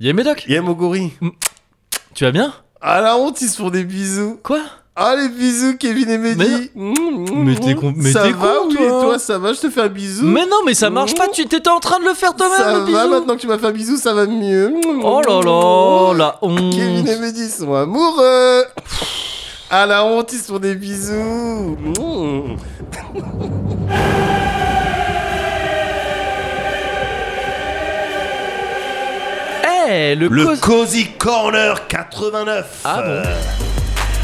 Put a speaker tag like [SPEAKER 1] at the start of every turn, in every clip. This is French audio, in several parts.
[SPEAKER 1] Yé Médoc,
[SPEAKER 2] Y'a Moguri.
[SPEAKER 1] tu vas bien
[SPEAKER 2] Ah la honte, ils se font des bisous.
[SPEAKER 1] Quoi
[SPEAKER 2] Ah les bisous, Kevin et Mehdi.
[SPEAKER 1] Mais t'es con- mais
[SPEAKER 2] ça
[SPEAKER 1] t'es
[SPEAKER 2] va
[SPEAKER 1] con,
[SPEAKER 2] oui,
[SPEAKER 1] toi.
[SPEAKER 2] et toi ça va, je te fais un bisou.
[SPEAKER 1] Mais non, mais ça marche pas, tu t'étais en train de le faire
[SPEAKER 2] ça
[SPEAKER 1] toi-même, le
[SPEAKER 2] va
[SPEAKER 1] bisou.
[SPEAKER 2] maintenant que tu m'as fait un bisou, ça va mieux.
[SPEAKER 1] Oh là là, la
[SPEAKER 2] Kevin et
[SPEAKER 1] honte.
[SPEAKER 2] Mehdi sont amoureux. Ah la honte, ils se font des bisous. Mmh.
[SPEAKER 1] Eh, le,
[SPEAKER 3] Le
[SPEAKER 1] cause-
[SPEAKER 3] Cozy Corner 89.
[SPEAKER 1] Ah bon
[SPEAKER 3] Euh,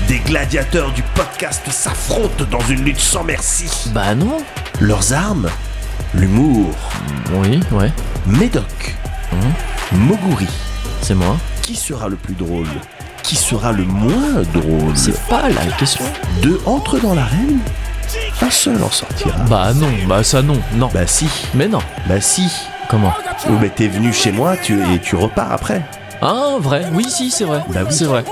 [SPEAKER 3] Des gladiateurs du podcast s'affrontent dans une lutte sans merci.
[SPEAKER 1] Bah non.
[SPEAKER 3] Leurs armes L'humour.
[SPEAKER 1] Oui, ouais,
[SPEAKER 3] Médoc. Moguri.
[SPEAKER 1] c'est moi.
[SPEAKER 3] Qui sera le plus drôle Qui sera le moins drôle
[SPEAKER 1] C'est pas la question.
[SPEAKER 3] Deux entrent dans l'arène Un seul en sortira.
[SPEAKER 1] Bah non, bah ça non, non.
[SPEAKER 3] Bah si,
[SPEAKER 1] Mais non.
[SPEAKER 3] bah si.
[SPEAKER 1] Comment
[SPEAKER 3] Oh, bah t'es venu chez moi tu, et tu repars après.
[SPEAKER 1] Ah, vrai Oui, si, c'est vrai.
[SPEAKER 3] Bah oui.
[SPEAKER 1] C'est vrai.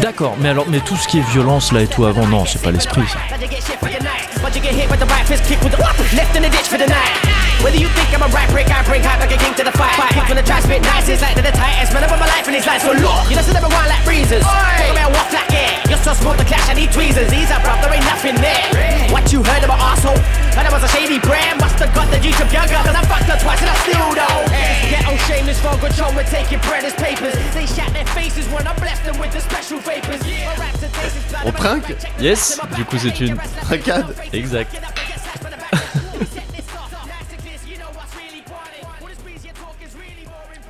[SPEAKER 1] D'accord, mais alors, mais tout ce qui est violence là et tout avant, non, c'est pas l'esprit ça.
[SPEAKER 4] About to get shit for the night. About to get hit with the right fist kick with the left in the ditch for the night. Whether you think I'm a right prick, I bring hot like a king to the fight. Kick when I try spit nice, it's like to the tight ass man up on my life and it's like so look. You listen to one like breezes. Talk about walk like air. You're so small to clash, I need tweezers. These are prop, there ain't nothing there. What you heard about asshole? Heard I was a shady brand. Must've got the G of younger, cause I fucked her twice and I still don't. Get on shameless, vulgar, John, we're taking bread as papers. They shot their faces when I blessed them with the special vapors. My raps and tastes is blood
[SPEAKER 2] On
[SPEAKER 4] of a
[SPEAKER 2] trinque
[SPEAKER 1] Yes, du coup, c'est une
[SPEAKER 2] Tracade.
[SPEAKER 1] Exact.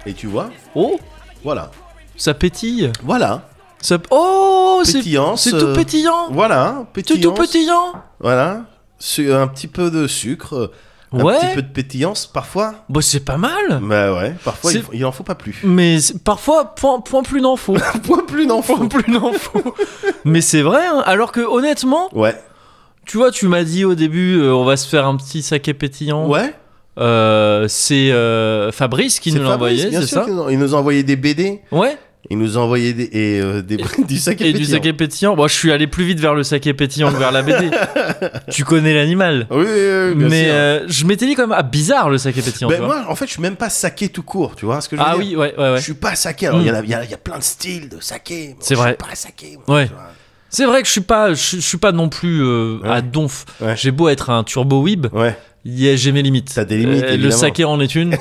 [SPEAKER 3] Et tu vois
[SPEAKER 1] Oh,
[SPEAKER 3] Voilà.
[SPEAKER 1] ça pétille.
[SPEAKER 3] Voilà.
[SPEAKER 1] Ça... Oh, c'est
[SPEAKER 3] Pétillance,
[SPEAKER 1] c'est tout
[SPEAKER 3] euh,
[SPEAKER 1] pétillant.
[SPEAKER 3] Voilà.
[SPEAKER 1] C'est tout
[SPEAKER 3] Pétillance.
[SPEAKER 1] pétillant.
[SPEAKER 3] Voilà. Su- un petit peu de sucre. Un
[SPEAKER 1] Ouais.
[SPEAKER 3] petit peu de pétillance parfois.
[SPEAKER 1] Bah c'est pas mal.
[SPEAKER 3] Bah ouais, parfois il,
[SPEAKER 1] C'est-
[SPEAKER 3] il en faut pas plus.
[SPEAKER 1] Mais c'est- parfois, point, point plus n'en faut.
[SPEAKER 3] Point plus d'enfants.
[SPEAKER 1] point plus n'en faut. Mais c'est vrai, hein. alors que honnêtement,
[SPEAKER 3] Ouais.
[SPEAKER 1] tu vois, tu m'as dit au début, euh, on va se faire un petit saké pétillant.
[SPEAKER 3] Ouais.
[SPEAKER 1] Euh, c'est euh, Fabrice qui
[SPEAKER 3] C'est
[SPEAKER 1] nous l'a
[SPEAKER 3] Fabrice,
[SPEAKER 1] envoyé,
[SPEAKER 3] bien
[SPEAKER 1] c'est
[SPEAKER 3] sûr
[SPEAKER 1] ça
[SPEAKER 3] qu'il nous- Il nous a envoyé des BD.
[SPEAKER 1] Ouais.
[SPEAKER 3] Il nous a envoyé des, et, euh, des- du sac
[SPEAKER 1] Et du saké pétillant. Bon, je suis allé plus vite vers le saké pétillant que vers la BD. tu connais l'animal.
[SPEAKER 3] Ah Oui, oui, oui, bien
[SPEAKER 1] Mais
[SPEAKER 3] sûr.
[SPEAKER 1] euh, je m'étais dit quand même, ah bizarre le saké pétillant.
[SPEAKER 3] Ben,
[SPEAKER 1] tu vois.
[SPEAKER 3] moi, en fait, je suis même pas saqué tout court, tu vois ce que je veux
[SPEAKER 1] ah
[SPEAKER 3] dire
[SPEAKER 1] oui, ouais, ouais, ouais.
[SPEAKER 3] Je suis pas saqué. Alors,
[SPEAKER 1] Mm.
[SPEAKER 3] il y en a- il y, a- il y a plein de styles de saké. mais
[SPEAKER 1] C'est
[SPEAKER 3] je
[SPEAKER 1] vrai.
[SPEAKER 3] suis pas saké. moi,
[SPEAKER 1] Ouais.
[SPEAKER 3] tu vois.
[SPEAKER 1] C'est vrai que je suis pas, je, je suis pas non plus euh,
[SPEAKER 3] Ouais.
[SPEAKER 1] à donf.
[SPEAKER 3] Ouais.
[SPEAKER 1] J'ai beau être un turbo whib,
[SPEAKER 3] Ouais.
[SPEAKER 1] yeah, j'ai mes limites. Euh,
[SPEAKER 3] T'as des limites,
[SPEAKER 1] le
[SPEAKER 3] évidemment.
[SPEAKER 1] saké en est une.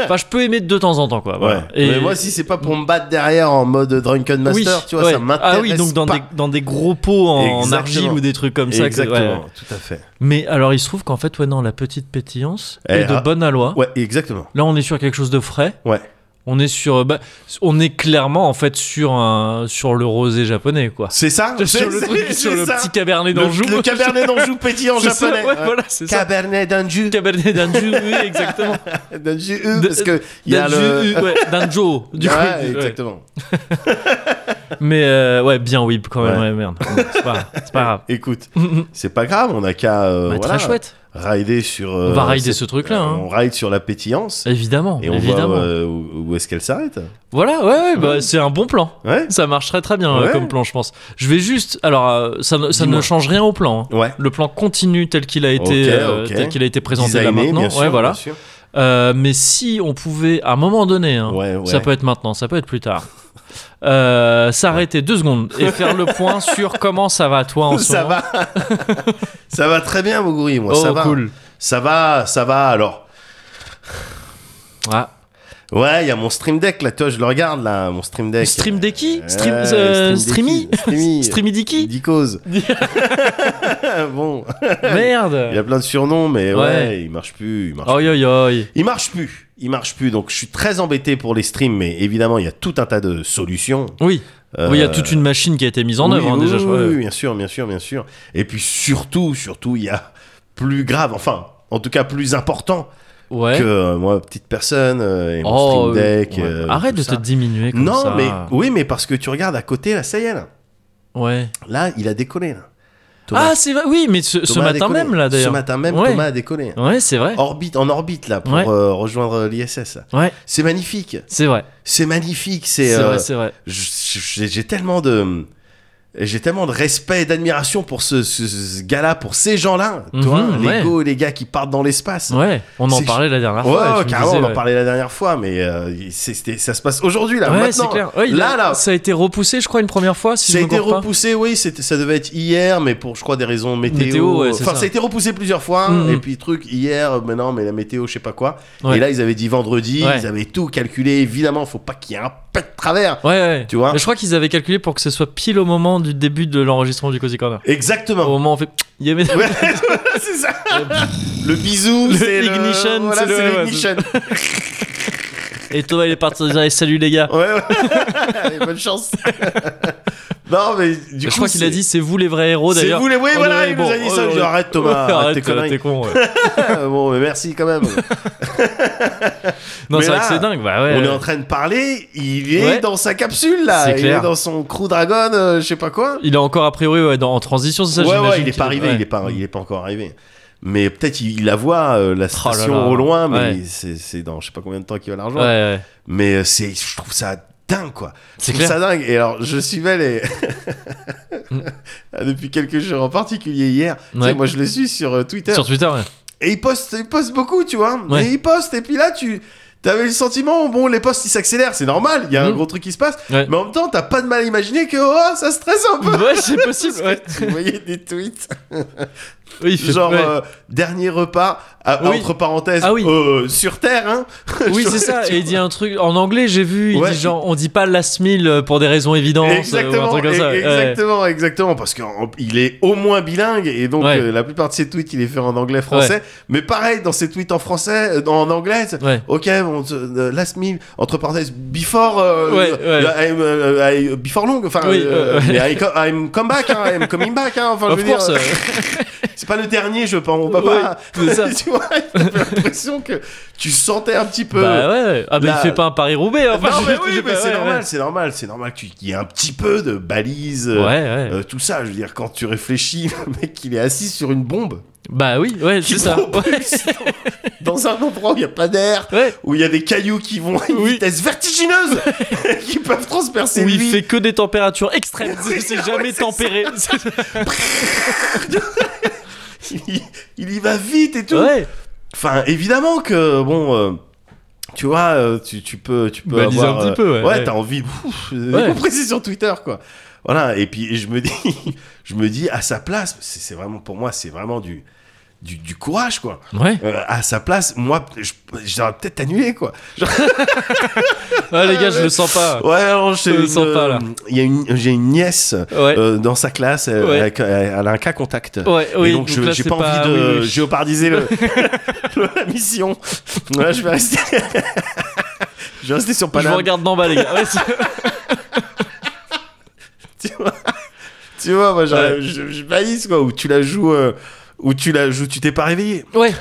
[SPEAKER 1] enfin, je peux aimer de temps en temps, quoi. voilà. Mm.
[SPEAKER 3] Ouais. Mais moi, si c'est pas pour me battre derrière en mode Drunken
[SPEAKER 1] Oui,
[SPEAKER 3] Master, tu vois,
[SPEAKER 1] ouais.
[SPEAKER 3] ça m'intéresse.
[SPEAKER 1] Ah oui, donc dans,
[SPEAKER 3] pas.
[SPEAKER 1] Des, dans des gros pots en, en
[SPEAKER 3] Exactement.
[SPEAKER 1] argile ou des trucs comme ça. que- ouais,
[SPEAKER 3] Exactement,
[SPEAKER 1] ouais.
[SPEAKER 3] tout à fait.
[SPEAKER 1] Mais alors, il se trouve qu'en fait, ouais, non, la petite pétillance
[SPEAKER 3] Eh,
[SPEAKER 1] est de
[SPEAKER 3] ah.
[SPEAKER 1] bonne aloi.
[SPEAKER 3] Ouais, exactement.
[SPEAKER 1] Là, on est sur quelque chose de frais.
[SPEAKER 3] Ouais.
[SPEAKER 1] On est sur, bah, on est clairement en fait sur un, sur le rosé japonais, quoi.
[SPEAKER 3] C'est ça
[SPEAKER 1] Sur le
[SPEAKER 3] C'est-
[SPEAKER 1] truc,
[SPEAKER 3] c'est
[SPEAKER 1] sur le
[SPEAKER 3] ça.
[SPEAKER 1] petit cabernet
[SPEAKER 3] Le-
[SPEAKER 1] d'Anjou.
[SPEAKER 3] Le cabernet d'Anjou pétillant
[SPEAKER 1] C'est ça,
[SPEAKER 3] japonais.
[SPEAKER 1] ouais, voilà, c'est ça.
[SPEAKER 3] Cabernet d'Anjou.
[SPEAKER 1] Cabernet d'Anjou, oui, exactement.
[SPEAKER 3] D'Anjou, euh,
[SPEAKER 1] De-
[SPEAKER 3] parce que il y a
[SPEAKER 1] D'Anjou,
[SPEAKER 3] le.
[SPEAKER 1] ouais, d'Anjou, du coup.
[SPEAKER 3] Ouais,
[SPEAKER 1] ouais.
[SPEAKER 3] exactement.
[SPEAKER 1] Mais euh, ouais, bien whip quand même,
[SPEAKER 3] Ouais.
[SPEAKER 1] ouais, merde. C'est pas grave. c'est pas grave.
[SPEAKER 3] Écoute,
[SPEAKER 1] Mm, mm.
[SPEAKER 3] c'est pas grave, on a qu'à euh,
[SPEAKER 1] Bah,
[SPEAKER 3] voilà,
[SPEAKER 1] Très chouette.
[SPEAKER 3] rider sur. euh,
[SPEAKER 1] on va rider
[SPEAKER 3] cette-
[SPEAKER 1] ce truc-là. hein.
[SPEAKER 3] On ride sur la pétillance
[SPEAKER 1] Évidemment,
[SPEAKER 3] et on
[SPEAKER 1] évidemment.
[SPEAKER 3] voit euh, où, où est-ce qu'elle s'arrête.
[SPEAKER 1] Voilà, ouais, ouais, bah,
[SPEAKER 3] Ouais.
[SPEAKER 1] c'est un bon plan.
[SPEAKER 3] Ouais.
[SPEAKER 1] Ça marcherait très bien euh,
[SPEAKER 3] Ouais.
[SPEAKER 1] comme plan, je pense. Je vais juste. Alors, euh, ça, ne- ça ne
[SPEAKER 3] Dis-moi.
[SPEAKER 1] change rien au plan. hein.
[SPEAKER 3] Ouais.
[SPEAKER 1] Le plan continue tel qu'il a été,
[SPEAKER 3] Ok,
[SPEAKER 1] euh,
[SPEAKER 3] ok.
[SPEAKER 1] tel qu'il a été présenté là
[SPEAKER 3] Designé,
[SPEAKER 1] maintenant.
[SPEAKER 3] bien sûr.
[SPEAKER 1] ouais, voilà.
[SPEAKER 3] bien sûr.
[SPEAKER 1] Euh, mais si on pouvait, à un moment donné, hein,
[SPEAKER 3] Ouais, ouais.
[SPEAKER 1] ça peut être maintenant, ça peut être plus tard, euh, s'arrêter deux secondes et faire le point sur comment ça va toi en ce
[SPEAKER 3] Ça
[SPEAKER 1] moment.
[SPEAKER 3] va. ça va très bien, Moguri. Moi,
[SPEAKER 1] Oh,
[SPEAKER 3] ça va.
[SPEAKER 1] cool.
[SPEAKER 3] Ça va, ça va. Alors,
[SPEAKER 1] Ah.
[SPEAKER 3] ouais, il y a mon stream deck là. Toi, je le regarde là, mon stream deck.
[SPEAKER 1] Stream de qui
[SPEAKER 3] Ouais,
[SPEAKER 1] Stream, euh,
[SPEAKER 3] Stream
[SPEAKER 1] Streamy
[SPEAKER 3] Decky, Streamy.
[SPEAKER 1] Streamy Dicky
[SPEAKER 3] Dicose. bon, il y
[SPEAKER 1] Merde
[SPEAKER 3] a plein de surnoms, mais ouais,
[SPEAKER 1] Ouais. Oh.
[SPEAKER 3] il marche plus, il marche
[SPEAKER 1] Oi oi oi
[SPEAKER 3] Il marche plus, il marche plus, donc je suis très embêté pour les streams, mais évidemment il y a tout un tas de solutions.
[SPEAKER 1] Oui,
[SPEAKER 3] Euh,
[SPEAKER 1] Oui, il y a toute une machine qui a été mise en
[SPEAKER 3] oui,
[SPEAKER 1] œuvre hein,
[SPEAKER 3] oui,
[SPEAKER 1] déjà. je
[SPEAKER 3] oui,
[SPEAKER 1] crois.
[SPEAKER 3] oui, bien sûr, bien sûr, bien sûr. Et puis surtout, surtout, il y a plus grave, enfin, en tout cas plus important
[SPEAKER 1] Ouais.
[SPEAKER 3] que euh, moi, petite personne euh, et mon
[SPEAKER 1] Oh,
[SPEAKER 3] stream deck.
[SPEAKER 1] ouais.
[SPEAKER 3] euh,
[SPEAKER 1] Arrête
[SPEAKER 3] tout
[SPEAKER 1] de
[SPEAKER 3] ça.
[SPEAKER 1] te diminuer comme
[SPEAKER 3] Non,
[SPEAKER 1] ça.
[SPEAKER 3] mais oui, mais parce que tu regardes à côté, là, ça y est, là,
[SPEAKER 1] Ouais.
[SPEAKER 3] là il a décollé. Là. Thomas-
[SPEAKER 1] Ah, c'est vrai. Oui, mais ce, ce
[SPEAKER 3] Thomas a
[SPEAKER 1] matin
[SPEAKER 3] décollé.
[SPEAKER 1] même, là, d'ailleurs.
[SPEAKER 3] Ce matin même,
[SPEAKER 1] Ouais.
[SPEAKER 3] Thomas a décollé.
[SPEAKER 1] Ouais, c'est vrai.
[SPEAKER 3] Orbite, en orbite, là, pour
[SPEAKER 1] Ouais.
[SPEAKER 3] euh, rejoindre l'ISS. là.
[SPEAKER 1] Ouais,
[SPEAKER 3] C'est magnifique.
[SPEAKER 1] c'est vrai.
[SPEAKER 3] Oh. C'est magnifique. C'est.
[SPEAKER 1] C'est
[SPEAKER 3] euh,
[SPEAKER 1] vrai, c'est vrai.
[SPEAKER 3] je- je- J'ai j'ai tellement de. j'ai tellement de respect et d'admiration pour ce, ce- ce gars-là, pour ces gens-là.
[SPEAKER 1] Mhm,
[SPEAKER 3] Toi, les
[SPEAKER 1] ouais.
[SPEAKER 3] go, les gars qui partent dans l'espace.
[SPEAKER 1] Ouais, on en
[SPEAKER 3] C'est-
[SPEAKER 1] parlait la dernière
[SPEAKER 3] Ouais,
[SPEAKER 1] fois. et tu me
[SPEAKER 3] carrément,
[SPEAKER 1] disais,
[SPEAKER 3] on en
[SPEAKER 1] ouais.
[SPEAKER 3] parlait la dernière fois, mais euh, c'est- c'était- ça se passe aujourd'hui, là,
[SPEAKER 1] Ouais,
[SPEAKER 3] maintenant.
[SPEAKER 1] c'est clair. Ouais, il
[SPEAKER 3] là,
[SPEAKER 1] a-
[SPEAKER 3] là,
[SPEAKER 1] Ça a été repoussé, je crois, une première fois, si je
[SPEAKER 3] ça
[SPEAKER 1] me
[SPEAKER 3] a été
[SPEAKER 1] trompe pas.
[SPEAKER 3] repoussé, oui, c'était- ça devait être hier, mais pour, je crois, des raisons météo.
[SPEAKER 1] Météo, ouais, c'est
[SPEAKER 3] enfin,
[SPEAKER 1] ça.
[SPEAKER 3] ça a été repoussé plusieurs fois,
[SPEAKER 1] Mhm.
[SPEAKER 3] et puis truc, hier, euh, mais non, mais la météo, je sais pas quoi.
[SPEAKER 1] Ouais.
[SPEAKER 3] Et là, ils avaient dit vendredi,
[SPEAKER 1] Ouais.
[SPEAKER 3] ils avaient tout calculé, évidemment, faut pas qu'il y ait un pet de travers.
[SPEAKER 1] Ouais, ouais.
[SPEAKER 3] Tu vois
[SPEAKER 1] Mais je crois qu'ils avaient calculé pour que ce soit pile au moment du début de l'enregistrement du Cozy Corner. Au
[SPEAKER 3] Exactement.
[SPEAKER 1] moment où on fait. Il y avait-
[SPEAKER 3] Ouais, c'est ça. Le bisou,
[SPEAKER 1] Le
[SPEAKER 3] c'est
[SPEAKER 1] ignition,
[SPEAKER 3] voilà,
[SPEAKER 1] c'est le-
[SPEAKER 3] c'est
[SPEAKER 1] ouais,
[SPEAKER 3] l'ignition.
[SPEAKER 1] Et Thomas, il est parti en disant Allez, Salut les gars.
[SPEAKER 3] Ouais, ouais. Allez, bonne chance. non, mais du
[SPEAKER 1] Bah, je
[SPEAKER 3] coup,
[SPEAKER 1] crois qu'il
[SPEAKER 3] c'est-
[SPEAKER 1] a dit C'est vous les vrais héros
[SPEAKER 3] C'est
[SPEAKER 1] d'ailleurs.
[SPEAKER 3] vous les- oui,
[SPEAKER 1] On
[SPEAKER 3] voilà,
[SPEAKER 1] devrait-
[SPEAKER 3] il nous a
[SPEAKER 1] bon, oh,
[SPEAKER 3] dit
[SPEAKER 1] ouais,
[SPEAKER 3] ça. Je dis,
[SPEAKER 1] ouais.
[SPEAKER 3] arrête Thomas,
[SPEAKER 1] Ouais,
[SPEAKER 3] arrête tes
[SPEAKER 1] arrête,
[SPEAKER 3] conneries.
[SPEAKER 1] t'es con. ouais.
[SPEAKER 3] bon, mais merci quand même.
[SPEAKER 1] Non,
[SPEAKER 3] Mais
[SPEAKER 1] c'est vrai
[SPEAKER 3] là,
[SPEAKER 1] que c'est dingue. Bah ouais.
[SPEAKER 3] On est en train de parler, il est
[SPEAKER 1] Ouais.
[SPEAKER 3] dans sa capsule là,
[SPEAKER 1] C'est
[SPEAKER 3] il
[SPEAKER 1] clair.
[SPEAKER 3] est dans son crew dragon, euh, je sais pas quoi.
[SPEAKER 1] Il est encore a priori ouais, dans- en transition, c'est ça
[SPEAKER 3] ouais,
[SPEAKER 1] j'imagine
[SPEAKER 3] ouais, il est
[SPEAKER 1] qu'il
[SPEAKER 3] pas arrivé,
[SPEAKER 1] ouais.
[SPEAKER 3] il est pas, il est pas encore arrivé. Mais peut-être il, il la voit euh, la
[SPEAKER 1] Oh là
[SPEAKER 3] station
[SPEAKER 1] là.
[SPEAKER 3] au loin, mais
[SPEAKER 1] Ouais.
[SPEAKER 3] c'est c'est dans je sais pas combien de temps qu'il va la
[SPEAKER 1] Ouais,
[SPEAKER 3] rejoindre.
[SPEAKER 1] ouais.
[SPEAKER 3] Mais euh, c'est, je trouve ça dingue quoi.
[SPEAKER 1] C'est
[SPEAKER 3] Je trouve
[SPEAKER 1] clair.
[SPEAKER 3] ça dingue. Et alors, je suivais les.
[SPEAKER 1] Mm.
[SPEAKER 3] Depuis quelques jours en particulier hier. Tu sais,
[SPEAKER 1] Ouais.
[SPEAKER 3] moi, je le suis sur euh, Twitter.
[SPEAKER 1] Sur Twitter, ouais.
[SPEAKER 3] Et il poste, il poste beaucoup, tu vois.
[SPEAKER 1] Ouais.
[SPEAKER 3] Et il poste. Et puis là, tu. T'avais le sentiment, bon, les posts ils s'accélèrent, c'est normal, il y a un
[SPEAKER 1] Mm.
[SPEAKER 3] gros truc qui se passe.
[SPEAKER 1] Ouais. Mm.
[SPEAKER 3] Mais en même temps, t'as pas de mal à imaginer que, oh, ça stresse un peu.
[SPEAKER 1] Ouais, c'est possible. ouais.
[SPEAKER 3] Tu voyais des tweets,
[SPEAKER 1] Oui, il fait-
[SPEAKER 3] genre,
[SPEAKER 1] ouais.
[SPEAKER 3] euh, dernier repas, à-
[SPEAKER 1] Oui.
[SPEAKER 3] entre parenthèses,
[SPEAKER 1] Ah oui.
[SPEAKER 3] euh, sur Terre, hein.
[SPEAKER 1] Oui,
[SPEAKER 3] Sur-
[SPEAKER 1] c'est ça.
[SPEAKER 3] tu
[SPEAKER 1] Et il dit un truc en anglais, j'ai vu. Il
[SPEAKER 3] Ouais.
[SPEAKER 1] dit genre, on dit pas last meal pour des raisons évidentes. euh, Ou un
[SPEAKER 3] Exactement,
[SPEAKER 1] truc comme ça.
[SPEAKER 3] e-
[SPEAKER 1] ouais.
[SPEAKER 3] exactement, exactement, parce qu'il est au moins bilingue et donc
[SPEAKER 1] Ouais.
[SPEAKER 3] euh, la plupart de ses tweets il est fait en anglais français. Mais pareil dans ses tweets en français, euh, en anglais. c'est-
[SPEAKER 1] Ouais.
[SPEAKER 3] Ok, bon, t- euh, last meal entre parenthèses before, euh,
[SPEAKER 1] Ouais,
[SPEAKER 3] euh, I- euh, I- before long, enfin,
[SPEAKER 1] Oui,
[SPEAKER 3] euh,
[SPEAKER 1] euh, ouais.
[SPEAKER 3] mais I co- I'm come back, hein, I'm coming back, hein, enfin, je
[SPEAKER 1] Of
[SPEAKER 3] veux dire,
[SPEAKER 1] course. euh,
[SPEAKER 3] c'est pas le dernier, je pense, on va pas.
[SPEAKER 1] c'est ça.
[SPEAKER 3] tu vois, t'avais l'impression que tu sentais un petit peu.
[SPEAKER 1] Bah ouais. Ah, bah
[SPEAKER 3] la-
[SPEAKER 1] il fait pas un Paris-Roubaix. hein. Enfin,
[SPEAKER 3] non,
[SPEAKER 1] je-
[SPEAKER 3] mais
[SPEAKER 1] je-
[SPEAKER 3] oui,
[SPEAKER 1] je-
[SPEAKER 3] mais
[SPEAKER 1] ouais,
[SPEAKER 3] c'est
[SPEAKER 1] ouais.
[SPEAKER 3] normal, c'est normal, c'est normal qu'il y ait un petit peu de balises.
[SPEAKER 1] Ouais,
[SPEAKER 3] euh,
[SPEAKER 1] ouais.
[SPEAKER 3] euh, tout ça, je veux dire, quand tu réfléchis, le mec, il est assis sur une bombe
[SPEAKER 1] Bah oui, ouais,
[SPEAKER 3] qui
[SPEAKER 1] c'est ça.
[SPEAKER 3] propulse dans, dans un endroit où il n'y a pas d'air,
[SPEAKER 1] Ouais.
[SPEAKER 3] où il y a des cailloux qui vont à une
[SPEAKER 1] Oui.
[SPEAKER 3] vitesse vertigineuse, qui peuvent transpercer
[SPEAKER 1] Où
[SPEAKER 3] lui.
[SPEAKER 1] il fait que des températures extrêmes.
[SPEAKER 3] Oui,
[SPEAKER 1] C'est
[SPEAKER 3] ouais,
[SPEAKER 1] jamais
[SPEAKER 3] c'est ça.
[SPEAKER 1] tempéré.
[SPEAKER 3] Il, y- il y va vite et tout.
[SPEAKER 1] Ouais.
[SPEAKER 3] Enfin, évidemment que, bon... euh, tu vois, euh, tu, tu peux, tu peux
[SPEAKER 1] Baliser
[SPEAKER 3] avoir,
[SPEAKER 1] Bah, un petit
[SPEAKER 3] euh,
[SPEAKER 1] peu, ouais, ouais.
[SPEAKER 3] t'as envie, ouf, euh,
[SPEAKER 1] Ouais.
[SPEAKER 3] y compris c'est sur Twitter, quoi. Voilà. Et puis je me dis, je me dis à sa place, c'est c'est vraiment pour moi, c'est vraiment du, du, du courage, quoi.
[SPEAKER 1] Ouais.
[SPEAKER 3] Euh, à sa place, moi, je- j'aurais peut-être annulé, quoi.
[SPEAKER 1] Ah, les gars, je le sens pas.
[SPEAKER 3] Ouais, alors, j'ai
[SPEAKER 1] Je le
[SPEAKER 3] une,
[SPEAKER 1] sens pas, là.
[SPEAKER 3] euh, il y a une, j'ai une nièce
[SPEAKER 1] Ouais.
[SPEAKER 3] euh, dans sa classe, euh,
[SPEAKER 1] Ouais.
[SPEAKER 3] avec- euh, elle a un cas contact.
[SPEAKER 1] Ouais, oui,
[SPEAKER 3] Et donc, je-
[SPEAKER 1] là,
[SPEAKER 3] j'ai
[SPEAKER 1] c'est
[SPEAKER 3] pas, envie de
[SPEAKER 1] oui, oui.
[SPEAKER 3] géopardiser le, le- la mission. Voilà, je vais rester. je vais rester sur
[SPEAKER 1] Je vous
[SPEAKER 3] Paname.
[SPEAKER 1] regarde d'en bas, les gars. Ouais, c'est-
[SPEAKER 3] Tu vois, tu vois, moi, j'aurais-
[SPEAKER 1] Ouais.
[SPEAKER 3] je, je balise, quoi. Ou tu la joues, euh, ou tu la joues, tu t'es pas réveillé.
[SPEAKER 1] Ouais.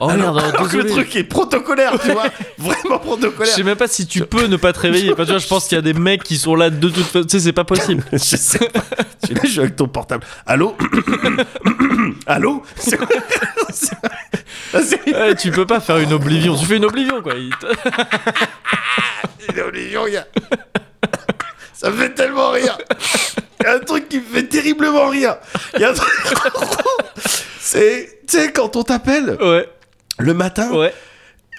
[SPEAKER 1] Oh
[SPEAKER 3] alors,
[SPEAKER 1] merde,
[SPEAKER 3] Ah, alors que le
[SPEAKER 1] désolé.
[SPEAKER 3] truc est protocolaire, tu vois. Vraiment
[SPEAKER 1] Je
[SPEAKER 3] protocolaire.
[SPEAKER 1] sais même pas si tu peux ne pas te réveiller. Enfin, tu vois, je pense qu'il y a des mecs qui sont là de toute façon. Tu sais, c'est pas possible.
[SPEAKER 3] Je sais pas. Tu l'as joué avec ton portable. Allô Allô C'est- c'est- c'est-
[SPEAKER 1] Ouais, tu peux pas faire une oblivion. Tu fais une oblivion, quoi. Il te-
[SPEAKER 3] Il est obligeant, gars. Ça me fait tellement rire. Il y a un truc qui me fait terriblement rire. Il y a un truc. C'est. Tu sais, quand on t'appelle
[SPEAKER 1] Ouais,
[SPEAKER 3] le matin,
[SPEAKER 1] ouais.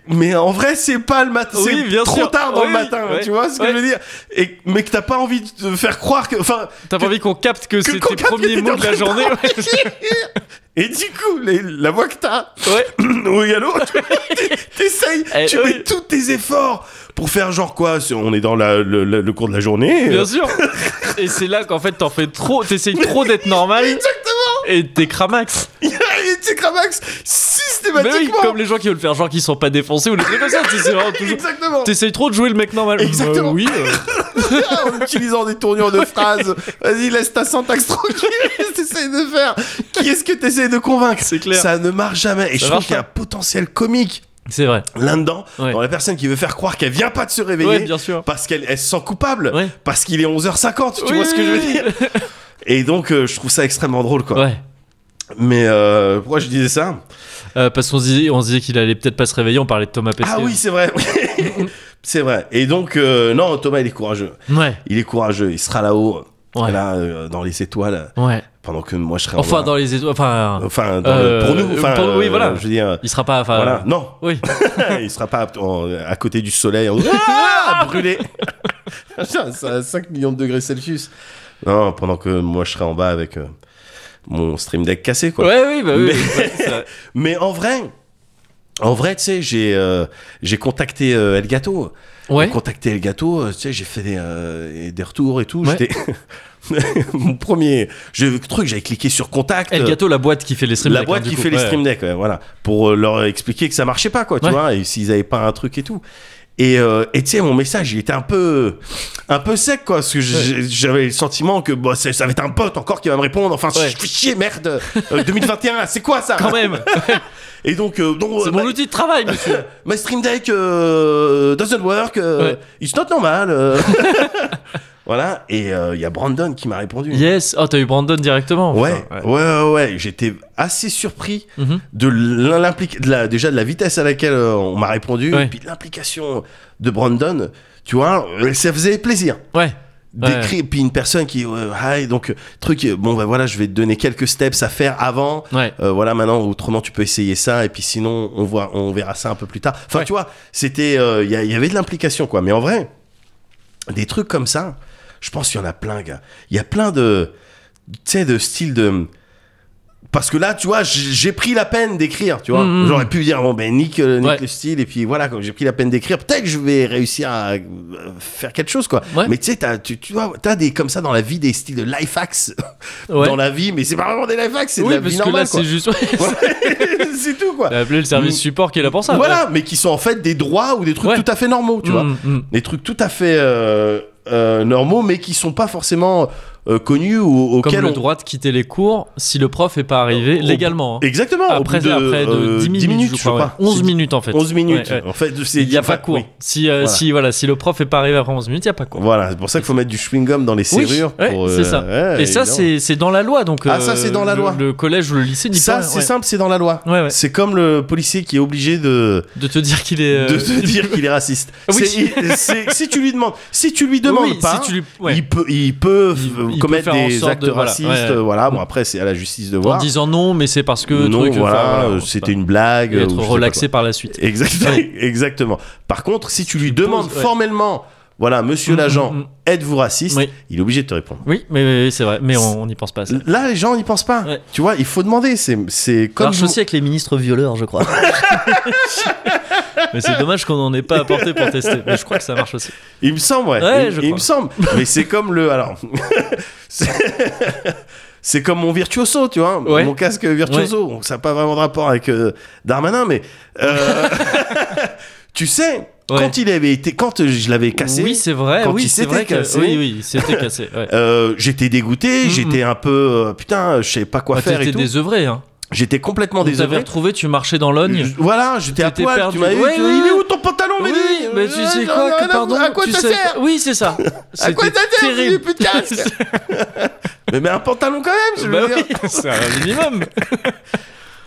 [SPEAKER 3] mais en vrai, c'est pas le matin.
[SPEAKER 1] Oui,
[SPEAKER 3] c'est
[SPEAKER 1] bien
[SPEAKER 3] trop
[SPEAKER 1] sûr.
[SPEAKER 3] tard dans le
[SPEAKER 1] Oui,
[SPEAKER 3] matin,
[SPEAKER 1] ouais,
[SPEAKER 3] tu vois ce que
[SPEAKER 1] ouais.
[SPEAKER 3] je veux dire Et, Mais que t'as pas envie de te faire croire que. Enfin,
[SPEAKER 1] T'as pas envie qu'on capte que,
[SPEAKER 3] que
[SPEAKER 1] c'est
[SPEAKER 3] qu'on
[SPEAKER 1] tes
[SPEAKER 3] capte que
[SPEAKER 1] premiers
[SPEAKER 3] t'étais
[SPEAKER 1] mots
[SPEAKER 3] en
[SPEAKER 1] de la
[SPEAKER 3] train de
[SPEAKER 1] journée. Ouais.
[SPEAKER 3] Et du coup, les- la voix que t'as,
[SPEAKER 1] Ouais.
[SPEAKER 3] oui, allô T'es- T'essayes,
[SPEAKER 1] Eh,
[SPEAKER 3] tu
[SPEAKER 1] oui.
[SPEAKER 3] mets tous tes efforts pour faire genre quoi c'est- On est dans la- le, le- le cours de la journée. euh,
[SPEAKER 1] bien sûr. Et c'est là qu'en fait, t'en fais trop. T'essayes trop d'être normal
[SPEAKER 3] Exactement
[SPEAKER 1] et t'es cramax.
[SPEAKER 3] Il y a une petite cramax
[SPEAKER 1] Mais oui,
[SPEAKER 3] systématiquement
[SPEAKER 1] comme les gens qui veulent faire genre qu'ils sont pas défoncés ou les trucs comme ça. tu sais, C'est vraiment toujours.
[SPEAKER 3] Exactement
[SPEAKER 1] T'essayes trop de jouer le mec normal.
[SPEAKER 3] Exactement.
[SPEAKER 1] Euh, oui. euh,
[SPEAKER 3] Ah, En utilisant des tournures de phrases. Vas-y, laisse ta syntaxe tranquille. Qu'est-ce que t'essayes de faire Qui est-ce que t'essayes de convaincre
[SPEAKER 1] C'est clair.
[SPEAKER 3] Ça ne marche jamais.
[SPEAKER 1] Ça
[SPEAKER 3] Et je trouve
[SPEAKER 1] marche
[SPEAKER 3] qu'il y a un
[SPEAKER 1] pas.
[SPEAKER 3] potentiel comique
[SPEAKER 1] C'est vrai.
[SPEAKER 3] là-dedans.
[SPEAKER 1] Ouais.
[SPEAKER 3] Dans la personne qui veut faire croire qu'elle vient pas de se réveiller.
[SPEAKER 1] Ouais, bien sûr.
[SPEAKER 3] Parce qu'elle elle se sent coupable.
[SPEAKER 1] Ouais.
[SPEAKER 3] Parce qu'il est 11h50. Bah, Tu
[SPEAKER 1] Oui,
[SPEAKER 3] vois ce que je veux
[SPEAKER 1] oui,
[SPEAKER 3] dire Et donc, euh, je trouve ça extrêmement drôle, quoi.
[SPEAKER 1] Ouais.
[SPEAKER 3] Mais euh, pourquoi je disais ça
[SPEAKER 1] Euh, parce qu'on se disait, on se disait qu'il allait peut-être pas se réveiller. On parlait de Thomas Pesquet.
[SPEAKER 3] Ah oui, c'est vrai. c'est vrai. Et donc, euh, non, Thomas, il est courageux.
[SPEAKER 1] Ouais.
[SPEAKER 3] Il est courageux. Il sera là-haut,
[SPEAKER 1] Ouais.
[SPEAKER 3] là, euh, dans les étoiles,
[SPEAKER 1] Ouais.
[SPEAKER 3] pendant que moi, je serai en
[SPEAKER 1] Enfin,
[SPEAKER 3] bas.
[SPEAKER 1] dans les étoiles. Enfin, euh,
[SPEAKER 3] Enfin, dans
[SPEAKER 1] Euh,
[SPEAKER 3] le- pour nous. Enfin,
[SPEAKER 1] pour- oui,
[SPEAKER 3] euh,
[SPEAKER 1] voilà.
[SPEAKER 3] Je veux dire,
[SPEAKER 1] il sera pas. Enfin,
[SPEAKER 3] voilà. Non,
[SPEAKER 1] Oui.
[SPEAKER 3] il sera pas en- à côté du soleil en- Ah, brûlé. Putain, c'est à 5 millions de degrés Celsius. Non, pendant que moi je serai en bas avec euh, mon stream deck cassé quoi.
[SPEAKER 1] Ouais, oui, bah oui.
[SPEAKER 3] Mais-
[SPEAKER 1] ouais, c'est vrai.
[SPEAKER 3] Mais en vrai, en vrai, tu sais, j'ai euh, j'ai contacté euh, Elgato.
[SPEAKER 1] Ouais.
[SPEAKER 3] J'ai contacté Elgato, euh, tu sais, j'ai fait des, euh, des retours et tout.
[SPEAKER 1] Ouais.
[SPEAKER 3] J'étais mon premier j'ai vu le truc, j'avais cliqué sur contact.
[SPEAKER 1] El Gato, Eh, la boîte qui fait les stream
[SPEAKER 3] La
[SPEAKER 1] deck,
[SPEAKER 3] boîte
[SPEAKER 1] hein, du
[SPEAKER 3] qui
[SPEAKER 1] coup.
[SPEAKER 3] fait les
[SPEAKER 1] Ouais.
[SPEAKER 3] stream deck, ouais, voilà, pour euh, leur expliquer que ça marchait pas, quoi, tu
[SPEAKER 1] Ouais.
[SPEAKER 3] vois, et s'ils avaient pas un truc et tout. Et euh, et tu sais, mon message, il était un peu, un peu sec, quoi, parce que j'ai- j'avais le sentiment que bah, c'est- ça va être un pote encore qui va me répondre. Enfin,
[SPEAKER 1] Ouais.
[SPEAKER 3] je fais chier, merde, Euh, 2021, c'est quoi ça
[SPEAKER 1] Quand même.
[SPEAKER 3] Et donc, euh, donc,
[SPEAKER 1] C'est
[SPEAKER 3] euh, bah,
[SPEAKER 1] mon outil de travail, monsieur.
[SPEAKER 3] My stream deck euh, doesn't work. euh,
[SPEAKER 1] Ouais.
[SPEAKER 3] It's not normal. euh. voilà. Et euh, il y a Brandon qui m'a répondu.
[SPEAKER 1] Yes. Oh, t'as eu Brandon directement.
[SPEAKER 3] Ouais,
[SPEAKER 1] putain.
[SPEAKER 3] ouais, ouais, ouais. J'étais assez surpris
[SPEAKER 1] Mhm.
[SPEAKER 3] de l'implication, déjà de la vitesse à laquelle euh, on m'a répondu,
[SPEAKER 1] Ouais.
[SPEAKER 3] et puis de l'implication de Brandon. Tu vois, euh, ça faisait plaisir.
[SPEAKER 1] Ouais. Ouais.
[SPEAKER 3] D'écrire, puis une personne qui, euh, hi, donc truc, euh, bon bah voilà, je vais te donner quelques steps à faire avant.
[SPEAKER 1] Ouais.
[SPEAKER 3] Euh, voilà, maintenant, autrement, tu peux essayer ça, et puis sinon, on, voit, on verra ça un peu plus tard. Enfin,
[SPEAKER 1] Ouais.
[SPEAKER 3] tu vois, c'était, euh, il y, a- il y avait de l'implication, quoi. Mais en vrai, des trucs comme ça, je pense qu'il y en a plein, gars. Il y a plein de, tu sais, de style de. Parce que là, tu vois, j- j'ai pris la peine d'écrire, tu vois.
[SPEAKER 1] Mm, mm.
[SPEAKER 3] J'aurais pu dire, bon, ben, nique, euh, nique
[SPEAKER 1] Ouais.
[SPEAKER 3] le style, et puis voilà, comme j'ai pris la peine d'écrire, peut-être que je vais réussir à euh, faire quelque chose, quoi.
[SPEAKER 1] Ouais.
[SPEAKER 3] Mais tu sais, t'as- tu, tu vois, t'as des, comme ça dans la vie, des styles de life hacks
[SPEAKER 1] Ouais.
[SPEAKER 3] dans la vie, mais c'est pas vraiment des life hacks, c'est de
[SPEAKER 1] Oui,
[SPEAKER 3] la
[SPEAKER 1] parce
[SPEAKER 3] vie
[SPEAKER 1] que là,
[SPEAKER 3] normale, quoi.
[SPEAKER 1] c'est juste. Ouais.
[SPEAKER 3] Ouais, c'est tout quoi.
[SPEAKER 1] T'as appelé le service support qui est là pour ça.
[SPEAKER 3] voilà, mais qui sont en fait des droits ou des trucs
[SPEAKER 1] Ouais.
[SPEAKER 3] tout à fait normaux, tu vois.
[SPEAKER 1] Mm, mm.
[SPEAKER 3] Des trucs tout à fait euh, euh, normaux, mais qui sont pas forcément euh, connus ou
[SPEAKER 1] Comme
[SPEAKER 3] auxquels
[SPEAKER 1] le
[SPEAKER 3] on-
[SPEAKER 1] droit de quitter les cours si le prof est pas arrivé
[SPEAKER 3] au-
[SPEAKER 1] légalement. hein.
[SPEAKER 3] Exactement. au
[SPEAKER 1] Après,
[SPEAKER 3] bout de,
[SPEAKER 1] après de
[SPEAKER 3] euh,
[SPEAKER 1] 10 minutes, je crois. ouais. 11
[SPEAKER 3] C'est-
[SPEAKER 1] minutes en fait.
[SPEAKER 3] 11 minutes.
[SPEAKER 1] Ouais, ouais.
[SPEAKER 3] En fait, c'est-
[SPEAKER 1] Il n'y a
[SPEAKER 3] enfin,
[SPEAKER 1] pas cours.
[SPEAKER 3] oui.
[SPEAKER 1] Si, euh,
[SPEAKER 3] Voilà.
[SPEAKER 1] Si, voilà, si le prof est pas arrivé après 11 minutes, il n'y a pas cours.
[SPEAKER 3] Voilà, c'est pour ça qu'il faut mettre du chewing-gum dans les
[SPEAKER 1] Oui,
[SPEAKER 3] serrures.
[SPEAKER 1] ouais,
[SPEAKER 3] pour, euh,
[SPEAKER 1] c'est ça.
[SPEAKER 3] ouais,
[SPEAKER 1] Et ça,
[SPEAKER 3] évidemment.
[SPEAKER 1] c'est c'est dans la loi. Donc, euh,
[SPEAKER 3] Ah, ça, c'est dans la
[SPEAKER 1] le-
[SPEAKER 3] loi.
[SPEAKER 1] Le collège ou le lycée n'y
[SPEAKER 3] Ça,
[SPEAKER 1] peut rien,
[SPEAKER 3] c'est
[SPEAKER 1] ouais.
[SPEAKER 3] simple, c'est dans la loi.
[SPEAKER 1] Ouais, ouais.
[SPEAKER 3] C'est comme le policier qui est obligé de,
[SPEAKER 1] De te dire qu'il est. euh,
[SPEAKER 3] de te dire qu'il est raciste.
[SPEAKER 1] Oui.
[SPEAKER 3] C'est- il- c'est- si tu lui demandes, si tu lui demandes
[SPEAKER 1] Oui,
[SPEAKER 3] pas,
[SPEAKER 1] si tu lui- ouais.
[SPEAKER 3] il peut, il peut f-
[SPEAKER 1] Il- il
[SPEAKER 3] commettre
[SPEAKER 1] peut faire en
[SPEAKER 3] des
[SPEAKER 1] sorte
[SPEAKER 3] actes
[SPEAKER 1] de- voilà,
[SPEAKER 3] racistes.
[SPEAKER 1] ouais, ouais.
[SPEAKER 3] euh, Voilà, bon après c'est à la justice de
[SPEAKER 1] En
[SPEAKER 3] voir.
[SPEAKER 1] disant non, mais c'est parce que.
[SPEAKER 3] non,
[SPEAKER 1] truc, enfin,
[SPEAKER 3] voilà,
[SPEAKER 1] voilà,
[SPEAKER 3] euh,
[SPEAKER 1] on sait
[SPEAKER 3] c'était
[SPEAKER 1] pas.
[SPEAKER 3] une blague. euh,
[SPEAKER 1] Et
[SPEAKER 3] ou je
[SPEAKER 1] être
[SPEAKER 3] sais pas
[SPEAKER 1] relaxé par la suite.
[SPEAKER 3] quoi. Exactement,
[SPEAKER 1] Ouais.
[SPEAKER 3] exactement. Par contre, si tu lui
[SPEAKER 1] poses,
[SPEAKER 3] demandes
[SPEAKER 1] ouais.
[SPEAKER 3] formellement, voilà, monsieur
[SPEAKER 1] Mm,
[SPEAKER 3] l'agent,
[SPEAKER 1] mm, mm.
[SPEAKER 3] êtes-vous raciste
[SPEAKER 1] Oui.
[SPEAKER 3] Il est obligé de te répondre.
[SPEAKER 1] Oui, mais, mais- mais c'est vrai. Mais on on n'y pense pas. à ça.
[SPEAKER 3] Là, les gens n'y pensent pas.
[SPEAKER 1] Ouais.
[SPEAKER 3] Tu vois, il faut demander. C'est, c'est
[SPEAKER 1] Ça
[SPEAKER 3] comme
[SPEAKER 1] marche
[SPEAKER 3] vous-
[SPEAKER 1] aussi avec les ministres violeurs, je crois. mais c'est dommage qu'on n'en ait pas apporté pour tester. Mais je crois que ça marche aussi.
[SPEAKER 3] Il me semble, ouais.
[SPEAKER 1] Ouais,
[SPEAKER 3] il
[SPEAKER 1] je
[SPEAKER 3] il
[SPEAKER 1] crois.
[SPEAKER 3] me semble. Mais c'est comme le. Alors. c'est- c'est comme mon virtuoso, tu vois.
[SPEAKER 1] Ouais.
[SPEAKER 3] Mon casque virtuoso. Donc ça n'a pas vraiment de rapport avec euh, Darmanin, mais. euh, tu sais, quand il avait été. Quand je l'avais cassé.
[SPEAKER 1] Oui, c'est vrai.
[SPEAKER 3] Quand
[SPEAKER 1] oui,
[SPEAKER 3] il
[SPEAKER 1] c'est
[SPEAKER 3] s'était
[SPEAKER 1] vrai que.
[SPEAKER 3] cassé.
[SPEAKER 1] Oui, oui, c'était cassé. Ouais.
[SPEAKER 3] euh, j'étais dégoûté,
[SPEAKER 1] Mm,
[SPEAKER 3] j'étais un peu euh, putain, je sais pas quoi
[SPEAKER 1] Bah,
[SPEAKER 3] faire et
[SPEAKER 1] T'étais
[SPEAKER 3] tout.
[SPEAKER 1] désœuvré. Hein.
[SPEAKER 3] J'étais complètement
[SPEAKER 1] On t'avait
[SPEAKER 3] désœuvré.
[SPEAKER 1] retrouvé, tu marchais dans l'ogne.
[SPEAKER 3] Je- Voilà, j'étais à
[SPEAKER 1] T'étais
[SPEAKER 3] poil.
[SPEAKER 1] perdu.
[SPEAKER 3] Tu m'avais dit,
[SPEAKER 1] Ouais,
[SPEAKER 3] tu-
[SPEAKER 1] ouais,
[SPEAKER 3] il est
[SPEAKER 1] ouais.
[SPEAKER 3] où ton pantalon,
[SPEAKER 1] Oui,
[SPEAKER 3] Mehdi
[SPEAKER 1] mais tu
[SPEAKER 3] Euh,
[SPEAKER 1] sais
[SPEAKER 3] j'en ai
[SPEAKER 1] quoi
[SPEAKER 3] rien
[SPEAKER 1] que pardon,
[SPEAKER 3] À quoi
[SPEAKER 1] tu
[SPEAKER 3] ça
[SPEAKER 1] sais-
[SPEAKER 3] sert
[SPEAKER 1] Oui, c'est ça.
[SPEAKER 3] À quoi
[SPEAKER 1] C'était
[SPEAKER 3] ça sert si j'ai
[SPEAKER 1] terrible.
[SPEAKER 3] plus de casque Mais mets un pantalon quand même, je
[SPEAKER 1] Bah
[SPEAKER 3] veux
[SPEAKER 1] oui,
[SPEAKER 3] dire.
[SPEAKER 1] c'est un minimum.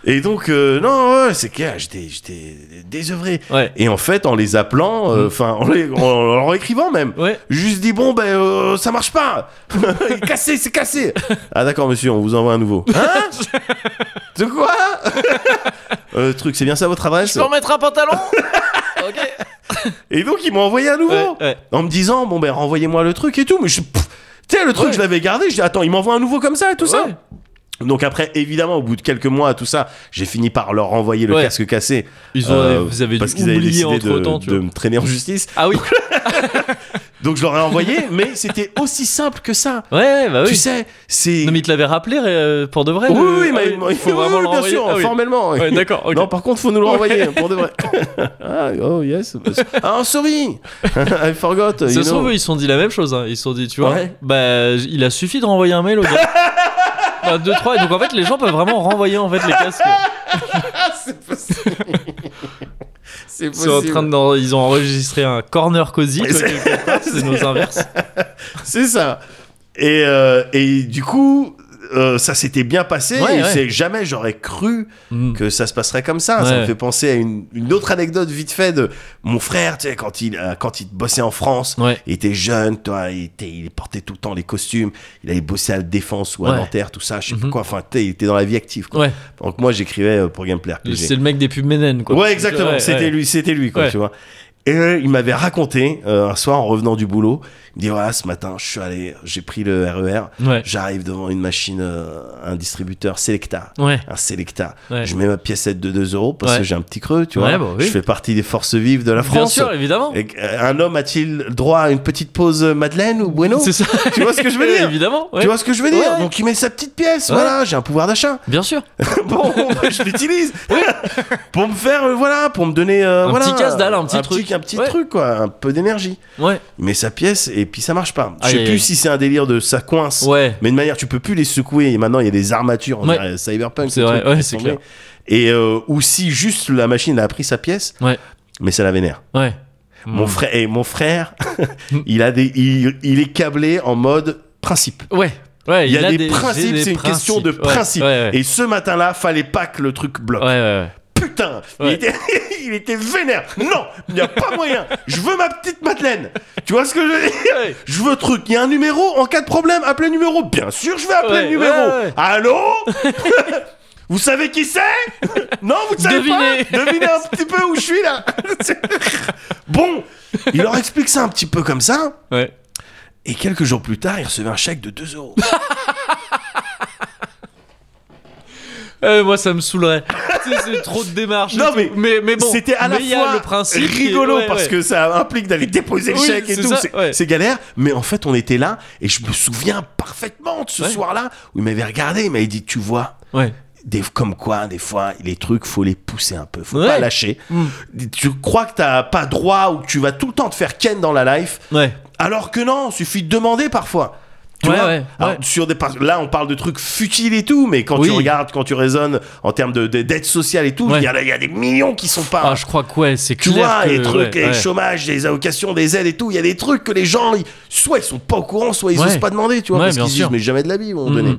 [SPEAKER 3] Et donc, euh, non, ouais, c'est clair, j'étais, j'étais désœuvré.
[SPEAKER 1] Ouais. Mm.
[SPEAKER 3] Et en fait, en les appelant, euh, enfin, en, les- en- en leur écrivant même,
[SPEAKER 1] Ouais.
[SPEAKER 3] j'ai juste dit bon, ben, euh, ça marche pas. cassé, c'est cassé. Ah d'accord, monsieur, on vous envoie un nouveau. Hein De quoi Euh, Truc, c'est bien ça votre
[SPEAKER 1] Je
[SPEAKER 3] adresse
[SPEAKER 1] peux remettre un pantalon Ok.
[SPEAKER 3] Et donc, ils m'ont envoyé un nouveau.
[SPEAKER 1] Ouais, ouais.
[SPEAKER 3] en me disant bon ben renvoyez-moi le truc et tout mais je pff, tu sais le truc
[SPEAKER 1] Ouais.
[SPEAKER 3] je l'avais gardé je dis attends il m'envoie un nouveau comme ça et tout ça
[SPEAKER 1] Ouais.
[SPEAKER 3] donc après évidemment au bout de quelques mois tout ça j'ai fini par leur renvoyer le
[SPEAKER 1] Ouais.
[SPEAKER 3] casque cassé
[SPEAKER 1] Ils ont,
[SPEAKER 3] euh,
[SPEAKER 1] vous avez
[SPEAKER 3] parce
[SPEAKER 1] dû
[SPEAKER 3] qu'ils avaient
[SPEAKER 1] oublier
[SPEAKER 3] décidé
[SPEAKER 1] entre
[SPEAKER 3] de,
[SPEAKER 1] temps, tu
[SPEAKER 3] de
[SPEAKER 1] vois.
[SPEAKER 3] me traîner en justice
[SPEAKER 1] Ah oui,
[SPEAKER 3] donc je leur ai envoyé mais c'était aussi simple que ça
[SPEAKER 1] ouais, ouais, bah
[SPEAKER 3] tu
[SPEAKER 1] oui.
[SPEAKER 3] sais c'est
[SPEAKER 1] Non, mais ils te l'avaient rappelé euh, pour de vrai.
[SPEAKER 3] oui
[SPEAKER 1] le-
[SPEAKER 3] oui
[SPEAKER 1] Ah
[SPEAKER 3] mais il faut vraiment
[SPEAKER 1] le
[SPEAKER 3] bien
[SPEAKER 1] renvoyer.
[SPEAKER 3] sûr
[SPEAKER 1] Ah oui.
[SPEAKER 3] formellement
[SPEAKER 1] Ouais, d'accord, ok.
[SPEAKER 3] Non, par contre, faut nous le renvoyer pour de vrai. ah, oh yes. Ah, sorry. I forgot. you
[SPEAKER 1] Ça se
[SPEAKER 3] know.
[SPEAKER 1] trouve, eux, ils se sont dit la même chose. hein. Ils se sont dit, tu vois,
[SPEAKER 3] Ouais.
[SPEAKER 1] bah, j- il a suffi de renvoyer un mail au gars. Enfin, deux, trois. Et donc, en fait, les gens peuvent vraiment renvoyer en fait les casques.
[SPEAKER 5] C'est
[SPEAKER 1] Ils sont en train
[SPEAKER 5] possible.
[SPEAKER 1] de, en- ils ont enregistré un corner cosy. quoi,
[SPEAKER 3] c'est-
[SPEAKER 1] quelque part. C'est nos inverses.
[SPEAKER 3] C'est ça. Et, euh, et du coup, euh, ça s'était bien passé.
[SPEAKER 1] Ouais,
[SPEAKER 3] et
[SPEAKER 1] ouais.
[SPEAKER 3] c'est- Jamais j'aurais cru
[SPEAKER 1] Mm.
[SPEAKER 3] que ça se passerait comme ça.
[SPEAKER 1] Ouais,
[SPEAKER 3] ça
[SPEAKER 1] ouais.
[SPEAKER 3] me fait penser à une, une autre anecdote vite fait de mon frère, tu sais, quand il, euh, quand il bossait en France,
[SPEAKER 1] Ouais.
[SPEAKER 3] il était jeune, toi, il, était, il portait tout le temps les costumes, il allait bosser à la défense ou à
[SPEAKER 1] Ouais.
[SPEAKER 3] Nanterre, tout ça, je sais pas
[SPEAKER 1] Mhm.
[SPEAKER 3] quoi, enfin, tu sais, il était dans la vie active. Quoi.
[SPEAKER 1] Ouais.
[SPEAKER 3] Donc moi, j'écrivais euh, pour Gameplay RPG.
[SPEAKER 1] C'est le mec des pubs Ménène, quoi.
[SPEAKER 3] Ouais, exactement. c'était
[SPEAKER 1] ouais.
[SPEAKER 3] lui, c'était lui, quoi,
[SPEAKER 1] Ouais.
[SPEAKER 3] tu vois. Et euh, il m'avait raconté euh, un soir en revenant du boulot, il me dit voilà, ce matin, je suis allé, j'ai pris le RER,
[SPEAKER 1] Ouais.
[SPEAKER 3] j'arrive devant une machine, euh, un distributeur Selecta.
[SPEAKER 1] Ouais.
[SPEAKER 3] Un Selecta.
[SPEAKER 1] Ouais.
[SPEAKER 3] Je mets ma piécette de 2 euros parce
[SPEAKER 1] Ouais.
[SPEAKER 3] que j'ai un petit creux, tu vois.
[SPEAKER 1] Ouais, bah oui.
[SPEAKER 3] Je fais partie des forces vives de la
[SPEAKER 1] Bien
[SPEAKER 3] France.
[SPEAKER 1] sûr, évidemment.
[SPEAKER 3] Et, euh, un homme a-t-il droit à une petite pause euh, Madeleine ou Bueno
[SPEAKER 1] C'est ça.
[SPEAKER 3] Tu vois ce que je veux dire
[SPEAKER 1] Évidemment. ouais.
[SPEAKER 3] Tu vois ce que je veux dire
[SPEAKER 1] Ouais.
[SPEAKER 3] Donc il met sa petite pièce,
[SPEAKER 1] Ouais.
[SPEAKER 3] voilà, j'ai un pouvoir d'achat
[SPEAKER 1] Bien sûr.
[SPEAKER 3] bon, moi, je l'utilise pour me faire, euh, voilà, pour me donner, euh,
[SPEAKER 1] Un
[SPEAKER 3] voilà,
[SPEAKER 1] petit casse-dalle, un petit truc.
[SPEAKER 3] un petit
[SPEAKER 1] Ouais.
[SPEAKER 3] truc, quoi, un peu d'énergie.
[SPEAKER 1] Ouais.
[SPEAKER 3] Mais sa pièce et puis ça marche pas. Je
[SPEAKER 1] Aïe,
[SPEAKER 3] sais
[SPEAKER 1] aïe,
[SPEAKER 3] plus
[SPEAKER 1] aïe.
[SPEAKER 3] si c'est un délire de ça coince.
[SPEAKER 1] Ouais.
[SPEAKER 3] Mais de manière, tu peux plus les secouer. Et maintenant, il y a des armatures, on
[SPEAKER 1] Ouais.
[SPEAKER 3] dirait cyberpunk.
[SPEAKER 1] C'est
[SPEAKER 3] le
[SPEAKER 1] vrai,
[SPEAKER 3] truc,
[SPEAKER 1] ouais,
[SPEAKER 3] laisse
[SPEAKER 1] c'est
[SPEAKER 3] tomber.
[SPEAKER 1] clair.
[SPEAKER 3] Et euh, ou si juste la machine a pris sa pièce,
[SPEAKER 1] Ouais.
[SPEAKER 3] mais ça la vénère.
[SPEAKER 1] Ouais.
[SPEAKER 3] Mon
[SPEAKER 1] Mm.
[SPEAKER 3] frère, et mon frère, il a des, il, il est câblé en mode principe.
[SPEAKER 1] Ouais. Ouais,
[SPEAKER 3] Il y a, des,
[SPEAKER 1] j'ai
[SPEAKER 3] principes,
[SPEAKER 1] des
[SPEAKER 3] c'est une question de
[SPEAKER 1] principes. Ouais,
[SPEAKER 3] principe.
[SPEAKER 1] Ouais, ouais.
[SPEAKER 3] Et ce matin-là, fallait pas que le truc bloque
[SPEAKER 1] Ouais, ouais,
[SPEAKER 3] putain
[SPEAKER 1] Ouais.
[SPEAKER 3] il, était, il était vénère Non Il n'y a pas moyen Je veux ma petite Madeleine Tu vois ce que je veux dire
[SPEAKER 1] ouais.
[SPEAKER 3] Je veux truc Il y a un numéro En cas de problème, appelez le numéro Bien sûr, je vais appeler
[SPEAKER 1] Ouais,
[SPEAKER 3] le numéro
[SPEAKER 1] ouais, ouais.
[SPEAKER 3] Allô Vous savez qui c'est Non, vous ne savez
[SPEAKER 1] Devinez.
[SPEAKER 3] pas Devinez un petit peu où je suis là Bon Il leur explique ça un petit peu comme ça.
[SPEAKER 1] Ouais.
[SPEAKER 3] Et quelques jours plus tard, il recevait un chèque de 2 euros.
[SPEAKER 1] Euh, moi, ça me saoulerait. Tu sais, c'est trop de démarches. et
[SPEAKER 3] Non,
[SPEAKER 1] tout.
[SPEAKER 3] mais
[SPEAKER 1] mais, mais bon.
[SPEAKER 3] c'était à la
[SPEAKER 1] Mais il y a
[SPEAKER 3] fois
[SPEAKER 1] le principe qui est-
[SPEAKER 3] rigolo
[SPEAKER 1] ouais,
[SPEAKER 3] parce
[SPEAKER 1] ouais.
[SPEAKER 3] que ça implique d'aller déposer le
[SPEAKER 1] Oui,
[SPEAKER 3] chèque et
[SPEAKER 1] c'est
[SPEAKER 3] tout,
[SPEAKER 1] ça,
[SPEAKER 3] c'est
[SPEAKER 1] ouais.
[SPEAKER 3] c'est galère. Mais en fait, on était là et je me souviens parfaitement de ce
[SPEAKER 1] Ouais.
[SPEAKER 3] soir-là où il m'avait regardé, il m'avait dit, tu vois.
[SPEAKER 1] Ouais.
[SPEAKER 3] Des, comme quoi, des fois, les trucs, faut les pousser un peu, faut
[SPEAKER 1] Ouais. Mm.
[SPEAKER 3] pas lâcher. Tu crois que t'as pas droit ou que tu vas tout le temps te faire ken dans la life,
[SPEAKER 1] Ouais.
[SPEAKER 3] alors que non, suffit de demander parfois. Tu
[SPEAKER 1] Ouais,
[SPEAKER 3] vois
[SPEAKER 1] ouais,
[SPEAKER 3] Alors,
[SPEAKER 1] ouais.
[SPEAKER 3] Sur des par- là, on parle de trucs futiles et tout, mais quand
[SPEAKER 1] Oui.
[SPEAKER 3] tu regardes, quand tu raisonnes en termes de, de- d'aide sociale et tout, il
[SPEAKER 1] Ouais.
[SPEAKER 3] y, a- il y a des millions qui sont pas.
[SPEAKER 1] Ah, je crois que ouais, c'est
[SPEAKER 3] tu
[SPEAKER 1] clair.
[SPEAKER 3] vois,
[SPEAKER 1] que-
[SPEAKER 3] les trucs,
[SPEAKER 1] ouais,
[SPEAKER 3] les
[SPEAKER 1] ouais.
[SPEAKER 3] chômages, les allocations, des aides et tout, il y a des trucs que les gens, ils- soit ils sont pas au courant, soit ils
[SPEAKER 1] Ouais.
[SPEAKER 3] n'osent pas demander, tu vois,
[SPEAKER 1] Ouais,
[SPEAKER 3] parce
[SPEAKER 1] bien
[SPEAKER 3] qu'ils se disent,
[SPEAKER 1] sûr.
[SPEAKER 3] mais jamais de la vie, à un moment
[SPEAKER 1] Mhm.
[SPEAKER 3] donné.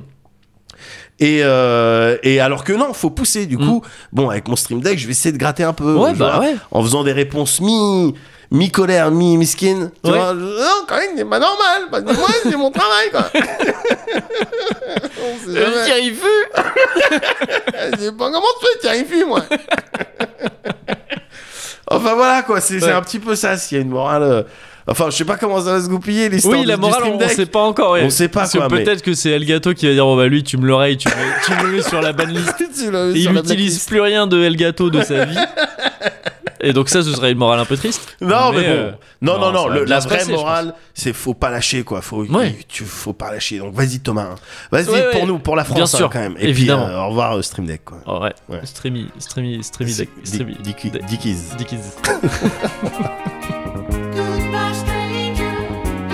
[SPEAKER 3] Et, euh, et alors que non, faut pousser. Du coup, bon, avec mon stream deck, je vais essayer de gratter un peu.
[SPEAKER 1] Mm. Ouais,
[SPEAKER 3] tu
[SPEAKER 1] bah
[SPEAKER 3] vois,
[SPEAKER 1] ouais.
[SPEAKER 3] En faisant des réponses mi, mi colère, mi miskin. Tu
[SPEAKER 1] Ouais.
[SPEAKER 3] vois, non, quand même, c'est pas normal. parce que moi, c'est mon travail, quoi. On
[SPEAKER 1] Euh,
[SPEAKER 3] sait jamais. Je sais pas comment tu fais, tu arrives plus, moi. enfin voilà quoi, c'est c'est
[SPEAKER 1] Ouais.
[SPEAKER 3] un petit peu ça. S'il y a une morale, euh, enfin je sais pas comment ça va se goupiller l'histoire.
[SPEAKER 1] Oui,
[SPEAKER 3] du-
[SPEAKER 1] la
[SPEAKER 3] du
[SPEAKER 1] morale,
[SPEAKER 3] Steam
[SPEAKER 1] on,
[SPEAKER 3] Deck.
[SPEAKER 1] sait pas encore. ouais.
[SPEAKER 3] On sait pas,
[SPEAKER 1] Parce que
[SPEAKER 3] quoi, mais-
[SPEAKER 1] Peut-être que c'est Elgato qui va dire Oh bah lui, tu me le rayes, tu me, le- tu me le mets sur la banlist.
[SPEAKER 3] Tu l'as
[SPEAKER 1] Et
[SPEAKER 3] vu
[SPEAKER 1] il
[SPEAKER 3] sur la
[SPEAKER 1] n'utilise plus rien de Elgato de sa vie. Et donc, ça, ce serait une morale un peu triste.
[SPEAKER 3] Non, mais, bon.
[SPEAKER 1] euh,
[SPEAKER 3] non,
[SPEAKER 1] non,
[SPEAKER 3] non, non.
[SPEAKER 1] ça va
[SPEAKER 3] le-
[SPEAKER 1] bien
[SPEAKER 3] la
[SPEAKER 1] se
[SPEAKER 3] vraie
[SPEAKER 1] passer, je
[SPEAKER 3] morale, c'est faut pas lâcher, quoi. Faut,
[SPEAKER 1] Ouais.
[SPEAKER 3] tu, faut pas lâcher. Donc, vas-y, Thomas. hein. Vas-y
[SPEAKER 1] Ouais, ouais.
[SPEAKER 3] pour nous, pour la France,
[SPEAKER 1] Bien
[SPEAKER 3] hein,
[SPEAKER 1] sûr,
[SPEAKER 3] quand même. Et
[SPEAKER 1] évidemment.
[SPEAKER 3] puis, euh, au revoir, euh, Stream Deck, quoi.
[SPEAKER 1] oh, ouais.
[SPEAKER 3] Ouais.
[SPEAKER 1] Streamy, streamy, streamy deck. Streamy.
[SPEAKER 3] Dick-
[SPEAKER 1] deck-
[SPEAKER 3] Dickies.
[SPEAKER 1] Dickies.
[SPEAKER 6] Goodbye, stranger.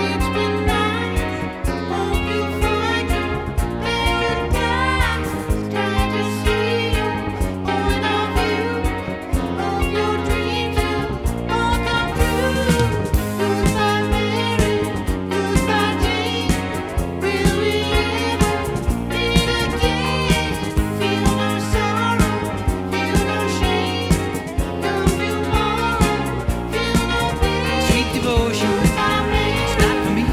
[SPEAKER 6] It's been nice. Hope you find a paradise. Glad to see you. One of you. Hope your dreams will all come true. Goodbye, Mary. Goodbye, Jane. Will we ever meet again? Feel no sorrow. Feel no shame. Love you more. Feel no pain.
[SPEAKER 7] Sweet devotion, it's not for me.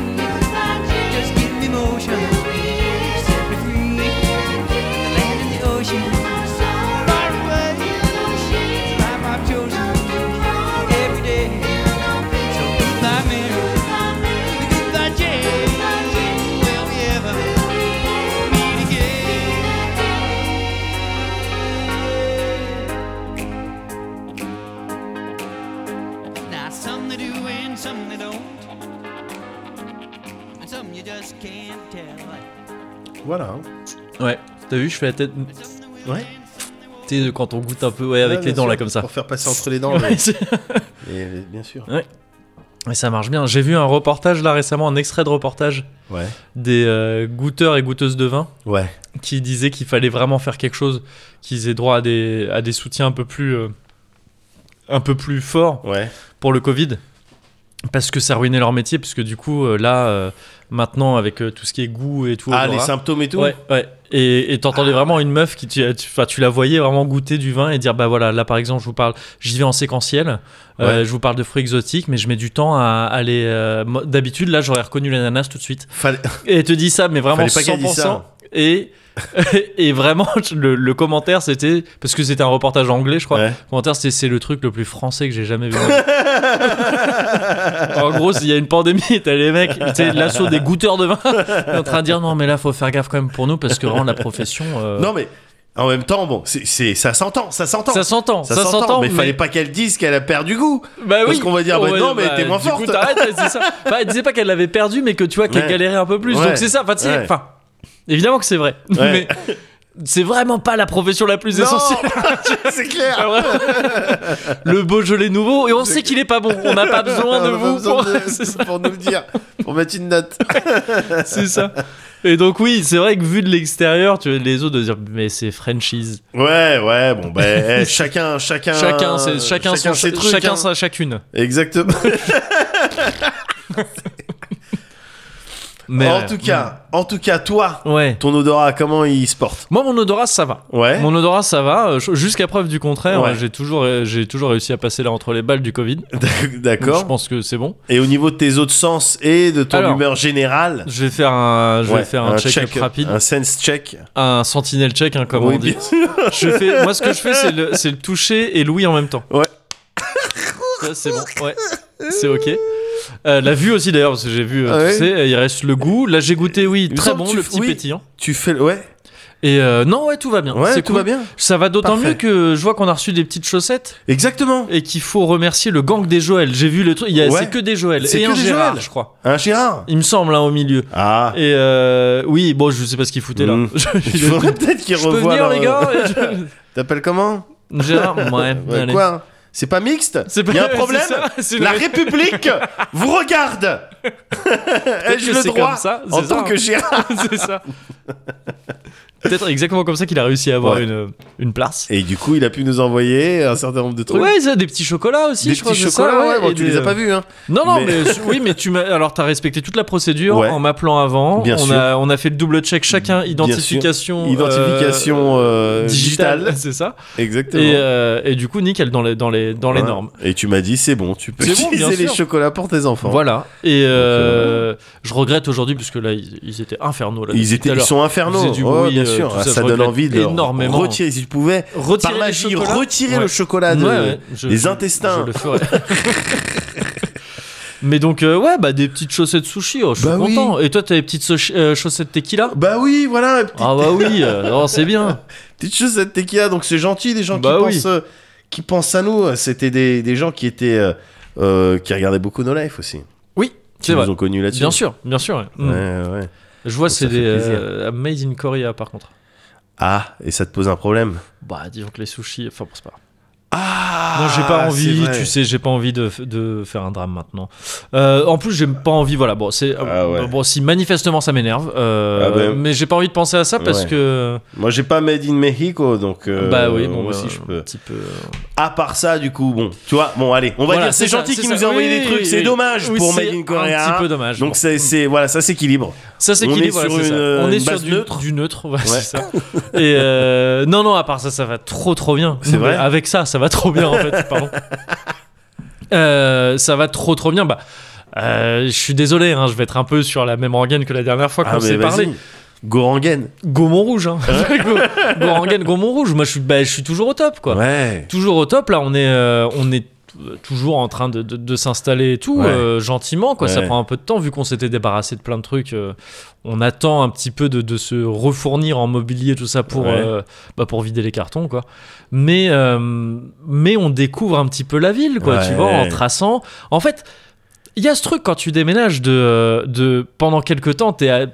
[SPEAKER 7] Just give me motion, set me free. The land and the ocean, far away. It's life I've chosen every day. So goodbye, Mary. Goodbye, Jane. Will we ever meet again? Now some they do and some they don't. And some you just can't tell.
[SPEAKER 3] Voilà. hein.
[SPEAKER 1] Ouais. T'as vu, je fais la tête.
[SPEAKER 7] And some they will
[SPEAKER 3] Ouais.
[SPEAKER 7] and some they won't.
[SPEAKER 1] Tu sais, quand on goûte un peu ouais, avec
[SPEAKER 3] Ouais,
[SPEAKER 1] les
[SPEAKER 3] bien
[SPEAKER 1] dents,
[SPEAKER 3] sûr,
[SPEAKER 1] là, comme ça.
[SPEAKER 3] Pour faire passer entre les dents.
[SPEAKER 1] Ouais, c'est-
[SPEAKER 3] et, euh, bien sûr.
[SPEAKER 1] Mais ça marche bien. J'ai vu un reportage là récemment, un extrait de reportage
[SPEAKER 3] Ouais.
[SPEAKER 1] des euh, goûteurs et goûteuses de vin
[SPEAKER 3] Ouais.
[SPEAKER 1] qui disaient qu'il fallait vraiment faire quelque chose, qu'ils aient droit à des, à des soutiens un peu plus, euh, un peu plus forts
[SPEAKER 3] Ouais.
[SPEAKER 1] pour le Covid. Parce que ça ruinait leur métier, parce que du coup, euh, là, euh, maintenant, avec euh, tout ce qui est goût et tout.
[SPEAKER 3] Ah, les
[SPEAKER 1] odorat-
[SPEAKER 3] symptômes et tout Ah,
[SPEAKER 1] Ouais, ouais. Et et t'entendais vraiment une meuf qui, tu, tu- enfin, tu la voyais vraiment goûter du vin et dire bah voilà, là par exemple, je vous parle, j'y vais en séquentiel, euh, je vous parle de fruits exotiques, mais je mets du temps à aller. euh, D'habitude, là, j'aurais reconnu l'ananas tout de suite.
[SPEAKER 3] Fallait-
[SPEAKER 1] Et elle te dit ça, mais vraiment
[SPEAKER 3] Fallait pas qu'elle dise
[SPEAKER 1] 100%.
[SPEAKER 3] ça.
[SPEAKER 1] Et, et vraiment, le, le commentaire, c'était. Parce que c'était un reportage anglais, je crois.
[SPEAKER 3] Ouais.
[SPEAKER 1] Le commentaire, c'était c'est le truc le plus français que j'ai jamais vu. en gros, s'il y a une pandémie, t'as les mecs, tu sais, l'assaut des goûteurs de vin, en train de dire non, mais là, faut faire gaffe quand même pour nous, parce que vraiment, la profession. euh,
[SPEAKER 3] Non, mais en même temps, bon, c'est- c'est ça s'entend, ça s'entend.
[SPEAKER 1] ça s'entend,
[SPEAKER 3] Ça
[SPEAKER 1] ça s'entend.
[SPEAKER 3] mais, fallait pas qu'elle dise qu'elle a perdu goût.
[SPEAKER 1] Bah
[SPEAKER 3] Parce
[SPEAKER 1] oui.
[SPEAKER 3] qu'on va dire, bah
[SPEAKER 1] Ouais,
[SPEAKER 3] non, mais t'es moins
[SPEAKER 1] Du coup,
[SPEAKER 3] forte.
[SPEAKER 1] t'arrêtes, elle dit ça. Bah, elle disait pas qu'elle l'avait perdu, mais que tu vois qu'elle
[SPEAKER 3] Ouais.
[SPEAKER 1] galérait un peu plus.
[SPEAKER 3] Ouais.
[SPEAKER 1] Donc c'est ça. Enfin, tu sais,
[SPEAKER 3] Ouais.
[SPEAKER 1] enfin, évidemment que c'est vrai.
[SPEAKER 3] Ouais.
[SPEAKER 1] Mais c'est vraiment pas la profession la plus
[SPEAKER 3] Non,
[SPEAKER 1] essentielle.
[SPEAKER 3] c'est clair.
[SPEAKER 1] Ah, vraiment. le Beaujolais nouveau, et on sait qu'il est pas bon. On n'a pas besoin de
[SPEAKER 3] Ah, On a pas
[SPEAKER 1] vous
[SPEAKER 3] besoin
[SPEAKER 1] pour.
[SPEAKER 3] de-
[SPEAKER 1] c'est ça,
[SPEAKER 3] pour nous le dire, pour mettre une note.
[SPEAKER 1] c'est ça. Et donc, oui, c'est vrai que vu de l'extérieur, tu vois, les autres de dire, mais c'est franchise.
[SPEAKER 3] Ouais, ouais, bon, bah, eh, chacun, chacun, euh,
[SPEAKER 1] Chacun, c'est, chacun, son,
[SPEAKER 3] ses trucs.
[SPEAKER 1] chacun
[SPEAKER 3] hein.
[SPEAKER 1] sa chacune.
[SPEAKER 3] Exactement.
[SPEAKER 1] Mais
[SPEAKER 3] en
[SPEAKER 1] ouais.
[SPEAKER 3] tout cas, en tout cas, toi,
[SPEAKER 1] Ouais.
[SPEAKER 3] ton odorat, comment il se porte
[SPEAKER 1] Moi, mon odorat, ça va.
[SPEAKER 3] Ouais.
[SPEAKER 1] Mon odorat, ça va. euh, Jusqu'à preuve du contraire,
[SPEAKER 3] Ouais.
[SPEAKER 1] euh, j'ai toujours, euh, j'ai toujours réussi à passer là entre les balles du Covid. Donc, Je
[SPEAKER 3] D'accord.
[SPEAKER 1] pense que c'est bon.
[SPEAKER 3] Et au niveau de tes autres sens et de ton
[SPEAKER 1] Alors,
[SPEAKER 3] humeur générale,
[SPEAKER 1] Je vais faire un, je
[SPEAKER 3] ouais,
[SPEAKER 1] vais faire un, check-up rapide,
[SPEAKER 3] un sense check.
[SPEAKER 1] un sentinelle check, hein, comme
[SPEAKER 3] Oui,
[SPEAKER 1] on dit.
[SPEAKER 3] bien sûr.
[SPEAKER 1] Je fais, moi, ce que je fais, c'est le, c'est le toucher et l'ouïe en même temps.
[SPEAKER 3] Ouais.
[SPEAKER 1] Ça, c'est bon. Ouais. C'est ok. Euh, la vue aussi d'ailleurs parce que j'ai vu euh,
[SPEAKER 3] Ah ouais.
[SPEAKER 1] tu sais euh, il reste le goût là j'ai goûté oui
[SPEAKER 3] Il me
[SPEAKER 1] très
[SPEAKER 3] semble
[SPEAKER 1] bon
[SPEAKER 3] que tu
[SPEAKER 1] le
[SPEAKER 3] f-
[SPEAKER 1] petit
[SPEAKER 3] oui.
[SPEAKER 1] pétillant
[SPEAKER 3] Tu fais le- ouais,
[SPEAKER 1] et euh, non ouais tout va bien
[SPEAKER 3] ouais,
[SPEAKER 1] c'est
[SPEAKER 3] tout
[SPEAKER 1] cool.
[SPEAKER 3] va bien.
[SPEAKER 1] ça va d'autant
[SPEAKER 3] Parfait.
[SPEAKER 1] mieux que je vois qu'on a reçu des petites chaussettes
[SPEAKER 3] Exactement.
[SPEAKER 1] et qu'il faut remercier le gang des Joël. J'ai vu le truc, il y a-
[SPEAKER 3] Ouais.
[SPEAKER 1] c'est que des Joël
[SPEAKER 3] C'est
[SPEAKER 1] et
[SPEAKER 3] que
[SPEAKER 1] un
[SPEAKER 3] des
[SPEAKER 1] Gérard,
[SPEAKER 3] Joël.
[SPEAKER 1] je crois.
[SPEAKER 3] Un Gérard.
[SPEAKER 1] Il me semble hein, au milieu.
[SPEAKER 3] Ah.
[SPEAKER 1] Et euh, oui, bon, je sais pas ce qu'il foutait là.
[SPEAKER 3] Mm.
[SPEAKER 1] Je- je-
[SPEAKER 3] Il faudrait peut-être qu'il
[SPEAKER 1] je peux
[SPEAKER 3] revoie.
[SPEAKER 1] venir
[SPEAKER 3] leur-
[SPEAKER 1] les gars Et je-
[SPEAKER 3] T'appelles comment
[SPEAKER 1] Gérard, ouais,
[SPEAKER 3] Ouais,
[SPEAKER 1] allez.
[SPEAKER 3] Quoi C'est pas mixte
[SPEAKER 1] C'est pas-
[SPEAKER 3] Il y a un
[SPEAKER 1] c'est
[SPEAKER 3] problème
[SPEAKER 1] ça, c'est une-
[SPEAKER 3] La République vous regarde Ai-je
[SPEAKER 1] que
[SPEAKER 3] le
[SPEAKER 1] c'est
[SPEAKER 3] droit
[SPEAKER 1] comme ça,
[SPEAKER 3] en
[SPEAKER 1] c'est
[SPEAKER 3] tant
[SPEAKER 1] ça,
[SPEAKER 3] que
[SPEAKER 1] hein.
[SPEAKER 3] Gérard
[SPEAKER 1] c'est ça. Peut-être exactement comme ça qu'il a réussi à avoir
[SPEAKER 3] Ouais.
[SPEAKER 1] une, une place.
[SPEAKER 3] Et du coup, il a pu nous envoyer un certain nombre de trucs.
[SPEAKER 1] Ouais, ça, des petits chocolats aussi,
[SPEAKER 3] des
[SPEAKER 1] je crois.
[SPEAKER 3] petits
[SPEAKER 1] c'est ça,
[SPEAKER 3] chocolats, ouais, bon,
[SPEAKER 1] et
[SPEAKER 3] tu
[SPEAKER 1] des- euh,
[SPEAKER 3] les as pas vus, hein.
[SPEAKER 1] Non, non,
[SPEAKER 3] Mais-
[SPEAKER 1] mais, oui, mais tu m'as. Alors, t'as respecté toute la procédure
[SPEAKER 3] Ouais.
[SPEAKER 1] en m'appelant avant.
[SPEAKER 3] Bien
[SPEAKER 1] on
[SPEAKER 3] sûr.
[SPEAKER 1] a on a fait le double check chacun, identification, euh,
[SPEAKER 3] Identification euh,
[SPEAKER 1] digitale,
[SPEAKER 3] digitale.
[SPEAKER 1] c'est ça.
[SPEAKER 3] Exactement.
[SPEAKER 1] Et, euh, et du coup, nickel dans les dans les dans les
[SPEAKER 3] Ouais.
[SPEAKER 1] normes.
[SPEAKER 3] Hein. Et tu m'as dit, c'est bon, tu peux
[SPEAKER 1] C'est bon,
[SPEAKER 3] utiliser
[SPEAKER 1] bien
[SPEAKER 3] les
[SPEAKER 1] sûr.
[SPEAKER 3] chocolats pour tes enfants.
[SPEAKER 1] Voilà. Et euh, je regrette aujourd'hui parce que là, ils, ils étaient infernaux. Là,
[SPEAKER 3] Ils
[SPEAKER 1] depuis
[SPEAKER 3] étaient,
[SPEAKER 1] Bah, tout à
[SPEAKER 3] ils
[SPEAKER 1] l'heure.
[SPEAKER 3] sont infernaux.
[SPEAKER 1] Ils faisaient du
[SPEAKER 3] Ouais,
[SPEAKER 1] bruit,
[SPEAKER 3] bien
[SPEAKER 1] euh,
[SPEAKER 3] sûr.
[SPEAKER 1] tout
[SPEAKER 3] Ah,
[SPEAKER 1] ça,
[SPEAKER 3] ça,
[SPEAKER 1] je
[SPEAKER 3] donne
[SPEAKER 1] regrette
[SPEAKER 3] envie de leur
[SPEAKER 1] énormément.
[SPEAKER 3] retirer si tu pouvais.
[SPEAKER 1] Retirer
[SPEAKER 3] par
[SPEAKER 1] les
[SPEAKER 3] magie,
[SPEAKER 1] chocolats.
[SPEAKER 3] retirer le
[SPEAKER 1] Ouais.
[SPEAKER 3] chocolat de-
[SPEAKER 1] Ouais, ouais, je-
[SPEAKER 3] les
[SPEAKER 1] je-
[SPEAKER 3] intestins.
[SPEAKER 1] Je le ferai. Mais donc euh, ouais bah des petites chaussettes sushi, oh, je suis
[SPEAKER 3] Bah oui.
[SPEAKER 1] content. Et toi t'as les petites sochi- euh, chaussettes tequila
[SPEAKER 3] Bah oui, voilà, une petite,
[SPEAKER 1] Ah bah oui, euh, non, c'est bien.
[SPEAKER 3] petite chose cette tequila. Donc c'est gentil des gens
[SPEAKER 1] Bah
[SPEAKER 3] qui
[SPEAKER 1] oui.
[SPEAKER 3] pensent, euh, qui pensent à nous. C'était des, des gens qui étaient, euh, euh, qui regardaient beaucoup nos lives aussi.
[SPEAKER 1] Oui,
[SPEAKER 3] Qui
[SPEAKER 1] c'est
[SPEAKER 3] nous
[SPEAKER 1] vrai.
[SPEAKER 3] ont connus là-dessus.
[SPEAKER 1] Bien sûr, bien sûr. ouais.
[SPEAKER 3] Ouais,
[SPEAKER 1] Mm.
[SPEAKER 3] ouais.
[SPEAKER 1] Je vois c'est
[SPEAKER 3] fait
[SPEAKER 1] des
[SPEAKER 3] plaisir.
[SPEAKER 1] euh, made in Korea par contre.
[SPEAKER 3] Ah, et ça te pose un problème
[SPEAKER 1] Bah disons que les sushis, enfin c'est pas. grave.
[SPEAKER 3] Ah.
[SPEAKER 1] non j'ai pas
[SPEAKER 3] c'est
[SPEAKER 1] envie,
[SPEAKER 3] vrai.
[SPEAKER 1] tu sais j'ai pas envie de, f- de faire un drame maintenant. Euh, en plus j'ai pas envie, voilà bon c'est
[SPEAKER 3] Ah ouais.
[SPEAKER 1] bon si manifestement ça m'énerve, euh,
[SPEAKER 3] Ah ben.
[SPEAKER 1] mais j'ai pas envie de penser à ça parce
[SPEAKER 3] Ouais.
[SPEAKER 1] que
[SPEAKER 3] Moi j'ai pas Made in Mexico, donc euh,
[SPEAKER 1] bah oui bon
[SPEAKER 3] moi
[SPEAKER 1] bah,
[SPEAKER 3] aussi je peux.
[SPEAKER 1] un petit peu. euh,
[SPEAKER 3] À part ça, du coup, bon, tu vois, bon, allez, on va
[SPEAKER 1] Voilà,
[SPEAKER 3] dire c'est
[SPEAKER 1] ça,
[SPEAKER 3] gentil qu'il
[SPEAKER 1] ça.
[SPEAKER 3] nous ait envoyé
[SPEAKER 1] Oui,
[SPEAKER 3] des trucs,
[SPEAKER 1] oui,
[SPEAKER 3] c'est
[SPEAKER 1] oui.
[SPEAKER 3] dommage
[SPEAKER 1] Oui,
[SPEAKER 3] pour
[SPEAKER 1] c'est
[SPEAKER 3] Made in Korea.
[SPEAKER 1] Un petit peu dommage.
[SPEAKER 3] Donc c'est, c'est- voilà, ça s'équilibre.
[SPEAKER 1] ça c'est
[SPEAKER 3] on
[SPEAKER 1] qu'il
[SPEAKER 3] est
[SPEAKER 1] voilà,
[SPEAKER 3] sur
[SPEAKER 1] c'est ça.
[SPEAKER 3] une-
[SPEAKER 1] on
[SPEAKER 3] une
[SPEAKER 1] est sur
[SPEAKER 3] base
[SPEAKER 1] du
[SPEAKER 3] neutre.
[SPEAKER 1] du neutre, ouais, c'est ça. Et euh, non non, à part ça ça va trop trop bien.
[SPEAKER 3] C'est vrai
[SPEAKER 1] Avec ça, ça va trop bien en fait, pardon. Euh, ça va trop trop bien. Bah euh, je suis désolé, hein, je vais être un peu sur la même rengaine que la dernière fois qu'on
[SPEAKER 3] Ah, mais
[SPEAKER 1] s'est
[SPEAKER 3] vas-y.
[SPEAKER 1] parlé.
[SPEAKER 3] Gorangen.
[SPEAKER 1] Gaumont rouge, hein. Go- Gorengan, Gaumont rouge. Moi, je suis, bah, je suis toujours au top, quoi.
[SPEAKER 3] Ouais.
[SPEAKER 1] Toujours au top. Là, on est, euh, on est euh, toujours en train de, de- de s'installer et tout,
[SPEAKER 3] Ouais.
[SPEAKER 1] euh, gentiment, quoi. Ça
[SPEAKER 3] Ouais.
[SPEAKER 1] prend un peu de temps, vu qu'on s'était débarrassé de plein de trucs. euh, on attend un petit peu de, de se refournir en mobilier, tout ça, pour,
[SPEAKER 3] Ouais.
[SPEAKER 1] euh, bah, pour vider les cartons, quoi. Mais, euh, mais on découvre un petit peu la ville, quoi. Tu
[SPEAKER 3] Ouais.
[SPEAKER 1] vois, en traçant. En euh, fait. Il y a ce truc quand tu déménages de, de pendant quelques temps, t'es à-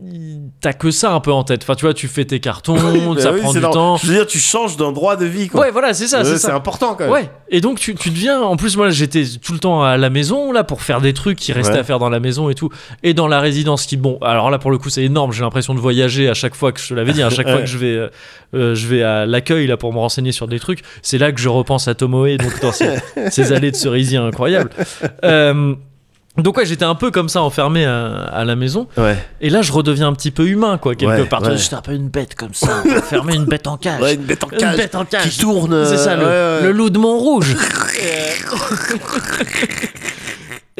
[SPEAKER 1] il- t'as que ça un peu en tête. Enfin, tu vois, tu fais tes cartons,
[SPEAKER 3] Bah
[SPEAKER 1] ça
[SPEAKER 3] oui,
[SPEAKER 1] prend
[SPEAKER 3] c'est
[SPEAKER 1] du
[SPEAKER 3] normal.
[SPEAKER 1] temps.
[SPEAKER 3] Je veux dire, tu changes d'endroit de vie, quoi.
[SPEAKER 1] Ouais, voilà, c'est ça,
[SPEAKER 3] Euh,
[SPEAKER 1] c'est
[SPEAKER 3] c'est
[SPEAKER 1] ça.
[SPEAKER 3] important, quand même.
[SPEAKER 1] Ouais, et donc tu, tu deviens. En plus, moi j'étais tout le temps à la maison là pour faire des trucs qui restaient
[SPEAKER 3] Ouais.
[SPEAKER 1] à faire dans la maison et tout. Et dans la résidence qui, bon, alors là pour le coup c'est énorme, j'ai l'impression de voyager à chaque fois que je te l'avais dit, à chaque fois
[SPEAKER 3] Ouais.
[SPEAKER 1] que je vais, euh, euh, je vais à l'accueil là pour me renseigner sur des trucs. C'est là que je repense à Tomoe, donc dans ses, ses allées de cerisier incroyables. Euh, donc ouais, j'étais un peu comme ça enfermé à, à la maison.
[SPEAKER 3] Ouais.
[SPEAKER 1] Et là, je redeviens un petit peu humain, quoi, quelque
[SPEAKER 3] Ouais,
[SPEAKER 1] part.
[SPEAKER 3] ouais.
[SPEAKER 1] J'étais un peu une bête comme ça, enfermé une bête en cage.
[SPEAKER 3] Ouais, une bête en
[SPEAKER 1] Une
[SPEAKER 3] cage.
[SPEAKER 1] bête en cage.
[SPEAKER 3] Qui tourne. euh,
[SPEAKER 1] C'est ça, le,
[SPEAKER 3] ouais, ouais.
[SPEAKER 1] le loup de Montrouge.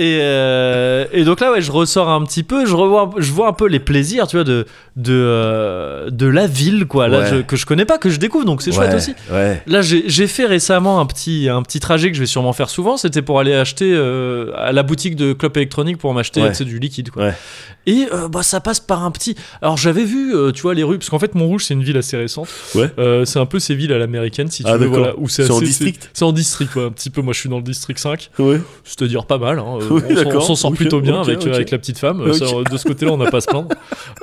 [SPEAKER 1] et, euh, et donc là, ouais, je ressors un petit peu, je, revois, je vois un peu les plaisirs, tu vois, de, de, euh, de la ville, quoi, là,
[SPEAKER 3] Ouais.
[SPEAKER 1] je- que je connais pas, que je découvre, donc c'est chouette
[SPEAKER 3] Ouais,
[SPEAKER 1] aussi.
[SPEAKER 3] Ouais.
[SPEAKER 1] Là, j'ai j'ai fait récemment un petit, un petit trajet que je vais sûrement faire souvent. C'était pour aller acheter euh, à la boutique de Clop Électronique pour m'acheter
[SPEAKER 3] Ouais.
[SPEAKER 1] tu sais, du liquide. Quoi.
[SPEAKER 3] Ouais.
[SPEAKER 1] Et euh, bah, ça passe par un petit. Alors, j'avais vu, euh, tu vois, les rues, parce qu'en fait, Montrouge, c'est une ville assez récente.
[SPEAKER 3] Ouais.
[SPEAKER 1] Euh, c'est un peu ces villes à l'américaine, si tu
[SPEAKER 3] Ah,
[SPEAKER 1] veux.
[SPEAKER 3] d'accord.
[SPEAKER 1] Voilà, où
[SPEAKER 3] C'est en
[SPEAKER 1] assez-
[SPEAKER 3] district
[SPEAKER 1] C'est en district, ouais, un petit peu. Moi, je suis dans le district 5.
[SPEAKER 3] Ouais.
[SPEAKER 1] C'est-à-dire pas mal. hein. Euh,
[SPEAKER 3] Oui,
[SPEAKER 1] on s'en-
[SPEAKER 3] d'accord.
[SPEAKER 1] on s'en sort
[SPEAKER 3] Ok,
[SPEAKER 1] plutôt bien
[SPEAKER 3] ok,
[SPEAKER 1] avec, euh,
[SPEAKER 3] ok.
[SPEAKER 1] avec la petite femme. Euh, ça,
[SPEAKER 3] Ok.
[SPEAKER 1] euh, de ce côté-là, on n'a pas à se plaindre.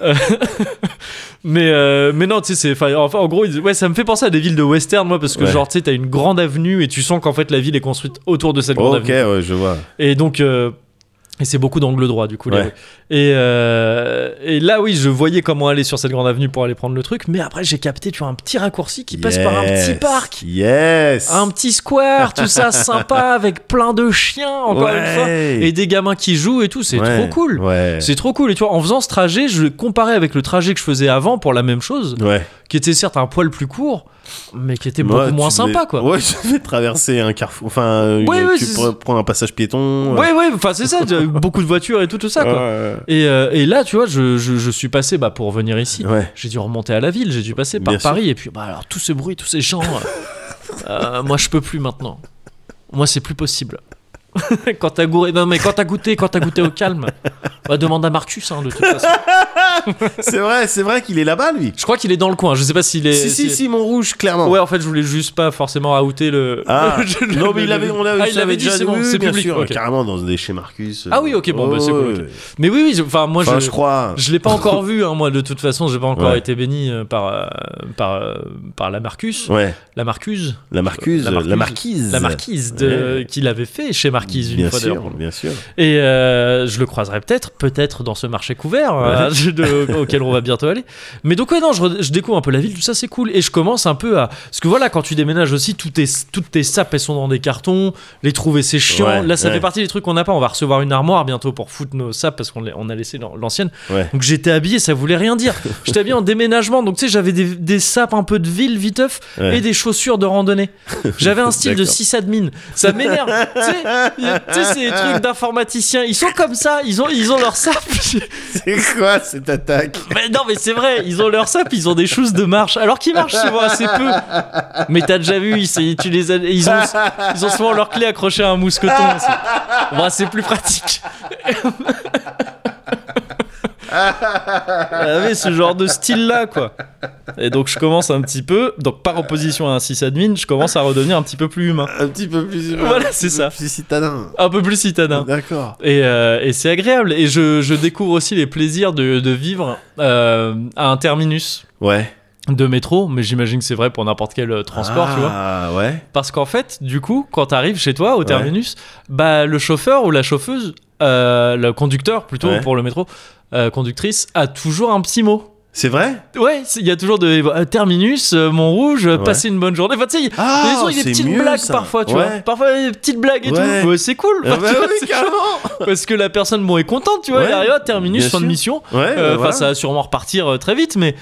[SPEAKER 1] Euh, mais, euh, mais non, tu sais, c'est. enfin, Enfin, en gros, ils- ouais, ça me fait penser à des villes de western, moi, parce que
[SPEAKER 3] Ouais.
[SPEAKER 1] genre, tu sais, t'as une grande avenue et tu sens qu'en fait, la ville est construite autour de cette grande
[SPEAKER 3] Ok,
[SPEAKER 1] avenue.
[SPEAKER 3] ouais, je vois.
[SPEAKER 1] Et donc. euh, et c'est beaucoup d'angle droit du coup. les
[SPEAKER 3] Ouais.
[SPEAKER 1] rues. Et, euh, et là oui, je voyais comment aller sur cette grande avenue pour aller prendre le truc, mais après j'ai capté tu vois un petit raccourci qui passe par un petit
[SPEAKER 3] Yes.
[SPEAKER 1] parc
[SPEAKER 3] Yes.
[SPEAKER 1] un petit square, tout ça sympa avec plein de chiens encore
[SPEAKER 3] Ouais.
[SPEAKER 1] une fois et des gamins qui jouent et tout, c'est
[SPEAKER 3] Ouais.
[SPEAKER 1] trop cool.
[SPEAKER 3] Ouais.
[SPEAKER 1] C'est trop cool et tu vois en faisant ce trajet, je le comparais avec le trajet que je faisais avant pour la même chose
[SPEAKER 3] Ouais.
[SPEAKER 1] qui était certes un poil plus court mais qui était beaucoup
[SPEAKER 3] Moi, tu
[SPEAKER 1] moins
[SPEAKER 3] devais-
[SPEAKER 1] sympa quoi.
[SPEAKER 3] Ouais, je vais traverser un carrefour. Enfin, euh, une-
[SPEAKER 1] Ouais, ouais,
[SPEAKER 3] tu
[SPEAKER 1] c'est-
[SPEAKER 3] pre- prends un passage piéton. euh,
[SPEAKER 1] Ouais ouais, enfin c'est ça, tu as eu beaucoup de voitures et tout tout ça
[SPEAKER 3] Ouais,
[SPEAKER 1] quoi.
[SPEAKER 3] ouais,
[SPEAKER 1] Et, euh, et là tu vois, je, je- je suis passé bah, pour venir ici.
[SPEAKER 3] ouais. Ouais.
[SPEAKER 1] J'ai dû remonter à la ville, j'ai dû passer par
[SPEAKER 3] Bien sûr.
[SPEAKER 1] Paris, et puis bah alors tout ce bruit, tous ces gens, euh, euh, moi je peux plus maintenant. Moi c'est plus possible. quand t'as gouré, non mais quand t'as goûté, quand t'as goûté au calme, bah, demande à Marcus hein, de toute façon.
[SPEAKER 3] C'est vrai, c'est vrai qu'il est là-bas, lui.
[SPEAKER 1] Je crois qu'il est dans le coin, je sais pas s'il est.
[SPEAKER 3] Si, si,
[SPEAKER 1] s'il-
[SPEAKER 3] si, Montrouge, clairement.
[SPEAKER 1] Ouais, en fait, je voulais juste pas forcément outer le.
[SPEAKER 3] Ah,
[SPEAKER 1] le- le-
[SPEAKER 3] non, mais il
[SPEAKER 1] le-
[SPEAKER 3] l'avait, on l'avait,
[SPEAKER 1] Ah,
[SPEAKER 3] je
[SPEAKER 1] il l'avait
[SPEAKER 3] l'avais
[SPEAKER 1] dit, c'est
[SPEAKER 3] déjà
[SPEAKER 1] bon,
[SPEAKER 3] oui,
[SPEAKER 1] c'est
[SPEAKER 3] bien
[SPEAKER 1] public.
[SPEAKER 3] sûr,
[SPEAKER 1] ok.
[SPEAKER 3] carrément dans des chez Marcus. euh,
[SPEAKER 1] Ah oui, ok, bon, bah, c'est cool, ok.
[SPEAKER 3] ouais.
[SPEAKER 1] Mais oui, oui, je- enfin, moi
[SPEAKER 3] Enfin,
[SPEAKER 1] je.
[SPEAKER 3] je crois.
[SPEAKER 1] Je l'ai pas encore vu, hein, moi de toute façon, j'ai pas encore
[SPEAKER 3] Ouais.
[SPEAKER 1] été béni euh, par, euh, par, euh, par la Marcus.
[SPEAKER 3] Ouais,
[SPEAKER 1] La Marcuse.
[SPEAKER 3] la Marcus,
[SPEAKER 1] La
[SPEAKER 3] la,
[SPEAKER 1] Marcuse.
[SPEAKER 3] marquise.
[SPEAKER 1] La marquise de, qui l'avait fait chez Marquise une
[SPEAKER 3] bien
[SPEAKER 1] fois
[SPEAKER 3] sûr,
[SPEAKER 1] d'ailleurs.
[SPEAKER 3] bien sûr.
[SPEAKER 1] Et euh, je le croiserai peut-être, peut-être dans ce marché couvert euh, de- auquel on va bientôt aller. Mais donc ouais non, je, re- je découvre un peu la ville, tout ça c'est cool. Et je commence un peu à... Parce que voilà, quand tu déménages aussi, tout tes, toutes tes sapes elles sont dans des cartons, les trouver c'est chiant.
[SPEAKER 3] Ouais,
[SPEAKER 1] Là ça
[SPEAKER 3] ouais.
[SPEAKER 1] fait partie des trucs qu'on n'a pas. On va recevoir une armoire bientôt pour foutre nos sapes parce qu'on l'a- on a laissé l'an- l'ancienne.
[SPEAKER 3] Ouais.
[SPEAKER 1] Donc j'étais habillé, ça voulait rien dire. J'étais habillé en déménagement, donc tu sais j'avais des, des sapes un peu de ville viteuf
[SPEAKER 3] Ouais.
[SPEAKER 1] et des chaussures de randonnée. J'avais un style de
[SPEAKER 3] D'accord.
[SPEAKER 1] 6 admin. Ça m'énerve. tu sais, y a- tu sais, c'est des trucs d'informaticiens. Ils sont comme ça. Ils ont, ils ont leur sap.
[SPEAKER 3] C'est quoi cette attaque
[SPEAKER 1] mais non, mais c'est vrai. Ils ont leur sap. Ils ont des choses de marche. Alors qu'ils marchent souvent assez peu. Mais t'as déjà vu, ils, c'est- tu les as- ils, ont, ils ont souvent leur clé accrochée à un mousqueton. C'est, Bah, c'est plus pratique. Ah oui, ce genre de style-là, quoi. Et donc, je commence un petit peu, donc par opposition à un sysadmin, je commence à redevenir un petit peu plus humain.
[SPEAKER 3] Un petit peu plus.
[SPEAKER 1] Voilà, c'est ça.
[SPEAKER 3] Plus citadin.
[SPEAKER 1] Un peu plus citadin.
[SPEAKER 3] D'accord.
[SPEAKER 1] Et, euh, et c'est agréable. Et je, je découvre aussi les plaisirs de, de vivre euh, à un terminus
[SPEAKER 3] Ouais.
[SPEAKER 1] de métro, mais j'imagine que c'est vrai pour n'importe quel euh, transport, tu vois.
[SPEAKER 3] Ah ouais.
[SPEAKER 1] Parce qu'en fait, du coup, quand t'arrives chez toi au terminus, bah le chauffeur ou la chauffeuse, euh, le conducteur plutôt
[SPEAKER 3] Ouais.
[SPEAKER 1] pour le métro, euh, conductrice, a toujours un petit mot.
[SPEAKER 3] C'est vrai
[SPEAKER 1] Ouais, c'est- il y a toujours de euh, terminus, euh, Montrouge, euh,
[SPEAKER 3] Ouais.
[SPEAKER 1] passez une bonne journée. Enfin, tu sais, il y a-
[SPEAKER 3] Ah,
[SPEAKER 1] ils ont des
[SPEAKER 3] c'est
[SPEAKER 1] petites
[SPEAKER 3] mieux,
[SPEAKER 1] blagues
[SPEAKER 3] ça.
[SPEAKER 1] parfois, tu
[SPEAKER 3] Ouais.
[SPEAKER 1] vois. Parfois, des petites blagues et
[SPEAKER 3] Ouais.
[SPEAKER 1] tout. Ouais, c'est cool.
[SPEAKER 3] Ah
[SPEAKER 1] Enfin,
[SPEAKER 3] bah
[SPEAKER 1] tu vois,
[SPEAKER 3] oui,
[SPEAKER 1] c'est-
[SPEAKER 3] carrément.
[SPEAKER 1] parce que la personne bon est contente tu vois
[SPEAKER 3] Ouais,
[SPEAKER 1] elle arrive à terminus
[SPEAKER 3] bien
[SPEAKER 1] fin de
[SPEAKER 3] sûr.
[SPEAKER 1] mission
[SPEAKER 3] Ouais.
[SPEAKER 1] Euh,
[SPEAKER 3] bah
[SPEAKER 1] enfin
[SPEAKER 3] voilà.
[SPEAKER 1] ça va sûrement repartir euh, très vite mais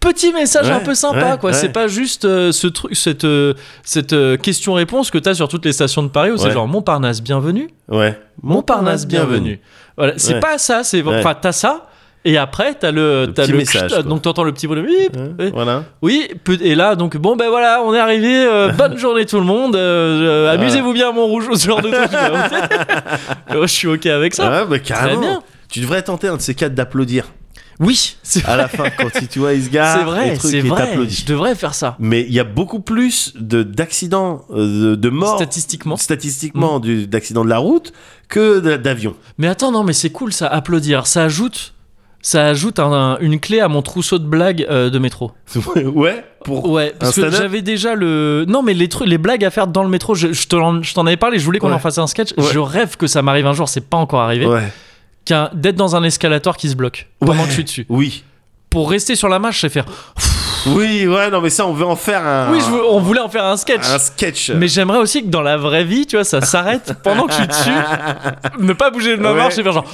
[SPEAKER 1] petit message
[SPEAKER 3] Ouais,
[SPEAKER 1] un peu sympa
[SPEAKER 3] ouais,
[SPEAKER 1] quoi
[SPEAKER 3] ouais.
[SPEAKER 1] c'est pas juste euh, ce truc cette euh, cette question réponse que t'as sur toutes les stations de Paris où c'est
[SPEAKER 3] Ouais.
[SPEAKER 1] genre Montparnasse bienvenue
[SPEAKER 3] Ouais.
[SPEAKER 1] Montparnasse bienvenue voilà c'est
[SPEAKER 3] Ouais.
[SPEAKER 1] pas ça c'est
[SPEAKER 3] Ouais.
[SPEAKER 1] enfin t'as ça et après t'as le,
[SPEAKER 3] Le
[SPEAKER 1] t'as
[SPEAKER 3] petit
[SPEAKER 1] le
[SPEAKER 3] message, quoi.
[SPEAKER 1] donc t'entends le petit bonhomme Bip,
[SPEAKER 3] Hein,
[SPEAKER 1] bip.
[SPEAKER 3] Voilà.
[SPEAKER 1] oui peut- et là donc bon ben voilà on est arrivé euh, bonne journée tout le monde euh, euh,
[SPEAKER 3] Ah.
[SPEAKER 1] amusez-vous bien mon rouge ce genre de truc je suis ok avec ça
[SPEAKER 3] Ah bah carrément.
[SPEAKER 1] bien.
[SPEAKER 3] Tu devrais tenter un de ces quatre d'applaudir
[SPEAKER 1] Oui, c'est
[SPEAKER 3] à la fin quand tu- tu vois il se gare.
[SPEAKER 1] c'est vrai,
[SPEAKER 3] le truc
[SPEAKER 1] c'est
[SPEAKER 3] et
[SPEAKER 1] vrai.
[SPEAKER 3] t'applaudis.
[SPEAKER 1] Je devrais faire ça.
[SPEAKER 3] Mais il y a beaucoup plus de d'accidents, euh, de, de morts
[SPEAKER 1] Statistiquement. Mm.
[SPEAKER 3] statistiquement du- d'accidents de la route que d- d'avions.
[SPEAKER 1] Mais attends, non, mais c'est cool ça, applaudir. Ça ajoute. ça ajoute un- un- une clé à mon trousseau de blagues euh, de métro.
[SPEAKER 3] ouais, pour.
[SPEAKER 1] Ouais, parce que
[SPEAKER 3] stand-up
[SPEAKER 1] j'avais déjà le. Non, mais les trucs, les blagues à faire dans le métro, je, je te l'en- je t'en avais parlé, je voulais qu'on
[SPEAKER 3] Ouais.
[SPEAKER 1] en fasse un sketch.
[SPEAKER 3] Ouais.
[SPEAKER 1] Je rêve que ça m'arrive un jour, c'est pas encore arrivé.
[SPEAKER 3] Ouais.
[SPEAKER 1] qu'un- D'être dans un escalator qui se bloque pendant
[SPEAKER 3] Ouais.
[SPEAKER 1] que je suis dessus.
[SPEAKER 3] Oui.
[SPEAKER 1] Pour rester sur la marche, c'est faire.
[SPEAKER 3] Oui, ouais, non, mais ça, on veut en faire un.
[SPEAKER 1] Oui, je veux- on voulait en faire un sketch.
[SPEAKER 3] Un sketch.
[SPEAKER 1] Mais j'aimerais aussi que dans la vraie vie, tu vois, ça s'arrête pendant que je suis dessus, ne pas bouger de ma
[SPEAKER 3] Ouais.
[SPEAKER 1] marche et faire genre.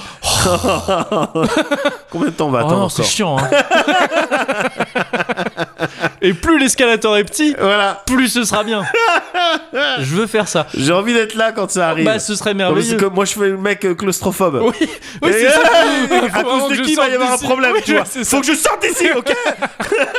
[SPEAKER 3] Combien de temps on va
[SPEAKER 1] Oh
[SPEAKER 3] attendre
[SPEAKER 1] non, c'est
[SPEAKER 3] encore
[SPEAKER 1] chiant. hein. et plus l'escalator est petit,
[SPEAKER 3] Voilà,
[SPEAKER 1] plus ce sera bien. Je veux faire ça.
[SPEAKER 3] j'ai envie d'être là quand ça arrive.
[SPEAKER 1] Bah, ce serait
[SPEAKER 3] Non, mais c'est
[SPEAKER 1] merveilleux.
[SPEAKER 3] comme moi, je fais le mec euh, claustrophobe.
[SPEAKER 1] Oui, oui, c'est
[SPEAKER 3] Et-
[SPEAKER 1] ça.
[SPEAKER 3] à
[SPEAKER 1] Faut vraiment
[SPEAKER 3] cause de
[SPEAKER 1] que
[SPEAKER 3] qui
[SPEAKER 1] je
[SPEAKER 3] il va y
[SPEAKER 1] sorte
[SPEAKER 3] avoir un
[SPEAKER 1] d'ici.
[SPEAKER 3] problème,
[SPEAKER 1] Oui,
[SPEAKER 3] tu vois.
[SPEAKER 1] c'est
[SPEAKER 3] Faut que je sorte d'ici, ok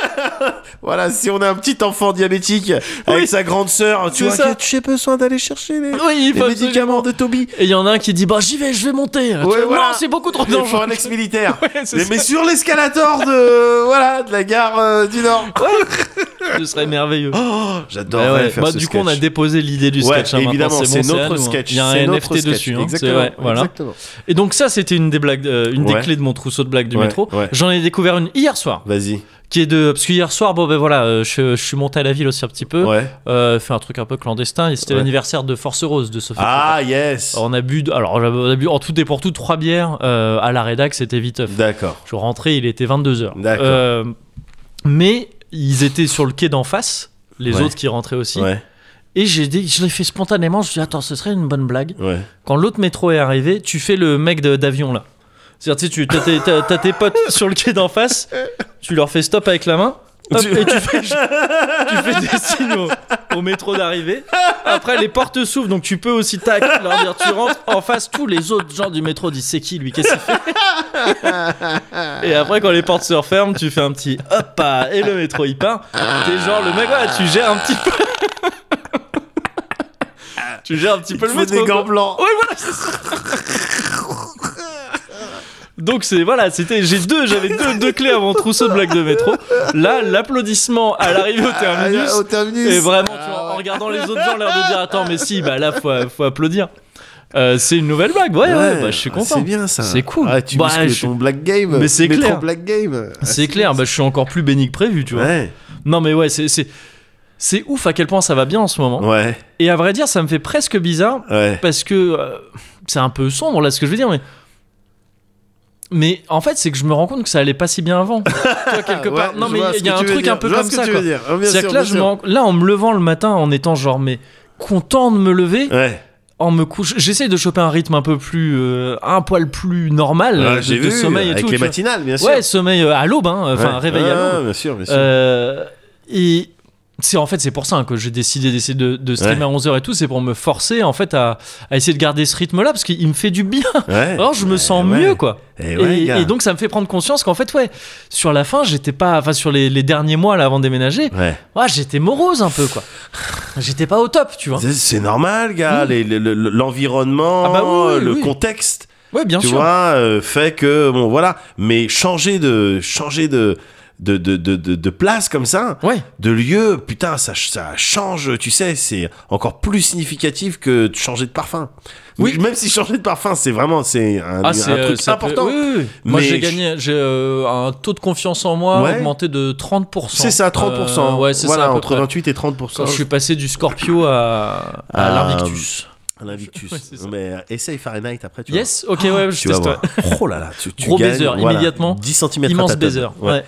[SPEAKER 3] Voilà, si on a un petit enfant diabétique avec
[SPEAKER 1] Oui.
[SPEAKER 3] sa grande sœur, tu
[SPEAKER 1] C'est
[SPEAKER 3] vois,
[SPEAKER 1] ça.
[SPEAKER 3] qu'est-ce que j'ai besoin d'aller chercher les,
[SPEAKER 1] Oui, il
[SPEAKER 3] les
[SPEAKER 1] faut
[SPEAKER 3] médicaments de Toby.
[SPEAKER 1] Et il y en a un qui dit Bah, j'y vais, je vais monter. Tu vois,
[SPEAKER 3] voilà.
[SPEAKER 1] Oh, Non, c'est beaucoup trop
[SPEAKER 3] Il faut
[SPEAKER 1] dangereux.
[SPEAKER 3] un ex-militaire.
[SPEAKER 1] Ouais, c'est
[SPEAKER 3] mais,
[SPEAKER 1] ça.
[SPEAKER 3] mais sur l'escalator de voilà de la gare euh, du Nord.
[SPEAKER 1] Ce serait merveilleux. Ah
[SPEAKER 3] J'adore
[SPEAKER 1] Ouais, ouais.
[SPEAKER 3] Oh, faire
[SPEAKER 1] Bah,
[SPEAKER 3] ce
[SPEAKER 1] du coup, on a
[SPEAKER 3] sketch.
[SPEAKER 1] déposé l'idée du
[SPEAKER 3] Ouais,
[SPEAKER 1] sketch. hein, maintenant,
[SPEAKER 3] évidemment,
[SPEAKER 1] c'est
[SPEAKER 3] c'est
[SPEAKER 1] bon, à
[SPEAKER 3] notre
[SPEAKER 1] nous, hein.
[SPEAKER 3] sketch.
[SPEAKER 1] Il y a
[SPEAKER 3] c'est
[SPEAKER 1] un
[SPEAKER 3] notre
[SPEAKER 1] NFT
[SPEAKER 3] sketch,
[SPEAKER 1] dessus. hein, c'est-
[SPEAKER 3] Exactement.
[SPEAKER 1] ouais, voilà.
[SPEAKER 3] exactement.
[SPEAKER 1] Et donc ça, c'était une des blagues, euh, une
[SPEAKER 3] Ouais.
[SPEAKER 1] des clés de mon trousseau de blagues du
[SPEAKER 3] Ouais,
[SPEAKER 1] métro.
[SPEAKER 3] ouais.
[SPEAKER 1] J'en ai découvert une hier soir,
[SPEAKER 3] Vas-y.
[SPEAKER 1] qui est de parce que hier soir, bon ben voilà, euh, je, je suis monté à la ville aussi un petit peu,
[SPEAKER 3] Ouais.
[SPEAKER 1] euh, fait un truc un peu clandestin. Et c'était
[SPEAKER 3] Ouais.
[SPEAKER 1] l'anniversaire de Force Rose de Sophie.
[SPEAKER 3] Ah yes.
[SPEAKER 1] Trottin. Alors, on a bu, de- alors on a bu en tout et pour tout trois bières euh, à la rédac, c'était vite.
[SPEAKER 3] D'accord.
[SPEAKER 1] Je rentrais, il était 22h.
[SPEAKER 3] D'accord.
[SPEAKER 1] mais ils étaient sur le quai d'en face, les
[SPEAKER 3] Ouais.
[SPEAKER 1] autres qui rentraient aussi.
[SPEAKER 3] Ouais.
[SPEAKER 1] Et j'ai dit, je l'ai fait spontanément, je me suis dit, attends, ce serait une bonne blague.
[SPEAKER 3] Ouais.
[SPEAKER 1] Quand l'autre métro est arrivé, tu fais le mec de- d'avion là. C'est-à-dire, tu sais, tu- t'as tes, t'as- t'as tes potes sur le quai d'en face, tu leur fais stop avec la main, hop,
[SPEAKER 3] Tu-
[SPEAKER 1] et tu fais, tu fais des signaux au métro d'arrivée. Après, les portes s'ouvrent, donc tu peux aussi tac, leur dire tu rentres. En face, tous les autres gens du métro disent c'est qui lui, qu'est-ce qu'il fait Et après, quand les portes se referment, tu fais un petit hop, ah, et le métro il part. T'es genre le mec, voilà, tu gères un petit peu. tu gères un petit peu
[SPEAKER 3] Il
[SPEAKER 1] le
[SPEAKER 3] faut
[SPEAKER 1] métro.
[SPEAKER 3] des
[SPEAKER 1] quoi.
[SPEAKER 3] gants blancs.
[SPEAKER 1] Ouais, voilà, c'est ça. Donc c'est voilà, c'était j'ai deux, j'avais deux, deux clés à mon trousseau de blagues de métro. Là, l'applaudissement à l'arrivée au terminus.
[SPEAKER 3] Ah, au terminus.
[SPEAKER 1] Et vraiment, tu vois, en regardant les autres gens, l'air de dire attends, mais si, bah là, faut, faut applaudir. Euh, c'est une nouvelle blague, ouais, ouais, bah, je suis
[SPEAKER 3] ah,
[SPEAKER 1] content.
[SPEAKER 3] C'est bien ça.
[SPEAKER 1] C'est cool.
[SPEAKER 3] Ah, tu
[SPEAKER 1] Bah,
[SPEAKER 3] muscles
[SPEAKER 1] je suis-
[SPEAKER 3] ton black game.
[SPEAKER 1] Mais c'est
[SPEAKER 3] Mets
[SPEAKER 1] clair.
[SPEAKER 3] ton black game.
[SPEAKER 1] C'est clair, bah, je suis encore plus béni que prévu, tu vois.
[SPEAKER 3] Ouais.
[SPEAKER 1] Non, mais ouais, c'est c'est c'est ouf à quel point ça va bien en ce moment.
[SPEAKER 3] Ouais.
[SPEAKER 1] Et à vrai dire, ça me fait presque bizarre
[SPEAKER 3] Ouais.
[SPEAKER 1] parce que euh, c'est un peu sombre là ce que je veux dire mais mais en fait c'est que je me rends compte que ça allait pas si bien avant tu vois quelque part
[SPEAKER 3] Ouais,
[SPEAKER 1] non
[SPEAKER 3] je
[SPEAKER 1] mais
[SPEAKER 3] vois ce
[SPEAKER 1] il y a
[SPEAKER 3] que
[SPEAKER 1] un
[SPEAKER 3] tu veux
[SPEAKER 1] truc
[SPEAKER 3] dire.
[SPEAKER 1] un peu
[SPEAKER 3] Je vois
[SPEAKER 1] comme
[SPEAKER 3] ce que
[SPEAKER 1] ça
[SPEAKER 3] tu
[SPEAKER 1] quoi.
[SPEAKER 3] veux dire. Ah, bien
[SPEAKER 1] c'est-à-dire
[SPEAKER 3] sûr,
[SPEAKER 1] que là
[SPEAKER 3] bien
[SPEAKER 1] je me
[SPEAKER 3] sûr.
[SPEAKER 1] rends- là en me levant le matin en étant genre mais content de me lever
[SPEAKER 3] Ouais.
[SPEAKER 1] en me couche j'essaie de choper un rythme un peu plus euh, un poil plus normal
[SPEAKER 3] Ah,
[SPEAKER 1] euh, de,
[SPEAKER 3] J'ai
[SPEAKER 1] de
[SPEAKER 3] vu.
[SPEAKER 1] sommeil et
[SPEAKER 3] Avec
[SPEAKER 1] tout
[SPEAKER 3] les
[SPEAKER 1] tu vois.
[SPEAKER 3] matinales, bien sûr.
[SPEAKER 1] ouais sommeil euh, à l'aube hein, enfin
[SPEAKER 3] Ouais.
[SPEAKER 1] réveil à
[SPEAKER 3] Ah,
[SPEAKER 1] l'aube
[SPEAKER 3] Bien sûr, bien sûr.
[SPEAKER 1] Euh, et c'est en fait c'est pour ça hein, que j'ai décidé d'essayer de, de streamer
[SPEAKER 3] Ouais.
[SPEAKER 1] à 11h et tout c'est pour me forcer en fait à, à essayer de garder ce rythme là parce qu'il me fait du bien
[SPEAKER 3] Ouais.
[SPEAKER 1] alors je me
[SPEAKER 3] Ouais,
[SPEAKER 1] sens
[SPEAKER 3] ouais.
[SPEAKER 1] mieux quoi
[SPEAKER 3] Et, ouais, gars.
[SPEAKER 1] oh, et donc ça me fait prendre conscience qu'en fait ouais sur la fin j'étais pas enfin sur les, les derniers mois là avant de déménager
[SPEAKER 3] Ouais.
[SPEAKER 1] ouais, j'étais morose un peu quoi j'étais pas au top tu vois
[SPEAKER 3] C'est- C'est normal, gars.
[SPEAKER 1] Mm.
[SPEAKER 3] Les- le- le- L'environnement,
[SPEAKER 1] Ah bah oui, oui,
[SPEAKER 3] le
[SPEAKER 1] oui.
[SPEAKER 3] contexte,
[SPEAKER 1] ouais bien
[SPEAKER 3] tu
[SPEAKER 1] sûr
[SPEAKER 3] vois, euh, fait que bon, voilà. Mais changer de, changer de, de, de, de, de- de place comme ça,
[SPEAKER 1] ouais
[SPEAKER 3] de lieu, putain, ça, ça change. Tu sais, c'est encore plus significatif que de changer de parfum.
[SPEAKER 1] Oui.
[SPEAKER 3] Même si changer de parfum, c'est vraiment, c'est un, Ah, un
[SPEAKER 1] c'est, euh,
[SPEAKER 3] truc
[SPEAKER 1] ça peut-
[SPEAKER 3] important.
[SPEAKER 1] oui, oui, oui. Moi,
[SPEAKER 3] Mais
[SPEAKER 1] j'ai
[SPEAKER 3] je-
[SPEAKER 1] gagné j'ai euh, un taux de confiance en moi
[SPEAKER 3] Ouais.
[SPEAKER 1] augmenté de 30%.
[SPEAKER 3] C'est ça, 30%.
[SPEAKER 1] Euh, ouais, c'est
[SPEAKER 3] voilà,
[SPEAKER 1] ça. à peu
[SPEAKER 3] entre
[SPEAKER 1] près.
[SPEAKER 3] 28 et 30%.
[SPEAKER 1] Quand je suis passé du Scorpio à, à
[SPEAKER 3] Ah,
[SPEAKER 1] l'Invictus.
[SPEAKER 3] à L'invictus.
[SPEAKER 1] Ouais, c'est ça.
[SPEAKER 3] Mais euh, essaye Fahrenheit après, tu
[SPEAKER 1] Yes Ok, ouais, je
[SPEAKER 3] Tu vas
[SPEAKER 1] testerai.
[SPEAKER 3] voir. Oh là là, tu, tu
[SPEAKER 1] Gros
[SPEAKER 3] gagnes,
[SPEAKER 1] baiser,
[SPEAKER 3] voilà,
[SPEAKER 1] immédiatement.
[SPEAKER 3] 10 cm
[SPEAKER 1] Immense baiser. Ouais.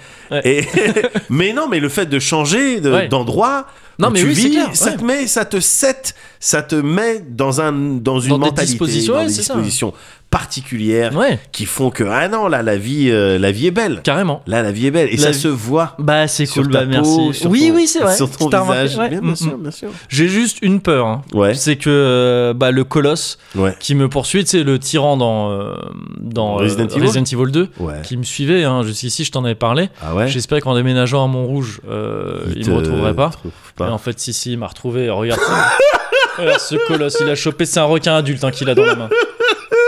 [SPEAKER 3] Et, mais non, mais le fait de changer de-
[SPEAKER 1] Ouais.
[SPEAKER 3] d'endroit,
[SPEAKER 1] Non,
[SPEAKER 3] où
[SPEAKER 1] mais
[SPEAKER 3] tu
[SPEAKER 1] oui, c'est
[SPEAKER 3] vis,
[SPEAKER 1] clair,
[SPEAKER 3] ça
[SPEAKER 1] ouais.
[SPEAKER 3] te met, ça te set, ça te met dans un dans une
[SPEAKER 1] Dans des
[SPEAKER 3] mentalité,
[SPEAKER 1] dispositions,
[SPEAKER 3] dans
[SPEAKER 1] ouais,
[SPEAKER 3] des
[SPEAKER 1] c'est ça.
[SPEAKER 3] dispositions particulières
[SPEAKER 1] Ouais,
[SPEAKER 3] qui font que ah non là la vie euh, la vie est belle,
[SPEAKER 1] carrément.
[SPEAKER 3] là la vie est belle et
[SPEAKER 1] La
[SPEAKER 3] ça
[SPEAKER 1] vie-
[SPEAKER 3] se voit.
[SPEAKER 1] Bah, c'est
[SPEAKER 3] Sur
[SPEAKER 1] cool,
[SPEAKER 3] ta
[SPEAKER 1] bah
[SPEAKER 3] peau,
[SPEAKER 1] merci.
[SPEAKER 3] sur
[SPEAKER 1] oui,
[SPEAKER 3] ton-
[SPEAKER 1] oui, c'est vrai.
[SPEAKER 3] Sur ton
[SPEAKER 1] T'as remarqué,
[SPEAKER 3] visage.
[SPEAKER 1] ouais.
[SPEAKER 3] Bien,
[SPEAKER 1] Mm,
[SPEAKER 3] bien
[SPEAKER 1] mm.
[SPEAKER 3] sûr, bien sûr.
[SPEAKER 1] J'ai juste une peur. hein.
[SPEAKER 3] Ouais.
[SPEAKER 1] C'est que euh, bah, le colosse
[SPEAKER 3] Ouais.
[SPEAKER 1] qui me poursuit, c'est le tyran dans, euh, dans euh,
[SPEAKER 3] Resident Evil
[SPEAKER 1] 2,
[SPEAKER 3] Ouais.
[SPEAKER 1] qui me suivait hein, jusqu'ici, je t'en avais parlé.
[SPEAKER 3] Ah ouais.
[SPEAKER 1] J'espérais qu'en déménageant à Montrouge, euh, il,
[SPEAKER 3] te-
[SPEAKER 1] me retrouverait pas.
[SPEAKER 3] trouve
[SPEAKER 1] Et
[SPEAKER 3] pas.
[SPEAKER 1] en fait, si, si, il m'a retrouvé. Regarde, ça. Regarde ce colosse, il a chopé, c'est un requin adulte hein, qu'il a dans la main.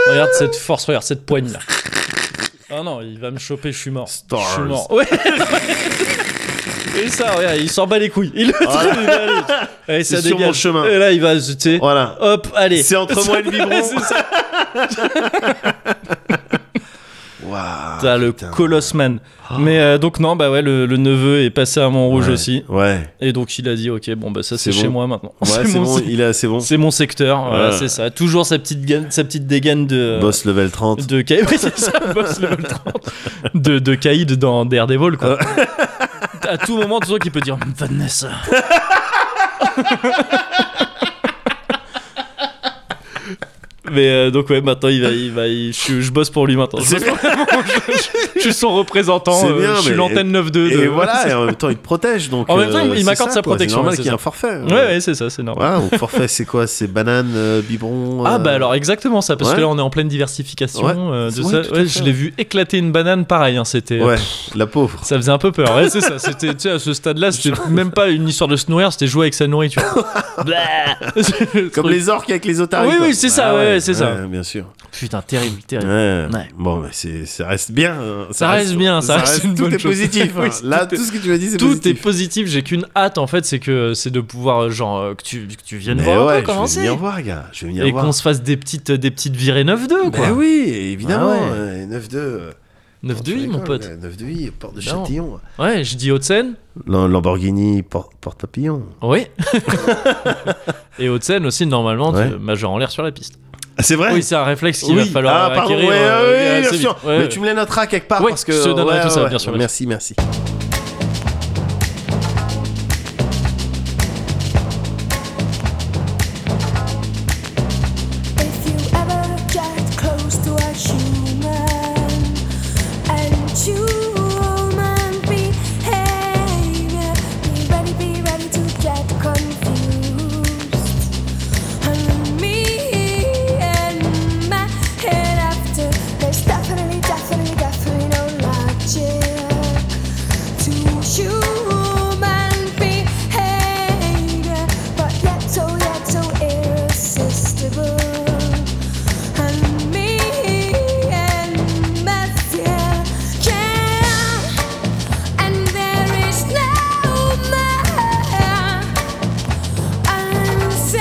[SPEAKER 1] Regarde cette force, regarde cette poigne là. Ah non, il va me choper, je suis mort.
[SPEAKER 3] Stars.
[SPEAKER 1] Je suis mort. Ouais. Et ça, regarde, il s'en bat les couilles. Il le
[SPEAKER 3] Voilà.
[SPEAKER 1] il va aller. Allez, ça
[SPEAKER 3] C'est sur
[SPEAKER 1] dégage.
[SPEAKER 3] mon chemin.
[SPEAKER 1] Et là, il va se, tu sais,
[SPEAKER 3] Voilà.
[SPEAKER 1] Hop, allez.
[SPEAKER 3] C'est entre moi et le biberon.
[SPEAKER 1] C'est ça.
[SPEAKER 3] Waouh.
[SPEAKER 1] t'as le
[SPEAKER 3] putain. Ah.
[SPEAKER 1] Colosse Man. Mais euh, donc, non, bah ouais, le, le neveu est passé à Montrouge
[SPEAKER 3] Ouais.
[SPEAKER 1] aussi.
[SPEAKER 3] Ouais.
[SPEAKER 1] Et donc, il a dit, ok, bon, bah ça, c'est
[SPEAKER 3] C'est
[SPEAKER 1] chez
[SPEAKER 3] bon.
[SPEAKER 1] moi maintenant.
[SPEAKER 3] Ouais, c'est bon,
[SPEAKER 1] site.
[SPEAKER 3] il a, c'est bon.
[SPEAKER 1] C'est mon secteur, voilà,
[SPEAKER 3] Ouais. Bah,
[SPEAKER 1] c'est ça. Toujours sa petite, gaine- sa petite dégaine de.
[SPEAKER 3] Boss level 30.
[SPEAKER 1] De Ca- oui, c'est ça, boss level 30. De, de Caïd dans Daredevil,
[SPEAKER 3] Euh.
[SPEAKER 1] quoi. à tout moment, tu sens qu'il peut dire Vanessa. Mais euh, donc, ouais, maintenant, il va, il va, il- je, je bosse pour lui maintenant. Je,
[SPEAKER 3] C'est
[SPEAKER 1] bosse pour- je- je suis son représentant,
[SPEAKER 3] C'est
[SPEAKER 1] euh,
[SPEAKER 3] bien,
[SPEAKER 1] je suis
[SPEAKER 3] mais-
[SPEAKER 1] l'antenne 9-2.
[SPEAKER 3] Et
[SPEAKER 1] de-
[SPEAKER 3] voilà, et en même temps, il te protège. Donc, euh,
[SPEAKER 1] En même temps, il
[SPEAKER 3] c'est
[SPEAKER 1] m'accorde
[SPEAKER 3] ça,
[SPEAKER 1] sa
[SPEAKER 3] quoi.
[SPEAKER 1] protection, ouais,
[SPEAKER 3] C'est normal
[SPEAKER 1] c'est
[SPEAKER 3] qu'il y ait
[SPEAKER 1] ça.
[SPEAKER 3] un forfait.
[SPEAKER 1] Ouais, ouais, c'est ça, c'est normal.
[SPEAKER 3] Voilà, donc forfait, c'est quoi C'est banane, euh, biberon.
[SPEAKER 1] Ah
[SPEAKER 3] euh,
[SPEAKER 1] bah alors exactement ça parce que
[SPEAKER 3] ouais.
[SPEAKER 1] là on est en pleine diversification
[SPEAKER 3] Ouais.
[SPEAKER 1] euh, de
[SPEAKER 3] Oui,
[SPEAKER 1] ça.
[SPEAKER 3] tout à
[SPEAKER 1] Ouais,
[SPEAKER 3] fait.
[SPEAKER 1] je l'ai vu éclater une banane pareil hein, c'était
[SPEAKER 3] Ouais, la pauvre.
[SPEAKER 1] ça faisait un peu peur ouais, c'est ça c'était tu sais, à ce stade là c'était même pas une histoire de se nourrir c'était jouer avec sa nourriture Blah.
[SPEAKER 3] Comme les orques avec les otaries.
[SPEAKER 1] Oui,
[SPEAKER 3] quoi. Ah
[SPEAKER 1] oui, c'est ça, ouais, c'est ça.
[SPEAKER 3] Bien sûr.
[SPEAKER 1] putain terrible terrible
[SPEAKER 3] Ouais.
[SPEAKER 1] Ouais.
[SPEAKER 3] Bon, mais c'est- ça reste bien. hein.
[SPEAKER 1] Ça reste bien, ça reste une
[SPEAKER 3] tout
[SPEAKER 1] bonne
[SPEAKER 3] est
[SPEAKER 1] chose.
[SPEAKER 3] positif. hein.
[SPEAKER 1] Oui, c'est-
[SPEAKER 3] Là,
[SPEAKER 1] tout est-
[SPEAKER 3] tout ce que tu m'as dit, c'est
[SPEAKER 1] tout est
[SPEAKER 3] positif.
[SPEAKER 1] positif j'ai qu'une hâte en fait c'est que euh, c'est de pouvoir euh, genre euh, que tu que tu viennes
[SPEAKER 3] Mais
[SPEAKER 1] voir un
[SPEAKER 3] ouais,
[SPEAKER 1] peu
[SPEAKER 3] je
[SPEAKER 1] comment
[SPEAKER 3] vais venir
[SPEAKER 1] c'est
[SPEAKER 3] voir, gars. Je vais venir
[SPEAKER 1] et
[SPEAKER 3] voir.
[SPEAKER 1] qu'on se fasse des petites des petites virées 9-2 quoi
[SPEAKER 3] Ben oui, évidemment.
[SPEAKER 1] Ah ouais.
[SPEAKER 3] euh, 9-2. euh,
[SPEAKER 1] 9-2 oui, mon
[SPEAKER 3] tu
[SPEAKER 1] pote
[SPEAKER 3] rigoles, euh, 9-2, oui, porte de
[SPEAKER 1] Non.
[SPEAKER 3] Châtillon.
[SPEAKER 1] ouais je dis Haute-Seine
[SPEAKER 3] Lam- Lamborghini por- porte-papillon.
[SPEAKER 1] oui et Haute-Seine aussi normalement tu
[SPEAKER 3] Ouais.
[SPEAKER 1] majeures en l'air sur la piste
[SPEAKER 3] Ah, c'est vrai
[SPEAKER 1] Oui, c'est un réflexe qu'il va
[SPEAKER 3] Oui.
[SPEAKER 1] falloir
[SPEAKER 3] Ah, pardon,
[SPEAKER 1] acquérir.
[SPEAKER 3] ouais,
[SPEAKER 1] euh,
[SPEAKER 3] ouais,
[SPEAKER 1] assez
[SPEAKER 3] bien
[SPEAKER 1] vite.
[SPEAKER 3] sûr.
[SPEAKER 1] Ouais,
[SPEAKER 3] Mais
[SPEAKER 1] ouais.
[SPEAKER 3] tu me les noteras quelque part
[SPEAKER 1] Oui,
[SPEAKER 3] parce que.
[SPEAKER 1] je te donnerai
[SPEAKER 3] ouais,
[SPEAKER 1] tout ça,
[SPEAKER 3] ouais,
[SPEAKER 1] bien sûr,
[SPEAKER 3] ouais.
[SPEAKER 1] bien
[SPEAKER 3] Merci, merci.
[SPEAKER 6] If you ever get close to a human and human behavior, be ready, be ready to get confused. And me and my head after, there's definitely, definitely, definitely no logic to human behavior, but yet so, yet so irresistible. And me and my fear can, and there is no more uncertainty.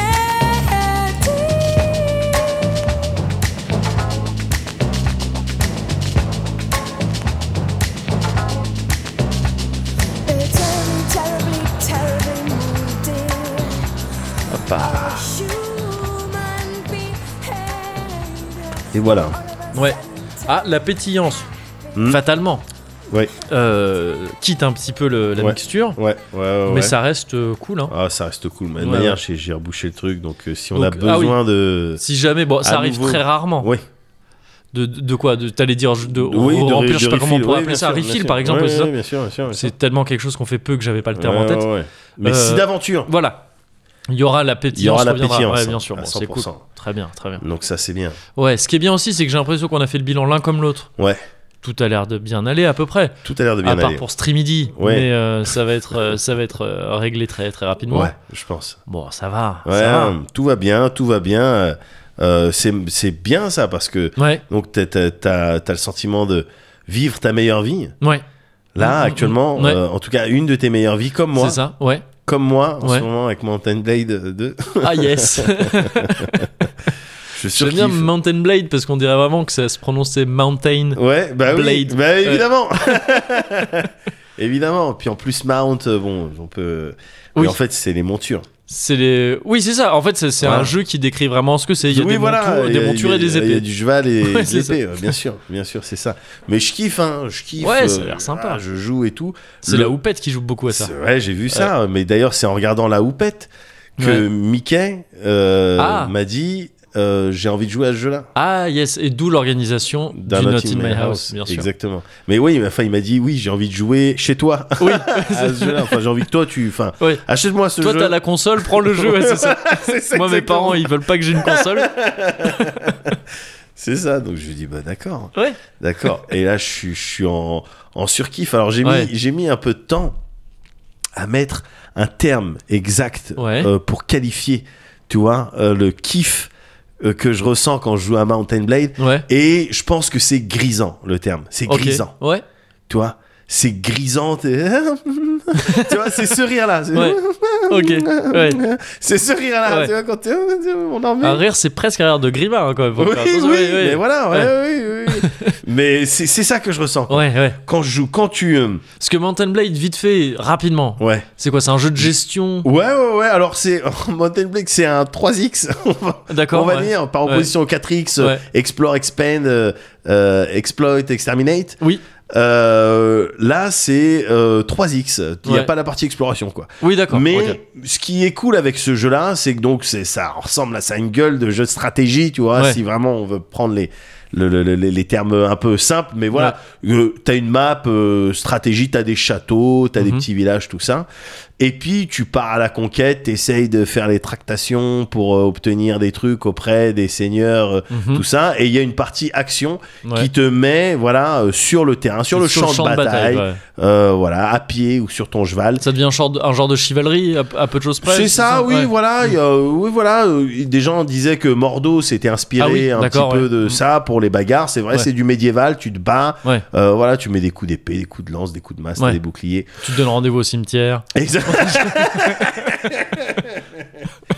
[SPEAKER 6] It's terribly, terribly, terribly moody. Human behavior.
[SPEAKER 3] Et voilà.
[SPEAKER 1] Ouais. Ah, la pétillance.
[SPEAKER 3] Hmm.
[SPEAKER 1] Fatalement.
[SPEAKER 3] Ouais,
[SPEAKER 1] Euh, quitte un petit peu le- la
[SPEAKER 3] Ouais.
[SPEAKER 1] mixture,
[SPEAKER 3] ouais, ouais. ouais, ouais.
[SPEAKER 1] mais ça reste euh, cool. Hein.
[SPEAKER 3] Ah, ça reste cool. Mais de
[SPEAKER 1] Ouais,
[SPEAKER 3] manière,
[SPEAKER 1] ouais.
[SPEAKER 3] j'ai j'ai rebouché le truc. Donc, euh, si on
[SPEAKER 1] Donc,
[SPEAKER 3] a
[SPEAKER 1] ah oui.
[SPEAKER 3] besoin de.
[SPEAKER 1] Si jamais, bon, ça
[SPEAKER 3] À
[SPEAKER 1] arrive
[SPEAKER 3] nouveau.
[SPEAKER 1] très rarement.
[SPEAKER 3] Oui,
[SPEAKER 1] De, de- de quoi de, T'allais dire de,
[SPEAKER 3] oui, de
[SPEAKER 1] remplir, je
[SPEAKER 3] ré-
[SPEAKER 1] sais
[SPEAKER 3] de
[SPEAKER 1] pas comment on
[SPEAKER 3] refill,
[SPEAKER 1] pourrait
[SPEAKER 3] oui,
[SPEAKER 1] appeler
[SPEAKER 3] bien
[SPEAKER 1] ça,
[SPEAKER 3] sûr, bien
[SPEAKER 1] refill
[SPEAKER 3] sûr.
[SPEAKER 1] par exemple,
[SPEAKER 3] Ouais,
[SPEAKER 1] c'est ça
[SPEAKER 3] ouais, Bien sûr, bien sûr. bien sûr.
[SPEAKER 1] C'est tellement quelque chose qu'on fait peu que j'avais pas le terme en
[SPEAKER 3] Ouais,
[SPEAKER 1] tête.
[SPEAKER 3] ouais, ouais. Mais
[SPEAKER 1] Euh,
[SPEAKER 3] si d'aventure.
[SPEAKER 1] Voilà. Il y aura la pétillance.
[SPEAKER 3] la
[SPEAKER 1] reviendra.
[SPEAKER 3] pétillance, hein.
[SPEAKER 1] Ouais, bien sûr,
[SPEAKER 3] à
[SPEAKER 1] bon, c'est cool.
[SPEAKER 3] 100%.
[SPEAKER 1] Très bien, très bien.
[SPEAKER 3] Donc, ça, c'est bien.
[SPEAKER 1] Ouais, ce qui est bien aussi, c'est que j'ai l'impression qu'on a fait le bilan l'un comme l'autre.
[SPEAKER 3] Ouais,
[SPEAKER 1] Tout a l'air de bien aller à peu près.
[SPEAKER 3] tout a l'air de bien
[SPEAKER 1] à part
[SPEAKER 3] aller.
[SPEAKER 1] pour Streamidi,
[SPEAKER 3] Ouais.
[SPEAKER 1] mais euh, ça va être, euh, ça va être euh, réglé très très rapidement.
[SPEAKER 3] Ouais, je pense.
[SPEAKER 1] Bon, ça va.
[SPEAKER 3] Ouais,
[SPEAKER 1] ça va.
[SPEAKER 3] hein, tout va bien, tout va bien. Euh, euh, c'est c'est bien ça parce que
[SPEAKER 1] Ouais,
[SPEAKER 3] donc t'as t'as- t'as- t'as le sentiment de vivre ta meilleure vie.
[SPEAKER 1] ouais,
[SPEAKER 3] Là
[SPEAKER 1] Mm, mm,
[SPEAKER 3] actuellement,
[SPEAKER 1] mm, ouais.
[SPEAKER 3] euh, en tout cas une de tes meilleures vies comme moi,
[SPEAKER 1] c'est ça. Ouais.
[SPEAKER 3] comme moi en
[SPEAKER 1] Ouais.
[SPEAKER 3] ce moment avec Mountain Blade euh, 2.
[SPEAKER 1] Ah yes.
[SPEAKER 3] Je suis
[SPEAKER 1] J'aime bien Mountain Blade parce qu'on dirait vraiment que ça se prononçait Mountain.
[SPEAKER 3] Ouais, bah oui,
[SPEAKER 1] Blade.
[SPEAKER 3] bah évidemment. évidemment. Puis en plus Mount, euh, bon, on peut.
[SPEAKER 1] Oui.
[SPEAKER 3] Mais en fait, c'est les montures.
[SPEAKER 1] C'est les. Oui, c'est ça. En fait, c'est c'est
[SPEAKER 3] Voilà.
[SPEAKER 1] un jeu qui décrit vraiment ce que c'est. Il y a
[SPEAKER 3] Oui,
[SPEAKER 1] des,
[SPEAKER 3] voilà,
[SPEAKER 1] montures,
[SPEAKER 3] il y
[SPEAKER 1] des
[SPEAKER 3] a-
[SPEAKER 1] montures et
[SPEAKER 3] il y a-
[SPEAKER 1] des
[SPEAKER 3] Il y a
[SPEAKER 1] épées.
[SPEAKER 3] du cheval et
[SPEAKER 1] Ouais,
[SPEAKER 3] des
[SPEAKER 1] c'est ça.
[SPEAKER 3] épées, ouais, bien sûr, bien sûr, c'est ça. Mais je kiffe, hein, je kiffe.
[SPEAKER 1] Ouais, ça a l'air sympa.
[SPEAKER 3] ah, je joue et tout.
[SPEAKER 1] C'est
[SPEAKER 3] Le-
[SPEAKER 1] la houppette qui joue beaucoup à ça.
[SPEAKER 3] C'est- Ouais, j'ai vu ça. Mais d'ailleurs, c'est en regardant la houppette que
[SPEAKER 1] Ouais.
[SPEAKER 3] Mickey euh,
[SPEAKER 1] Ah.
[SPEAKER 3] m'a dit euh, j'ai envie de jouer à ce jeu-là.
[SPEAKER 1] Ah yes, et d'où l'organisation du
[SPEAKER 3] Dans
[SPEAKER 1] Not,
[SPEAKER 3] Not
[SPEAKER 1] in My House, bien sûr.
[SPEAKER 3] Exactement. Mais oui, mais enfin, il m'a dit oui, j'ai envie de jouer chez toi
[SPEAKER 1] Oui.
[SPEAKER 3] à ce jeu-là. Enfin, j'ai envie que toi, tu. Enfin,
[SPEAKER 1] Ouais.
[SPEAKER 3] achète-moi ce
[SPEAKER 1] Toi,
[SPEAKER 3] jeu.
[SPEAKER 1] t'as la console, prends le jeu. ouais, c'est ça.
[SPEAKER 3] C'est ça,
[SPEAKER 1] Moi, mes
[SPEAKER 3] exactement.
[SPEAKER 1] parents, ils veulent pas que j'ai une console.
[SPEAKER 3] C'est ça. Donc, je lui dis bah, d'accord.
[SPEAKER 1] Ouais.
[SPEAKER 3] D'accord. Et là, je suis, je suis en, en surkiff. Alors, j'ai
[SPEAKER 1] Ouais.
[SPEAKER 3] mis, j'ai mis un peu de temps à mettre un terme exact
[SPEAKER 1] Ouais.
[SPEAKER 3] euh, pour qualifier, tu vois, euh, le kiff euh, que je ressens quand je joue à Mountain Blade.
[SPEAKER 1] Ouais.
[SPEAKER 3] Et je pense que c'est grisant, le terme. C'est
[SPEAKER 1] Ok.
[SPEAKER 3] grisant,
[SPEAKER 1] Ouais.
[SPEAKER 3] tu vois. C'est grisant. t'es- tu vois, c'est ce rire-là. C'est
[SPEAKER 1] Ouais. Ok. Ouais.
[SPEAKER 3] c'est ce rire-là.
[SPEAKER 1] Ouais.
[SPEAKER 3] Tu vois, quand t'es- on en met.
[SPEAKER 1] Un rire, c'est presque un rire de Grima hein, quand même. faut
[SPEAKER 3] Oui,
[SPEAKER 1] faire
[SPEAKER 3] oui,
[SPEAKER 1] attention. oui.
[SPEAKER 3] mais voilà, ouais, oui, oui. mais c'est c'est ça que je ressens. quoi.
[SPEAKER 1] Ouais, ouais.
[SPEAKER 3] Quand je joue, quand tu. euh,
[SPEAKER 1] Parce que Mountain Blade, vite fait, rapidement.
[SPEAKER 3] Ouais.
[SPEAKER 1] C'est quoi C'est un jeu de gestion
[SPEAKER 3] Ouais, ouais, ouais. Alors, c'est. Mountain Blade, c'est un 3X. on va-
[SPEAKER 1] D'accord.
[SPEAKER 3] on va
[SPEAKER 1] ouais.
[SPEAKER 3] dire, par
[SPEAKER 1] Ouais.
[SPEAKER 3] opposition au 4X, euh,
[SPEAKER 1] Ouais.
[SPEAKER 3] Explore, Expand, euh, euh, Exploit, Exterminate.
[SPEAKER 1] Oui.
[SPEAKER 3] Euh, là, c'est euh, 3X. Il n'y a
[SPEAKER 1] Ouais.
[SPEAKER 3] pas la partie exploration, quoi.
[SPEAKER 1] Oui, d'accord.
[SPEAKER 3] Mais
[SPEAKER 1] ok.
[SPEAKER 3] ce qui est cool avec ce jeu-là, c'est que donc c'est ça ressemble à ça a une gueule de jeu de stratégie, tu vois,
[SPEAKER 1] Ouais.
[SPEAKER 3] si vraiment on veut prendre les le- le- le- les termes un peu simples, mais voilà, Euh, t'as une map euh, stratégie, t'as des châteaux, t'as des
[SPEAKER 1] Mhm.
[SPEAKER 3] petits villages, tout ça, et puis tu pars à la conquête, t'essayes de faire les tractations pour euh, obtenir des trucs auprès des seigneurs, euh,
[SPEAKER 1] Mhm.
[SPEAKER 3] tout ça, et il y a une partie action
[SPEAKER 1] Ouais.
[SPEAKER 3] qui te met voilà euh, sur le terrain, sur, le, champ de bataille,
[SPEAKER 1] ouais.
[SPEAKER 3] euh, voilà, à pied ou sur ton cheval,
[SPEAKER 1] Ça devient un genre de, un genre de chivalry à, à peu de choses près.
[SPEAKER 3] c'est ça, oui,
[SPEAKER 1] ouais. Mm.
[SPEAKER 3] voilà, il y a- oui, voilà. euh, Des gens disaient que Mordo s'était inspiré
[SPEAKER 1] Ah oui,
[SPEAKER 3] un petit
[SPEAKER 1] d'accord,
[SPEAKER 3] peu
[SPEAKER 1] ouais.
[SPEAKER 3] de
[SPEAKER 1] Mm.
[SPEAKER 3] ça pour les bagarres. C'est vrai,
[SPEAKER 1] Ouais.
[SPEAKER 3] c'est du médiéval. Tu te bats,
[SPEAKER 1] Ouais.
[SPEAKER 3] euh, voilà, tu mets des coups d'épée, des coups de lance, des coups de masse, t'as
[SPEAKER 1] Ouais.
[SPEAKER 3] des boucliers.
[SPEAKER 1] Tu te donnes rendez-vous au cimetière.
[SPEAKER 3] Exact.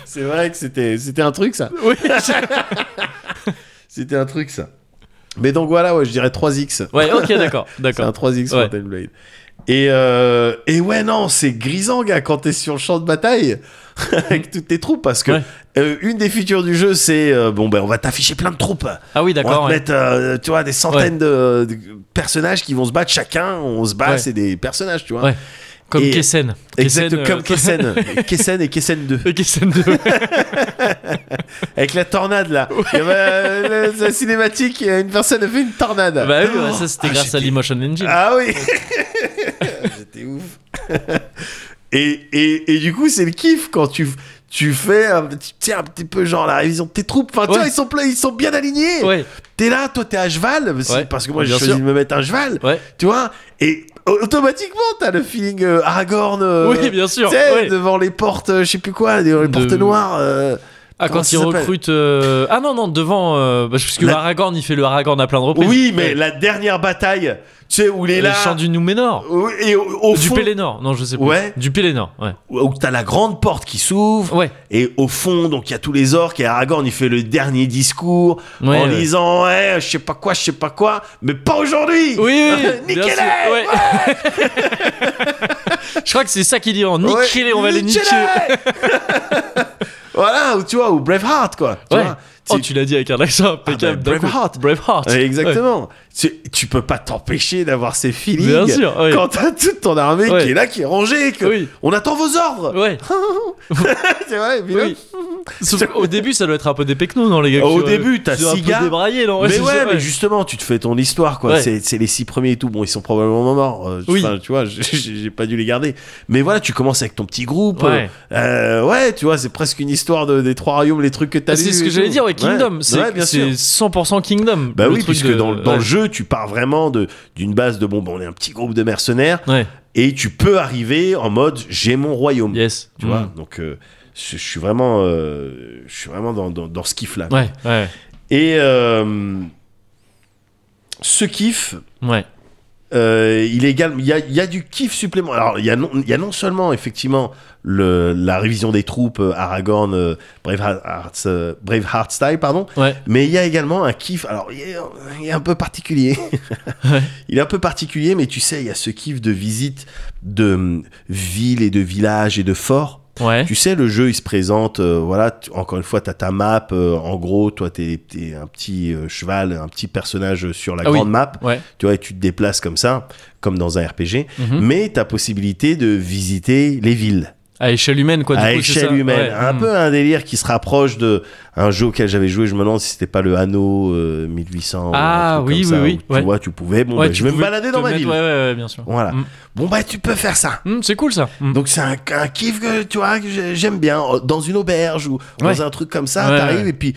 [SPEAKER 3] c'est vrai que c'était, c'était un truc ça.
[SPEAKER 1] Oui.
[SPEAKER 3] C'était un truc ça. Mais donc voilà, ouais, je dirais 3x.
[SPEAKER 1] Ouais, ok, d'accord.
[SPEAKER 3] C'est un
[SPEAKER 1] D'accord.
[SPEAKER 3] 3x
[SPEAKER 1] Ouais.
[SPEAKER 3] Mountain Blade. Et, euh, et ouais, non, c'est grisant, gars, quand t'es sur le champ de bataille avec toutes tes troupes. Parce que
[SPEAKER 1] Mm. Ouais.
[SPEAKER 3] euh, une des features du jeu, c'est euh, bon, ben on va t'afficher plein de troupes.
[SPEAKER 1] Ah oui,
[SPEAKER 3] On va te
[SPEAKER 1] d'accord. ouais.
[SPEAKER 3] mettre, euh, tu vois, des centaines de, de personnages qui vont se battre. Chacun, on se bat,
[SPEAKER 1] Ouais.
[SPEAKER 3] c'est des personnages, tu vois.
[SPEAKER 1] Ouais. Comme
[SPEAKER 3] hein. Et-
[SPEAKER 1] Kessen.
[SPEAKER 3] Exact,
[SPEAKER 1] Kessen, euh,
[SPEAKER 3] comme Kessen. Kessen et Kessen 2.
[SPEAKER 1] Kessen 2.
[SPEAKER 3] Avec la tornade, là. Il y avait, euh, la, la cinématique, une personne a fait une tornade.
[SPEAKER 1] bah oui, ouais, ça c'était
[SPEAKER 3] Ah,
[SPEAKER 1] grâce à
[SPEAKER 3] j'étais-
[SPEAKER 1] l'Emotion Engine.
[SPEAKER 3] Ah oui J'étais ouf. et, et, et du coup, c'est le kiff quand tu, tu fais un, petit- tu sais, un petit peu genre la révision de tes troupes. Enfin, tu
[SPEAKER 1] Ouais.
[SPEAKER 3] vois, ils sont, pleins, ils sont bien alignés.
[SPEAKER 1] Ouais,
[SPEAKER 3] T'es là, toi, t'es à cheval. c'est-
[SPEAKER 1] Ouais,
[SPEAKER 3] Parce que moi, j'ai
[SPEAKER 1] bien
[SPEAKER 3] choisi
[SPEAKER 1] sûr.
[SPEAKER 3] de me mettre un cheval.
[SPEAKER 1] ouais.
[SPEAKER 3] Tu vois Et automatiquement, t'as le feeling euh, Aragorn. euh,
[SPEAKER 1] oui, bien sûr.
[SPEAKER 3] tu sais,
[SPEAKER 1] ouais.
[SPEAKER 3] devant les portes, euh, je sais plus quoi, devant les
[SPEAKER 1] De-
[SPEAKER 3] portes noires. euh,
[SPEAKER 1] Ah,
[SPEAKER 3] comment
[SPEAKER 1] quand
[SPEAKER 3] ça
[SPEAKER 1] il
[SPEAKER 3] s'appelle
[SPEAKER 1] recrute. euh, Ah non, non, devant. euh, bah, Parce que
[SPEAKER 3] La-
[SPEAKER 1] Aragorn, il fait le Aragorn à plein de reprises.
[SPEAKER 3] Oui, mais
[SPEAKER 1] Ouais.
[SPEAKER 3] la dernière bataille, tu sais, où il est
[SPEAKER 1] Le
[SPEAKER 3] là.
[SPEAKER 1] chant du Nouménor.
[SPEAKER 3] Oui, Et au, au
[SPEAKER 1] Du
[SPEAKER 3] fond,
[SPEAKER 1] Pélénor. Non, je sais pas.
[SPEAKER 3] Ouais.
[SPEAKER 1] Du Pélénor, ouais.
[SPEAKER 3] où t'as la grande porte qui s'ouvre.
[SPEAKER 1] Ouais.
[SPEAKER 3] Et au fond, donc il y a tous les orques et Aragorn, il fait le dernier discours
[SPEAKER 1] Ouais,
[SPEAKER 3] en
[SPEAKER 1] ouais.
[SPEAKER 3] disant ouais, je sais pas quoi, je sais pas quoi, mais pas aujourd'hui.
[SPEAKER 1] Oui, oui, oui,
[SPEAKER 3] Niquez-les
[SPEAKER 1] bien sûr, ouais. Je crois que c'est ça qu'il dit en
[SPEAKER 3] Ouais,
[SPEAKER 1] niquez on va les niquer.
[SPEAKER 3] niquez-les Voilà, ou tu vois, ou Braveheart quoi. Tu
[SPEAKER 1] Ouais.
[SPEAKER 3] vois,
[SPEAKER 1] Oh,
[SPEAKER 3] tu-
[SPEAKER 1] tu l'as dit avec un accent impeccable.
[SPEAKER 3] bah,
[SPEAKER 1] d'un coup.
[SPEAKER 3] Braveheart.
[SPEAKER 1] Braveheart.
[SPEAKER 3] Ouais, exactement. Tu, tu peux pas t'empêcher d'avoir ces feelings
[SPEAKER 1] Bien sûr, ouais.
[SPEAKER 3] quand t'as toute ton armée
[SPEAKER 1] Ouais.
[SPEAKER 3] qui est là, qui est rangée, que
[SPEAKER 1] Oui.
[SPEAKER 3] on attend vos ordres.
[SPEAKER 1] Ouais.
[SPEAKER 3] C'est vrai, et puis là,
[SPEAKER 1] Oui. Sauf qu'au début, ça doit être un peu des pecnos, non, les gars
[SPEAKER 3] Au
[SPEAKER 1] qui sont-
[SPEAKER 3] début, t'as
[SPEAKER 1] qui sont un
[SPEAKER 3] six
[SPEAKER 1] peu
[SPEAKER 3] gars.
[SPEAKER 1] débraillés, non
[SPEAKER 3] mais
[SPEAKER 1] c'est
[SPEAKER 3] ouais,
[SPEAKER 1] ça,
[SPEAKER 3] mais justement, tu te fais ton histoire, quoi.
[SPEAKER 1] Ouais.
[SPEAKER 3] C'est, c'est les six premiers et tout. Bon, ils sont probablement morts. euh,
[SPEAKER 1] Oui.
[SPEAKER 3] enfin, tu vois, j'ai- j'ai j'ai pas dû les garder. Mais voilà, tu commences avec ton petit groupe.
[SPEAKER 1] Ouais.
[SPEAKER 3] euh, euh, ouais, tu vois, c'est presque une histoire de, des trois royaumes, les trucs que t'as
[SPEAKER 1] Ah, Bah, C'est
[SPEAKER 3] lus
[SPEAKER 1] ce
[SPEAKER 3] et
[SPEAKER 1] que j'allais
[SPEAKER 3] tout.
[SPEAKER 1] dire, ouais, Kingdom.
[SPEAKER 3] Ouais,
[SPEAKER 1] C'est
[SPEAKER 3] ouais, bien sûr.
[SPEAKER 1] c'est 100% Kingdom.
[SPEAKER 3] Bah
[SPEAKER 1] le
[SPEAKER 3] oui,
[SPEAKER 1] truc
[SPEAKER 3] puisque
[SPEAKER 1] de-
[SPEAKER 3] dans, dans
[SPEAKER 1] ouais.
[SPEAKER 3] le jeu, tu pars vraiment de, d'une base de bon, bon, on est un petit groupe de mercenaires
[SPEAKER 1] Ouais,
[SPEAKER 3] et tu peux arriver en mode j'ai mon royaume.
[SPEAKER 1] yes.
[SPEAKER 3] Tu
[SPEAKER 1] Mm.
[SPEAKER 3] vois, donc euh, je je suis vraiment, euh, je suis vraiment dans, dans, dans ce kiff-là.
[SPEAKER 1] Ouais, ouais,
[SPEAKER 3] Et euh, ce kiff,
[SPEAKER 1] ouais.
[SPEAKER 3] euh, il est égal- il y a, il y a du kiff supplémentaire. Alors, il y, a non- il y a non seulement, effectivement, le, la révision des troupes, euh, Aragorn, euh, Braveheart, euh, Braveheart Style, pardon,
[SPEAKER 1] Ouais,
[SPEAKER 3] mais il y a également un kiff. Alors, il est, il est un peu particulier. il est un peu particulier, mais tu sais, il y a ce kiff de visite de hum, villes et de villages et de forts.
[SPEAKER 1] ouais.
[SPEAKER 3] Tu sais, le jeu, il se présente, euh, voilà, tu- encore une fois, t'as ta map, euh, en gros, toi, t'es es un petit euh, cheval, un petit personnage sur la
[SPEAKER 1] Ah oui.
[SPEAKER 3] grande map,
[SPEAKER 1] Ouais.
[SPEAKER 3] tu vois, et tu te déplaces comme ça, comme dans un RPG,
[SPEAKER 1] Mhm.
[SPEAKER 3] mais t'as possibilité de visiter les villes,
[SPEAKER 1] À échelle humaine, quoi. Ah, du
[SPEAKER 3] à
[SPEAKER 1] coup, c'est
[SPEAKER 3] échelle
[SPEAKER 1] ça.
[SPEAKER 3] humaine,
[SPEAKER 1] Ouais.
[SPEAKER 3] un
[SPEAKER 1] Mm.
[SPEAKER 3] peu un délire qui se rapproche de un jeu auquel j'avais joué, je me demande si c'était pas le Anneau euh, 1800, ou un
[SPEAKER 1] Ah,
[SPEAKER 3] truc
[SPEAKER 1] oui,
[SPEAKER 3] comme ça,
[SPEAKER 1] oui,
[SPEAKER 3] où
[SPEAKER 1] oui, ouais.
[SPEAKER 3] tu vois, tu pouvais, bon,
[SPEAKER 1] Ouais,
[SPEAKER 3] bah,
[SPEAKER 1] tu
[SPEAKER 3] je vais me
[SPEAKER 1] pouvais
[SPEAKER 3] balader
[SPEAKER 1] te
[SPEAKER 3] dans ma
[SPEAKER 1] mettre-
[SPEAKER 3] ville,
[SPEAKER 1] Ouais, ouais, ouais, bien sûr.
[SPEAKER 3] voilà,
[SPEAKER 1] Mm.
[SPEAKER 3] bon, bah, tu peux faire ça.
[SPEAKER 1] Mm, c'est cool ça. Mm.
[SPEAKER 3] Donc c'est un, un kiff que tu vois que j'ai- j'aime bien euh, dans une auberge ou
[SPEAKER 1] Ouais.
[SPEAKER 3] dans un truc comme ça,
[SPEAKER 1] Ouais,
[SPEAKER 3] t'arrives
[SPEAKER 1] ouais.
[SPEAKER 3] et puis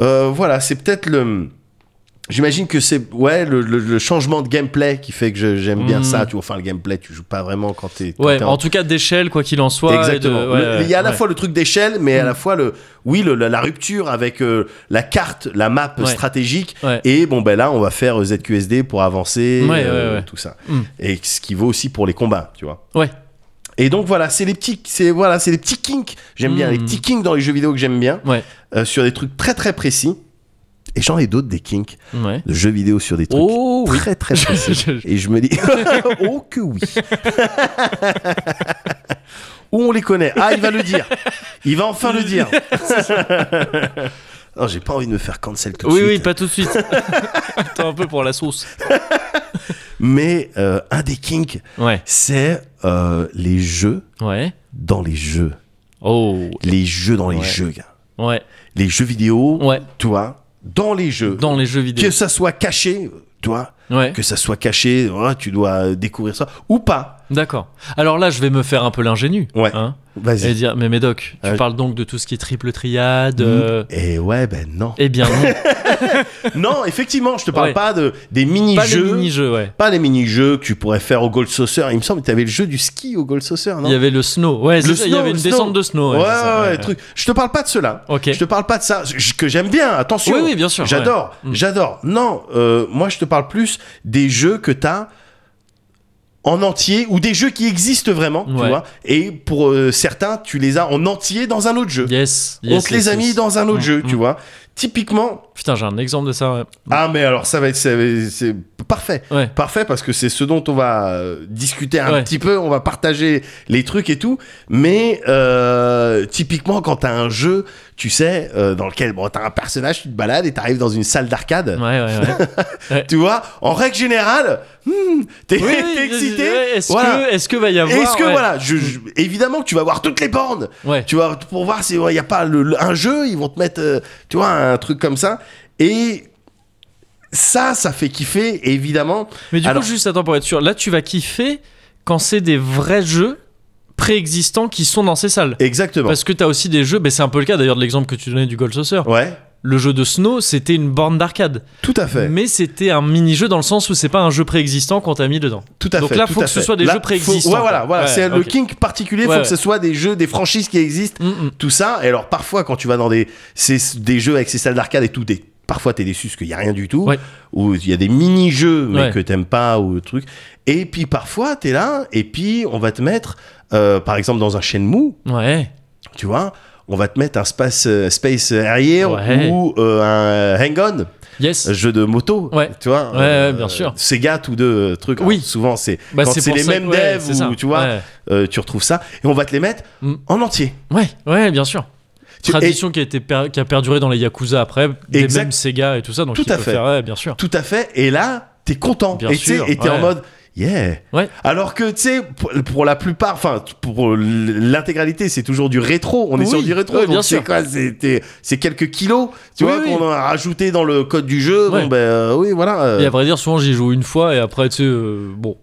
[SPEAKER 3] euh, voilà, c'est peut-être le J'imagine que c'est ouais le, le- le changement de gameplay qui fait que je- j'aime bien
[SPEAKER 1] Mm.
[SPEAKER 3] ça. Tu vois, enfin le gameplay, tu joues pas vraiment quand t'es. quand
[SPEAKER 1] Ouais,
[SPEAKER 3] t'es
[SPEAKER 1] en tout cas d'échelle quoi qu'il en soit. et de-
[SPEAKER 3] Exactement.
[SPEAKER 1] ouais,
[SPEAKER 3] Le- il y a à la
[SPEAKER 1] ouais. Mm.
[SPEAKER 3] fois le truc d'échelle, mais à la fois le oui le- la, la rupture avec euh, la carte, la map
[SPEAKER 1] Ouais.
[SPEAKER 3] stratégique.
[SPEAKER 1] Ouais.
[SPEAKER 3] Et bon ben là, on va faire ZQSD pour avancer,
[SPEAKER 1] Ouais,
[SPEAKER 3] euh,
[SPEAKER 1] ouais, ouais.
[SPEAKER 3] tout ça.
[SPEAKER 1] Mm.
[SPEAKER 3] Et ce qui vaut aussi pour les combats, tu vois.
[SPEAKER 1] Ouais.
[SPEAKER 3] Et donc voilà, c'est les petits, c'est voilà, c'est les petits kinks. J'aime bien
[SPEAKER 1] Mm.
[SPEAKER 3] les petits kinks dans les jeux vidéo que j'aime bien,
[SPEAKER 1] Ouais.
[SPEAKER 3] euh, sur des trucs très très précis. Et j'en ai d'autres des kinks
[SPEAKER 1] Ouais.
[SPEAKER 3] de jeux vidéo sur des trucs
[SPEAKER 1] Oh oui.
[SPEAKER 3] très très précis.
[SPEAKER 1] Je- je-
[SPEAKER 3] Et je me dis, oh que oui. Où on les connaît. Ah, il va le dire. Il va enfin le dire. non, j'ai pas envie de me faire cancel tout de
[SPEAKER 1] Oui,
[SPEAKER 3] suite.
[SPEAKER 1] oui, pas tout de suite. Attends un peu pour la sauce.
[SPEAKER 3] Mais euh, un des kinks,
[SPEAKER 1] Ouais.
[SPEAKER 3] c'est euh, les jeux
[SPEAKER 1] Ouais.
[SPEAKER 3] dans les jeux.
[SPEAKER 1] Oh.
[SPEAKER 3] Les jeux dans les
[SPEAKER 1] Ouais.
[SPEAKER 3] jeux, gars.
[SPEAKER 1] Ouais.
[SPEAKER 3] Les jeux vidéo,
[SPEAKER 1] Ouais.
[SPEAKER 3] tu vois, dans les jeux.
[SPEAKER 1] Dans les jeux vidéo.
[SPEAKER 3] Que ça soit caché, tu vois,
[SPEAKER 1] Ouais.
[SPEAKER 3] que ça soit caché, ouais, tu dois découvrir ça, ou pas.
[SPEAKER 1] D'accord. Alors là, je vais me faire un peu l'ingénu.
[SPEAKER 3] Ouais.
[SPEAKER 1] hein,
[SPEAKER 3] Vas-y. Mm.
[SPEAKER 1] et dire, mais Médoc, tu
[SPEAKER 3] Euh,
[SPEAKER 1] parles donc de tout ce qui est triple triade. euh,
[SPEAKER 3] Et ouais, ben non.
[SPEAKER 1] Eh bien non.
[SPEAKER 3] non, effectivement, je te parle
[SPEAKER 1] Ouais.
[SPEAKER 3] pas de, des
[SPEAKER 1] pas les
[SPEAKER 3] mini-jeux.
[SPEAKER 1] mini-jeux, ouais.
[SPEAKER 3] Pas les mini-jeux que tu pourrais faire au Gold Saucer. Il me semble que tu avais le jeu du ski au Gold Saucer, non
[SPEAKER 1] Il y avait le snow. Ouais, c'est
[SPEAKER 3] Le
[SPEAKER 1] ça, il y
[SPEAKER 3] snow,
[SPEAKER 1] avait une
[SPEAKER 3] le snow.
[SPEAKER 1] descente de snow.
[SPEAKER 3] Ouais,
[SPEAKER 1] c'est ça,
[SPEAKER 3] ouais, ouais, truc. Je te parle pas de cela.
[SPEAKER 1] Ok.
[SPEAKER 3] Je te parle pas de ça, je- que j'aime bien, attention.
[SPEAKER 1] Oui, oui, bien sûr,
[SPEAKER 3] J'adore,
[SPEAKER 1] ouais. Mm.
[SPEAKER 3] j'adore. Non, euh, moi, je te parle plus des jeux que t'as en entier ou des jeux qui existent vraiment, tu
[SPEAKER 1] Ouais.
[SPEAKER 3] vois. Et pour euh, certains, tu les as en entier dans un autre jeu.
[SPEAKER 1] Yes.
[SPEAKER 3] On
[SPEAKER 1] yes,
[SPEAKER 3] te
[SPEAKER 1] yes,
[SPEAKER 3] les a mis
[SPEAKER 1] yes.
[SPEAKER 3] dans un autre
[SPEAKER 1] Mm,
[SPEAKER 3] jeu, tu
[SPEAKER 1] mm.
[SPEAKER 3] vois. Typiquement,
[SPEAKER 1] Putain, j'ai un exemple de ça, ouais.
[SPEAKER 3] ah mais alors ça va être, ça va- c'est parfait.
[SPEAKER 1] Ouais.
[SPEAKER 3] Parfait parce que c'est ce dont on va euh, discuter un
[SPEAKER 1] Ouais.
[SPEAKER 3] petit peu, on va partager les trucs et tout. Mais euh, typiquement quand t'as un jeu, tu sais, euh, dans lequel bon, t'as un personnage, tu te balades et t'arrives dans une salle d'arcade.
[SPEAKER 1] Ouais, ouais, ouais.
[SPEAKER 3] Tu vois, en règle générale, hmm, t'es
[SPEAKER 1] Oui,
[SPEAKER 3] t'es
[SPEAKER 1] oui,
[SPEAKER 3] excité.
[SPEAKER 1] ouais, Est-ce
[SPEAKER 3] Voilà.
[SPEAKER 1] que, est-ce que va y avoir.
[SPEAKER 3] Est-ce que
[SPEAKER 1] ouais.
[SPEAKER 3] voilà, je- je- évidemment que tu vas voir toutes les bornes.
[SPEAKER 1] Ouais.
[SPEAKER 3] Tu vois, pour voir s'il n'y a pas le- le- un jeu, ils vont te mettre, euh, tu vois, un truc comme ça. Et ça, ça fait kiffer, évidemment.
[SPEAKER 1] Mais du
[SPEAKER 3] Alors-
[SPEAKER 1] coup, juste attends pour être sûr, là tu vas kiffer quand c'est des vrais jeux préexistants qui sont dans ces salles.
[SPEAKER 3] Exactement.
[SPEAKER 1] Parce que t'as aussi des jeux, mais c'est un peu le cas d'ailleurs de l'exemple que tu donnais du Gold Saucer.
[SPEAKER 3] Ouais,
[SPEAKER 1] Le jeu de Snow, c'était une borne d'arcade.
[SPEAKER 3] tout à fait.
[SPEAKER 1] Mais c'était un mini-jeu dans le sens où c'est pas un jeu préexistant qu'on t'a mis dedans.
[SPEAKER 3] Tout à
[SPEAKER 1] Donc
[SPEAKER 3] fait.
[SPEAKER 1] là,
[SPEAKER 3] tout
[SPEAKER 1] faut
[SPEAKER 3] à
[SPEAKER 1] que ce
[SPEAKER 3] fait.
[SPEAKER 1] soit des
[SPEAKER 3] Là,
[SPEAKER 1] jeux
[SPEAKER 3] faut-
[SPEAKER 1] préexistants,
[SPEAKER 3] Ouais,
[SPEAKER 1] quoi.
[SPEAKER 3] voilà, voilà.
[SPEAKER 1] Ouais,
[SPEAKER 3] c'est le
[SPEAKER 1] ok.
[SPEAKER 3] kink particulier. Il faut
[SPEAKER 1] Ouais,
[SPEAKER 3] que ce
[SPEAKER 1] ouais.
[SPEAKER 3] soit des jeux, des franchises qui existent.
[SPEAKER 1] Mm, mm.
[SPEAKER 3] tout ça. Et alors parfois quand tu vas dans des, c'est des jeux avec ces salles d'arcade et tout, des, parfois t'es déçu parce qu'il y a rien du tout,
[SPEAKER 1] Ouais.
[SPEAKER 3] ou il y a des mini-jeux mais
[SPEAKER 1] Ouais.
[SPEAKER 3] que t'aimes pas ou truc. Et puis parfois t'es là et puis on va te mettre, euh, par exemple dans un Shenmue,
[SPEAKER 1] mm. Ouais.
[SPEAKER 3] tu vois, on va te mettre un space, euh, space Harrier
[SPEAKER 1] Ouais.
[SPEAKER 3] ou euh, un Hang On,
[SPEAKER 1] Yes.
[SPEAKER 3] jeu de moto,
[SPEAKER 1] Ouais.
[SPEAKER 3] tu vois. euh,
[SPEAKER 1] Ouais, ouais, bien sûr.
[SPEAKER 3] Sega tous deux euh, trucs.
[SPEAKER 1] Oui.
[SPEAKER 3] Alors, souvent c'est
[SPEAKER 1] Bah,
[SPEAKER 3] quand c'est
[SPEAKER 1] pour
[SPEAKER 3] les
[SPEAKER 1] ça-
[SPEAKER 3] mêmes
[SPEAKER 1] ouais,
[SPEAKER 3] devs
[SPEAKER 1] c'est ça.
[SPEAKER 3] ou tu vois,
[SPEAKER 1] Ouais.
[SPEAKER 3] euh, tu retrouves ça et on va te les mettre
[SPEAKER 1] Mm.
[SPEAKER 3] en entier.
[SPEAKER 1] ouais, ouais, bien sûr.
[SPEAKER 3] Tu- et-
[SPEAKER 1] Tradition qui a, été per- qui a perduré dans les Yakuza après, des
[SPEAKER 3] Exact.
[SPEAKER 1] mêmes Sega et tout ça, donc
[SPEAKER 3] Tout
[SPEAKER 1] ils
[SPEAKER 3] à
[SPEAKER 1] peuvent
[SPEAKER 3] fait.
[SPEAKER 1] faire- ouais, bien sûr.
[SPEAKER 3] Tout à fait. Et là, t'es content.
[SPEAKER 1] Bien
[SPEAKER 3] et tu sais,
[SPEAKER 1] sûr,
[SPEAKER 3] et t'es
[SPEAKER 1] ouais.
[SPEAKER 3] en mode, yeah.
[SPEAKER 1] Ouais.
[SPEAKER 3] Alors que, tu sais, pour, pour la plupart, enfin, pour l'intégralité, c'est toujours du rétro. On est
[SPEAKER 1] Oui,
[SPEAKER 3] sur du rétro.
[SPEAKER 1] ouais,
[SPEAKER 3] donc
[SPEAKER 1] bien
[SPEAKER 3] c'est
[SPEAKER 1] sûr.
[SPEAKER 3] quoi C'est t'es- c'est quelques kilos, tu
[SPEAKER 1] Oui,
[SPEAKER 3] vois,
[SPEAKER 1] oui.
[SPEAKER 3] qu'on a rajouté dans le code du jeu.
[SPEAKER 1] Ouais.
[SPEAKER 3] Bon, ben euh, oui, voilà. euh,
[SPEAKER 1] Et à vrai dire, souvent j'y joue une fois et après, tu sais, euh, bon.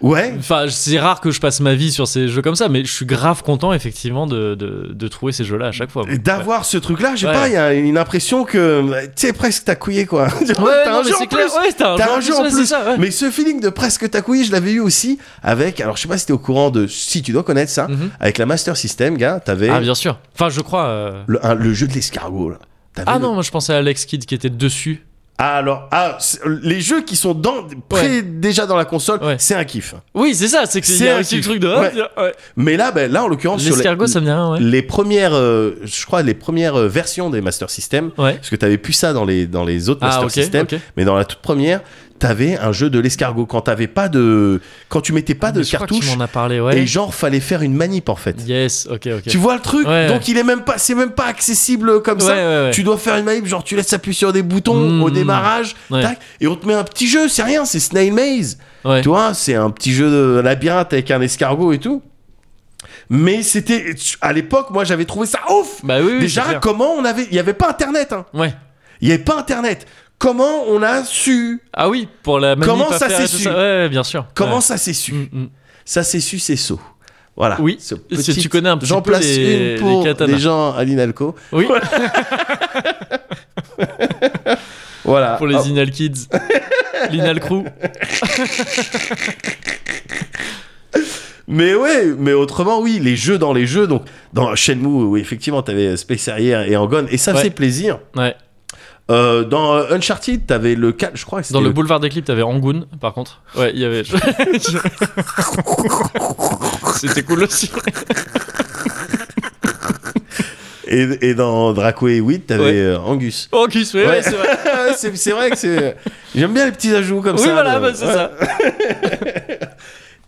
[SPEAKER 3] ouais.
[SPEAKER 1] Enfin, c'est rare que je passe ma vie sur ces jeux comme ça, mais je suis grave content effectivement de, de, de trouver ces jeux-là à chaque fois.
[SPEAKER 3] Et D'avoir ce truc-là, je sais
[SPEAKER 1] Ouais.
[SPEAKER 3] pas, il y a une impression que, tu sais, presque t'as couillé, quoi.
[SPEAKER 1] Ouais, ouais,
[SPEAKER 3] T'as
[SPEAKER 1] non,
[SPEAKER 3] un
[SPEAKER 1] mais
[SPEAKER 3] jeu en
[SPEAKER 1] c'est clair.
[SPEAKER 3] plus.
[SPEAKER 1] Ouais, t'as un,
[SPEAKER 3] T'as un jeu en
[SPEAKER 1] ouais, c'est
[SPEAKER 3] plus.
[SPEAKER 1] ça, ouais.
[SPEAKER 3] Mais ce feeling de presque tacouille, je l'avais eu aussi avec. Alors, je sais pas si t'es au courant de. Si tu dois connaître ça,
[SPEAKER 1] Mhm.
[SPEAKER 3] avec la Master System, gars, t'avais
[SPEAKER 1] Ah, bien sûr. Enfin, je crois. euh,
[SPEAKER 3] le, un- le jeu de l'escargot, là. T'avais
[SPEAKER 1] Ah
[SPEAKER 3] le-
[SPEAKER 1] non, moi je pensais à Alex Kidd qui était dessus.
[SPEAKER 3] Ah, alors, ah, c'est- les jeux qui sont dans, près- déjà dans la console,
[SPEAKER 1] Ouais.
[SPEAKER 3] c'est un kiff.
[SPEAKER 1] Oui, c'est ça, c'est que c'est
[SPEAKER 3] C'est
[SPEAKER 1] y a
[SPEAKER 3] un
[SPEAKER 1] aussi le
[SPEAKER 3] kiff.
[SPEAKER 1] truc de.
[SPEAKER 3] Ouais.
[SPEAKER 1] Ah, ouais.
[SPEAKER 3] Mais là, ben, là, en l'occurrence, sur les-
[SPEAKER 1] L'escargot, ça me dit rien, ouais.
[SPEAKER 3] les premières, euh, je crois, les premières euh, versions des Master System,
[SPEAKER 1] Ouais.
[SPEAKER 3] parce que t'avais plus ça dans les, dans les autres
[SPEAKER 1] Ah,
[SPEAKER 3] Master
[SPEAKER 1] ok,
[SPEAKER 3] System,
[SPEAKER 1] ok.
[SPEAKER 3] mais dans la toute première, t'avais un jeu de l'escargot quand t'avais pas de, quand tu mettais pas
[SPEAKER 1] Ah,
[SPEAKER 3] de
[SPEAKER 1] Mais je crois que tu
[SPEAKER 3] cartouche
[SPEAKER 1] m'en as parlé, ouais.
[SPEAKER 3] et genre fallait faire une manip en fait.
[SPEAKER 1] Yes, ok, ok.
[SPEAKER 3] Tu vois le truc
[SPEAKER 1] Ouais,
[SPEAKER 3] Donc
[SPEAKER 1] ouais.
[SPEAKER 3] il est même pas, c'est même pas accessible comme ça.
[SPEAKER 1] Ouais, ouais, ouais.
[SPEAKER 3] Tu dois faire une manip, genre tu laisses appuyer sur des boutons
[SPEAKER 1] Mmh,
[SPEAKER 3] au démarrage,
[SPEAKER 1] Ouais.
[SPEAKER 3] tac, et on te met un petit jeu, c'est rien, c'est Snail Maze.
[SPEAKER 1] Ouais.
[SPEAKER 3] Tu vois, c'est un petit jeu de labyrinthe avec un escargot et tout. Mais c'était à l'époque, moi j'avais trouvé ça ouf.
[SPEAKER 1] Bah oui, oui, c'est
[SPEAKER 3] Déjà,
[SPEAKER 1] clair.
[SPEAKER 3] comment on avait, il y avait pas Internet, hein.
[SPEAKER 1] Ouais.
[SPEAKER 3] Il y avait pas Internet. Comment on a su
[SPEAKER 1] Ah oui, pour la manip
[SPEAKER 3] Comment
[SPEAKER 1] à
[SPEAKER 3] ça
[SPEAKER 1] faire
[SPEAKER 3] s'est
[SPEAKER 1] et tout
[SPEAKER 3] su
[SPEAKER 1] Ouais, ouais, bien sûr.
[SPEAKER 3] Comment
[SPEAKER 1] Ouais.
[SPEAKER 3] ça s'est su
[SPEAKER 1] Mm, mm.
[SPEAKER 3] Ça s'est su, c'est saut. Voilà.
[SPEAKER 1] Oui,
[SPEAKER 3] Ce
[SPEAKER 1] si
[SPEAKER 3] petit-
[SPEAKER 1] tu connais un petit
[SPEAKER 3] J'en
[SPEAKER 1] peu
[SPEAKER 3] place
[SPEAKER 1] les-
[SPEAKER 3] une pour
[SPEAKER 1] les katanas.
[SPEAKER 3] les gens à l'Inalco.
[SPEAKER 1] Oui,
[SPEAKER 3] Voilà.
[SPEAKER 1] pour les
[SPEAKER 3] Ah,
[SPEAKER 1] Inal Kids. L'Inal Crew.
[SPEAKER 3] Mais ouais, mais autrement, oui, les jeux dans les jeux. Donc, dans Shenmue, où effectivement, t'avais euh, Space Harrier et Angon, et ça
[SPEAKER 1] Ouais.
[SPEAKER 3] faisait plaisir.
[SPEAKER 1] Ouais.
[SPEAKER 3] Euh, dans euh, Uncharted, t'avais le 4, je crois que c'était
[SPEAKER 1] Dans le boulevard des clips, t'avais Angoon, par contre. Ouais, il y avait. c'était cool aussi.
[SPEAKER 3] Et, et dans Dracoué et Weed, t'avais
[SPEAKER 1] Ouais.
[SPEAKER 3] euh, Angus.
[SPEAKER 1] Oh, qui se fait, ouais, c'est vrai.
[SPEAKER 3] Ouais, c'est c'est vrai que c'est. J'aime bien les petits ajouts comme
[SPEAKER 1] Oui,
[SPEAKER 3] ça.
[SPEAKER 1] voilà,
[SPEAKER 3] de-
[SPEAKER 1] bah, c'est
[SPEAKER 3] ouais.
[SPEAKER 1] ça.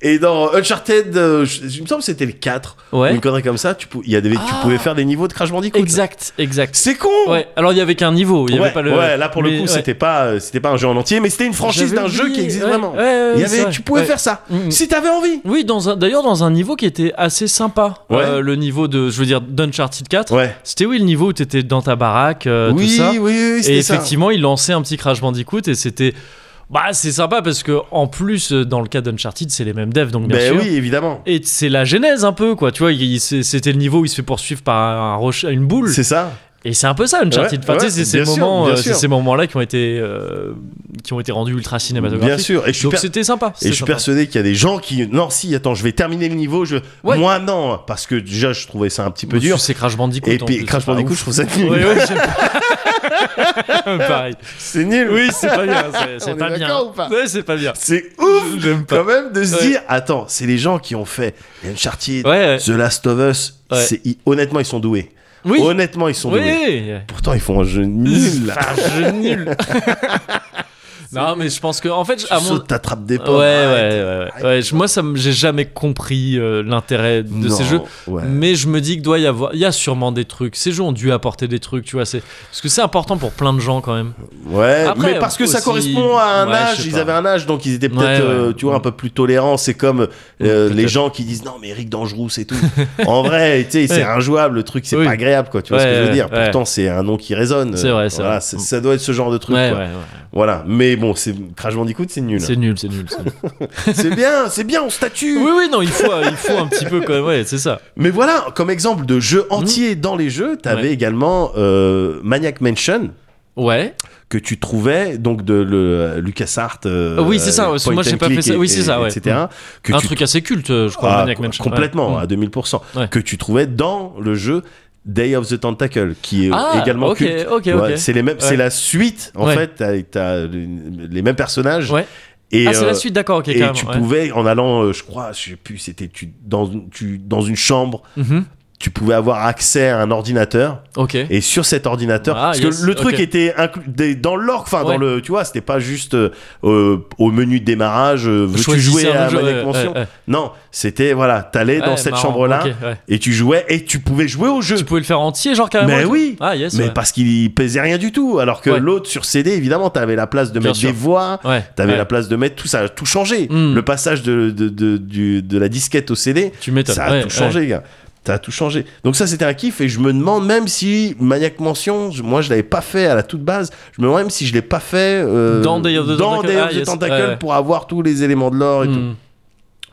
[SPEAKER 3] Et dans Uncharted, euh, je- il me semble que c'était le 4.
[SPEAKER 1] Ouais.
[SPEAKER 3] ou Une connerie comme ça, tu, pou- il y a des, tu
[SPEAKER 1] Ah.
[SPEAKER 3] pouvais faire des niveaux de Crash Bandicoot.
[SPEAKER 1] Exact, exact.
[SPEAKER 3] C'est con
[SPEAKER 1] Ouais, alors il y avait qu'un niveau, il y
[SPEAKER 3] ouais,
[SPEAKER 1] avait pas le.
[SPEAKER 3] ouais, là pour le
[SPEAKER 1] mais,
[SPEAKER 3] coup,
[SPEAKER 1] ouais.
[SPEAKER 3] c'était pas, euh, c'était pas un jeu en entier, mais c'était une franchise
[SPEAKER 1] J'avais
[SPEAKER 3] d'un jeu qui
[SPEAKER 1] oublié,
[SPEAKER 3] existe
[SPEAKER 1] ouais,
[SPEAKER 3] vraiment.
[SPEAKER 1] ouais, ouais,
[SPEAKER 3] Il y
[SPEAKER 1] c'est
[SPEAKER 3] avait,
[SPEAKER 1] vrai,
[SPEAKER 3] tu pouvais
[SPEAKER 1] ouais.
[SPEAKER 3] faire ça
[SPEAKER 1] Mm, mm.
[SPEAKER 3] si t'avais envie.
[SPEAKER 1] Oui, dans un- d'ailleurs dans un niveau qui était assez sympa.
[SPEAKER 3] Ouais.
[SPEAKER 1] Euh, le niveau de, je veux dire, d'Uncharted 4.
[SPEAKER 3] Ouais.
[SPEAKER 1] C'était oui le niveau où t'étais dans ta baraque, euh,
[SPEAKER 3] oui,
[SPEAKER 1] tout ça.
[SPEAKER 3] oui, oui, oui,
[SPEAKER 1] Et
[SPEAKER 3] c'était ça.
[SPEAKER 1] effectivement, il lançait un petit Crash Bandicoot et c'était. Bah, c'est sympa parce que, en plus, euh, dans le cas d'Uncharted, c'est les mêmes devs, donc bien
[SPEAKER 3] Ben
[SPEAKER 1] sûr.
[SPEAKER 3] oui, évidemment.
[SPEAKER 1] Et c'est la genèse un peu, quoi. Tu vois, il- il- c'est- c'était le niveau où il se fait poursuivre par un roche, une boule.
[SPEAKER 3] C'est ça.
[SPEAKER 1] Et c'est un peu ça, Uncharted.
[SPEAKER 3] Ouais,
[SPEAKER 1] Enfin, tu sais,
[SPEAKER 3] ouais,
[SPEAKER 1] c'est ces
[SPEAKER 3] bien sûr,
[SPEAKER 1] moments,
[SPEAKER 3] bien
[SPEAKER 1] euh, c'est
[SPEAKER 3] sûr.
[SPEAKER 1] ces moments-là qui ont été, euh, qui ont été rendus ultra cinématographiques.
[SPEAKER 3] Bien sûr. Et je suis,
[SPEAKER 1] Donc
[SPEAKER 3] per-
[SPEAKER 1] c'était sympa.
[SPEAKER 3] et
[SPEAKER 1] c'était
[SPEAKER 3] je suis
[SPEAKER 1] sympa.
[SPEAKER 3] persuadé qu'il y a des gens qui. Non, si, attends, je vais terminer le niveau. Je...
[SPEAKER 1] Ouais.
[SPEAKER 3] Moi, non. Parce que déjà, je trouvais ça un petit peu
[SPEAKER 1] Parce que
[SPEAKER 3] dur.
[SPEAKER 1] C'est Crash Bandicoot.
[SPEAKER 3] Et
[SPEAKER 1] en
[SPEAKER 3] puis
[SPEAKER 1] plus,
[SPEAKER 3] Crash
[SPEAKER 1] c'est pas
[SPEAKER 3] Bandicoot,
[SPEAKER 1] ouf.
[SPEAKER 3] je trouve ça
[SPEAKER 1] Ouais,
[SPEAKER 3] nul.
[SPEAKER 1] ouais, j'aime pas. Pareil.
[SPEAKER 3] C'est nul.
[SPEAKER 1] Oui, c'est pas bien. c'est-
[SPEAKER 2] On
[SPEAKER 1] C'est
[SPEAKER 2] est
[SPEAKER 1] pas bien.
[SPEAKER 2] d'accord ou pas
[SPEAKER 1] Ouais, c'est pas bien.
[SPEAKER 3] C'est ouf
[SPEAKER 1] J'aime pas.
[SPEAKER 3] quand même de se
[SPEAKER 1] Ouais.
[SPEAKER 3] dire attends, c'est les gens qui ont fait Uncharted,
[SPEAKER 1] Ouais, ouais.
[SPEAKER 3] The Last of Us.
[SPEAKER 1] Ouais.
[SPEAKER 3] c'est- ils- honnêtement, ils sont doués.
[SPEAKER 1] Oui.
[SPEAKER 3] Honnêtement, ils sont doués.
[SPEAKER 1] Oui.
[SPEAKER 3] Pourtant, ils font un jeu nul. là.
[SPEAKER 1] Enfin, je nul. non, mais je pense que en fait,
[SPEAKER 3] Tu
[SPEAKER 1] à mon
[SPEAKER 3] sautes, t'attrapes des
[SPEAKER 1] Ouais,
[SPEAKER 3] pommes.
[SPEAKER 1] ouais,
[SPEAKER 3] arrête.
[SPEAKER 1] ouais, ouais. Ouais, je- moi, ça, me- j'ai jamais compris euh, l'intérêt de
[SPEAKER 3] Non,
[SPEAKER 1] ces jeux.
[SPEAKER 3] ouais.
[SPEAKER 1] Mais je me dis que doit y avoir, il y a sûrement des trucs. Ces jeux ont dû apporter des trucs, tu vois. C'est parce que c'est important pour plein de gens quand même.
[SPEAKER 3] Ouais,
[SPEAKER 1] Après,
[SPEAKER 3] mais parce que ça
[SPEAKER 1] aussi-
[SPEAKER 3] correspond à un
[SPEAKER 1] Ouais, je
[SPEAKER 3] âge,
[SPEAKER 1] sais
[SPEAKER 3] ils
[SPEAKER 1] pas.
[SPEAKER 3] avaient un âge, donc ils étaient peut-être,
[SPEAKER 1] Ouais, ouais.
[SPEAKER 3] euh, tu vois, un peu plus tolérants. C'est comme euh,
[SPEAKER 1] peut-être.
[SPEAKER 3] les gens qui disent non, mais Eric Dangerous, c'est tout. en vrai, tu sais, c'est
[SPEAKER 1] Ouais.
[SPEAKER 3] injouable, le truc, c'est
[SPEAKER 1] Oui.
[SPEAKER 3] pas agréable, quoi. Tu vois
[SPEAKER 1] Ouais,
[SPEAKER 3] ce que je veux
[SPEAKER 1] ouais,
[SPEAKER 3] dire
[SPEAKER 1] ouais.
[SPEAKER 3] Pourtant, c'est un nom qui résonne.
[SPEAKER 1] C'est vrai, c'est
[SPEAKER 3] Voilà,
[SPEAKER 1] vrai.
[SPEAKER 3] c'est- Ça doit être ce genre de truc,
[SPEAKER 1] ouais,
[SPEAKER 3] quoi.
[SPEAKER 1] ouais, ouais.
[SPEAKER 3] Voilà. Mais bon, c'est Crash Bandicoot, c'est nul.
[SPEAKER 1] C'est nul, c'est nul. c'est nul.
[SPEAKER 3] C'est bien, c'est bien, on statue.
[SPEAKER 1] oui, oui, non, il faut, il faut un petit peu quand même. Ouais, c'est ça.
[SPEAKER 3] Mais voilà, comme exemple de jeu entier dans les jeux, t'avais
[SPEAKER 1] Mhm. Ouais.
[SPEAKER 3] également euh, Maniac Mansion.
[SPEAKER 1] Ouais.
[SPEAKER 3] que tu trouvais donc de le LucasArts euh,
[SPEAKER 1] Oui, c'est ça,
[SPEAKER 3] euh,
[SPEAKER 1] parce que moi,
[SPEAKER 3] point
[SPEAKER 1] j'ai
[SPEAKER 3] and
[SPEAKER 1] pas fait
[SPEAKER 3] click
[SPEAKER 1] ça.
[SPEAKER 3] et-
[SPEAKER 1] Oui, c'est
[SPEAKER 3] et-
[SPEAKER 1] ça, ouais. Mhm.
[SPEAKER 3] etc que
[SPEAKER 1] un
[SPEAKER 3] tu
[SPEAKER 1] truc assez culte, je crois.
[SPEAKER 3] ah,
[SPEAKER 1] Maniac
[SPEAKER 3] co-
[SPEAKER 1] Mansion.
[SPEAKER 3] complètement
[SPEAKER 1] Ouais. Mm. Mhm.
[SPEAKER 3] à 2000%
[SPEAKER 1] Ouais.
[SPEAKER 3] que tu trouvais dans le jeu Day of the Tentacle qui est
[SPEAKER 1] Ah,
[SPEAKER 3] également
[SPEAKER 1] ok,
[SPEAKER 3] culte
[SPEAKER 1] ok,
[SPEAKER 3] Tu vois,
[SPEAKER 1] ok.
[SPEAKER 3] c'est les mêmes
[SPEAKER 1] Ouais.
[SPEAKER 3] c'est la suite en
[SPEAKER 1] Ouais.
[SPEAKER 3] fait t'as, t'as les les mêmes personnages
[SPEAKER 1] Ouais.
[SPEAKER 3] et
[SPEAKER 1] ah, c'est
[SPEAKER 3] euh,
[SPEAKER 1] la suite, d'accord, ok,
[SPEAKER 3] et
[SPEAKER 1] carrément.
[SPEAKER 3] tu
[SPEAKER 1] ouais.
[SPEAKER 3] pouvais en allant euh, je crois je sais plus c'était tu dans tu dans une chambre
[SPEAKER 1] Mhm.
[SPEAKER 3] tu pouvais avoir accès à un ordinateur
[SPEAKER 1] Ok.
[SPEAKER 3] et sur cet ordinateur
[SPEAKER 1] Ah,
[SPEAKER 3] parce
[SPEAKER 1] yes,
[SPEAKER 3] que le truc
[SPEAKER 1] ok.
[SPEAKER 3] était inclus des- dans l'orgue enfin
[SPEAKER 1] Ouais.
[SPEAKER 3] dans le tu vois c'était pas juste euh, euh, au menu de démarrage euh, veux-tu
[SPEAKER 1] Choisissez
[SPEAKER 3] jouer
[SPEAKER 1] un
[SPEAKER 3] à
[SPEAKER 1] jeu,
[SPEAKER 3] Maniac
[SPEAKER 1] ouais,
[SPEAKER 3] Mansion
[SPEAKER 1] ouais, ouais.
[SPEAKER 3] non c'était voilà t'allais dans
[SPEAKER 1] Ouais,
[SPEAKER 3] cette
[SPEAKER 1] marrant,
[SPEAKER 3] chambre là
[SPEAKER 1] ok, ouais.
[SPEAKER 3] et tu jouais et tu pouvais jouer au jeu
[SPEAKER 1] Tu pouvais le faire entier, genre carrément.
[SPEAKER 3] Mais
[SPEAKER 1] et tout
[SPEAKER 3] oui.
[SPEAKER 1] Ah, yes.
[SPEAKER 3] mais
[SPEAKER 1] ouais.
[SPEAKER 3] parce qu'il pesait rien du tout alors que
[SPEAKER 1] Ouais.
[SPEAKER 3] l'autre sur CD évidemment t'avais la place de
[SPEAKER 1] Bien
[SPEAKER 3] mettre
[SPEAKER 1] sûr.
[SPEAKER 3] des voix
[SPEAKER 1] Ouais.
[SPEAKER 3] T'avais
[SPEAKER 1] ouais.
[SPEAKER 3] la place de mettre tout ça, a tout changé.
[SPEAKER 1] Mm.
[SPEAKER 3] Le passage de, de, de, du- de la disquette au CD,
[SPEAKER 1] Tu m'étonnes.
[SPEAKER 3] ça a
[SPEAKER 1] ouais,
[SPEAKER 3] tout changé, gars. Ça a tout changé. Donc ça, c'était un kiff et je me demande même si Maniac Mansion, je- moi je l'avais pas fait à la toute base. Je me demande même si je l'ai pas fait euh,
[SPEAKER 1] Dans Day of the
[SPEAKER 3] dans
[SPEAKER 1] Tentacle.
[SPEAKER 3] Day of
[SPEAKER 1] Ah,
[SPEAKER 3] the
[SPEAKER 1] yes.
[SPEAKER 3] Tentacle
[SPEAKER 1] Ouais, ouais.
[SPEAKER 3] pour avoir tous les éléments de l'or
[SPEAKER 1] ouais.
[SPEAKER 3] et tout.
[SPEAKER 1] Hmm.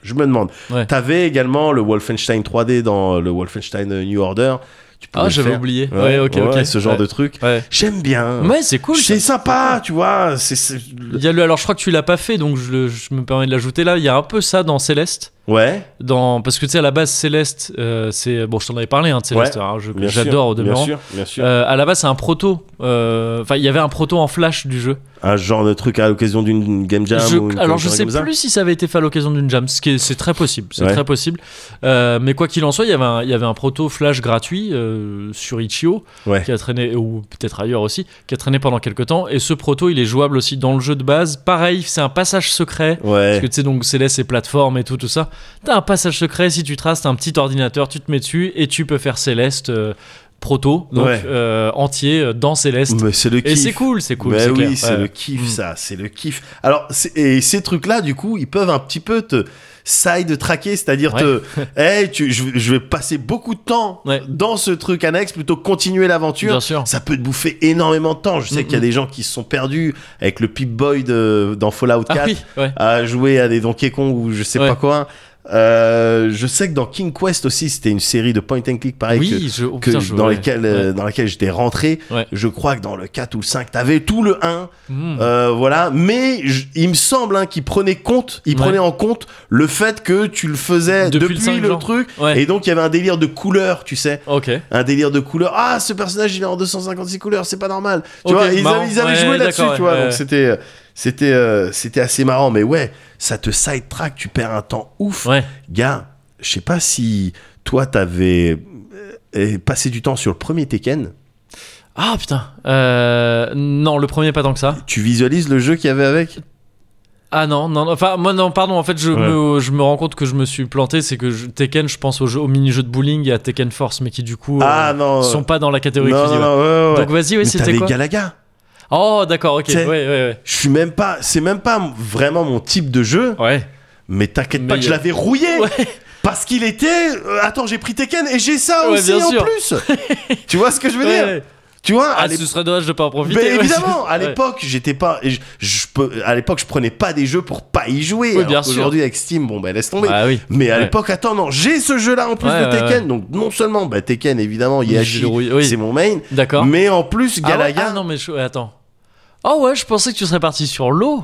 [SPEAKER 3] Je me demande.
[SPEAKER 1] Ouais.
[SPEAKER 3] T'avais également le Wolfenstein 3D dans le Wolfenstein euh, New Order. Tu pouvais
[SPEAKER 1] Ah,
[SPEAKER 3] le
[SPEAKER 1] j'avais
[SPEAKER 3] faire.
[SPEAKER 1] oublié. Ouais, ok, ok.
[SPEAKER 3] Ce genre
[SPEAKER 1] Ouais.
[SPEAKER 3] de truc.
[SPEAKER 1] Ouais.
[SPEAKER 3] J'aime bien.
[SPEAKER 1] Ouais, c'est cool. ça.
[SPEAKER 3] c'est sympa, tu vois. C'est, c'est-
[SPEAKER 1] Il y a le, alors je crois que tu l'as pas fait, donc je, le- je me permets de l'ajouter là. Il y a un peu ça dans Céleste.
[SPEAKER 3] Ouais.
[SPEAKER 1] Dans, parce que tu sais, à la base, Céleste, euh, c'est. Bon, je t'en avais parlé, hein, de Céleste,
[SPEAKER 3] Ouais,
[SPEAKER 1] c'est un jeu que
[SPEAKER 3] Bien sûr,
[SPEAKER 1] j'adore au
[SPEAKER 3] Bien
[SPEAKER 1] demeurant.
[SPEAKER 3] sûr, bien sûr.
[SPEAKER 1] Euh, à la base, c'est un proto. euh, Enfin, il y avait un proto en flash du jeu.
[SPEAKER 3] un genre de truc à l'occasion d'une game jam.
[SPEAKER 1] Je-
[SPEAKER 3] ou une
[SPEAKER 1] alors je
[SPEAKER 3] connerie
[SPEAKER 1] sais
[SPEAKER 3] comme ça.
[SPEAKER 1] plus si ça avait été fait à l'occasion d'une jam, ce qui est- c'est très possible, c'est
[SPEAKER 3] Ouais.
[SPEAKER 1] très possible. Euh, mais quoi qu'il en soit, il y avait un, il y avait un proto flash gratuit euh, sur Itch.io
[SPEAKER 3] Ouais.
[SPEAKER 1] qui a traîné ou peut-être ailleurs aussi, qui a traîné pendant quelques temps. Et ce proto, il est jouable aussi dans le jeu de base. Pareil, c'est un passage secret. Parce
[SPEAKER 3] Ouais.
[SPEAKER 1] que tu sais, donc Céleste et plateforme et tout, tout ça. T'as un passage secret, si tu traces, t'as un petit ordinateur, tu te mets dessus et tu peux faire Céleste euh, proto, donc
[SPEAKER 3] Ouais.
[SPEAKER 1] euh, entier, euh, dans Céleste.
[SPEAKER 3] Mais c'est le kiff.
[SPEAKER 1] et c'est cool, c'est cool.
[SPEAKER 3] Mais
[SPEAKER 1] c'est
[SPEAKER 3] Bah oui,
[SPEAKER 1] clair.
[SPEAKER 3] c'est
[SPEAKER 1] Ouais. Mm.
[SPEAKER 3] le kiff, ça. C'est le kiff. Alors, c'est- et ces trucs-là, du coup, ils peuvent un petit peu te side traquer, c'est-à-dire
[SPEAKER 1] Ouais.
[SPEAKER 3] te, hey, tu, je, je vais passer beaucoup de temps
[SPEAKER 1] Ouais.
[SPEAKER 3] dans ce truc annexe plutôt que continuer l'aventure.
[SPEAKER 1] Bien sûr.
[SPEAKER 3] Ça peut te bouffer énormément de temps. Je sais
[SPEAKER 1] Mm,
[SPEAKER 3] qu'il y a
[SPEAKER 1] mm.
[SPEAKER 3] des gens qui se sont perdus avec le Pip Boy de, dans Fallout 4.
[SPEAKER 1] Ah oui, ouais.
[SPEAKER 3] à jouer à des Donkey Kong ou je sais
[SPEAKER 1] Ouais.
[SPEAKER 3] pas quoi. Euh, je sais que dans King Quest aussi, c'était une série de point and click pareil
[SPEAKER 1] Oui, je, oh,
[SPEAKER 3] Ah, que, que
[SPEAKER 1] putain, je-
[SPEAKER 3] dans,
[SPEAKER 1] ouais.
[SPEAKER 3] lesquelles, euh,
[SPEAKER 1] Ouais.
[SPEAKER 3] dans laquelle j'étais rentré.
[SPEAKER 1] Ouais.
[SPEAKER 3] Je crois que dans le 4 ou le 5, t'avais tout le 1.
[SPEAKER 1] Mm.
[SPEAKER 3] euh, voilà, mais je- il me semble hein, qu'il prenait compte, il
[SPEAKER 1] Ouais.
[SPEAKER 3] prenait en compte le fait que tu le faisais
[SPEAKER 1] Depuis
[SPEAKER 3] depuis,
[SPEAKER 1] le 5,
[SPEAKER 3] le
[SPEAKER 1] genre.
[SPEAKER 3] truc.
[SPEAKER 1] Ouais.
[SPEAKER 3] Et donc il y avait un délire de couleur, tu sais
[SPEAKER 1] Ok.
[SPEAKER 3] un délire de couleurs. Ah, ce personnage, il est en 256 couleurs, c'est pas normal. Tu
[SPEAKER 1] Ok,
[SPEAKER 3] vois, ils
[SPEAKER 1] marrant.
[SPEAKER 3] avaient, ils avaient
[SPEAKER 1] Ouais,
[SPEAKER 3] joué là-dessus,
[SPEAKER 1] d'accord,
[SPEAKER 3] tu vois.
[SPEAKER 1] ouais, ouais.
[SPEAKER 3] Donc c'était, euh, c'était, euh, c'était assez marrant. Mais ouais, ça te sidetrack, tu perds un temps ouf,
[SPEAKER 1] Ouais.
[SPEAKER 3] gars. je sais pas si toi, t'avais euh, passé du temps sur le premier Tekken.
[SPEAKER 1] Ah putain. Euh, non, le premier pas tant que ça.
[SPEAKER 3] Tu visualises le jeu qu'il y avait avec
[SPEAKER 1] Ah non, non, non. enfin moi non, pardon. En fait, je,
[SPEAKER 3] Ouais.
[SPEAKER 1] me, je me rends compte que je me suis planté. C'est que je- Tekken, je pense au, jeu- au mini-jeu de bowling et à Tekken Force, mais qui du coup euh,
[SPEAKER 3] Ah non.
[SPEAKER 1] sont pas dans la catégorie
[SPEAKER 3] non, non,
[SPEAKER 1] exclusive.
[SPEAKER 3] non, ouais, ouais, ouais.
[SPEAKER 1] Donc vas-y, ouais,
[SPEAKER 3] Mais
[SPEAKER 1] c'était
[SPEAKER 3] t'avais
[SPEAKER 1] quoi
[SPEAKER 3] Galaga.
[SPEAKER 1] Oh d'accord, ok. Ouais,
[SPEAKER 3] T'sais-
[SPEAKER 1] ouais, ouais.
[SPEAKER 3] Je suis même pas, c'est même pas vraiment mon type de jeu,
[SPEAKER 1] Ouais.
[SPEAKER 3] mais t'inquiète pas
[SPEAKER 1] Mais,
[SPEAKER 3] que
[SPEAKER 1] euh,
[SPEAKER 3] je l'avais rouillé.
[SPEAKER 1] Ouais.
[SPEAKER 3] Parce qu'il était. euh, attends, j'ai pris Tekken et j'ai ça
[SPEAKER 1] Ouais,
[SPEAKER 3] aussi
[SPEAKER 1] bien
[SPEAKER 3] en
[SPEAKER 1] sûr.
[SPEAKER 3] plus. tu vois ce que je veux dire
[SPEAKER 1] ouais.
[SPEAKER 3] Tu vois à
[SPEAKER 1] Ah,
[SPEAKER 3] l'ép-
[SPEAKER 1] ce serait dommage de pas en profiter.
[SPEAKER 3] Mais
[SPEAKER 1] ouais.
[SPEAKER 3] évidemment, à
[SPEAKER 1] Ouais.
[SPEAKER 3] l'époque, j'étais pas. et Je, je peux, à l'époque, je prenais pas des jeux pour pas y jouer.
[SPEAKER 1] Oui, bien sûr.
[SPEAKER 3] Aujourd'hui, avec Steam, bon, ben laisse tomber.
[SPEAKER 1] Ah oui.
[SPEAKER 3] Mais à
[SPEAKER 1] Ouais.
[SPEAKER 3] l'époque, attends, non, j'ai ce jeu-là en plus
[SPEAKER 1] Ouais,
[SPEAKER 3] de
[SPEAKER 1] ouais,
[SPEAKER 3] Tekken. Donc, non seulement, bah, Tekken, évidemment, Yashi,
[SPEAKER 1] le rouille, oui.
[SPEAKER 3] c'est mon main.
[SPEAKER 1] D'accord.
[SPEAKER 3] Mais en plus,
[SPEAKER 1] Ah ouais
[SPEAKER 3] Galaga.
[SPEAKER 1] Ah non, mais je- ouais, attends. Oh ouais, je pensais que tu serais parti sur l'eau.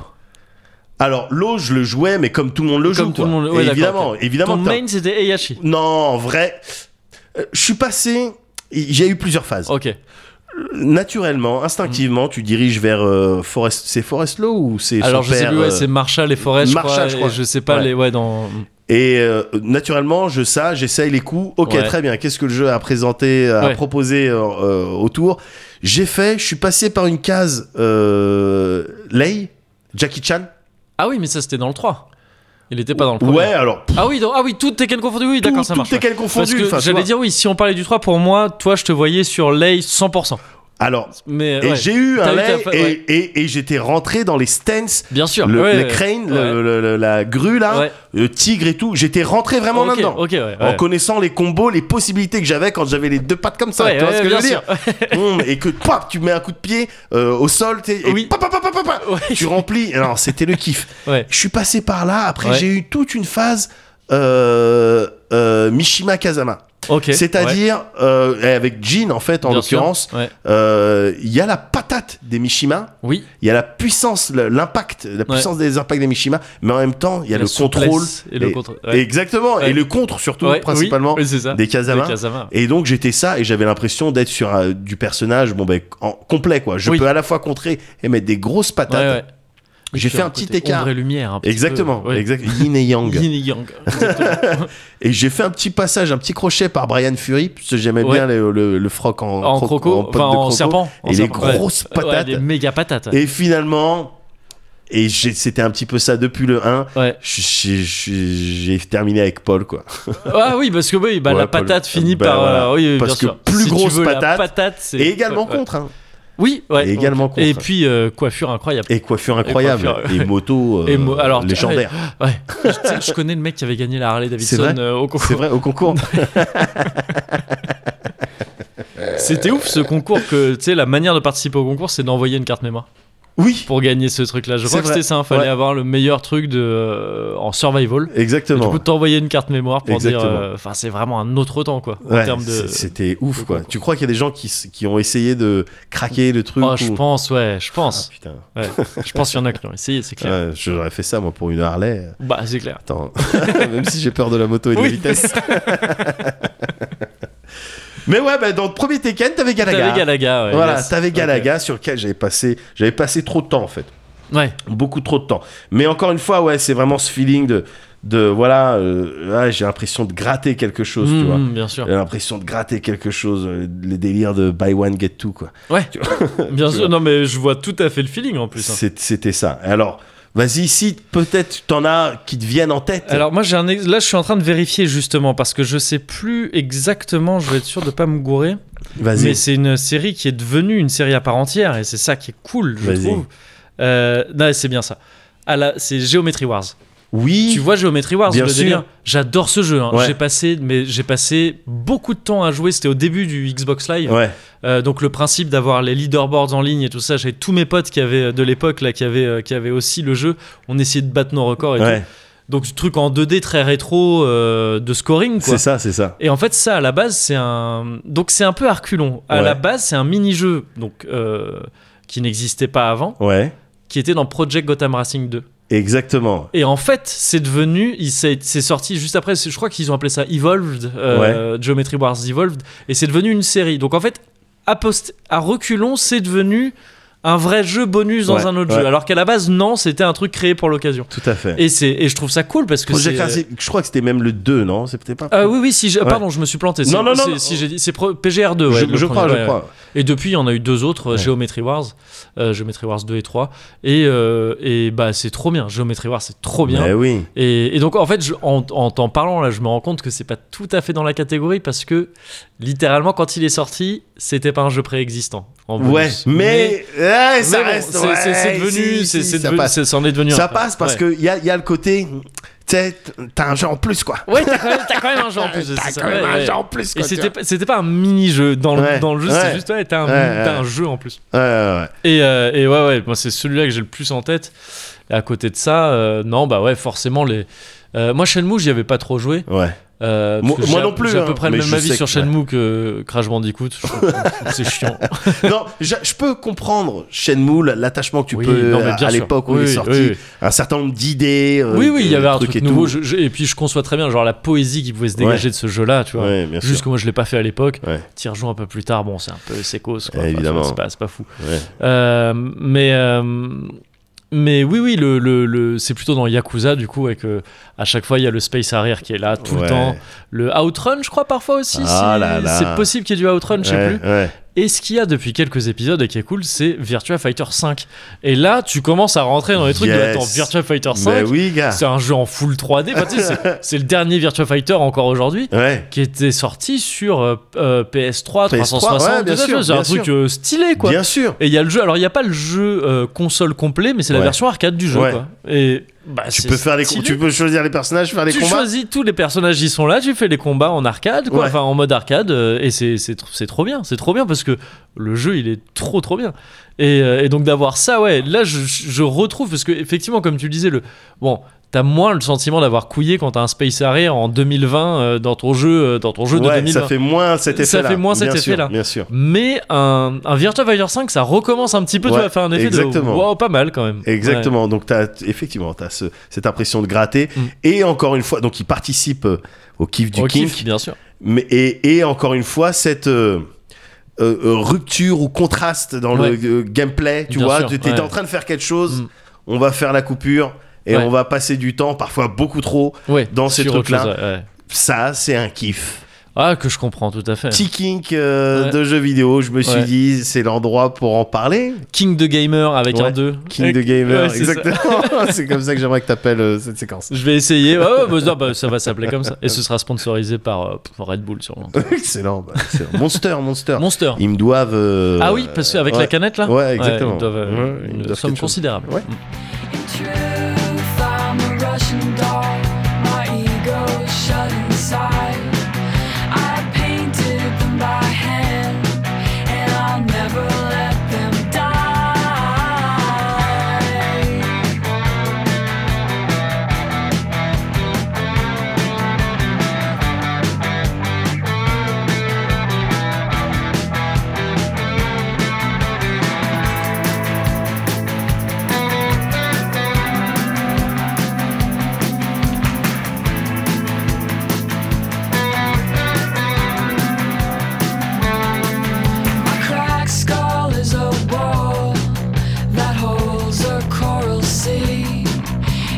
[SPEAKER 3] Alors, l'eau, je le jouais, mais comme tout le monde le
[SPEAKER 1] Comme
[SPEAKER 3] joue.
[SPEAKER 1] tout
[SPEAKER 3] quoi.
[SPEAKER 1] le monde- ouais,
[SPEAKER 3] Et
[SPEAKER 1] d'accord,
[SPEAKER 3] évidemment,
[SPEAKER 1] ok.
[SPEAKER 3] évidemment.
[SPEAKER 1] Ton
[SPEAKER 3] que t'as-
[SPEAKER 1] main, c'était Heihachi.
[SPEAKER 3] Non, en vrai, euh, je suis passé. J'ai eu plusieurs phases.
[SPEAKER 1] Ok.
[SPEAKER 3] Naturellement, instinctivement, tu diriges vers euh, Forest. C'est Forest Law ou c'est son
[SPEAKER 1] Alors je sais
[SPEAKER 3] père,
[SPEAKER 1] plus, ouais,
[SPEAKER 3] euh,
[SPEAKER 1] c'est Marshall et Forêt, je
[SPEAKER 3] Marshall,
[SPEAKER 1] crois.
[SPEAKER 3] je crois.
[SPEAKER 1] et je sais pas
[SPEAKER 3] Ouais.
[SPEAKER 1] les. Ouais, dans.
[SPEAKER 3] Et euh, naturellement, je ça, j'essaye les coups. Ok,
[SPEAKER 1] Ouais.
[SPEAKER 3] très bien. Qu'est-ce que le jeu a présenté, a
[SPEAKER 1] Ouais.
[SPEAKER 3] proposé euh, euh, autour J'ai fait. Je suis passé par une case euh, Lei, Jackie Chan.
[SPEAKER 1] Ah oui, mais ça c'était dans le 3. Il était pas dans le premier.
[SPEAKER 3] Ouais, alors pff,
[SPEAKER 1] Ah oui, dans- ah oui, tout Tekken confondu. Oui, d'accord,
[SPEAKER 3] tout,
[SPEAKER 1] ça
[SPEAKER 3] tout
[SPEAKER 1] marche. ouais.
[SPEAKER 3] Tekken
[SPEAKER 1] Parce
[SPEAKER 3] confondu.
[SPEAKER 1] que
[SPEAKER 3] enfin, tu
[SPEAKER 1] j'allais
[SPEAKER 3] vois.
[SPEAKER 1] dire oui, si on parlait du 3 pour moi, toi je te voyais sur Lei 100%.
[SPEAKER 3] Alors,
[SPEAKER 1] Mais
[SPEAKER 3] et
[SPEAKER 1] ouais,
[SPEAKER 3] j'ai eu
[SPEAKER 1] T'as
[SPEAKER 3] un
[SPEAKER 1] eu ta
[SPEAKER 3] Lei
[SPEAKER 1] fa-
[SPEAKER 3] et,
[SPEAKER 1] ouais.
[SPEAKER 3] et- et j'étais rentré dans les stances.
[SPEAKER 1] bien sûr.
[SPEAKER 3] Le,
[SPEAKER 1] ouais,
[SPEAKER 3] le
[SPEAKER 1] ouais.
[SPEAKER 3] crane,
[SPEAKER 1] Ouais.
[SPEAKER 3] le- le- le- la grue là,
[SPEAKER 1] Ouais.
[SPEAKER 3] le tigre et tout, j'étais rentré vraiment
[SPEAKER 1] Ok,
[SPEAKER 3] là-dedans.
[SPEAKER 1] Ok, ouais.
[SPEAKER 3] En
[SPEAKER 1] ouais.
[SPEAKER 3] connaissant les combos, les possibilités que j'avais quand j'avais les deux pattes comme ça,
[SPEAKER 1] Ouais,
[SPEAKER 3] tu vois
[SPEAKER 1] ouais,
[SPEAKER 3] ce que je
[SPEAKER 1] bien
[SPEAKER 3] veux dire
[SPEAKER 1] sûr.
[SPEAKER 3] Hum, et que pop, tu mets un coup de pied euh, au sol, t'es- et
[SPEAKER 1] Oui.
[SPEAKER 3] pop, pop, pop, pop, pop,
[SPEAKER 1] Ouais.
[SPEAKER 3] tu remplis. Alors c'était le kiff.
[SPEAKER 1] Ouais.
[SPEAKER 3] Je suis passé par là. Après
[SPEAKER 1] Ouais.
[SPEAKER 3] j'ai eu toute une phase euh, euh, Mishima Kazama,
[SPEAKER 1] Ok. ouais.
[SPEAKER 3] c'est-à-dire euh, et avec Jin en fait en
[SPEAKER 1] Bien sûr,
[SPEAKER 3] l'occurrence,
[SPEAKER 1] ouais.
[SPEAKER 3] euh, il y a la patate des Mishima,
[SPEAKER 1] Oui.
[SPEAKER 3] il y a la puissance, le- l'impact, la puissance des impacts des Mishima, mais en même temps il y a
[SPEAKER 1] La
[SPEAKER 3] le
[SPEAKER 1] souplesse
[SPEAKER 3] contrôle
[SPEAKER 1] et le contre- ouais.
[SPEAKER 3] exactement
[SPEAKER 1] Ouais.
[SPEAKER 3] et le contre surtout
[SPEAKER 1] Ouais, oui,
[SPEAKER 3] principalement
[SPEAKER 1] oui, c'est ça.
[SPEAKER 3] des Kazama.
[SPEAKER 1] Des Kazama.
[SPEAKER 3] Et donc j'étais ça et j'avais l'impression d'être sur euh, du personnage bon ben en, complet quoi. Je
[SPEAKER 1] Oui.
[SPEAKER 3] peux à la fois contrer et mettre des grosses
[SPEAKER 1] Ouais, ouais.
[SPEAKER 3] patates. J'ai
[SPEAKER 1] Sur
[SPEAKER 3] fait un
[SPEAKER 1] côté
[SPEAKER 3] petit écart.
[SPEAKER 1] Ombre et lumière. un petit peu,
[SPEAKER 3] Exactement,
[SPEAKER 1] ouais.
[SPEAKER 3] exact- Yin et Yang.
[SPEAKER 1] Yin et yang.
[SPEAKER 3] et j'ai fait un petit passage, un petit crochet par Brian Fury parce que j'aimais
[SPEAKER 1] Ouais.
[SPEAKER 3] bien le, le, le froc en,
[SPEAKER 1] En
[SPEAKER 3] croco-
[SPEAKER 1] croco,
[SPEAKER 3] en pote
[SPEAKER 1] enfin
[SPEAKER 3] de
[SPEAKER 1] en
[SPEAKER 3] croco.
[SPEAKER 1] serpent. en
[SPEAKER 3] et les
[SPEAKER 1] serpent, ouais.
[SPEAKER 3] grosses
[SPEAKER 1] Ouais,
[SPEAKER 3] patates.
[SPEAKER 1] des méga patates.
[SPEAKER 3] Et finalement, et j'ai- c'était un petit peu ça depuis le 1.
[SPEAKER 1] Ouais.
[SPEAKER 3] je- je- je- J'ai terminé avec Paul quoi.
[SPEAKER 1] Ah oui, parce que oui, bah,
[SPEAKER 3] Ouais,
[SPEAKER 1] la
[SPEAKER 3] Paul.
[SPEAKER 1] patate finit
[SPEAKER 3] Bah,
[SPEAKER 1] par.
[SPEAKER 3] voilà.
[SPEAKER 1] euh, oui,
[SPEAKER 3] Parce
[SPEAKER 1] bien
[SPEAKER 3] que
[SPEAKER 1] sûr.
[SPEAKER 3] plus
[SPEAKER 1] Si tu
[SPEAKER 3] grosse
[SPEAKER 1] veux la
[SPEAKER 3] patate,
[SPEAKER 1] patate, c'est-
[SPEAKER 3] Et également
[SPEAKER 1] ouais, ouais.
[SPEAKER 3] contre. hein.
[SPEAKER 1] Oui, ouais.
[SPEAKER 3] Et également contre.
[SPEAKER 1] Et puis, euh, coiffure incroyable.
[SPEAKER 3] Et coiffure incroyable. Et,
[SPEAKER 1] coiffure, ouais.
[SPEAKER 3] moto euh,
[SPEAKER 1] Et mo- alors, tu-
[SPEAKER 3] légendaire.
[SPEAKER 1] Ouais. je, tu sais, je connais le mec qui avait gagné la Harley Davidson
[SPEAKER 3] C'est vrai
[SPEAKER 1] euh, au
[SPEAKER 3] C'est
[SPEAKER 1] concours.
[SPEAKER 3] vrai, au concours.
[SPEAKER 1] C'était ouf ce concours que, tu sais, la manière de participer au concours, c'est d'envoyer une carte mémoire
[SPEAKER 3] Oui,
[SPEAKER 1] pour gagner ce truc-là. Je
[SPEAKER 3] C'est
[SPEAKER 1] crois que
[SPEAKER 3] vrai.
[SPEAKER 1] c'était ça. hein, Fallait
[SPEAKER 3] Ouais.
[SPEAKER 1] avoir le meilleur truc de, euh, en survival. Et Du
[SPEAKER 3] exactement.
[SPEAKER 1] coup, t'envoyer une carte mémoire pour dire.
[SPEAKER 3] Exactement.
[SPEAKER 1] euh, Enfin, c'est vraiment un autre temps, quoi. En
[SPEAKER 3] Ouais,
[SPEAKER 1] termes de.
[SPEAKER 3] c'est- C'était ouf,
[SPEAKER 1] de
[SPEAKER 3] quoi.
[SPEAKER 1] concours.
[SPEAKER 3] Tu crois qu'il y a des gens qui, s- qui ont essayé de craquer le truc
[SPEAKER 1] Oh, je
[SPEAKER 3] ou- Ah,
[SPEAKER 1] pense, ouais, je pense.
[SPEAKER 3] Putain,
[SPEAKER 1] Ouais. Je pense qu'il y en a qui l'ont essayé, c'est clair.
[SPEAKER 3] ouais, j'aurais fait ça, moi, pour une Harley.
[SPEAKER 1] Bah, c'est clair.
[SPEAKER 3] Attends, même si j'ai peur de la moto et de la
[SPEAKER 1] Oui.
[SPEAKER 3] vitesse. Mais ouais, bah, dans le premier Tekken, t'avais Galaga.
[SPEAKER 1] T'avais Galaga, ouais.
[SPEAKER 3] Voilà,
[SPEAKER 1] yes.
[SPEAKER 3] t'avais
[SPEAKER 1] Ok.
[SPEAKER 3] Galaga sur lequel j'avais passé, j'avais passé trop de temps, en fait.
[SPEAKER 1] Ouais,
[SPEAKER 3] beaucoup trop de temps. Mais encore une fois, ouais, c'est vraiment ce feeling de, de voilà, euh, ah, j'ai l'impression de gratter quelque chose, tu
[SPEAKER 1] Mm,
[SPEAKER 3] vois.
[SPEAKER 1] mm, bien sûr.
[SPEAKER 3] J'ai l'impression de gratter quelque chose, euh, le délire de buy one get two quoi.
[SPEAKER 1] Ouais, bien sûr. Non, mais je vois tout à fait le feeling en plus. hein.
[SPEAKER 3] C'est- C'était ça. Alors, vas-y, si peut-être t'en as qui te viennent en tête.
[SPEAKER 1] Alors moi j'ai un ex- là je suis en train de vérifier justement parce que je sais plus exactement je vais être sûr de pas me gourer mais
[SPEAKER 3] vas-y.
[SPEAKER 1] c'est une série qui est devenue une série à part entière et c'est ça qui est cool je
[SPEAKER 3] Vas-y.
[SPEAKER 1] trouve euh, non c'est bien ça ah là c'est Geometry Wars
[SPEAKER 3] Oui.
[SPEAKER 1] tu vois Geometry Wars
[SPEAKER 3] Bien
[SPEAKER 1] le
[SPEAKER 3] sûr.
[SPEAKER 1] délire j'adore ce jeu hein.
[SPEAKER 3] Ouais.
[SPEAKER 1] j'ai passé mais j'ai passé beaucoup de temps à jouer c'était au début du Xbox Live
[SPEAKER 3] Ouais.
[SPEAKER 1] euh, donc le principe d'avoir les leaderboards en ligne et tout ça, j'avais tous mes potes qui avaient euh, de l'époque là qui avaient, euh, qui avaient aussi le jeu, on essayait de battre nos records et
[SPEAKER 3] Ouais.
[SPEAKER 1] tout. Donc ce truc en 2D très rétro euh, de scoring quoi.
[SPEAKER 3] C'est ça, c'est ça.
[SPEAKER 1] Et en fait ça à la base c'est un donc c'est un peu arculon. À
[SPEAKER 3] Ouais.
[SPEAKER 1] la base c'est un mini-jeu donc euh, qui n'existait pas avant,
[SPEAKER 3] Ouais.
[SPEAKER 1] qui était dans Project Gotham Racing 2.
[SPEAKER 3] Exactement.
[SPEAKER 1] Et en fait, c'est devenu, il s'est- c'est sorti juste après, c'est- je crois qu'ils ont appelé ça Evolved, euh, Geometry Wars Evolved, et c'est devenu une série. Donc en fait, à, post- à reculons, c'est devenu un vrai jeu bonus dans
[SPEAKER 3] Ouais,
[SPEAKER 1] un autre
[SPEAKER 3] ouais.
[SPEAKER 1] jeu. Alors qu'à la base, non, c'était un truc créé pour l'occasion.
[SPEAKER 3] Tout à fait.
[SPEAKER 1] Et, c'est, et je trouve ça cool parce que
[SPEAKER 3] Project
[SPEAKER 1] c'est.
[SPEAKER 3] Cars, c'est- je crois que c'était même le 2, non C'était pas.
[SPEAKER 1] Euh, oui, oui, si j'ai-
[SPEAKER 3] Ouais.
[SPEAKER 1] pardon, je me suis planté. C'est-
[SPEAKER 3] Non, non, non,
[SPEAKER 1] c'est-
[SPEAKER 3] non.
[SPEAKER 1] Si j'ai dit, c'est pro- PGR2, ouais,
[SPEAKER 3] je,
[SPEAKER 1] le
[SPEAKER 3] je
[SPEAKER 1] premier,
[SPEAKER 3] crois,
[SPEAKER 1] ouais,
[SPEAKER 3] je
[SPEAKER 1] ouais.
[SPEAKER 3] crois.
[SPEAKER 1] Et depuis, on a eu deux autres, euh, Geometry Wars, euh, Geometry Wars 2 et 3. Et, euh, et bah, c'est trop bien. Geometry Wars, c'est trop bien.
[SPEAKER 3] Mais oui.
[SPEAKER 1] Et, et donc, en fait, je- en, en t'en parlant, là, je me rends compte que c'est pas tout à fait dans la catégorie parce que, littéralement, quand il est sorti, c'était pas un jeu préexistant. en bonus.
[SPEAKER 3] Ouais, mais, ouais, ça
[SPEAKER 1] mais bon,
[SPEAKER 3] reste.
[SPEAKER 1] c'est- c'est- c'est
[SPEAKER 3] ouais,
[SPEAKER 1] devenu,
[SPEAKER 3] si,
[SPEAKER 1] c'est
[SPEAKER 3] si,
[SPEAKER 1] c'est
[SPEAKER 3] ça
[SPEAKER 1] devenu-
[SPEAKER 3] passe.
[SPEAKER 1] c'est- c'en est devenu.
[SPEAKER 3] Ça
[SPEAKER 1] un-
[SPEAKER 3] passe parce
[SPEAKER 1] ouais.
[SPEAKER 3] que qu'il y a, y a le côté. Tu sais, t'as un jeu en plus, quoi.
[SPEAKER 1] Ouais, t'as quand même, t'as quand même un jeu en plus. c'est
[SPEAKER 3] T'as
[SPEAKER 1] ça,
[SPEAKER 3] quand même
[SPEAKER 1] ouais,
[SPEAKER 3] un
[SPEAKER 1] ouais.
[SPEAKER 3] jeu en plus,
[SPEAKER 1] Et
[SPEAKER 3] quoi. tu
[SPEAKER 1] c'était pas, c'était pas un mini-jeu dans le,
[SPEAKER 3] Ouais,
[SPEAKER 1] dans le jeu,
[SPEAKER 3] ouais.
[SPEAKER 1] c'est juste, ouais, t'as un,
[SPEAKER 3] Ouais,
[SPEAKER 1] t'as
[SPEAKER 3] ouais.
[SPEAKER 1] un jeu en plus.
[SPEAKER 3] vois. Ouais, ouais, ouais.
[SPEAKER 1] Et, euh, et ouais, ouais, moi c'est celui-là que j'ai le plus en tête. Et à côté de ça, euh, non, bah ouais, forcément, les. Euh, moi, Shenmue, j'y avais pas trop joué.
[SPEAKER 3] Ouais.
[SPEAKER 1] Euh, parce
[SPEAKER 3] Moi-
[SPEAKER 1] que
[SPEAKER 3] moi
[SPEAKER 1] j'ai-
[SPEAKER 3] non plus,
[SPEAKER 1] J'ai à
[SPEAKER 3] hein,
[SPEAKER 1] peu près le
[SPEAKER 3] mais
[SPEAKER 1] même
[SPEAKER 3] je
[SPEAKER 1] avis
[SPEAKER 3] sais
[SPEAKER 1] sur
[SPEAKER 3] que-
[SPEAKER 1] Shenmue que Crash Bandicoot. Je trouve- je trouve que c'est chiant.
[SPEAKER 3] non, je, je peux comprendre Shenmue, l'attachement que tu
[SPEAKER 1] Oui,
[SPEAKER 3] peux
[SPEAKER 1] non, mais bien sûr.
[SPEAKER 3] à l'époque où
[SPEAKER 1] Oui,
[SPEAKER 3] il est
[SPEAKER 1] oui,
[SPEAKER 3] sorti,
[SPEAKER 1] oui.
[SPEAKER 3] un certain nombre d'idées. euh,
[SPEAKER 1] oui, oui, il y
[SPEAKER 3] de
[SPEAKER 1] avait un truc,
[SPEAKER 3] et
[SPEAKER 1] nouveau.
[SPEAKER 3] tout.
[SPEAKER 1] je- je- et puis, je conçois très bien, genre, la poésie qui pouvait se dégager de ce jeu-là, tu vois.
[SPEAKER 3] Ouais, bien sûr.
[SPEAKER 1] Juste que moi je l'ai pas fait à l'époque.
[SPEAKER 3] Ouais.
[SPEAKER 1] T'y rejoins un peu plus tard, bon, c'est un peu ses causes. Quoi.
[SPEAKER 3] Eh, évidemment.
[SPEAKER 1] c'est pas, c'est pas fou.
[SPEAKER 3] Ouais.
[SPEAKER 1] Euh, mais, euh, mais oui, oui, le, le, le- c'est plutôt dans Yakuza du coup, et que à chaque fois il y a le Space Harrier qui est là tout
[SPEAKER 3] Ouais.
[SPEAKER 1] le temps. Le Outrun, je crois, parfois aussi.
[SPEAKER 3] Ah
[SPEAKER 1] si-
[SPEAKER 3] là là.
[SPEAKER 1] C'est possible qu'il y ait du Outrun, je sais
[SPEAKER 3] Ouais,
[SPEAKER 1] plus.
[SPEAKER 3] ouais.
[SPEAKER 1] Et ce qu'il y a depuis quelques épisodes et qui est cool, c'est Virtua Fighter 5. Et là, tu commences à rentrer dans les trucs de
[SPEAKER 3] Yes. Ben
[SPEAKER 1] attends, Virtua Fighter 5.
[SPEAKER 3] Mais oui, gars.
[SPEAKER 1] C'est un jeu en full 3D. Enfin, tu sais, c'est- c'est le dernier Virtua Fighter encore aujourd'hui
[SPEAKER 3] Ouais.
[SPEAKER 1] qui était sorti sur euh, euh, PS3,
[SPEAKER 3] PS3,
[SPEAKER 1] 360,
[SPEAKER 3] ouais, bien
[SPEAKER 1] tout ça,
[SPEAKER 3] sûr,
[SPEAKER 1] c'est un
[SPEAKER 3] bien
[SPEAKER 1] truc
[SPEAKER 3] sûr.
[SPEAKER 1] euh, stylé quoi.
[SPEAKER 3] Bien sûr.
[SPEAKER 1] Et il y a le jeu, alors il n'y a pas le jeu euh, console complet, mais c'est la
[SPEAKER 3] Ouais.
[SPEAKER 1] version arcade du jeu
[SPEAKER 3] Ouais.
[SPEAKER 1] quoi. Et bah,
[SPEAKER 3] Tu
[SPEAKER 1] c'est
[SPEAKER 3] peux faire les
[SPEAKER 1] stylé.
[SPEAKER 3] com- tu peux choisir les personnages, faire les
[SPEAKER 1] Tu
[SPEAKER 3] combats.
[SPEAKER 1] choisis tous les personnages, ils sont là, tu fais les combats en arcade, quoi,
[SPEAKER 3] Ouais.
[SPEAKER 1] enfin en mode arcade, euh, et c'est, c'est, tr- c'est trop bien, c'est trop bien parce que le jeu il est trop trop bien. Et, euh, et donc d'avoir ça, ouais, là je, je retrouve, parce que effectivement, comme tu le disais, le. Bon. T'as moins le sentiment d'avoir couillé quand t'as un Space Harrier en 2020 euh, dans ton jeu, euh, dans ton jeu de
[SPEAKER 3] Ouais,
[SPEAKER 1] 2020.
[SPEAKER 3] ça fait moins cet
[SPEAKER 1] Ça
[SPEAKER 3] effet-là.
[SPEAKER 1] fait moins cet
[SPEAKER 3] Bien sûr,
[SPEAKER 1] effet-là.
[SPEAKER 3] Bien sûr.
[SPEAKER 1] Mais un, un Virtua Fighter 5, ça recommence un petit peu,
[SPEAKER 3] Ouais,
[SPEAKER 1] tu vas faire un effet
[SPEAKER 3] exactement.
[SPEAKER 1] de wow, pas mal quand même.
[SPEAKER 3] Exactement. Donc, t'as, effectivement, tu as cette impression de gratter.
[SPEAKER 1] Mm.
[SPEAKER 3] Et encore une fois, donc, il participe euh, au kiff
[SPEAKER 1] Ouais.
[SPEAKER 3] du
[SPEAKER 1] Au
[SPEAKER 3] kink.
[SPEAKER 1] kiff, bien sûr.
[SPEAKER 3] Mais, et, et encore une fois, cette euh, euh, euh, rupture ou contraste dans
[SPEAKER 1] Ouais.
[SPEAKER 3] le euh, gameplay, tu
[SPEAKER 1] Bien
[SPEAKER 3] vois,
[SPEAKER 1] sûr,
[SPEAKER 3] tu étais
[SPEAKER 1] ouais.
[SPEAKER 3] en train de faire quelque chose,
[SPEAKER 1] Mm.
[SPEAKER 3] on va faire la coupure et
[SPEAKER 1] Ouais.
[SPEAKER 3] on va passer du temps, parfois beaucoup trop.
[SPEAKER 1] Ouais,
[SPEAKER 3] Dans ces
[SPEAKER 1] sur autre
[SPEAKER 3] trucs-là.
[SPEAKER 1] chose, ouais, ouais.
[SPEAKER 3] Ça, c'est un kiff.
[SPEAKER 1] Ah, que je comprends tout à fait.
[SPEAKER 3] Petit kink euh,
[SPEAKER 1] Ouais.
[SPEAKER 3] de jeux vidéo, je me suis
[SPEAKER 1] Ouais.
[SPEAKER 3] dit, c'est l'endroit pour en parler.
[SPEAKER 1] King de Gamer avec
[SPEAKER 3] Ouais.
[SPEAKER 1] un 2.
[SPEAKER 3] King de Gamer,
[SPEAKER 1] Ouais, c'est ça.
[SPEAKER 3] exactement. c'est comme ça que j'aimerais que t'appelles euh, cette séquence.
[SPEAKER 1] Je vais essayer. Ouais, ouais, bah, non, bah, ça va s'appeler comme ça. Et ce sera sponsorisé par euh, pff, Red Bull sûrement.
[SPEAKER 3] excellent, bah, excellent. Monster, Monster.
[SPEAKER 1] Monster.
[SPEAKER 3] Ils me doivent. euh,
[SPEAKER 1] Ah oui, parce qu'avec
[SPEAKER 3] ouais.
[SPEAKER 1] la canette là
[SPEAKER 3] Ouais, exactement.
[SPEAKER 1] ils doivent, euh,
[SPEAKER 3] Ouais, ils
[SPEAKER 1] une
[SPEAKER 3] doivent
[SPEAKER 1] somme
[SPEAKER 3] quelque chose.
[SPEAKER 1] considérable.
[SPEAKER 3] Ouais.
[SPEAKER 8] In truth, I'm a Russian doll. My ego shut inside. I painted them by hand, and I'll never let them die. My cracked skull is a wall that holds a coral sea.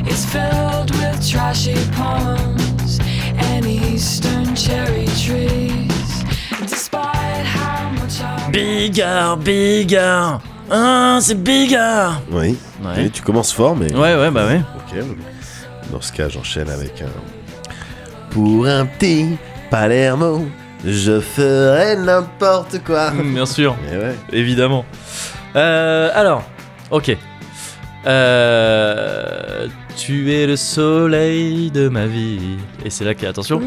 [SPEAKER 8] It's filled with trashy palms and eastern cherry trees. Despite how much I
[SPEAKER 1] Bigger, bigger. Ah, c'est bigger.
[SPEAKER 3] Oui.
[SPEAKER 1] Ouais.
[SPEAKER 3] Et tu commences fort, mais.
[SPEAKER 1] Ouais, ouais, bah ouais.
[SPEAKER 3] Ok. Dans ce cas, j'enchaîne avec un. Pour un petit Palermo, je ferai n'importe quoi.
[SPEAKER 1] Bien sûr.
[SPEAKER 3] Mais ouais.
[SPEAKER 1] évidemment. Euh, alors, ok. Euh, tu es le soleil de ma vie. Et c'est là qu'il y a attention.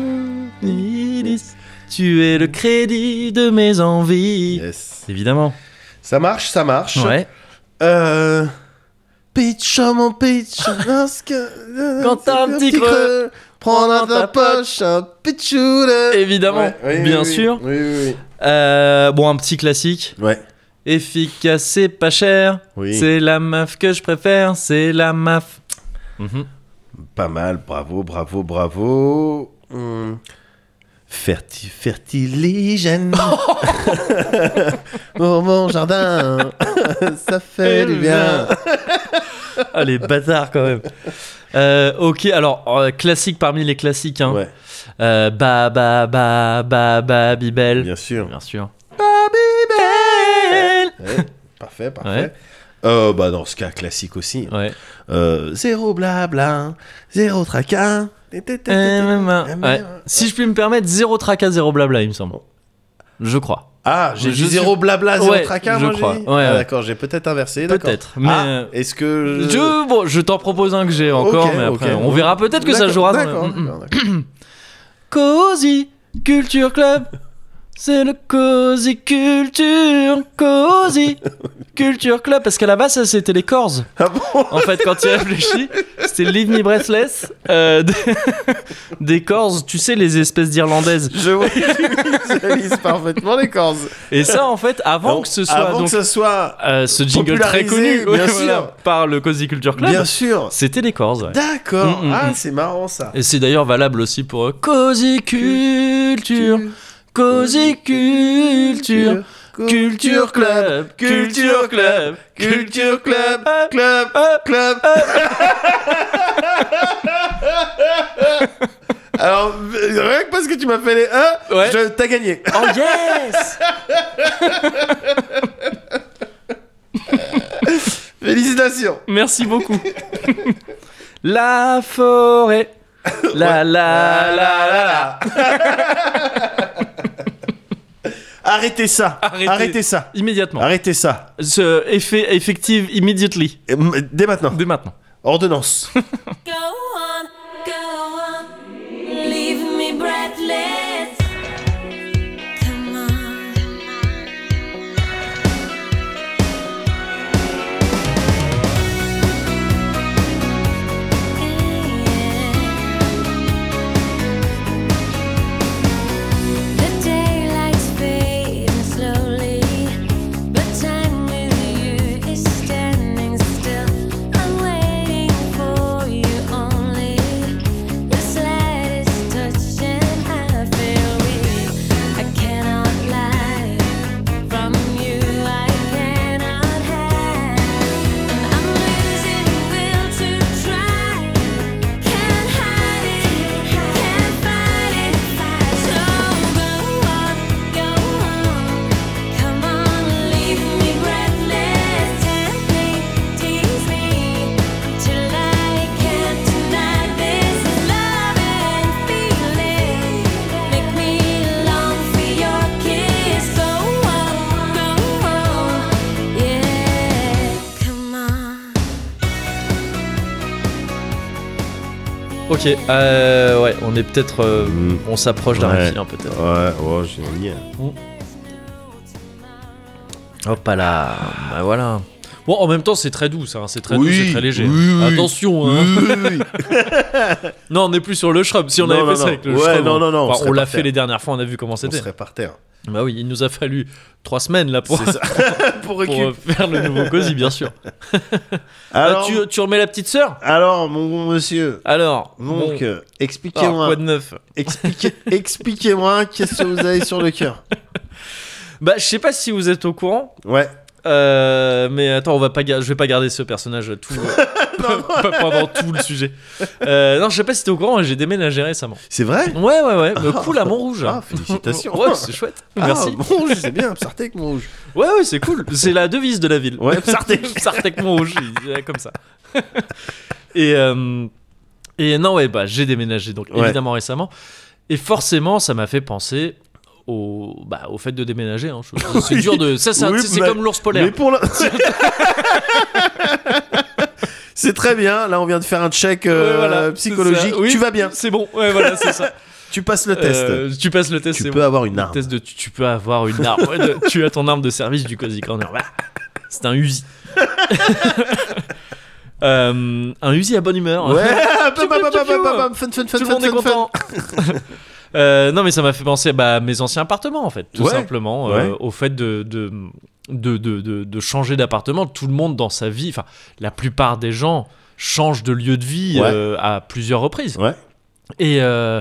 [SPEAKER 1] Tu es le crédit de mes envies.
[SPEAKER 3] Yes.
[SPEAKER 1] Évidemment.
[SPEAKER 3] Ça marche, ça marche.
[SPEAKER 1] Ouais.
[SPEAKER 3] Euh. Pitch, oh mon pitch, parce que. euh,
[SPEAKER 1] Quand t'as un petit creux,
[SPEAKER 3] prends dans ta poche un pitchou de-
[SPEAKER 1] Évidemment,
[SPEAKER 3] Ouais, oui, oui,
[SPEAKER 1] bien
[SPEAKER 3] oui.
[SPEAKER 1] sûr.
[SPEAKER 3] Oui, oui,
[SPEAKER 1] Euh, bon, un petit classique.
[SPEAKER 3] oui. Ouais.
[SPEAKER 1] Efficace et pas cher.
[SPEAKER 3] Oui.
[SPEAKER 1] C'est la meuf que je préfère. C'est la meuf.
[SPEAKER 3] Pas mal, bravo, bravo, bravo. Hmm. Ferti, fertiligène pour mon jardin, ça fait du bien.
[SPEAKER 1] Ah, les bâtards quand même. Euh, ok, alors euh, classique parmi les classiques. Hein.
[SPEAKER 3] Ouais,
[SPEAKER 1] Euh, ba ba ba ba ba Bibel.
[SPEAKER 3] bien sûr.
[SPEAKER 1] Bien sûr.
[SPEAKER 3] Ouais, parfait, parfait.
[SPEAKER 1] Ouais.
[SPEAKER 3] Euh, bah dans ce cas classique aussi.
[SPEAKER 1] Ouais.
[SPEAKER 3] Euh, zéro blabla, zéro tracas.
[SPEAKER 1] Euh, Ouais. Si je puis me permettre, zéro tracas, zéro blabla, il me semble. Je crois.
[SPEAKER 3] Ah, j'ai
[SPEAKER 1] Je
[SPEAKER 3] dit zéro
[SPEAKER 1] suis-
[SPEAKER 3] blabla, zéro
[SPEAKER 1] Ouais,
[SPEAKER 3] tracas,
[SPEAKER 1] je
[SPEAKER 3] moi, j'ai
[SPEAKER 1] crois.
[SPEAKER 3] dit
[SPEAKER 1] Ouais,
[SPEAKER 3] Ah,
[SPEAKER 1] ouais.
[SPEAKER 3] D'accord, j'ai peut-être inversé. d'accord.
[SPEAKER 1] Peut-être, mais- euh,
[SPEAKER 3] Ah, est-ce que. je-
[SPEAKER 1] Je, bon, je t'en propose un que j'ai encore,
[SPEAKER 3] Ok,
[SPEAKER 1] mais après,
[SPEAKER 3] ok.
[SPEAKER 1] on verra peut-être que ça
[SPEAKER 3] D'accord,
[SPEAKER 1] jouera dans le-
[SPEAKER 3] D'accord.
[SPEAKER 1] Mm, mm.
[SPEAKER 3] d'accord, d'accord.
[SPEAKER 1] Cozy Culture Club. C'est le Cozy Culture. Cozy Culture Club. Parce qu'à la base, ça, c'était les Corses.
[SPEAKER 3] Ah bon
[SPEAKER 1] En fait, quand tu y réfléchis, c'était Leave Me Breathless euh, des, des Corses, tu sais, les espèces d'irlandaises.
[SPEAKER 3] Je vois- je visualise parfaitement les corses.
[SPEAKER 1] Et ça, en fait, avant que ce soit
[SPEAKER 3] Avant
[SPEAKER 1] donc,
[SPEAKER 3] que ce soit.
[SPEAKER 1] euh, ce jingle très
[SPEAKER 3] popularisé,
[SPEAKER 1] connu
[SPEAKER 3] bien
[SPEAKER 1] ouais,
[SPEAKER 3] sûr.
[SPEAKER 1] par le Cozy Culture Club,
[SPEAKER 3] Bien sûr.
[SPEAKER 1] c'était les Corses. ouais.
[SPEAKER 3] D'accord.
[SPEAKER 1] Mm, mm,
[SPEAKER 3] Ah,
[SPEAKER 1] mm.
[SPEAKER 3] c'est marrant ça.
[SPEAKER 1] Et c'est d'ailleurs valable aussi pour euh, Cozy Culture, Cozy Culture, Culture Club, Culture Club,
[SPEAKER 3] Culture Club,
[SPEAKER 1] Hop,
[SPEAKER 3] Club,
[SPEAKER 1] hop.
[SPEAKER 3] Club. Alors, rien que parce que tu m'as fait les 1,
[SPEAKER 1] Ouais.
[SPEAKER 3] je t'as gagné.
[SPEAKER 1] Oh yes
[SPEAKER 3] Félicitations.
[SPEAKER 1] Merci beaucoup. la forêt. La la la la la.
[SPEAKER 3] Arrêtez ça.
[SPEAKER 1] Arrêtez.
[SPEAKER 3] Arrêtez ça.
[SPEAKER 1] Immédiatement.
[SPEAKER 3] Arrêtez ça.
[SPEAKER 1] Ce effet effective immediately.
[SPEAKER 3] Et, mm, Dès maintenant.
[SPEAKER 1] Dès maintenant.
[SPEAKER 3] Ordonnance.
[SPEAKER 6] Go on, go on, leave me breathless. Come on. The daylight's fading slowly, but time with you is standing still. I'm waiting for you only. The slightest touch and I feel weak. I cannot lie from you. I cannot hide. And I'm losing will to try. Can't hide it, can't fight it. So go on, go on. Come on, leave me breathless. Tempt me, tease me, till I can't deny this love and feeling. Make me long for your kiss. Go on, go on, yeah. Come on.
[SPEAKER 1] Ok, euh, ouais, on est peut-être. euh,
[SPEAKER 3] Mm.
[SPEAKER 1] On s'approche d'un
[SPEAKER 3] Ouais.
[SPEAKER 1] refil, hein, peut-être.
[SPEAKER 3] Ouais, oh, j'ai mis. un.
[SPEAKER 1] Hop là, bah voilà. Bon, en même temps, c'est très doux, ça, hein, c'est très
[SPEAKER 3] Oui,
[SPEAKER 1] doux, c'est très léger.
[SPEAKER 3] oui, oui.
[SPEAKER 1] Attention, hein. Non, on n'est plus sur le shrub. Si on
[SPEAKER 3] Non,
[SPEAKER 1] avait
[SPEAKER 3] non,
[SPEAKER 1] fait ça
[SPEAKER 3] non.
[SPEAKER 1] avec le
[SPEAKER 3] Ouais,
[SPEAKER 1] shrub,
[SPEAKER 3] non,
[SPEAKER 1] on-
[SPEAKER 3] non, non, on
[SPEAKER 1] enfin,
[SPEAKER 3] serait
[SPEAKER 1] on l'a
[SPEAKER 3] par
[SPEAKER 1] fait
[SPEAKER 3] terre.
[SPEAKER 1] les dernières fois, on a vu comment
[SPEAKER 3] On
[SPEAKER 1] c'était.
[SPEAKER 3] serait par terre.
[SPEAKER 1] Bah oui, il nous a fallu trois semaines là pour,
[SPEAKER 3] C'est ça. Pour
[SPEAKER 1] pour, euh,
[SPEAKER 3] récup.
[SPEAKER 1] faire le nouveau cosy, bien sûr.
[SPEAKER 3] Alors,
[SPEAKER 1] Euh, tu, tu remets la petite sœur
[SPEAKER 3] alors, mon bon monsieur.
[SPEAKER 1] Alors,
[SPEAKER 3] Donc,
[SPEAKER 1] bon,
[SPEAKER 3] euh,
[SPEAKER 1] alors,
[SPEAKER 3] expliquez-moi,
[SPEAKER 1] quoi de neuf
[SPEAKER 3] expliquez, expliquez-moi qu'est-ce que vous avez sur le cœur.
[SPEAKER 1] Bah, je sais pas si vous êtes au courant,
[SPEAKER 3] Ouais.
[SPEAKER 1] Euh, mais attends, on va pas, ga- je vais pas garder ce personnage tout euh, pas pendant tout le sujet. Euh, non, je sais pas si t'es au courant, j'ai déménagé récemment.
[SPEAKER 3] C'est vrai
[SPEAKER 1] Ouais, ouais, ouais. mais cool à Montrouge.
[SPEAKER 3] Ah, félicitations.
[SPEAKER 1] Ouais, c'est chouette. Merci.
[SPEAKER 3] Ah, bon, je sais bien, Psartec, mon rouge.
[SPEAKER 1] Ouais, ouais, c'est cool. C'est la devise de la ville.
[SPEAKER 3] Ouais, Psartec.
[SPEAKER 1] Sartec Montrouge, il est comme ça. et euh, et non, ouais, bah j'ai déménagé donc
[SPEAKER 3] Ouais.
[SPEAKER 1] évidemment récemment. Et forcément, ça m'a fait penser. Au, bah, au fait de déménager, hein. Je- c'est dur de. Ça, c'est un-
[SPEAKER 3] Oui,
[SPEAKER 1] c'est
[SPEAKER 3] bah,
[SPEAKER 1] comme l'ours polaire.
[SPEAKER 3] Mais pour la... C'est très bien, là on vient de faire un check euh,
[SPEAKER 1] Ouais, voilà, c'est
[SPEAKER 3] psychologique.
[SPEAKER 1] ça. Oui,
[SPEAKER 3] Tu vas bien,
[SPEAKER 1] C'est bon, ouais, voilà, c'est ça.
[SPEAKER 3] tu passes le test.
[SPEAKER 1] Euh, tu passes le test,
[SPEAKER 3] tu
[SPEAKER 1] c'est
[SPEAKER 3] peux
[SPEAKER 1] bon.
[SPEAKER 3] avoir une arme.
[SPEAKER 1] Test de, tu, tu peux avoir une arme. Ouais, de- tu as ton arme de service du Cozy Corner. Voilà. c'est un Uzi. Euh, un Uzi à bonne humeur.
[SPEAKER 3] Ouais, pam,
[SPEAKER 1] Piou,
[SPEAKER 3] pam, pam,
[SPEAKER 1] piou,
[SPEAKER 3] pam,
[SPEAKER 1] piou.
[SPEAKER 3] pam, pam, fun, fun, fun,
[SPEAKER 1] Tout le
[SPEAKER 3] fun,
[SPEAKER 1] monde est
[SPEAKER 3] fun,
[SPEAKER 1] content. Euh, non, mais ça m'a fait penser bah, à mes anciens appartements, en fait, tout
[SPEAKER 3] Ouais.
[SPEAKER 1] simplement. euh,
[SPEAKER 3] Ouais.
[SPEAKER 1] Au fait de. de de, de, de- de changer d'appartement, tout le monde dans sa vie, enfin la plupart des gens changent de lieu de vie
[SPEAKER 3] Ouais.
[SPEAKER 1] euh, à plusieurs reprises.
[SPEAKER 3] fun. Ouais,
[SPEAKER 1] Et, euh,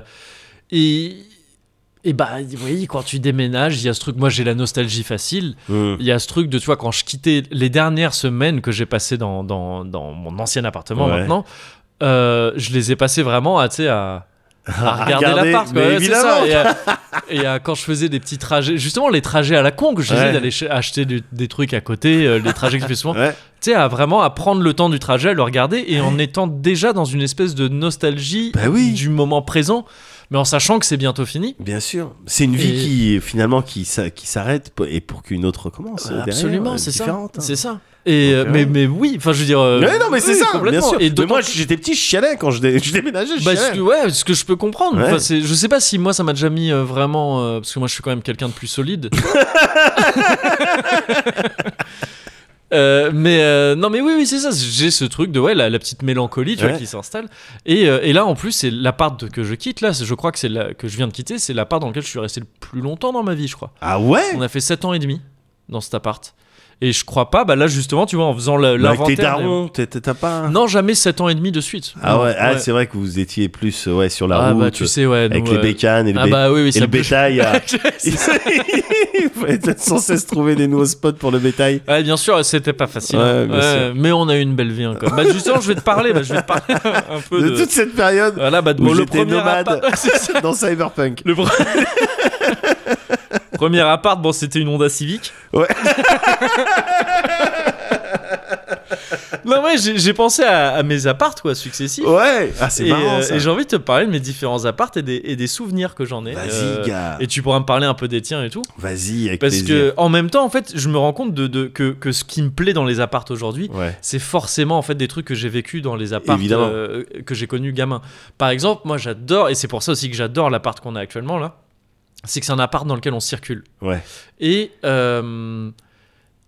[SPEAKER 1] et, Et bah, vous voyez, quand tu déménages, il y a ce truc. Moi, j'ai la nostalgie facile.
[SPEAKER 3] Mm.
[SPEAKER 1] Il y a ce truc de, tu vois, quand je quittais les dernières semaines que j'ai passées dans, dans, dans mon ancien appartement
[SPEAKER 3] Ouais.
[SPEAKER 1] maintenant, euh, je les ai passées vraiment à, tu sais, à, à regarder
[SPEAKER 3] regarder,
[SPEAKER 1] l'appart. quoi.
[SPEAKER 3] mais
[SPEAKER 1] Ouais, c'est ça.
[SPEAKER 3] évidemment.
[SPEAKER 1] Et, à, et à- quand je faisais des petits trajets, justement, les trajets à la con que je disais
[SPEAKER 3] Ouais.
[SPEAKER 1] d'aller ch- acheter du- des trucs à côté, euh, les trajets que je fais souvent,
[SPEAKER 3] Ouais.
[SPEAKER 1] tu sais, à vraiment à prendre le temps du trajet, à le regarder et en étant déjà dans une espèce de nostalgie
[SPEAKER 3] Bah oui.
[SPEAKER 1] du moment présent, mais en sachant que c'est bientôt fini.
[SPEAKER 3] Bien sûr, c'est une vie
[SPEAKER 1] Et-
[SPEAKER 3] qui finalement qui, s'a- qui s'arrête p- et pour qu'une autre commence. euh, derrière,
[SPEAKER 1] Absolument,
[SPEAKER 3] euh,
[SPEAKER 1] c'est ça.
[SPEAKER 3] différente, hein.
[SPEAKER 1] C'est ça. Et
[SPEAKER 3] Donc,
[SPEAKER 1] euh, mais,
[SPEAKER 3] ouais.
[SPEAKER 1] mais oui, enfin je veux dire. euh,
[SPEAKER 3] Ouais, non, mais c'est
[SPEAKER 1] oui,
[SPEAKER 3] ça, bien
[SPEAKER 1] complètement.
[SPEAKER 3] sûr.
[SPEAKER 1] Et
[SPEAKER 3] mais
[SPEAKER 1] d'autant
[SPEAKER 3] moi, j'étais petit, je chialais quand je, dé- je déménageais. Je
[SPEAKER 1] Bah, ce
[SPEAKER 3] chialais.
[SPEAKER 1] que, ouais, ce que je peux comprendre.
[SPEAKER 3] Ouais.
[SPEAKER 1] Enfin, c'est- je sais pas si moi ça m'a déjà mis euh, vraiment. euh, parce que moi je suis quand même quelqu'un de plus solide. Euh, mais euh, non, mais oui, oui, c'est ça. J'ai ce truc de ouais, la, la petite mélancolie tu vois,
[SPEAKER 3] Ouais.
[SPEAKER 1] qui s'installe. Et, euh, et là en plus, c'est l'appart de- que je quitte. Là, c'est- je crois que c'est la que je viens de quitter. C'est l'appart dans lequel je suis resté le plus longtemps dans ma vie, je crois.
[SPEAKER 3] Ah ouais
[SPEAKER 1] On a fait 7 ans et demi dans cet appart. Et je crois pas, bah là justement, tu vois, en faisant la-
[SPEAKER 3] Bah, Avec
[SPEAKER 1] l'inventaire.
[SPEAKER 3] tes
[SPEAKER 1] des-
[SPEAKER 3] darons, t'es- t'es- t'as pas. un-
[SPEAKER 1] euh, Non, jamais 7 ans et demi de suite.
[SPEAKER 3] Ah ouais, ah,
[SPEAKER 1] Ouais.
[SPEAKER 3] c'est vrai que vous étiez plus euh, ouais, sur la
[SPEAKER 1] Ah
[SPEAKER 3] route
[SPEAKER 1] bah tu sais, ouais.
[SPEAKER 3] avec
[SPEAKER 1] nous,
[SPEAKER 3] les
[SPEAKER 1] euh,
[SPEAKER 3] bécanes et le,
[SPEAKER 1] Ah
[SPEAKER 3] bé-
[SPEAKER 1] bah oui, oui,
[SPEAKER 3] et
[SPEAKER 1] ça
[SPEAKER 3] le
[SPEAKER 1] peut-
[SPEAKER 3] bétail. à-
[SPEAKER 1] C'est ça.
[SPEAKER 3] Il fallait peut-être sans cesse trouver des nouveaux spots pour le bétail.
[SPEAKER 1] Ouais, bien sûr, c'était pas facile.
[SPEAKER 3] Ouais,
[SPEAKER 1] hein.
[SPEAKER 3] bien sûr.
[SPEAKER 1] mais on a eu une belle vie encore. Bah justement, je vais te parler, bah, je vais te parler un peu
[SPEAKER 3] De
[SPEAKER 1] de.
[SPEAKER 3] toute cette période
[SPEAKER 1] Voilà, bah de-
[SPEAKER 3] où
[SPEAKER 1] bon, le
[SPEAKER 3] j'étais
[SPEAKER 1] premier appart.
[SPEAKER 3] nomade.
[SPEAKER 1] Ouais, c'est ça.
[SPEAKER 3] dans Cyberpunk.
[SPEAKER 1] Le pre- premier appart, bon, c'était une Honda Civic.
[SPEAKER 3] Ouais.
[SPEAKER 1] non, ouais, j'ai j'ai pensé à, à mes apparts, quoi, successifs.
[SPEAKER 3] Ouais, ah, c'est
[SPEAKER 1] Et,
[SPEAKER 3] marrant
[SPEAKER 1] euh,
[SPEAKER 3] ça.
[SPEAKER 1] et j'ai envie de te parler de mes différents apparts et des, et des souvenirs que j'en ai.
[SPEAKER 3] Vas-y,
[SPEAKER 1] Euh,
[SPEAKER 3] gars.
[SPEAKER 1] Et tu pourras me parler un peu des tiens et tout.
[SPEAKER 3] Vas-y, avec
[SPEAKER 1] Parce
[SPEAKER 3] plaisir.
[SPEAKER 1] que en même temps, en fait, je me rends compte de, de- que, que ce qui me plaît dans les apparts aujourd'hui,
[SPEAKER 3] Ouais.
[SPEAKER 1] c'est forcément en fait des trucs que j'ai vécu dans les apparts
[SPEAKER 3] Évidemment.
[SPEAKER 1] euh, que j'ai connus gamin. Par exemple, moi j'adore, et c'est pour ça aussi que j'adore l'appart qu'on a actuellement là, c'est que c'est un appart dans lequel on circule.
[SPEAKER 3] Ouais.
[SPEAKER 1] Et, euh,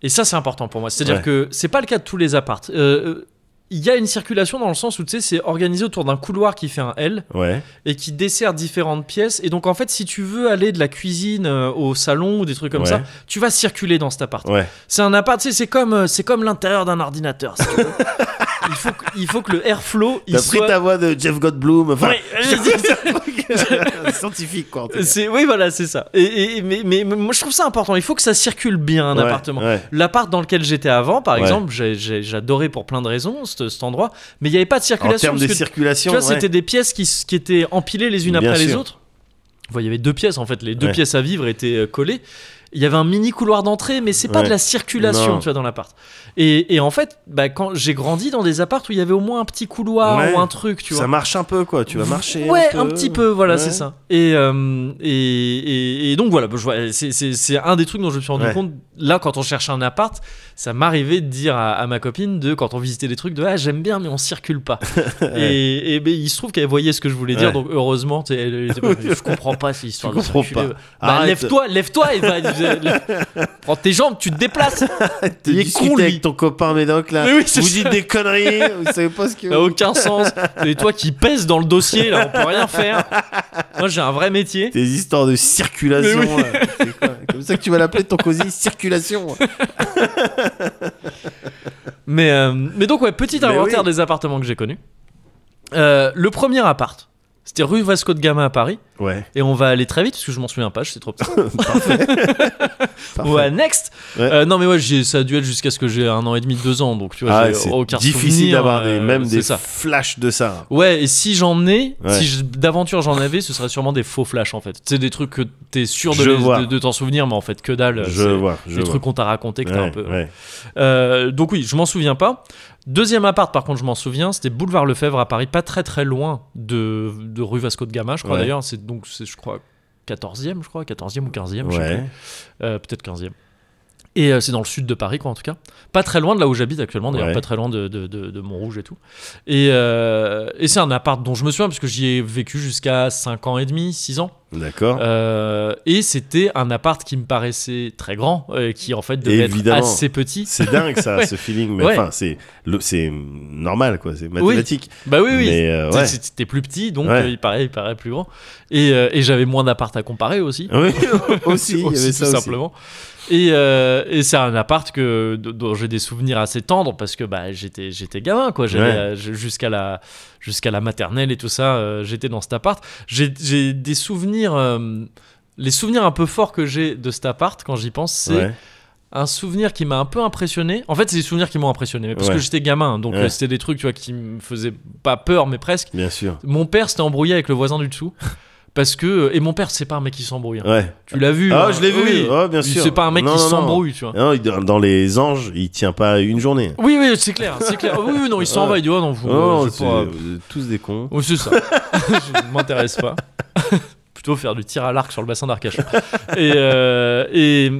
[SPEAKER 1] et ça c'est important pour moi. C'est-à-dire
[SPEAKER 3] Ouais.
[SPEAKER 1] que c'est pas le cas de tous les apparts. Euh, il y a une circulation dans le sens où tu sais, c'est organisé autour d'un couloir qui fait un L
[SPEAKER 3] Ouais.
[SPEAKER 1] et qui dessert différentes pièces. Et donc, en fait, si tu veux aller de la cuisine euh, au salon ou des trucs comme
[SPEAKER 3] Ouais.
[SPEAKER 1] ça, tu vas circuler dans cet appart.
[SPEAKER 3] Ouais.
[SPEAKER 1] C'est un appart, tu sais, c'est comme, euh, c'est comme l'intérieur d'un ordinateur. si tu veux. il, faut que, il faut que le airflow, il
[SPEAKER 3] T'as pris
[SPEAKER 1] soit...
[SPEAKER 3] ta voix de Jeff Goldblum, enfin,
[SPEAKER 1] Ouais, vas-y.
[SPEAKER 3] scientifique quoi. en tout cas.
[SPEAKER 1] C'est- oui, voilà, c'est ça. Et, et- mais, mais- mais moi, je trouve ça important. Il faut que ça circule bien un
[SPEAKER 3] Ouais,
[SPEAKER 1] appartement.
[SPEAKER 3] ouais.
[SPEAKER 1] L'appart dans lequel j'étais avant, par
[SPEAKER 3] Ouais.
[SPEAKER 1] exemple, j'ai- j'ai- j'adorais pour plein de raisons cet, cet endroit, mais il n'y avait pas de
[SPEAKER 3] En
[SPEAKER 1] circulation.
[SPEAKER 3] termes de
[SPEAKER 1] parce que- Tu
[SPEAKER 3] circulation,
[SPEAKER 1] vois,
[SPEAKER 3] ouais.
[SPEAKER 1] c'était des pièces qui, s- qui étaient empilées les unes
[SPEAKER 3] Bien
[SPEAKER 1] après les
[SPEAKER 3] sûr.
[SPEAKER 1] autres. Enfin, il y avait deux pièces en fait, les deux
[SPEAKER 3] Ouais.
[SPEAKER 1] pièces à vivre étaient euh, collées. Il y avait un mini couloir d'entrée, mais c'est pas
[SPEAKER 3] Ouais.
[SPEAKER 1] de la circulation,
[SPEAKER 3] Non.
[SPEAKER 1] tu vois, dans l'appart. Et, et en fait, bah, quand j'ai grandi dans des apparts où il y avait au moins un petit couloir
[SPEAKER 3] Ouais.
[SPEAKER 1] ou un truc, tu vois.
[SPEAKER 3] ça marche un peu quoi, tu vas marcher.
[SPEAKER 1] Ouais, un, petit peu, voilà,
[SPEAKER 3] Ouais.
[SPEAKER 1] c'est ça. Et, euh, et, et- et donc voilà, bah, je vois- c'est- c'est c'est un des trucs dont je me suis rendu
[SPEAKER 3] Ouais.
[SPEAKER 1] compte. Là, quand on cherchait un appart, ça m'arrivait de dire à, à ma copine, de quand on visitait des trucs, de ah, j'aime bien, mais on circule pas. et, et ben, il se trouve qu'elle voyait ce que je voulais dire,
[SPEAKER 3] Ouais.
[SPEAKER 1] donc heureusement, tu sais, elle, elle était pas- je comprends pas cette histoire de
[SPEAKER 3] comprends
[SPEAKER 1] circuler.
[SPEAKER 3] pas.
[SPEAKER 1] Bah,
[SPEAKER 3] Arrête.
[SPEAKER 1] lève-toi, lève-toi et va. prends tes jambes, tu te déplaces.
[SPEAKER 3] Te
[SPEAKER 1] Il est
[SPEAKER 3] discuter
[SPEAKER 1] con, lui.
[SPEAKER 3] avec ton copain Médoc là.
[SPEAKER 1] Mais oui, c'est
[SPEAKER 3] vous
[SPEAKER 1] ça. Bah
[SPEAKER 3] dites des conneries, vous savez pas ce que.
[SPEAKER 1] Ça n'a aucun sens. C'est toi qui pèses dans le dossier, là, on peut rien faire. Moi, j'ai un vrai métier.
[SPEAKER 3] Des histoires de circulation.
[SPEAKER 1] Mais oui.
[SPEAKER 3] là. C'est quoi Comme ça que tu vas l'appeler ton cosy, circulation.
[SPEAKER 1] Mais, euh, mais donc, ouais, petit
[SPEAKER 3] Mais
[SPEAKER 1] inventaire
[SPEAKER 3] oui.
[SPEAKER 1] des appartements que j'ai connus. Euh, le premier appart, c'était rue Vasco de Gama à Paris.
[SPEAKER 3] Ouais.
[SPEAKER 1] Et on va aller très vite parce que je m'en souviens pas, j'étais trop petit.
[SPEAKER 3] parfait.
[SPEAKER 1] ouais, next
[SPEAKER 3] Ouais.
[SPEAKER 1] Euh, Non, mais ouais, j'ai- ça a dû être jusqu'à ce que j'ai un an et demi, deux ans. Donc, tu vois,
[SPEAKER 3] Ah,
[SPEAKER 1] j'ai
[SPEAKER 3] c'est
[SPEAKER 1] aucun
[SPEAKER 3] difficile
[SPEAKER 1] souvenir,
[SPEAKER 3] d'avoir des,
[SPEAKER 1] euh,
[SPEAKER 3] même
[SPEAKER 1] c'est
[SPEAKER 3] des
[SPEAKER 1] ça.
[SPEAKER 3] flashs de ça.
[SPEAKER 1] Ouais, et si j'en ai,
[SPEAKER 3] Ouais.
[SPEAKER 1] si je- d'aventure j'en avais, ce serait sûrement des faux flashs en fait. C'est des trucs que t'es sûr de,
[SPEAKER 3] Je
[SPEAKER 1] les-
[SPEAKER 3] vois.
[SPEAKER 1] de, de t'en souvenir, mais en fait que dalle.
[SPEAKER 3] je
[SPEAKER 1] c'est
[SPEAKER 3] vois,
[SPEAKER 1] Des
[SPEAKER 3] je vois.
[SPEAKER 1] trucs qu'on t'a raconté que t'as un
[SPEAKER 3] Ouais,
[SPEAKER 1] peu.
[SPEAKER 3] ouais.
[SPEAKER 1] Euh, donc oui, je m'en souviens pas. Deuxième appart, par contre, je m'en souviens, c'était boulevard Lefebvre à Paris, pas très très loin de, de rue Vasco de Gama, je crois
[SPEAKER 3] Ouais.
[SPEAKER 1] d'ailleurs. C'est donc, c'est, je crois, 14e, je crois, 14e ou 15e, je sais
[SPEAKER 3] Ouais.
[SPEAKER 1] plus. Euh, peut-être 15e. Et euh, c'est dans le sud de Paris, quoi, en tout cas. Pas très loin de là où j'habite actuellement, d'ailleurs,
[SPEAKER 3] Ouais.
[SPEAKER 1] pas très loin de, de, de- de Montrouge et tout. Et, euh, et c'est un appart dont je me souviens, parce que j'y ai vécu jusqu'à 5 ans et demi, 6 ans.
[SPEAKER 3] D'accord.
[SPEAKER 1] Euh, et c'était un appart qui me paraissait très grand, euh, qui en fait devait
[SPEAKER 3] Évidemment.
[SPEAKER 1] être assez petit.
[SPEAKER 3] C'est dingue ça,
[SPEAKER 1] Ouais.
[SPEAKER 3] ce feeling. Mais
[SPEAKER 1] Ouais.
[SPEAKER 3] enfin, c'est le- c'est normal quoi, c'est mathématique.
[SPEAKER 1] Bah oui, oui.
[SPEAKER 3] Mais euh, ouais.
[SPEAKER 1] C'était plus petit, donc
[SPEAKER 3] Ouais.
[SPEAKER 1] euh, il, paraît, il paraît plus grand. Et, euh, et j'avais moins d'appart à comparer aussi.
[SPEAKER 3] Ah Oui, aussi, il y avait
[SPEAKER 1] Aussi,
[SPEAKER 3] ça
[SPEAKER 1] tout
[SPEAKER 3] aussi.
[SPEAKER 1] simplement. Et, euh, et c'est un appart que, dont j'ai des souvenirs assez tendres parce que bah, j'étais, j'étais gamin, quoi. J'allais,
[SPEAKER 3] Ouais.
[SPEAKER 1] euh, je- jusqu'à, la, jusqu'à la maternelle et tout ça, euh, j'étais dans cet appart. J'ai, j'ai des souvenirs. euh, les souvenirs un peu forts que j'ai de cet appart, quand j'y pense, c'est
[SPEAKER 3] Ouais.
[SPEAKER 1] un souvenir qui m'a un peu impressionné. En fait, c'est des souvenirs qui m'ont impressionné, mais parce
[SPEAKER 3] Ouais.
[SPEAKER 1] que j'étais gamin, donc
[SPEAKER 3] Ouais.
[SPEAKER 1] euh, c'était des trucs, tu vois, qui me faisaient pas peur, mais presque.
[SPEAKER 3] Bien sûr.
[SPEAKER 1] Mon père s'était embrouillé avec le voisin du dessous. Parce que euh, et mon père c'est pas un mec qui s'embrouille. hein.
[SPEAKER 3] Ouais.
[SPEAKER 1] Tu l'as vu.
[SPEAKER 3] Ah,
[SPEAKER 1] hein.
[SPEAKER 3] je l'ai vu.
[SPEAKER 1] Oui.
[SPEAKER 3] Ah, bien
[SPEAKER 1] Il-
[SPEAKER 3] sûr.
[SPEAKER 1] C'est pas un mec
[SPEAKER 3] Non,
[SPEAKER 1] qui
[SPEAKER 3] non, non.
[SPEAKER 1] s'embrouille, tu vois.
[SPEAKER 3] Non, il- dans les anges, il tient pas une journée.
[SPEAKER 1] Oui, oui, c'est clair, c'est clair. Oui, oui, non, il s'en va, il dit oh non, vous,
[SPEAKER 3] Non,
[SPEAKER 1] euh, je
[SPEAKER 3] c'est-
[SPEAKER 1] pourrais-
[SPEAKER 3] vous êtes tous des cons.
[SPEAKER 1] Oui, c'est ça. je ne m'intéresse pas. Plutôt faire du tir à l'arc sur le bassin d'Arcachon. Et, euh, et, et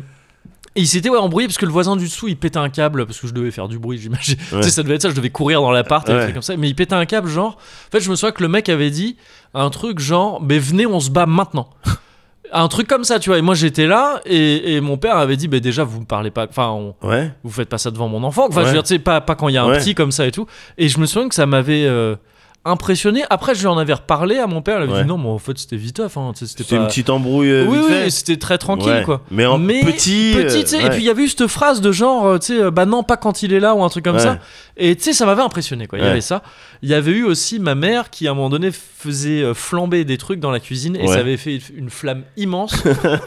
[SPEAKER 1] il s'était ouais, embrouillé parce que le voisin du dessous il pétait un câble parce que je devais faire du bruit, j'imagine.
[SPEAKER 3] Ouais.
[SPEAKER 1] Tu sais, ça devait être ça, je devais courir dans l'appart et des
[SPEAKER 3] Ouais.
[SPEAKER 1] trucs comme ça. Mais il pétait un câble, genre. En fait, je me souviens que le mec avait dit un truc genre Mais venez, on se bat maintenant. un truc comme ça, tu vois. Et moi j'étais là et, et mon père avait dit bah, Déjà, vous me parlez pas. Enfin, on-
[SPEAKER 3] Ouais.
[SPEAKER 1] vous faites pas ça devant mon enfant. Enfin, je
[SPEAKER 3] Ouais.
[SPEAKER 1] veux dire, tu sais, pas, pas quand il y a un
[SPEAKER 3] Ouais.
[SPEAKER 1] petit comme ça et tout. Et je me souviens que ça m'avait euh, impressionné. Après, je lui en avais reparlé à mon père. Il avait
[SPEAKER 3] Ouais.
[SPEAKER 1] dit non, mais en fait, c'était viteuf. Hein. Tu sais, C'était
[SPEAKER 3] C'était
[SPEAKER 1] pas.
[SPEAKER 3] une petite embrouille euh,
[SPEAKER 1] oui,
[SPEAKER 3] vite
[SPEAKER 1] oui,
[SPEAKER 3] fait.
[SPEAKER 1] c'était très tranquille,
[SPEAKER 3] Ouais.
[SPEAKER 1] quoi.
[SPEAKER 3] Mais en petit, euh,
[SPEAKER 1] petit, tu sais, Et
[SPEAKER 3] ouais.
[SPEAKER 1] puis, il y avait eu cette phrase de genre, euh, tu sais, euh, bah non, pas quand il est là ou un truc comme
[SPEAKER 3] Ouais.
[SPEAKER 1] ça. Et tu sais, ça m'avait impressionné, quoi. Il y
[SPEAKER 3] Ouais.
[SPEAKER 1] avait ça. Il y avait eu aussi ma mère qui, à un moment donné, faisait euh, flamber des trucs dans la cuisine et
[SPEAKER 3] Ouais.
[SPEAKER 1] ça avait fait une flamme immense.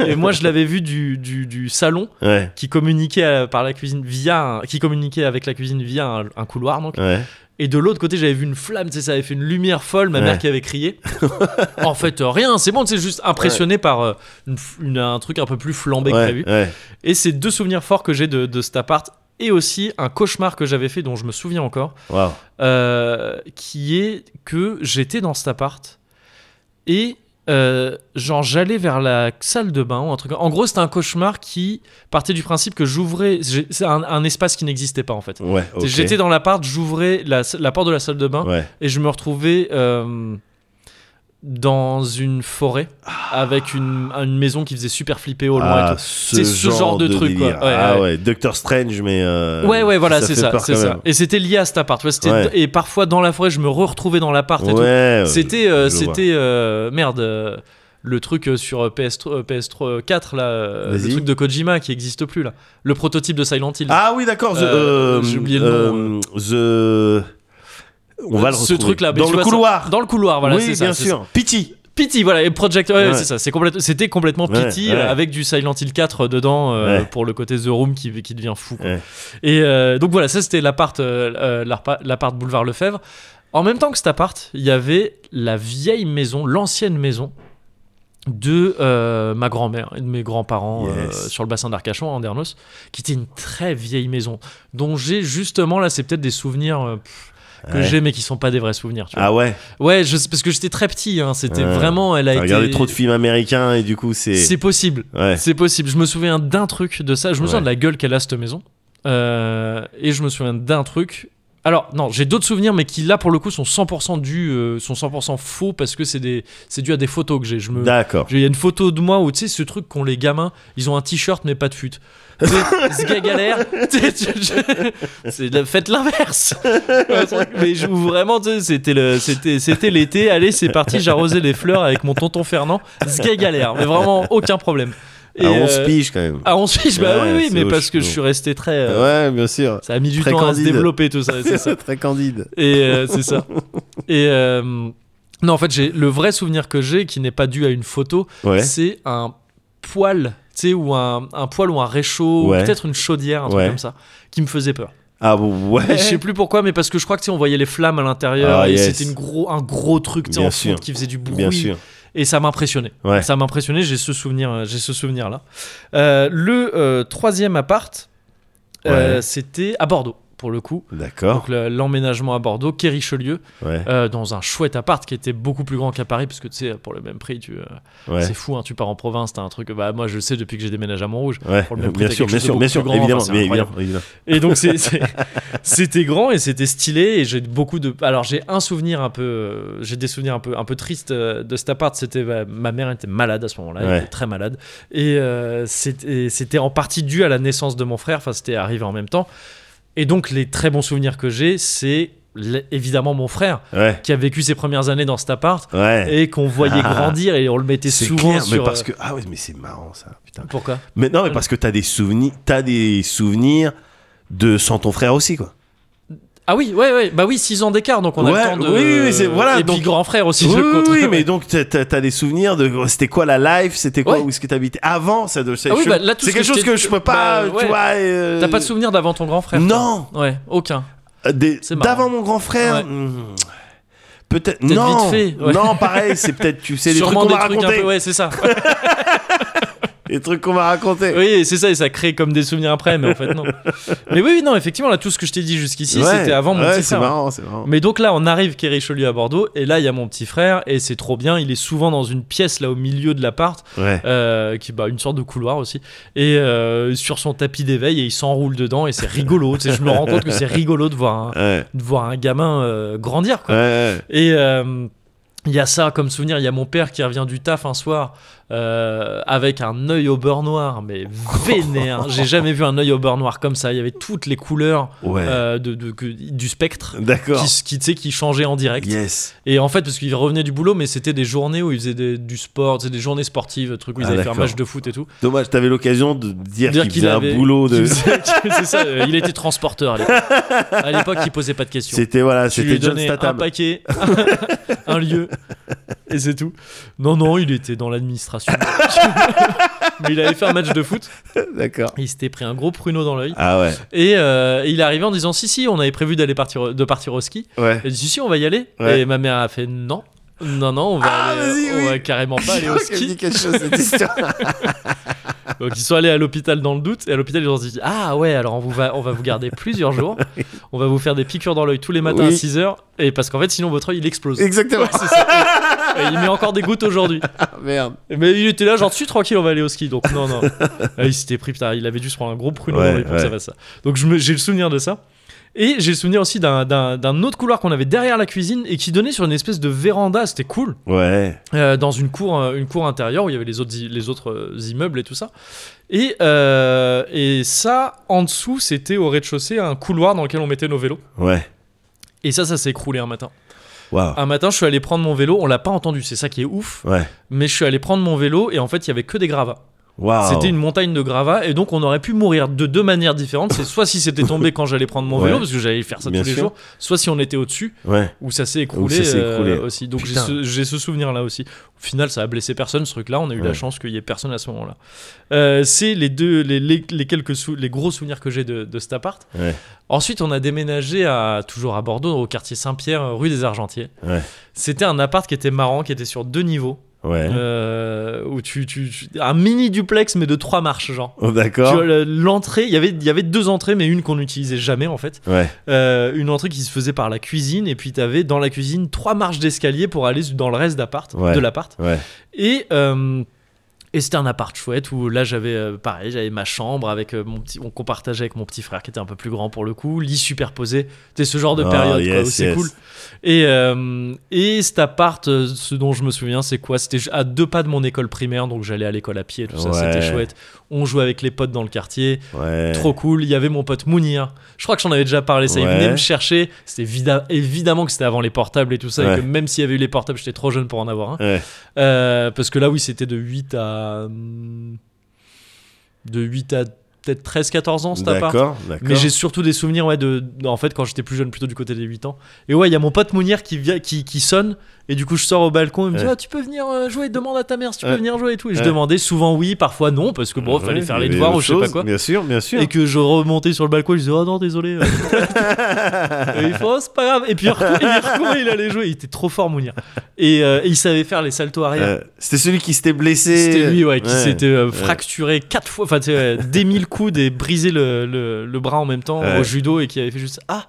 [SPEAKER 1] et moi, je l'avais vu du- du, du salon
[SPEAKER 3] Ouais.
[SPEAKER 1] qui communiquait euh, par la cuisine via un- qui communiquait avec la cuisine via un, un couloir donc
[SPEAKER 3] Ouais.
[SPEAKER 1] et de l'autre côté j'avais vu une flamme tu sais ça avait fait une lumière folle ma mère
[SPEAKER 3] Ouais.
[SPEAKER 1] qui avait crié en fait euh, rien c'est bon c'est juste impressionné par euh, une f- une- un truc un peu plus flambé que
[SPEAKER 3] Ouais.
[SPEAKER 1] prévu
[SPEAKER 3] ouais.
[SPEAKER 1] et c'est deux souvenirs forts que j'ai de, de cet appart et aussi un cauchemar que j'avais fait dont je me souviens encore
[SPEAKER 3] Waouh.
[SPEAKER 1] euh, qui est que j'étais dans cet appart et euh, genre j'allais vers la salle de bain ou un truc. En gros, c'était un cauchemar qui partait du principe que j'ouvrais. j'ai- C'est un, un espace qui n'existait pas en fait.
[SPEAKER 3] Ouais. ok.
[SPEAKER 1] J'étais dans l'appart, j'ouvrais la, la porte de la salle de bain
[SPEAKER 3] Ouais.
[SPEAKER 1] et je me retrouvais euh, dans une forêt avec une, une maison qui faisait super flipper au loin. et
[SPEAKER 3] Ah,
[SPEAKER 1] tout.
[SPEAKER 3] ce,
[SPEAKER 1] C'est ce genre de truc, quoi.
[SPEAKER 3] délire.
[SPEAKER 1] Ouais,
[SPEAKER 3] ah
[SPEAKER 1] ouais.
[SPEAKER 3] ouais. Doctor Strange, mais. euh,
[SPEAKER 1] Ouais, ouais, voilà, c'est
[SPEAKER 3] fait
[SPEAKER 1] ça,
[SPEAKER 3] peur
[SPEAKER 1] c'est
[SPEAKER 3] quand
[SPEAKER 1] ça.
[SPEAKER 3] même.
[SPEAKER 1] Et c'était lié à cet appart. tu vois, c'était-
[SPEAKER 3] Ouais.
[SPEAKER 1] Et parfois dans la forêt, je me retrouvais dans l'appart et tout.
[SPEAKER 3] Ouais.
[SPEAKER 1] C'était, euh,
[SPEAKER 3] je vois.
[SPEAKER 1] c'était euh, merde, euh, le truc euh, sur euh, PS3, euh, PS3 4 là, euh, le
[SPEAKER 3] Vas-y.
[SPEAKER 1] truc de Kojima qui existe plus là, le prototype de Silent Hill.
[SPEAKER 3] Ah oui, d'accord. the-
[SPEAKER 1] Euh,
[SPEAKER 3] euh,
[SPEAKER 1] j'ai oublié le nom,
[SPEAKER 3] euh, The. On va le
[SPEAKER 1] ce
[SPEAKER 3] retrouver.
[SPEAKER 1] truc-là, mais
[SPEAKER 3] dans
[SPEAKER 1] tu
[SPEAKER 3] le
[SPEAKER 1] vois, ça-
[SPEAKER 3] couloir.
[SPEAKER 1] Dans le couloir, voilà,
[SPEAKER 3] oui,
[SPEAKER 1] c'est ça.
[SPEAKER 3] bien
[SPEAKER 1] c'est
[SPEAKER 3] sûr. Pity.
[SPEAKER 1] ça. Pity, voilà, et Project, ouais,
[SPEAKER 3] Ouais.
[SPEAKER 1] c'est ça, c'est complète- c'était complètement
[SPEAKER 3] Ouais,
[SPEAKER 1] Pity
[SPEAKER 3] ouais.
[SPEAKER 1] euh, avec du Silent Hill 4 dedans euh,
[SPEAKER 3] Ouais.
[SPEAKER 1] pour le côté The Room qui, qui devient fou. quoi.
[SPEAKER 3] Ouais.
[SPEAKER 1] Et euh, donc voilà, ça c'était l'appart, euh, euh, l'appa- l'appart boulevard Lefebvre. En même temps que cet appart, il y avait la vieille maison, l'ancienne maison de euh, ma grand-mère et de mes grands-parents euh,
[SPEAKER 3] Yes.
[SPEAKER 1] sur le bassin d'Arcachon, à Andernos, qui était une très vieille maison, dont j'ai justement, là, c'est peut-être des souvenirs euh, pff, que
[SPEAKER 3] Ouais.
[SPEAKER 1] j'ai, mais qui sont pas des vrais souvenirs. Tu vois.
[SPEAKER 3] Ah ouais.
[SPEAKER 1] Ouais, je, parce que j'étais très petit, hein, c'était
[SPEAKER 3] Ouais.
[SPEAKER 1] vraiment, elle a
[SPEAKER 3] T'as
[SPEAKER 1] été...
[SPEAKER 3] regardé trop de films américains et du coup c'est.
[SPEAKER 1] C'est possible,
[SPEAKER 3] Ouais.
[SPEAKER 1] c'est possible. Je me souviens d'un truc de ça. Je me souviens
[SPEAKER 3] Ouais.
[SPEAKER 1] de la gueule qu'elle a cette maison. Euh, et je me souviens d'un truc. Alors non, j'ai d'autres souvenirs, mais qui là pour le coup sont 100% dus, euh, sont 100% faux parce que c'est des, c'est dû à des photos que j'ai. Je me,
[SPEAKER 3] D'accord.
[SPEAKER 1] il y a une photo de moi où tu sais ce truc qu'ont les gamins, ils ont un t-shirt mais pas de fut. Tu sais, Ce gars galère. Tu sais, tu- tu- C'est de la- faites l'inverse. Un truc, Mais je- où vraiment tu sais, c'était le c'était c'était l'été, allez, c'est parti, j'arrosais les fleurs avec mon tonton Fernand. Ce gars galère, mais vraiment aucun problème.
[SPEAKER 3] Ah, on se
[SPEAKER 1] euh,
[SPEAKER 3] pige quand même.
[SPEAKER 1] À 11 piges, bah
[SPEAKER 3] Ouais,
[SPEAKER 1] oui, oui,
[SPEAKER 3] c'est
[SPEAKER 1] mais
[SPEAKER 3] au
[SPEAKER 1] parce que
[SPEAKER 3] chaud.
[SPEAKER 1] je suis resté très euh,
[SPEAKER 3] ouais, bien sûr.
[SPEAKER 1] ça a mis du
[SPEAKER 3] Très
[SPEAKER 1] temps à
[SPEAKER 3] candide.
[SPEAKER 1] se développer tout ça, c'est ça.
[SPEAKER 3] Très candide.
[SPEAKER 1] Et euh, c'est ça. Et euh, non, en fait, j'ai le vrai souvenir que j'ai, qui n'est pas dû à une photo,
[SPEAKER 3] Ouais.
[SPEAKER 1] c'est un poil, tu sais, ou un, un poil ou un réchaud,
[SPEAKER 3] Ouais.
[SPEAKER 1] ou peut-être une chaudière, un truc
[SPEAKER 3] Ouais.
[SPEAKER 1] comme ça, qui me faisait peur.
[SPEAKER 3] Ah bon,
[SPEAKER 1] Et
[SPEAKER 3] ouais.
[SPEAKER 1] je sais plus pourquoi, mais parce que je crois que tu sais, on voyait les flammes à l'intérieur,
[SPEAKER 3] Ah,
[SPEAKER 1] et
[SPEAKER 3] yes.
[SPEAKER 1] c'était une gros, un gros truc, tu sais,
[SPEAKER 3] Bien
[SPEAKER 1] en fonte
[SPEAKER 3] sûr.
[SPEAKER 1] qui faisait du bruit,
[SPEAKER 3] Bien sûr.
[SPEAKER 1] et ça m'impressionnait.
[SPEAKER 3] Ouais.
[SPEAKER 1] Ça m'impressionnait, j'ai ce souvenir, j'ai ce souvenir là. Euh, le euh, troisième appart, euh,
[SPEAKER 3] Ouais.
[SPEAKER 1] c'était à Bordeaux pour le coup.
[SPEAKER 3] D'accord.
[SPEAKER 1] Donc le- l'emménagement à Bordeaux, quai Richelieu,
[SPEAKER 3] Ouais.
[SPEAKER 1] euh, dans un chouette appart qui était beaucoup plus grand qu'à Paris, parce que tu sais, pour le même prix, tu, euh,
[SPEAKER 3] Ouais.
[SPEAKER 1] c'est fou, hein, tu pars en province, t'as un truc. Bah, moi, je le sais depuis que j'ai déménagé à Montrouge.
[SPEAKER 3] Ouais.
[SPEAKER 1] Pour le même prix,
[SPEAKER 3] Bien
[SPEAKER 1] t'as
[SPEAKER 3] sûr,
[SPEAKER 1] quelque
[SPEAKER 3] bien
[SPEAKER 1] chose de
[SPEAKER 3] sûr,
[SPEAKER 1] beaucoup
[SPEAKER 3] bien
[SPEAKER 1] plus grand,
[SPEAKER 3] sûr, évidemment,
[SPEAKER 1] enfin, c'est
[SPEAKER 3] mais
[SPEAKER 1] incroyable.
[SPEAKER 3] évidemment, évidemment.
[SPEAKER 1] Et donc, c'est- c'est- c'était grand et c'était stylé. Et j'ai beaucoup de. Alors, j'ai un souvenir un peu. euh, J'ai des souvenirs un peu, un peu tristes euh, de cet appart. C'était bah, ma mère était malade à ce moment-là. Elle
[SPEAKER 3] Ouais.
[SPEAKER 1] était très malade. Et euh, c'était c'était en partie dû à la naissance de mon frère. Enfin, c'était arrivé en même temps. Et donc, les très bons souvenirs que j'ai, c'est l- évidemment mon frère
[SPEAKER 3] Ouais.
[SPEAKER 1] qui a vécu ses premières années dans cet appart
[SPEAKER 3] Ouais.
[SPEAKER 1] et qu'on voyait
[SPEAKER 3] Ah.
[SPEAKER 1] grandir et on le mettait
[SPEAKER 3] C'est
[SPEAKER 1] souvent
[SPEAKER 3] clair,
[SPEAKER 1] sur.
[SPEAKER 3] mais parce
[SPEAKER 1] euh,
[SPEAKER 3] que ah ouais, mais c'est marrant ça, putain.
[SPEAKER 1] Pourquoi
[SPEAKER 3] Mais non, mais parce que t'as des souvenirs, t'as des souvenirs de sans ton frère aussi quoi.
[SPEAKER 1] Ah oui, ouais, ouais. Bah oui, 6 ans d'écart, donc on
[SPEAKER 3] Ouais,
[SPEAKER 1] a le temps de.
[SPEAKER 3] oui, oui, oui, c'est- voilà,
[SPEAKER 1] Et
[SPEAKER 3] donc-
[SPEAKER 1] puis grand frère aussi,
[SPEAKER 3] Oui,
[SPEAKER 1] je le
[SPEAKER 3] oui,
[SPEAKER 1] compte.
[SPEAKER 3] oui, mais donc t'as- t'as t'as des souvenirs de c'était quoi la life, c'était quoi
[SPEAKER 1] Ouais.
[SPEAKER 3] où est-ce que t'habitais avant, ça doit- c'est
[SPEAKER 1] Ah oui,
[SPEAKER 3] je-
[SPEAKER 1] bah, là, tout
[SPEAKER 3] c'est
[SPEAKER 1] ce
[SPEAKER 3] quelque
[SPEAKER 1] que
[SPEAKER 3] chose
[SPEAKER 1] je t'ai-
[SPEAKER 3] que je peux pas,
[SPEAKER 1] bah,
[SPEAKER 3] tu
[SPEAKER 1] ouais.
[SPEAKER 3] vois. euh,
[SPEAKER 1] T'as pas de souvenir d'avant ton grand frère toi
[SPEAKER 3] Non,
[SPEAKER 1] Ouais, aucun.
[SPEAKER 3] Euh, des-
[SPEAKER 1] C'est marrant.
[SPEAKER 3] d'avant mon grand frère.
[SPEAKER 1] Ouais.
[SPEAKER 3] hmm, Peut-être
[SPEAKER 1] vite
[SPEAKER 3] non,
[SPEAKER 1] fait, ouais.
[SPEAKER 3] non, pareil, c'est peut-être tu sais les trucs
[SPEAKER 1] Sûrement
[SPEAKER 3] qu'on
[SPEAKER 1] des
[SPEAKER 3] m'a
[SPEAKER 1] trucs un
[SPEAKER 3] raconté,
[SPEAKER 1] peu. Ouais, c'est ça.
[SPEAKER 3] les trucs qu'on m'a raconté.
[SPEAKER 1] Oui, c'est ça, et ça crée comme des souvenirs après, mais en fait, non. mais oui, oui, non, effectivement, là, tout ce que je t'ai dit jusqu'ici,
[SPEAKER 3] Ouais,
[SPEAKER 1] c'était avant mon
[SPEAKER 3] ouais,
[SPEAKER 1] petit
[SPEAKER 3] c'est
[SPEAKER 1] frère.
[SPEAKER 3] marrant, c'est marrant.
[SPEAKER 1] Mais donc là, on arrive quai Richelieu à Bordeaux, et là, il y a mon petit frère, et c'est trop bien. Il est souvent dans une pièce là au milieu de l'appart,
[SPEAKER 3] Ouais.
[SPEAKER 1] euh, qui bah, une sorte de couloir aussi, et euh, sur son tapis d'éveil, et il s'enroule dedans, et c'est rigolo. tu sais, je me rends compte que c'est rigolo de voir hein. un,
[SPEAKER 3] Ouais.
[SPEAKER 1] de voir un gamin euh, grandir, quoi.
[SPEAKER 3] Ouais, ouais.
[SPEAKER 1] Et euh, il y a ça comme souvenir. Il y a mon père qui revient du taf un soir euh, avec un œil au beurre noir, mais vénère. J'ai jamais vu un œil au beurre noir comme ça. Il y avait toutes les couleurs
[SPEAKER 3] Ouais.
[SPEAKER 1] euh, de, de- que- du spectre.
[SPEAKER 3] D'accord.
[SPEAKER 1] Qui, s- qui, tu sais, qui changeait en direct.
[SPEAKER 3] Yes.
[SPEAKER 1] Et en fait, parce qu'il revenait du boulot, mais c'était des journées où il faisait des- du sport, c'était des journées sportives, trucs où ils
[SPEAKER 3] Ah,
[SPEAKER 1] allaient faire un
[SPEAKER 3] d'accord.
[SPEAKER 1] match de foot et tout.
[SPEAKER 3] Dommage, t'avais l'occasion de dire,
[SPEAKER 1] Dire
[SPEAKER 3] qu'il
[SPEAKER 1] qu'il
[SPEAKER 3] faisait
[SPEAKER 1] avait-
[SPEAKER 3] un boulot de.
[SPEAKER 1] Il faisait- C'est ça, euh, il était transporteur à l'époque. À l'époque, il posait pas de questions.
[SPEAKER 3] C'était voilà,
[SPEAKER 1] Tu lui
[SPEAKER 3] c'était John
[SPEAKER 1] donnais un
[SPEAKER 3] Statham.
[SPEAKER 1] paquet, un lieu, et c'est tout. Non, non, il était dans l'administration. Mais il avait fait un match de foot.
[SPEAKER 3] D'accord.
[SPEAKER 1] Il s'était pris un gros pruneau dans l'œil.
[SPEAKER 3] Ah ouais.
[SPEAKER 1] Et, euh, et il est arrivé en disant Si, si, on avait prévu d'aller partir, de partir au ski.
[SPEAKER 3] Ouais.
[SPEAKER 1] Il a dit Si, si, on va y aller.
[SPEAKER 3] Ouais.
[SPEAKER 1] Et ma mère a fait Non. Non, non, on va,
[SPEAKER 3] Ah,
[SPEAKER 1] aller-
[SPEAKER 3] vas-y,
[SPEAKER 1] on
[SPEAKER 3] oui.
[SPEAKER 1] va carrément pas aller au
[SPEAKER 3] Je crois qu'elle me
[SPEAKER 1] ski.
[SPEAKER 3] dit quelque chose, cette histoire.
[SPEAKER 1] Donc ils sont allés à l'hôpital dans le doute et à l'hôpital ils ont dit ah ouais alors on vous va on va vous garder plusieurs jours, on va vous faire des piqûres dans l'œil tous les matins à
[SPEAKER 3] Oui.
[SPEAKER 1] 6 heures et parce qu'en fait sinon votre œil il explose.
[SPEAKER 3] Exactement.
[SPEAKER 1] Ouais, c'est ça. Et il met encore des gouttes aujourd'hui.
[SPEAKER 3] Merde.
[SPEAKER 1] Mais il était là genre je suis tranquille on va aller au ski donc non non. Ah, il s'était pris putain il avait dû se prendre un gros pruneau dans
[SPEAKER 3] Ouais,
[SPEAKER 1] l'œil pour
[SPEAKER 3] ouais.
[SPEAKER 1] que ça fasse ça. Donc je me- j'ai le souvenir de ça. Et j'ai le souvenir aussi d'un- d'un d'un autre couloir qu'on avait derrière la cuisine et qui donnait sur une espèce de véranda, c'était cool.
[SPEAKER 3] Ouais.
[SPEAKER 1] Euh, dans une cour, euh, une cour intérieure où il y avait les autres, i- les autres euh, immeubles et tout ça. Et, euh, et ça, en dessous, c'était au rez-de-chaussée un couloir dans lequel on mettait nos vélos.
[SPEAKER 3] Ouais.
[SPEAKER 1] Et ça, ça s'est écroulé un matin.
[SPEAKER 3] Waouh.
[SPEAKER 1] Un matin, je suis allé prendre mon vélo. On l'a pas entendu, c'est ça qui est ouf.
[SPEAKER 3] Ouais.
[SPEAKER 1] Mais je suis allé prendre mon vélo et en fait, il y avait que des gravats.
[SPEAKER 3] Waouh.
[SPEAKER 1] C'était une montagne de gravats et donc on aurait pu mourir de deux manières différentes. C'est soit si c'était tombé quand j'allais prendre mon
[SPEAKER 3] Ouais.
[SPEAKER 1] vélo parce que j'allais faire ça
[SPEAKER 3] Bien
[SPEAKER 1] tous les
[SPEAKER 3] sûr.
[SPEAKER 1] jours, soit si on était au-dessus
[SPEAKER 3] Ouais.
[SPEAKER 1] où ça s'est
[SPEAKER 3] Où
[SPEAKER 1] écroulé,
[SPEAKER 3] ça s'est
[SPEAKER 1] euh,
[SPEAKER 3] écroulé.
[SPEAKER 1] aussi. Donc j'ai
[SPEAKER 3] Putain.
[SPEAKER 1] ce, j'ai ce souvenir-là aussi. Au final, ça a blessé personne ce truc-là. On a eu la
[SPEAKER 3] Ouais.
[SPEAKER 1] chance qu'il y ait personne à ce moment-là. Euh, c'est les deux, les, les- les quelques sou- les gros souvenirs que j'ai de, de cet appart.
[SPEAKER 3] Ouais.
[SPEAKER 1] Ensuite, on a déménagé à toujours à Bordeaux, au quartier Saint-Pierre, euh, rue des Argentiers.
[SPEAKER 3] Ouais.
[SPEAKER 1] C'était un appart qui était marrant, qui était sur deux niveaux,
[SPEAKER 3] Ouais.
[SPEAKER 1] euh, où tu, tu- tu- un mini duplex mais de trois marches, genre.
[SPEAKER 3] Oh,
[SPEAKER 1] Tu
[SPEAKER 3] D'accord.
[SPEAKER 1] vois, le- L'entrée, il y avait- il y avait deux entrées, mais une qu'on n'utilisait jamais en fait.
[SPEAKER 3] Ouais.
[SPEAKER 1] Euh, une entrée qui se faisait par la cuisine et puis t'avais dans la cuisine trois marches d'escalier pour aller dans le reste d'appart
[SPEAKER 3] Ouais.
[SPEAKER 1] de l'appart
[SPEAKER 3] Ouais.
[SPEAKER 1] et euh, et c'était un appart chouette où là j'avais euh, pareil j'avais ma chambre avec euh, mon petit on compartageait avec mon petit frère qui était un peu plus grand pour le coup lit superposé c'était ce genre de
[SPEAKER 3] Oh,
[SPEAKER 1] période quoi,
[SPEAKER 3] yes,
[SPEAKER 1] où c'est
[SPEAKER 3] yes.
[SPEAKER 1] cool et euh, et cet appart euh, ce dont je me souviens c'est quoi c'était à deux pas de mon école primaire donc j'allais à l'école à pied tout ça
[SPEAKER 3] Ouais.
[SPEAKER 1] c'était chouette on jouait avec les potes dans le quartier
[SPEAKER 3] Ouais.
[SPEAKER 1] Trop cool, il y avait mon pote Mounir. Je crois que j'en avais déjà parlé, ça il
[SPEAKER 3] Ouais.
[SPEAKER 1] venait me chercher. C'était vida- évidemment que c'était avant les portables et tout ça,
[SPEAKER 3] Ouais.
[SPEAKER 1] et que même s'il y avait eu les portables, j'étais trop jeune pour en avoir un.
[SPEAKER 3] Ouais.
[SPEAKER 1] Euh, parce que là, oui, c'était de 8 à. hum, De 8 à peut-être 13, 14 ans, cet appart.
[SPEAKER 3] D'accord. D'accord.
[SPEAKER 1] Mais j'ai surtout des souvenirs, ouais, de, de- en fait, quand j'étais plus jeune, plutôt du côté des 8 ans. Et ouais, il y a mon pote Mounir qui, vient, qui, qui sonne, et du coup, je sors au balcon, il me dit,
[SPEAKER 3] Ouais.
[SPEAKER 1] Ah, tu peux venir euh, jouer, demande à ta mère si tu peux
[SPEAKER 3] Ouais.
[SPEAKER 1] venir jouer et tout. Et je
[SPEAKER 3] Ouais.
[SPEAKER 1] demandais souvent oui, parfois non, parce que bon,
[SPEAKER 3] Ouais,
[SPEAKER 1] fallait faire
[SPEAKER 3] il y
[SPEAKER 1] les
[SPEAKER 3] avait
[SPEAKER 1] devoirs
[SPEAKER 3] autre
[SPEAKER 1] ou je sais pas
[SPEAKER 3] chose.
[SPEAKER 1] quoi
[SPEAKER 3] Bien sûr, bien sûr.
[SPEAKER 1] et que je remontais sur le balcon, je disais oh non désolé. euh. et il fait oh c'est pas grave. Et puis il recou- et il recourait, il allait jouer, il était trop fort Mounir. Et, euh, et il savait faire les saltos arrière.
[SPEAKER 3] Euh, C'était celui qui s'était blessé.
[SPEAKER 1] C'était lui ouais, qui s'était euh, fracturé quatre fois, enfin tu sais, euh, démis le coude et brisé le, le- le bras en même temps
[SPEAKER 3] Ouais.
[SPEAKER 1] au judo et qui avait fait juste ah.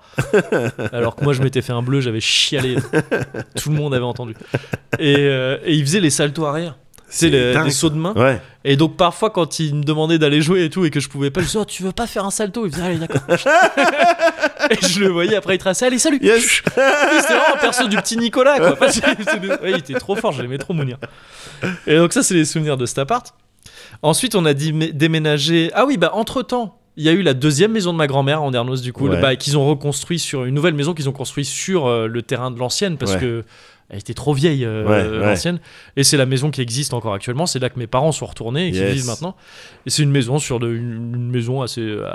[SPEAKER 1] Alors que moi je m'étais fait un bleu, j'avais chialé. Tout le monde avait entendu. Et, euh, et il faisait les saltos arrière. C'est les,
[SPEAKER 3] dingue,
[SPEAKER 1] les sauts de main.
[SPEAKER 3] Ouais.
[SPEAKER 1] Et donc parfois quand il me demandait d'aller jouer et tout et que je pouvais pas, je disais oh tu veux pas faire un salto Il me disait allez d'accord. et je le voyais après il traçait allez salut. Et
[SPEAKER 3] Yes.
[SPEAKER 1] C'était vraiment un perso du petit Nicolas quoi. Parce que c'était- ouais, il était trop fort, j'aimais trop Mounir. Et donc ça c'est les souvenirs de cet appart. Ensuite on a dîmé- déménagé. Ah oui bah entre temps il y a eu la deuxième maison de ma grand-mère en Ernos du coup,
[SPEAKER 3] Ouais.
[SPEAKER 1] le- bah, qu'ils ont reconstruit sur une nouvelle maison qu'ils ont construit sur euh, le terrain de l'ancienne parce
[SPEAKER 3] Ouais.
[SPEAKER 1] que elle était trop vieille euh,
[SPEAKER 3] Ouais, ouais.
[SPEAKER 1] l'ancienne et c'est la maison qui existe encore actuellement. C'est là que mes parents sont retournés et qui
[SPEAKER 3] Yes.
[SPEAKER 1] vivent maintenant. Et c'est une maison sur de, une, une maison assez euh,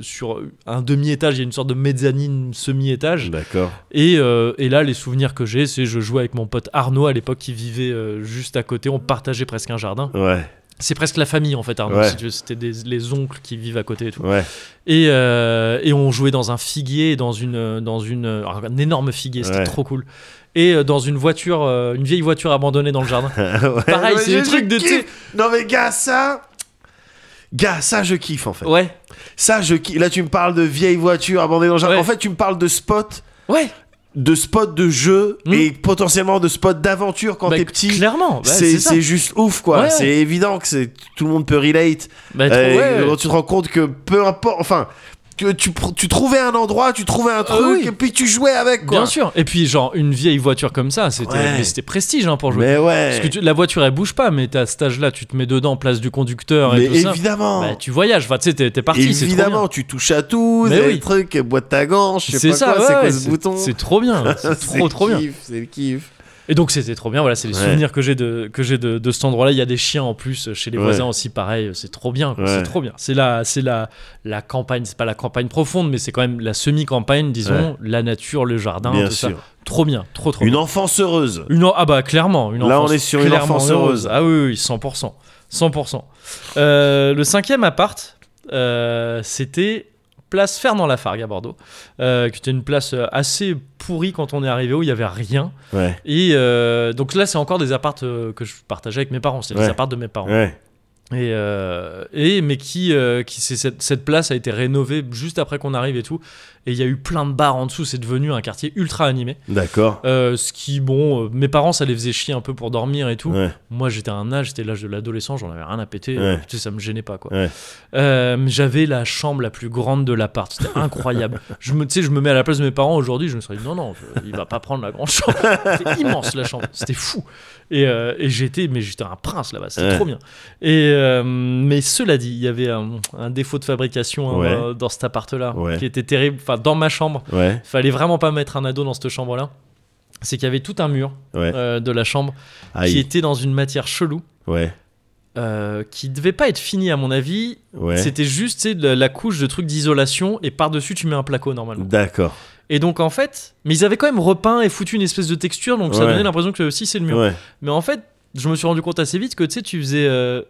[SPEAKER 1] sur un demi-étage. Il y a une sorte de mezzanine semi-étage.
[SPEAKER 3] D'accord.
[SPEAKER 1] Et, euh, et là, les souvenirs que j'ai, c'est je jouais avec mon pote Arnaud à l'époque qui vivait euh, juste à côté. On partageait presque un jardin.
[SPEAKER 3] Ouais,
[SPEAKER 1] C'est presque la famille en fait, Arnaud.
[SPEAKER 3] Ouais.
[SPEAKER 1] si tu veux. C'était des- les oncles qui vivent à côté et tout.
[SPEAKER 3] ouais.
[SPEAKER 1] Et, euh, et on jouait dans un figuier, dans une, dans une alors, un énorme figuier, c'était
[SPEAKER 3] Ouais.
[SPEAKER 1] trop cool. Et euh, dans une voiture, euh, une vieille voiture abandonnée dans le jardin.
[SPEAKER 3] Ouais,
[SPEAKER 1] Pareil,
[SPEAKER 3] ouais,
[SPEAKER 1] c'est
[SPEAKER 3] je-
[SPEAKER 1] des trucs de
[SPEAKER 3] je
[SPEAKER 1] thé.
[SPEAKER 3] kiffe. Non mais gars, ça. Gars, ça je kiffe en fait.
[SPEAKER 1] Ouais,
[SPEAKER 3] Ça je kiffe. Là tu me parles de vieilles voitures abandonnées dans le jardin.
[SPEAKER 1] Ouais.
[SPEAKER 3] En fait tu me parles de spots,
[SPEAKER 1] ouais.
[SPEAKER 3] de spots de jeu
[SPEAKER 1] Hmm.
[SPEAKER 3] et potentiellement de spots d'aventure quand
[SPEAKER 1] Bah,
[SPEAKER 3] t'es petit.
[SPEAKER 1] Clairement, bah,
[SPEAKER 3] c'est
[SPEAKER 1] c'est ça.
[SPEAKER 3] c'est juste ouf quoi.
[SPEAKER 1] Ouais,
[SPEAKER 3] C'est évident que c'est tout le monde peut relate.
[SPEAKER 1] Bah, trop-
[SPEAKER 3] Euh,
[SPEAKER 1] ouais.
[SPEAKER 3] quand tu te rends compte que peu importe, enfin, que tu, pr- tu trouvais un endroit, tu trouvais un truc
[SPEAKER 1] Ah oui.
[SPEAKER 3] et puis tu jouais avec quoi.
[SPEAKER 1] Bien sûr. Et puis genre une vieille voiture comme ça, c'était
[SPEAKER 3] Ouais.
[SPEAKER 1] mais c'était prestige hein, pour jouer.
[SPEAKER 3] Mais
[SPEAKER 1] Parce que
[SPEAKER 3] ouais.
[SPEAKER 1] tu- la voiture elle bouge pas, mais à cet âge-là, tu te mets dedans, place du conducteur et
[SPEAKER 3] Mais
[SPEAKER 1] tout ça.
[SPEAKER 3] évidemment.
[SPEAKER 1] Bah, tu voyages, enfin, tu sais, t'es t'es parti, c'est trop bien.
[SPEAKER 3] Évidemment, tu touches à tout,
[SPEAKER 1] Mais
[SPEAKER 3] des
[SPEAKER 1] oui.
[SPEAKER 3] trucs, boîte ta ganche, je sais
[SPEAKER 1] C'est
[SPEAKER 3] pas
[SPEAKER 1] ça,
[SPEAKER 3] quoi,
[SPEAKER 1] ouais,
[SPEAKER 3] c'est quoi
[SPEAKER 1] ouais,
[SPEAKER 3] ce bouton
[SPEAKER 1] C'est trop bien, c'est trop trop bien.
[SPEAKER 3] le kiff, C'est le kiff.
[SPEAKER 1] Et donc c'était trop bien, voilà, c'est les
[SPEAKER 3] Ouais.
[SPEAKER 1] souvenirs que j'ai de que j'ai de, de cet endroit-là. Il y a des chiens en plus chez les
[SPEAKER 3] Ouais.
[SPEAKER 1] voisins aussi, pareil, c'est trop bien, quoi,
[SPEAKER 3] Ouais.
[SPEAKER 1] c'est trop bien. C'est la c'est la la campagne, c'est pas la campagne profonde, mais c'est quand même la semi-campagne, disons, la nature, le jardin,
[SPEAKER 3] Bien
[SPEAKER 1] tout
[SPEAKER 3] sûr.
[SPEAKER 1] ça. Trop bien, trop trop.
[SPEAKER 3] Une
[SPEAKER 1] bien.
[SPEAKER 3] enfance heureuse.
[SPEAKER 1] Une en- ah bah clairement, une
[SPEAKER 3] Là,
[SPEAKER 1] enfance
[SPEAKER 3] on est sur une
[SPEAKER 1] clairement
[SPEAKER 3] enfance heureuse.
[SPEAKER 1] Ah oui, oui, oui, 100%, 100%. Euh, le cinquième appart, euh, c'était place Fernand Lafargue à Bordeaux, euh, qui était une place euh, assez pourrie quand on est arrivé où il y avait rien.
[SPEAKER 3] Ouais,
[SPEAKER 1] Et euh, donc là, c'est encore des appartes euh, que je partageais avec mes parents. C'est
[SPEAKER 3] Ouais.
[SPEAKER 1] les appartes de mes parents.
[SPEAKER 3] ouais.
[SPEAKER 1] Et, euh, et mais qui, euh, qui c'est cette, cette place a été rénovée juste après qu'on arrive et tout. Et il y a eu plein de bars en dessous. C'est devenu un quartier ultra animé.
[SPEAKER 3] D'accord.
[SPEAKER 1] Euh, ce qui, bon, euh, mes parents, ça les faisait chier un peu pour dormir et tout.
[SPEAKER 3] Ouais.
[SPEAKER 1] Moi, j'étais à un âge, c'était l'âge de l'adolescent, j'en avais rien à péter.
[SPEAKER 3] Ouais.
[SPEAKER 1] Tu sais, ça me gênait pas, quoi.
[SPEAKER 3] Ouais.
[SPEAKER 1] Euh, mais J'avais la chambre la plus grande de l'appart. C'était incroyable. je me, tu sais, je me mets à la place de mes parents aujourd'hui. Je me serais dit non, non, je- il va pas prendre la grande chambre. C'était immense la chambre. C'était fou. Et, euh, et j'étais, mais j'étais un prince là-bas. C'était
[SPEAKER 3] Ouais.
[SPEAKER 1] trop bien. Et euh, mais cela dit, il y avait un, un défaut de fabrication hein,
[SPEAKER 3] Ouais.
[SPEAKER 1] euh, dans cet appart-là
[SPEAKER 3] Ouais.
[SPEAKER 1] qui était terrible. Enfin, dans ma chambre,
[SPEAKER 3] Ouais,
[SPEAKER 1] fallait vraiment pas mettre un ado dans cette chambre-là. C'est qu'il y avait tout un mur
[SPEAKER 3] ouais.
[SPEAKER 1] euh, de la chambre qui
[SPEAKER 3] Aïe.
[SPEAKER 1] était dans une matière chelou
[SPEAKER 3] Ouais,
[SPEAKER 1] euh, qui devait pas être fini à mon avis.
[SPEAKER 3] ouais.
[SPEAKER 1] C'était juste tu sais, de la, la couche de trucs d'isolation et par-dessus tu mets un placo normalement.
[SPEAKER 3] D'accord.
[SPEAKER 1] Et donc en fait, mais ils avaient quand même repeint et foutu une espèce de texture donc ça
[SPEAKER 3] Ouais.
[SPEAKER 1] donnait l'impression que aussi c'est le mur.
[SPEAKER 3] Ouais.
[SPEAKER 1] Mais en fait, je me suis rendu compte assez vite que tu sais tu faisais euh,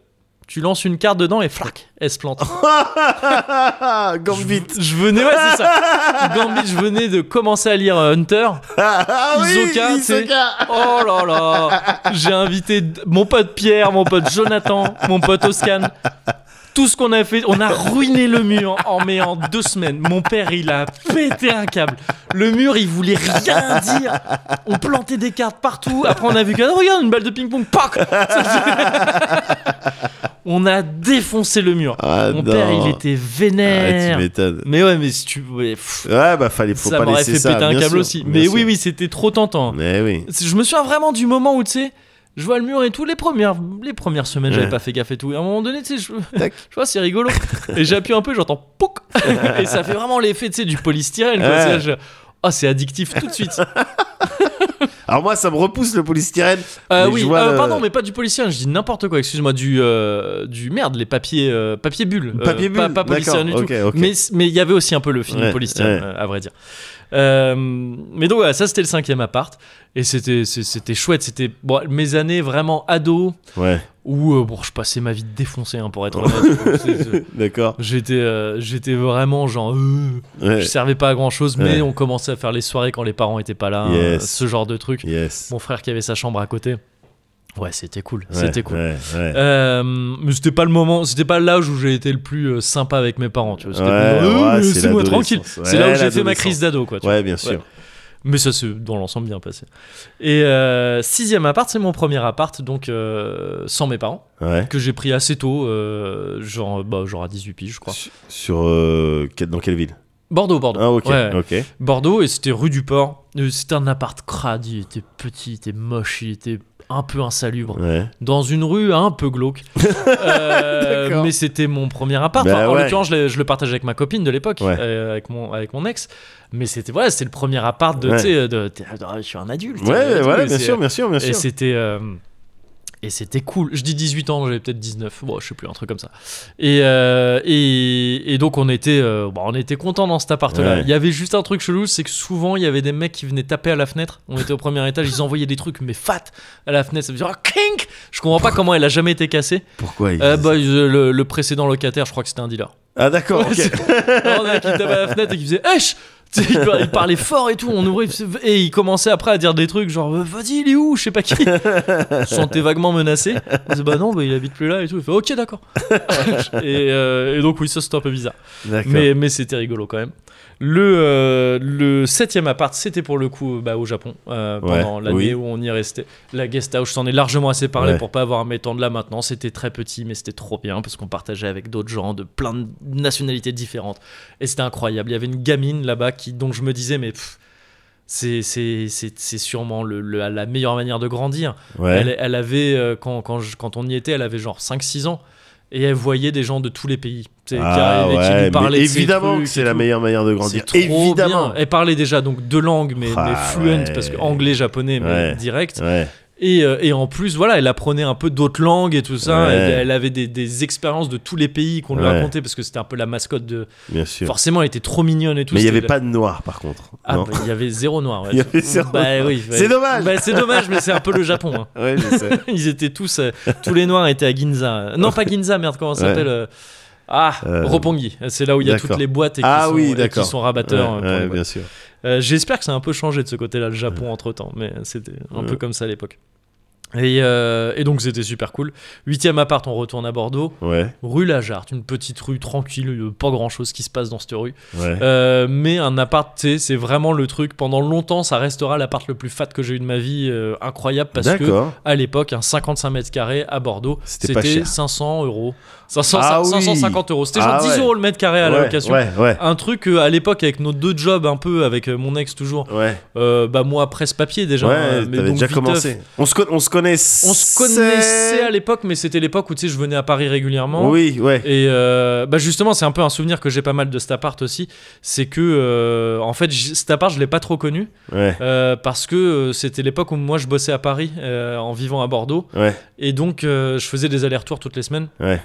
[SPEAKER 1] tu lances une carte dedans et flac, elle se plante.
[SPEAKER 3] Oh, Ah, Gambit.
[SPEAKER 1] Je, je venais ouais, c'est ça. Gambit, je venais de commencer à lire euh, Hunter.
[SPEAKER 3] Ah oui,
[SPEAKER 1] Isoka, tu sais.
[SPEAKER 3] Isoka.
[SPEAKER 1] Oh là là J'ai invité d- mon pote Pierre, mon pote Jonathan, mon pote Oscan. Tout ce qu'on a fait, on a ruiné le mur en mais en deux semaines. Mon père, il a pété un câble. Le mur, il voulait rien dire. On plantait des cartes partout. Après, on a vu que oh, regarde une balle de ping-pong. Pac On a défoncé le mur.
[SPEAKER 3] Ah,
[SPEAKER 1] mon père,
[SPEAKER 3] non.
[SPEAKER 1] il était
[SPEAKER 3] Ah,
[SPEAKER 1] vénère.
[SPEAKER 3] tu m'étonnes.
[SPEAKER 1] mais ouais, mais si tu ouais, pff,
[SPEAKER 3] Ouais, bah fallait faut
[SPEAKER 1] ça
[SPEAKER 3] pas
[SPEAKER 1] m'aurait
[SPEAKER 3] laisser
[SPEAKER 1] fait
[SPEAKER 3] ça.
[SPEAKER 1] péter un
[SPEAKER 3] bien
[SPEAKER 1] câble
[SPEAKER 3] sûr,
[SPEAKER 1] aussi.
[SPEAKER 3] bien
[SPEAKER 1] Mais
[SPEAKER 3] sûr.
[SPEAKER 1] oui, oui, c'était trop tentant.
[SPEAKER 3] Mais oui.
[SPEAKER 1] C'est- Je me souviens vraiment du moment où, tu sais, je vois le mur et tout, les premières, les premières semaines, j'avais
[SPEAKER 3] Ouais.
[SPEAKER 1] pas fait gaffe et tout. Et à un moment donné, tu sais, je,
[SPEAKER 3] Tac.
[SPEAKER 1] je vois, c'est rigolo. et j'appuie un peu, j'entends pouc Et ça fait vraiment l'effet, tu sais, du polystyrène. quoi.
[SPEAKER 3] Ouais.
[SPEAKER 1] C'est là, je- Oh, c'est addictif tout de suite.
[SPEAKER 3] Alors moi, ça me repousse le polystyrène.
[SPEAKER 1] Euh,
[SPEAKER 3] Mais je
[SPEAKER 1] oui,
[SPEAKER 3] vois
[SPEAKER 1] euh,
[SPEAKER 3] le-
[SPEAKER 1] pardon, mais pas du polystyrène, je dis n'importe quoi, excuse-moi, du, euh, du merde, les papiers, euh, papier bulle. euh,
[SPEAKER 3] Papier bulle,
[SPEAKER 1] pas, pas polystyrène du
[SPEAKER 3] d'accord,
[SPEAKER 1] tout.
[SPEAKER 3] ok, ok.
[SPEAKER 1] Mais mais il y avait aussi un peu le film
[SPEAKER 3] Ouais,
[SPEAKER 1] polystyrène,
[SPEAKER 3] ouais.
[SPEAKER 1] euh, à vrai dire. Euh, mais donc, voilà, ça c'était le cinquième appart. Et c'était c'est- c'était chouette, c'était bon, mes années vraiment ado,
[SPEAKER 3] Ouais,
[SPEAKER 1] où euh, bon, je passais ma vie défoncée, hein, pour être honnête. C'est- c'est-
[SPEAKER 3] d'accord.
[SPEAKER 1] J'étais euh, j'étais vraiment genre. euh,
[SPEAKER 3] Ouais.
[SPEAKER 1] je servais pas à grand chose, mais
[SPEAKER 3] Ouais.
[SPEAKER 1] on commençait à faire les soirées quand les parents étaient pas là,
[SPEAKER 3] Yes.
[SPEAKER 1] euh, ce genre de truc
[SPEAKER 3] Yes.
[SPEAKER 1] mon frère qui avait sa chambre à côté. Ouais, c'était cool,
[SPEAKER 3] Ouais,
[SPEAKER 1] c'était cool.
[SPEAKER 3] Ouais, ouais.
[SPEAKER 1] Euh, mais c'était pas le moment, c'était pas l'âge où j'ai été le plus euh, sympa avec mes parents, tu vois. C'était
[SPEAKER 3] Ouais,
[SPEAKER 1] plus,
[SPEAKER 3] ouais,
[SPEAKER 1] euh,
[SPEAKER 3] c'est
[SPEAKER 1] laissez-moi tranquille.
[SPEAKER 3] l'adolescence.
[SPEAKER 1] c'est là
[SPEAKER 3] Ouais,
[SPEAKER 1] où j'ai fait ma
[SPEAKER 3] l'adolescence.
[SPEAKER 1] crise d'ado, quoi. tu vois.
[SPEAKER 3] Ouais, bien sûr.
[SPEAKER 1] Mais ça s'est dans l'ensemble bien passé. Et euh, sixième appart, c'est mon premier appart, donc euh, sans mes parents,
[SPEAKER 3] Ouais.
[SPEAKER 1] que j'ai pris assez tôt, euh, genre, bah, genre à 18 piges, je crois.
[SPEAKER 3] Sur- Sur euh, que- dans quelle ville
[SPEAKER 1] Bordeaux, Bordeaux.
[SPEAKER 3] Ah ok,
[SPEAKER 1] Ouais, ouais.
[SPEAKER 3] ok.
[SPEAKER 1] Bordeaux et c'était rue du Port. Euh, C'était un appart crade, il était petit, il était moche, il était un peu insalubre,
[SPEAKER 3] Ouais.
[SPEAKER 1] dans une rue hein, un peu glauque. Euh,
[SPEAKER 3] D'accord.
[SPEAKER 1] mais c'était mon premier appart.
[SPEAKER 3] Bah
[SPEAKER 1] Enfin, En
[SPEAKER 3] ouais.
[SPEAKER 1] l'occurrence, je, l'ai- je le partageais avec ma copine de l'époque,
[SPEAKER 3] Ouais.
[SPEAKER 1] euh, avec, mon, avec mon ex. Mais c'était voilà, c'était le premier appart de,
[SPEAKER 3] Ouais.
[SPEAKER 1] tu sais, de, t'es- ah, je suis un adulte. euh,
[SPEAKER 3] Ouais,
[SPEAKER 1] et
[SPEAKER 3] voilà,
[SPEAKER 1] tout,
[SPEAKER 3] bien
[SPEAKER 1] et
[SPEAKER 3] sûr, bien sûr, bien
[SPEAKER 1] c'est- Et
[SPEAKER 3] sûr.
[SPEAKER 1] c'était. euh, et c'était cool. Je dis 18 ans, j'avais peut-être 19. Bon, je sais plus, un truc comme ça. Et, euh, et, et donc, on était, euh, bon, on était contents dans cet appart-là.
[SPEAKER 3] Ouais.
[SPEAKER 1] Il y avait juste un truc chelou, c'est que souvent, il y avait des mecs qui venaient taper à la fenêtre. On était au premier étage, ils envoyaient des trucs, mais fat, à la fenêtre. Ça faisait genre, clink Je comprends pas comment elle a jamais été cassée.
[SPEAKER 3] Pourquoi il-
[SPEAKER 1] Euh, bah, euh, le, le précédent locataire, je crois que c'était un dealer.
[SPEAKER 3] Ah, d'accord, ok.
[SPEAKER 1] Alors, on avait qui tapait à la fenêtre et qui faisait Hèche Tu sais, il par- il parlait fort et tout, on ouvrait il faisait- et il commençait après à dire des trucs genre vas-y il est où je sais pas qui. On se sentait vaguement menacé. On disait bah non bah, il habite plus là et tout. Il fait ok d'accord. et, euh, et donc oui ça c'était un peu bizarre.
[SPEAKER 3] D'accord.
[SPEAKER 1] Mais, mais c'était rigolo quand même. Le, euh, le septième appart c'était pour le coup bah, au Japon euh, pendant
[SPEAKER 3] Ouais,
[SPEAKER 1] l'année
[SPEAKER 3] oui.
[SPEAKER 1] où on y restait. La guest house j'en ai largement assez parlé
[SPEAKER 3] Ouais.
[SPEAKER 1] pour pas avoir à m'étendre là maintenant. C'était très petit mais c'était trop bien parce qu'on partageait avec d'autres gens de plein de nationalités différentes. Et c'était incroyable. Il y avait une gamine là-bas qui, dont je me disais, mais pff, c'est, c'est, c'est, c'est sûrement le, le- la meilleure manière de grandir.
[SPEAKER 3] Ouais.
[SPEAKER 1] Elle, elle avait, euh, quand, quand, je- quand on y était, elle avait genre 5-6 ans. Et elle voyait des gens de tous les pays. tu sais,
[SPEAKER 3] Ah,
[SPEAKER 1] qui, et qui lui
[SPEAKER 3] ouais,
[SPEAKER 1] parlaient
[SPEAKER 3] mais
[SPEAKER 1] de ces
[SPEAKER 3] évidemment
[SPEAKER 1] trucs
[SPEAKER 3] que
[SPEAKER 1] et
[SPEAKER 3] c'est la
[SPEAKER 1] tout.
[SPEAKER 3] meilleure manière de
[SPEAKER 1] C'est
[SPEAKER 3] grandir.
[SPEAKER 1] trop
[SPEAKER 3] Évidemment.
[SPEAKER 1] bien. Elle parlait déjà donc deux langues, mais,
[SPEAKER 3] Ah,
[SPEAKER 1] mais fluent,
[SPEAKER 3] ouais.
[SPEAKER 1] parce que anglais, japonais, mais
[SPEAKER 3] Ouais.
[SPEAKER 1] direct.
[SPEAKER 3] Ouais.
[SPEAKER 1] Et, euh, et en plus, voilà, elle apprenait un peu d'autres langues et tout ça.
[SPEAKER 3] Ouais.
[SPEAKER 1] Elle, elle avait des, des expériences de tous les pays qu'on lui
[SPEAKER 3] Ouais.
[SPEAKER 1] racontait, parce que c'était un peu la mascotte de,
[SPEAKER 3] Bien sûr.
[SPEAKER 1] Forcément, elle était trop mignonne et tout.
[SPEAKER 3] mais il n'y
[SPEAKER 1] c'était
[SPEAKER 3] avait
[SPEAKER 1] de-
[SPEAKER 3] pas de noir, par contre.
[SPEAKER 1] Ah,
[SPEAKER 3] non
[SPEAKER 1] bah, il y avait zéro noir. ouais.
[SPEAKER 3] Il y avait zéro
[SPEAKER 1] Bah oui, ouais.
[SPEAKER 3] C'est dommage.
[SPEAKER 1] Bah, c'est dommage, mais c'est un peu le Japon. hein.
[SPEAKER 3] Ouais, je sais.
[SPEAKER 1] Ils étaient tous, euh, tous les noirs étaient à Ginza. Non, pas Ginza, merde, comment ça
[SPEAKER 3] Ouais.
[SPEAKER 1] s'appelle euh, Ah,
[SPEAKER 3] Euh,
[SPEAKER 1] Roppongi. C'est là où il y a toutes
[SPEAKER 3] d'accord.
[SPEAKER 1] les boîtes et qui,
[SPEAKER 3] Ah
[SPEAKER 1] sont,
[SPEAKER 3] oui,
[SPEAKER 1] et qui
[SPEAKER 3] d'accord.
[SPEAKER 1] sont rabatteurs. euh,
[SPEAKER 3] Ouais,
[SPEAKER 1] pour les
[SPEAKER 3] ouais,
[SPEAKER 1] boîtes.
[SPEAKER 3] bien sûr.
[SPEAKER 1] Euh, J'espère que ça a un peu changé de ce côté-là, le Japon, entre-temps, mais c'était un
[SPEAKER 3] Ouais.
[SPEAKER 1] peu comme ça à l'époque. Et, euh, et donc c'était super cool. Huitième appart, on retourne à Bordeaux.
[SPEAKER 3] Ouais,
[SPEAKER 1] Rue Lajarte, une petite rue tranquille, euh, pas grand-chose qui se passe dans cette rue.
[SPEAKER 3] ouais.
[SPEAKER 1] Euh, mais un appart, tu sais, c'est vraiment le truc. Pendant longtemps, ça restera l'appart le plus fat que j'ai eu de ma vie. euh, incroyable parce que
[SPEAKER 3] D'accord.
[SPEAKER 1] à l'époque, un 55 mètres carrés à Bordeaux,
[SPEAKER 3] C'était pas
[SPEAKER 1] c'était
[SPEAKER 3] cher.
[SPEAKER 1] 500 euros. 500,
[SPEAKER 3] Ah oui.
[SPEAKER 1] 550 euros. C'était
[SPEAKER 3] Ah
[SPEAKER 1] genre 10
[SPEAKER 3] ouais.
[SPEAKER 1] euros le mètre carré à la
[SPEAKER 3] Ouais,
[SPEAKER 1] location.
[SPEAKER 3] Ouais, ouais.
[SPEAKER 1] Un truc euh, à l'époque avec nos deux jobs un peu avec euh, mon ex toujours.
[SPEAKER 3] Ouais,
[SPEAKER 1] euh, bah moi presse papier déjà.
[SPEAKER 3] ouais,
[SPEAKER 1] euh, mais
[SPEAKER 3] t'avais
[SPEAKER 1] donc
[SPEAKER 3] déjà
[SPEAKER 1] viteuf.
[SPEAKER 3] commencé. On se, con- on se connaissait.
[SPEAKER 1] On se connaissait à l'époque, mais c'était l'époque où tu sais je venais à Paris régulièrement.
[SPEAKER 3] Oui, ouais.
[SPEAKER 1] Et euh, bah justement, c'est un peu un souvenir que j'ai pas mal de cet appart aussi. C'est que, euh, en fait, j- cet appart, je l'ai pas trop connu
[SPEAKER 3] Ouais,
[SPEAKER 1] euh, parce que euh, c'était l'époque où moi je bossais à Paris euh, en vivant à Bordeaux.
[SPEAKER 3] ouais,
[SPEAKER 1] Et donc, euh, je faisais des allers-retours toutes les semaines.
[SPEAKER 3] ouais.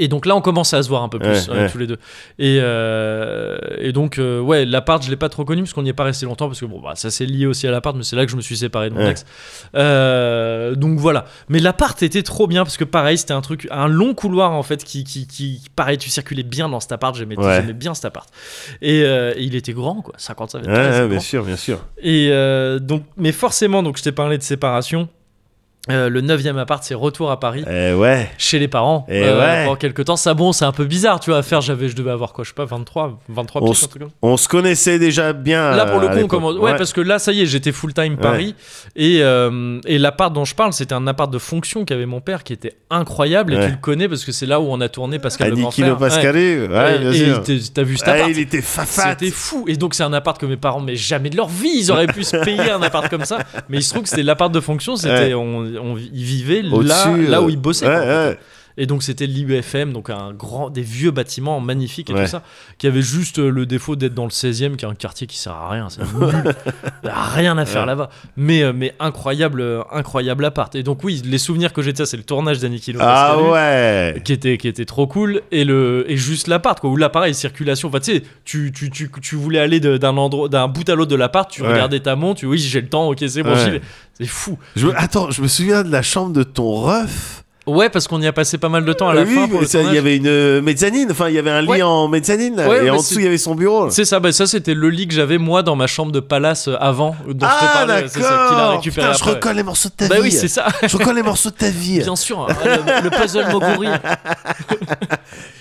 [SPEAKER 1] Et donc là, on commençait à se voir un peu plus
[SPEAKER 3] Ouais,
[SPEAKER 1] euh,
[SPEAKER 3] ouais.
[SPEAKER 1] tous les deux. Et, euh, et donc, euh, ouais, l'appart, je l'ai pas trop connu parce qu'on n'y est pas resté longtemps parce que bon, bah, ça c'est lié aussi à l'appart, mais c'est là que je me suis séparé de mon
[SPEAKER 3] Ouais.
[SPEAKER 1] ex. Euh, donc voilà. Mais l'appart était trop bien parce que pareil, c'était un truc, un long couloir en fait qui, qui, qui pareil, tu circulais bien dans cet appart. J'aimais
[SPEAKER 3] Ouais.
[SPEAKER 1] j'aimais bien cet appart. Et, euh, et il était grand, quoi, 55 mètres
[SPEAKER 3] Ouais,
[SPEAKER 1] carrés,
[SPEAKER 3] ouais,
[SPEAKER 1] c'est grand.
[SPEAKER 3] bien sûr, bien sûr.
[SPEAKER 1] Et euh, donc, mais forcément, donc je t'ai parlé de séparation. Euh, le neuvième appart, c'est retour à Paris
[SPEAKER 3] Eh ouais,
[SPEAKER 1] chez les parents Euh,
[SPEAKER 3] Eh ouais.
[SPEAKER 1] pendant quelques temps ça bon c'est un peu bizarre tu vois à faire j'avais je devais avoir quoi je sais pas 23 23
[SPEAKER 3] On
[SPEAKER 1] piges,
[SPEAKER 3] s-
[SPEAKER 1] un truc comme ça.
[SPEAKER 3] on se connaissait déjà bien.
[SPEAKER 1] là pour
[SPEAKER 3] euh,
[SPEAKER 1] le
[SPEAKER 3] à
[SPEAKER 1] coup on
[SPEAKER 3] l'époque.
[SPEAKER 1] commence ouais, parce que là ça y est j'étais full time Paris et euh, et l'appart dont je parle c'était un appart de fonction qu'avait mon père qui était incroyable et
[SPEAKER 3] Ouais.
[SPEAKER 1] tu le connais parce que c'est là où on a tourné Pascal le grand
[SPEAKER 3] Aniki
[SPEAKER 1] frère
[SPEAKER 3] Le Pascalé, ouais,
[SPEAKER 1] Ouais.
[SPEAKER 3] bien
[SPEAKER 1] et
[SPEAKER 3] sûr.
[SPEAKER 1] et t'es- t'as vu cet
[SPEAKER 3] Ah,
[SPEAKER 1] appart
[SPEAKER 3] il était fafat.
[SPEAKER 1] c'était fou. Et donc, c'est un appart que mes parents, mais jamais de leur vie, ils auraient pu se payer un appart comme ça. Mais il se trouve que c'était l'appart de fonction, c'était,
[SPEAKER 3] Ouais.
[SPEAKER 1] on, on- ils vivaient là,
[SPEAKER 3] Au-dessus,
[SPEAKER 1] là
[SPEAKER 3] euh,
[SPEAKER 1] où ils bossaient.
[SPEAKER 3] Ouais,
[SPEAKER 1] quoi, en fait.
[SPEAKER 3] ouais.
[SPEAKER 1] Et donc c'était l'IUFM, donc un grand, des vieux bâtiments magnifiques et
[SPEAKER 3] Ouais.
[SPEAKER 1] tout ça, qui avait juste euh, le défaut d'être dans le 16e, qui est un quartier qui sert à rien, c'est nul. Il y a rien à faire là-bas. Mais, euh, mais incroyable, euh, incroyable appart. Et donc oui, les souvenirs que j'ai de ça, c'est le tournage d'Anikilo.
[SPEAKER 3] Ah ouais.
[SPEAKER 1] Qui était, qui était trop cool et le et juste l'appart quoi où là pareil circulation enfin tu sais tu, tu, tu, tu voulais aller de- d'un endroit d'un bout à l'autre de l'appart tu
[SPEAKER 3] Ouais.
[SPEAKER 1] regardais ta montre tu oui j'ai le temps ok c'est bon
[SPEAKER 3] Ouais.
[SPEAKER 1] j'y vais. c'est fou
[SPEAKER 3] Je me- Attends, je me souviens de la chambre de ton ref.
[SPEAKER 1] ouais parce qu'on y a passé pas mal de temps à la
[SPEAKER 3] oui,
[SPEAKER 1] fin pour
[SPEAKER 3] mais
[SPEAKER 1] le
[SPEAKER 3] ça, il
[SPEAKER 1] tournage.
[SPEAKER 3] y avait une euh, mezzanine, enfin il y avait un lit
[SPEAKER 1] Ouais.
[SPEAKER 3] en mezzanine là,
[SPEAKER 1] Ouais,
[SPEAKER 3] et
[SPEAKER 1] mais
[SPEAKER 3] en
[SPEAKER 1] c'est-
[SPEAKER 3] dessous il y avait son bureau. là.
[SPEAKER 1] C'est ça, bah ça c'était le lit que j'avais moi dans ma chambre de palace euh, avant euh, dont je te
[SPEAKER 3] ah
[SPEAKER 1] parlais, c'est ça qu'il a
[SPEAKER 3] d'accord.
[SPEAKER 1] récupéré
[SPEAKER 3] Putain, je
[SPEAKER 1] après.
[SPEAKER 3] reconnais les morceaux de ta
[SPEAKER 1] bah
[SPEAKER 3] vie.
[SPEAKER 1] oui, c'est ça,
[SPEAKER 3] Je reconnais les morceaux de ta vie.
[SPEAKER 1] bien sûr, hein, le, le puzzle Moguri,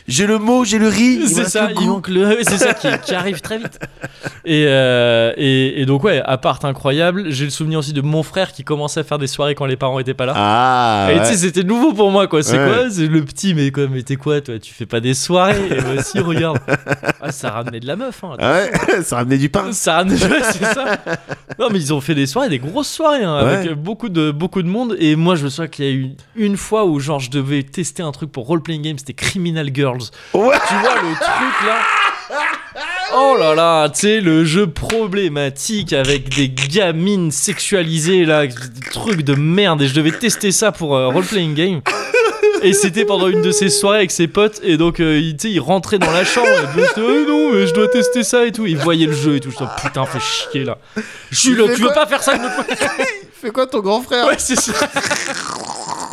[SPEAKER 3] J'ai le mot, j'ai le riz. il me
[SPEAKER 1] c'est
[SPEAKER 3] reste
[SPEAKER 1] ça,
[SPEAKER 3] le
[SPEAKER 1] il
[SPEAKER 3] goût.
[SPEAKER 1] manque le- c'est ça qui, qui arrive très vite. Et, euh, et, et donc ouais, appart incroyable, j'ai le souvenir aussi de mon frère qui commençait à faire des soirées quand les parents étaient pas là.
[SPEAKER 3] Ah.
[SPEAKER 1] et tu
[SPEAKER 3] ouais.
[SPEAKER 1] sais, c'était nouveau pour moi, quoi. C'est
[SPEAKER 3] Ouais.
[SPEAKER 1] quoi C'est le petit, mais quoi Mais t'es quoi, toi Tu fais pas des soirées Et moi aussi, regarde. Ah, ça ramenait de la meuf, hein.
[SPEAKER 3] Ah Ouais, ça ramenait du pain.
[SPEAKER 1] Ça ramenait- ouais, c'est ça. Non, mais ils ont fait des soirées, des grosses soirées, hein,
[SPEAKER 3] Ouais.
[SPEAKER 1] avec beaucoup de, beaucoup de monde. Et moi, je me souviens qu'il y a eu une fois où, genre, je devais tester un truc pour role-playing game, c'était Criminal Girls.
[SPEAKER 3] Ouais.
[SPEAKER 1] Tu vois le truc là Oh là là, tu sais, le jeu problématique avec des gamines sexualisées là, des trucs de merde. Et je devais tester ça pour euh, role-playing game. Et c'était pendant une de ses soirées avec ses potes. Et donc, euh, il, tu sais, il rentrait dans la chambre. Et puis, j'étais, Eh non, mais je dois tester ça et tout. Il voyait le jeu et tout. Je dis, putain, fais chier là. Jules,
[SPEAKER 2] fais
[SPEAKER 1] tu veux
[SPEAKER 2] quoi
[SPEAKER 1] pas faire ça avec notre pote
[SPEAKER 2] Fais quoi ton grand frère
[SPEAKER 1] Ouais, c'est ça.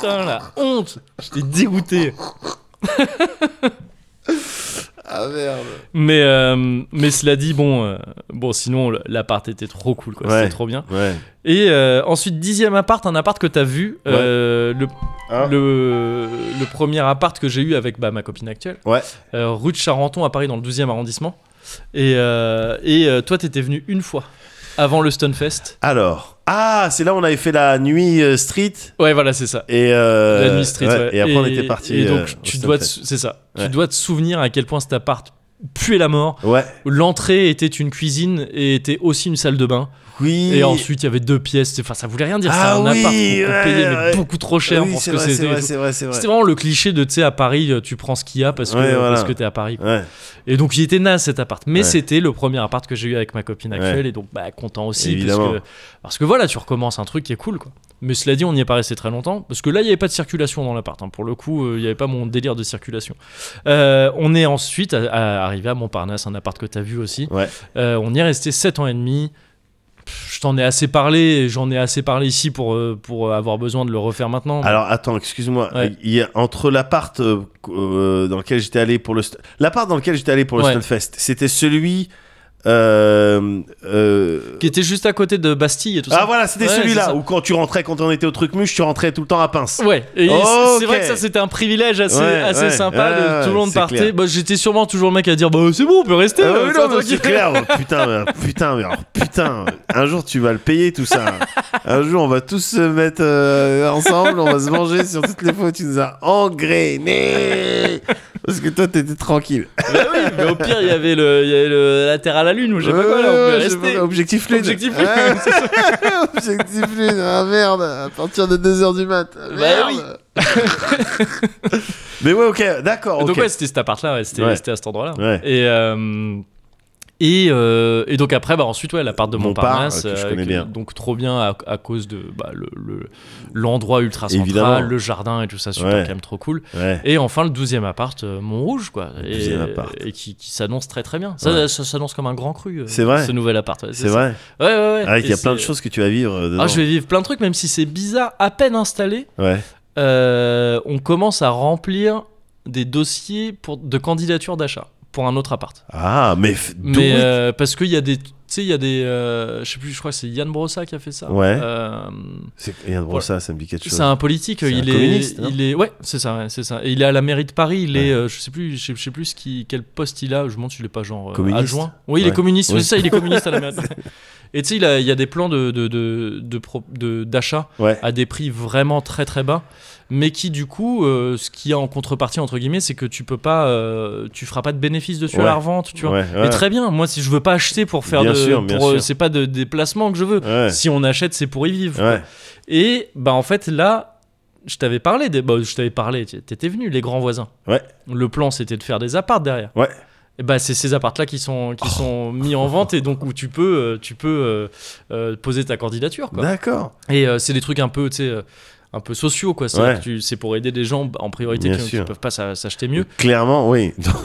[SPEAKER 1] Putain, la honte. J'étais dégoûté.
[SPEAKER 2] Ah merde.
[SPEAKER 1] Mais, euh, mais cela dit, bon, euh, bon sinon, le- l'appart était trop cool, quoi.
[SPEAKER 3] Ouais.
[SPEAKER 1] C'était trop bien.
[SPEAKER 3] Ouais.
[SPEAKER 1] Et euh, ensuite, dixième appart, un appart que t'as vu. euh, le,
[SPEAKER 3] Ah.
[SPEAKER 1] le, le premier appart que j'ai eu avec bah, ma copine actuelle.
[SPEAKER 3] Ouais.
[SPEAKER 1] Euh, rue de Charenton à Paris, dans le 12e arrondissement. Et, euh, et euh, toi, t'étais venu une fois avant le Stunfest.
[SPEAKER 3] Alors. Ah, c'est là où on avait fait la nuit euh, street.
[SPEAKER 1] Ouais, voilà, c'est ça.
[SPEAKER 3] Et, euh,
[SPEAKER 1] La nuit street,
[SPEAKER 3] ouais,
[SPEAKER 1] ouais.
[SPEAKER 3] Et après, on était parti. euh,
[SPEAKER 1] Et donc, tu dois, te
[SPEAKER 3] dessus.
[SPEAKER 1] sou- c'est ça.
[SPEAKER 3] Ouais.
[SPEAKER 1] Tu dois te souvenir à quel point cet appart puait la mort.
[SPEAKER 3] Ouais.
[SPEAKER 1] L'entrée était une cuisine et était aussi une salle de bain.
[SPEAKER 3] Oui.
[SPEAKER 1] Et ensuite, il y avait deux pièces. Enfin, ça voulait rien dire.
[SPEAKER 3] Ah
[SPEAKER 1] C'était un
[SPEAKER 3] oui,
[SPEAKER 1] appart qu'on
[SPEAKER 3] ouais,
[SPEAKER 1] payait mais
[SPEAKER 3] ouais.
[SPEAKER 1] beaucoup trop cher
[SPEAKER 3] oui,
[SPEAKER 1] pour ce
[SPEAKER 3] c'est
[SPEAKER 1] que
[SPEAKER 3] vrai, c'est
[SPEAKER 1] c'était.
[SPEAKER 3] vrai,
[SPEAKER 1] et tout.
[SPEAKER 3] c'est vrai, c'est vrai.
[SPEAKER 1] C'était vraiment le cliché de, tu sais, à Paris, euh, tu prends ce qu'il y a parce que
[SPEAKER 3] Ouais, voilà.
[SPEAKER 1] parce que t'es à Paris.
[SPEAKER 3] Ouais.
[SPEAKER 1] Et donc, il était naze cet appart. Mais
[SPEAKER 3] Ouais.
[SPEAKER 1] c'était le premier appart que j'ai eu avec ma copine actuelle. Et donc, bah, content aussi. Parce
[SPEAKER 3] Évidemment.
[SPEAKER 1] que, parce que voilà, tu recommences un truc qui est cool, quoi. Mais cela dit, on n'y est pas resté très longtemps. Parce que là, il n'y avait pas de circulation dans l'appart. hein. Pour le coup, euh, il n'y avait pas mon délire de circulation. Euh, on est ensuite à- à- arrivé à Montparnasse, un appart que t'as vu aussi.
[SPEAKER 3] Ouais.
[SPEAKER 1] Euh, on y est resté 7 ans et demi. Pff, Je t'en ai assez parlé, et j'en ai assez parlé ici pour, euh, pour avoir besoin de le refaire maintenant.
[SPEAKER 3] Alors attends, excuse-moi.
[SPEAKER 1] Ouais.
[SPEAKER 3] Il y a, entre l'appart euh, euh, dans lequel j'étais allé pour le st- l'appart dans lequel j'étais allé pour le
[SPEAKER 1] Ouais.
[SPEAKER 3] Stunfest, c'était celui. euh, euh,
[SPEAKER 1] Qui était juste à côté de Bastille et tout ça.
[SPEAKER 3] Ah voilà, c'était
[SPEAKER 1] Ouais, c'est
[SPEAKER 3] celui-là
[SPEAKER 1] ça.
[SPEAKER 3] où quand tu rentrais, quand on était au truc muche, tu rentrais tout le temps à pince.
[SPEAKER 1] Ouais, et
[SPEAKER 3] Ok.
[SPEAKER 1] c'est vrai que ça c'était un privilège assez,
[SPEAKER 3] Ouais,
[SPEAKER 1] assez
[SPEAKER 3] ouais,
[SPEAKER 1] sympa, de-
[SPEAKER 3] ouais,
[SPEAKER 1] tout le monde
[SPEAKER 3] c'est
[SPEAKER 1] partait.
[SPEAKER 3] clair.
[SPEAKER 1] Bah, J'étais sûrement toujours le mec à dire bah c'est bon, on peut rester.
[SPEAKER 3] Ah
[SPEAKER 1] euh,
[SPEAKER 3] oui,
[SPEAKER 1] toi,
[SPEAKER 3] non, mais
[SPEAKER 1] tranquille.
[SPEAKER 3] c'est clair. oh, Putain, mais, oh, putain, mais, alors, putain. Un jour, tu vas le payer tout ça. Un jour, on va tous se mettre euh, ensemble. On va se manger sur toutes les fois où tu nous as engrainés. Parce que toi, t'étais tranquille.
[SPEAKER 1] Bah oui, mais au pire il y avait le, il y avait le- la terre à la lune ou je sais pas
[SPEAKER 3] Ouais,
[SPEAKER 1] quoi, là, on
[SPEAKER 3] ouais,
[SPEAKER 1] peut
[SPEAKER 3] Euh, je sais pas
[SPEAKER 1] rester.
[SPEAKER 3] quoi, Objectif lune.
[SPEAKER 1] Objectif lune,
[SPEAKER 3] Ouais,
[SPEAKER 1] c'est ça.
[SPEAKER 3] objectif lune. Ah merde. À partir de 2h du mat. Ah,
[SPEAKER 1] Bah
[SPEAKER 3] merde.
[SPEAKER 1] oui.
[SPEAKER 3] Mais ouais, ok. D'accord.
[SPEAKER 1] Donc
[SPEAKER 3] ok.
[SPEAKER 1] ouais, c'était cet appart-là, ouais, c'était
[SPEAKER 3] Ouais.
[SPEAKER 1] c'était à cet endroit-là.
[SPEAKER 3] Ouais.
[SPEAKER 1] Et euh, et, euh, et donc après bah ensuite ouais l'appart de
[SPEAKER 3] Montparnasse,
[SPEAKER 1] Montparnasse
[SPEAKER 3] que je
[SPEAKER 1] euh,
[SPEAKER 3] connais
[SPEAKER 1] que-
[SPEAKER 3] bien.
[SPEAKER 1] donc trop bien à, à cause de bah, le- le l'endroit ultra
[SPEAKER 3] Évidemment.
[SPEAKER 1] central le jardin et tout ça super
[SPEAKER 3] Ouais.
[SPEAKER 1] quand même trop cool
[SPEAKER 3] Ouais.
[SPEAKER 1] Et enfin, le 12e appart, euh, Montrouge, quoi. Et,
[SPEAKER 3] 12e appart.
[SPEAKER 1] et qui, qui s'annonce très très bien. Ça,
[SPEAKER 3] Ouais.
[SPEAKER 1] ça s'annonce comme un grand cru. euh,
[SPEAKER 3] C'est vrai.
[SPEAKER 1] Ce nouvel appart. ouais,
[SPEAKER 3] C'est
[SPEAKER 1] ça.
[SPEAKER 3] vrai.
[SPEAKER 1] Ouais, ouais, ouais.
[SPEAKER 3] Ah, Il y
[SPEAKER 1] Et
[SPEAKER 3] a plein de
[SPEAKER 1] c'est-
[SPEAKER 3] choses que tu vas vivre. euh,
[SPEAKER 1] Ah,
[SPEAKER 3] dedans.
[SPEAKER 1] je vais vivre plein de trucs, même si c'est bizarre. À peine installé,
[SPEAKER 3] Ouais.
[SPEAKER 1] euh, on commence à remplir des dossiers pour, de candidature d'achat pour un autre appart.
[SPEAKER 3] Ah, mais. f- do
[SPEAKER 1] Mais
[SPEAKER 3] it.
[SPEAKER 1] euh, parce qu'il y a des. Tu sais, il y a des. euh, je sais plus, je crois que c'est Yann Brossa qui a fait ça.
[SPEAKER 3] Ouais.
[SPEAKER 1] Euh,
[SPEAKER 3] C'est rien de bon, ça, ça me dit quelque chose.
[SPEAKER 1] C'est un politique,
[SPEAKER 3] C'est
[SPEAKER 1] il
[SPEAKER 3] un
[SPEAKER 1] est,
[SPEAKER 3] communiste, non
[SPEAKER 1] il est, ouais, c'est ça, ouais, c'est ça. Et il est à la mairie de Paris. Il
[SPEAKER 3] Ouais.
[SPEAKER 1] est, euh, je sais plus, je sais, je sais plus ce qui, quel poste il a. Je me demande s'il est pas genre euh,
[SPEAKER 3] Communiste
[SPEAKER 1] adjoint. Oui, il est
[SPEAKER 3] Ouais.
[SPEAKER 1] communiste.
[SPEAKER 3] Oui.
[SPEAKER 1] C'est ça, il est communiste à la mairie. Et tu sais, il, a- il y a des plans de de de- de pro- de- d'achat
[SPEAKER 3] Ouais.
[SPEAKER 1] à des prix vraiment très très bas, mais qui du coup, euh, ce qu'il y a en contrepartie entre guillemets, c'est que tu peux pas, euh, tu feras pas de bénéfice dessus à
[SPEAKER 3] Ouais.
[SPEAKER 1] la revente, tu vois.
[SPEAKER 3] Ouais,
[SPEAKER 1] Et
[SPEAKER 3] ouais.
[SPEAKER 1] très bien, moi si je veux pas acheter pour faire
[SPEAKER 3] Bien
[SPEAKER 1] de,
[SPEAKER 3] sûr, bien
[SPEAKER 1] pour, euh,
[SPEAKER 3] sûr.
[SPEAKER 1] c'est pas de déplacement que je veux.
[SPEAKER 3] Ouais.
[SPEAKER 1] Si on achète, c'est pour y vivre. quoi.
[SPEAKER 3] Ouais.
[SPEAKER 1] Et bah en fait là, je t'avais parlé des, bah, je t'avais parlé, t- t'étais venu les grands voisins.
[SPEAKER 3] Ouais.
[SPEAKER 1] Le plan c'était de faire des apparts derrière.
[SPEAKER 3] Ouais. Oh.
[SPEAKER 1] Et bah c'est ces apparts là qui sont qui sont mis en vente et donc où tu peux euh, tu peux euh, euh, poser ta candidature quoi.
[SPEAKER 3] D'accord.
[SPEAKER 1] Et euh, c'est des trucs un peu tu sais euh, un peu sociaux quoi. C'est
[SPEAKER 3] Ouais.
[SPEAKER 1] c'est pour aider des gens bah, en priorité
[SPEAKER 3] Bien
[SPEAKER 1] qui, qui
[SPEAKER 3] sûr.
[SPEAKER 1] peuvent pas s'a- s'acheter mieux.
[SPEAKER 3] Clairement, oui.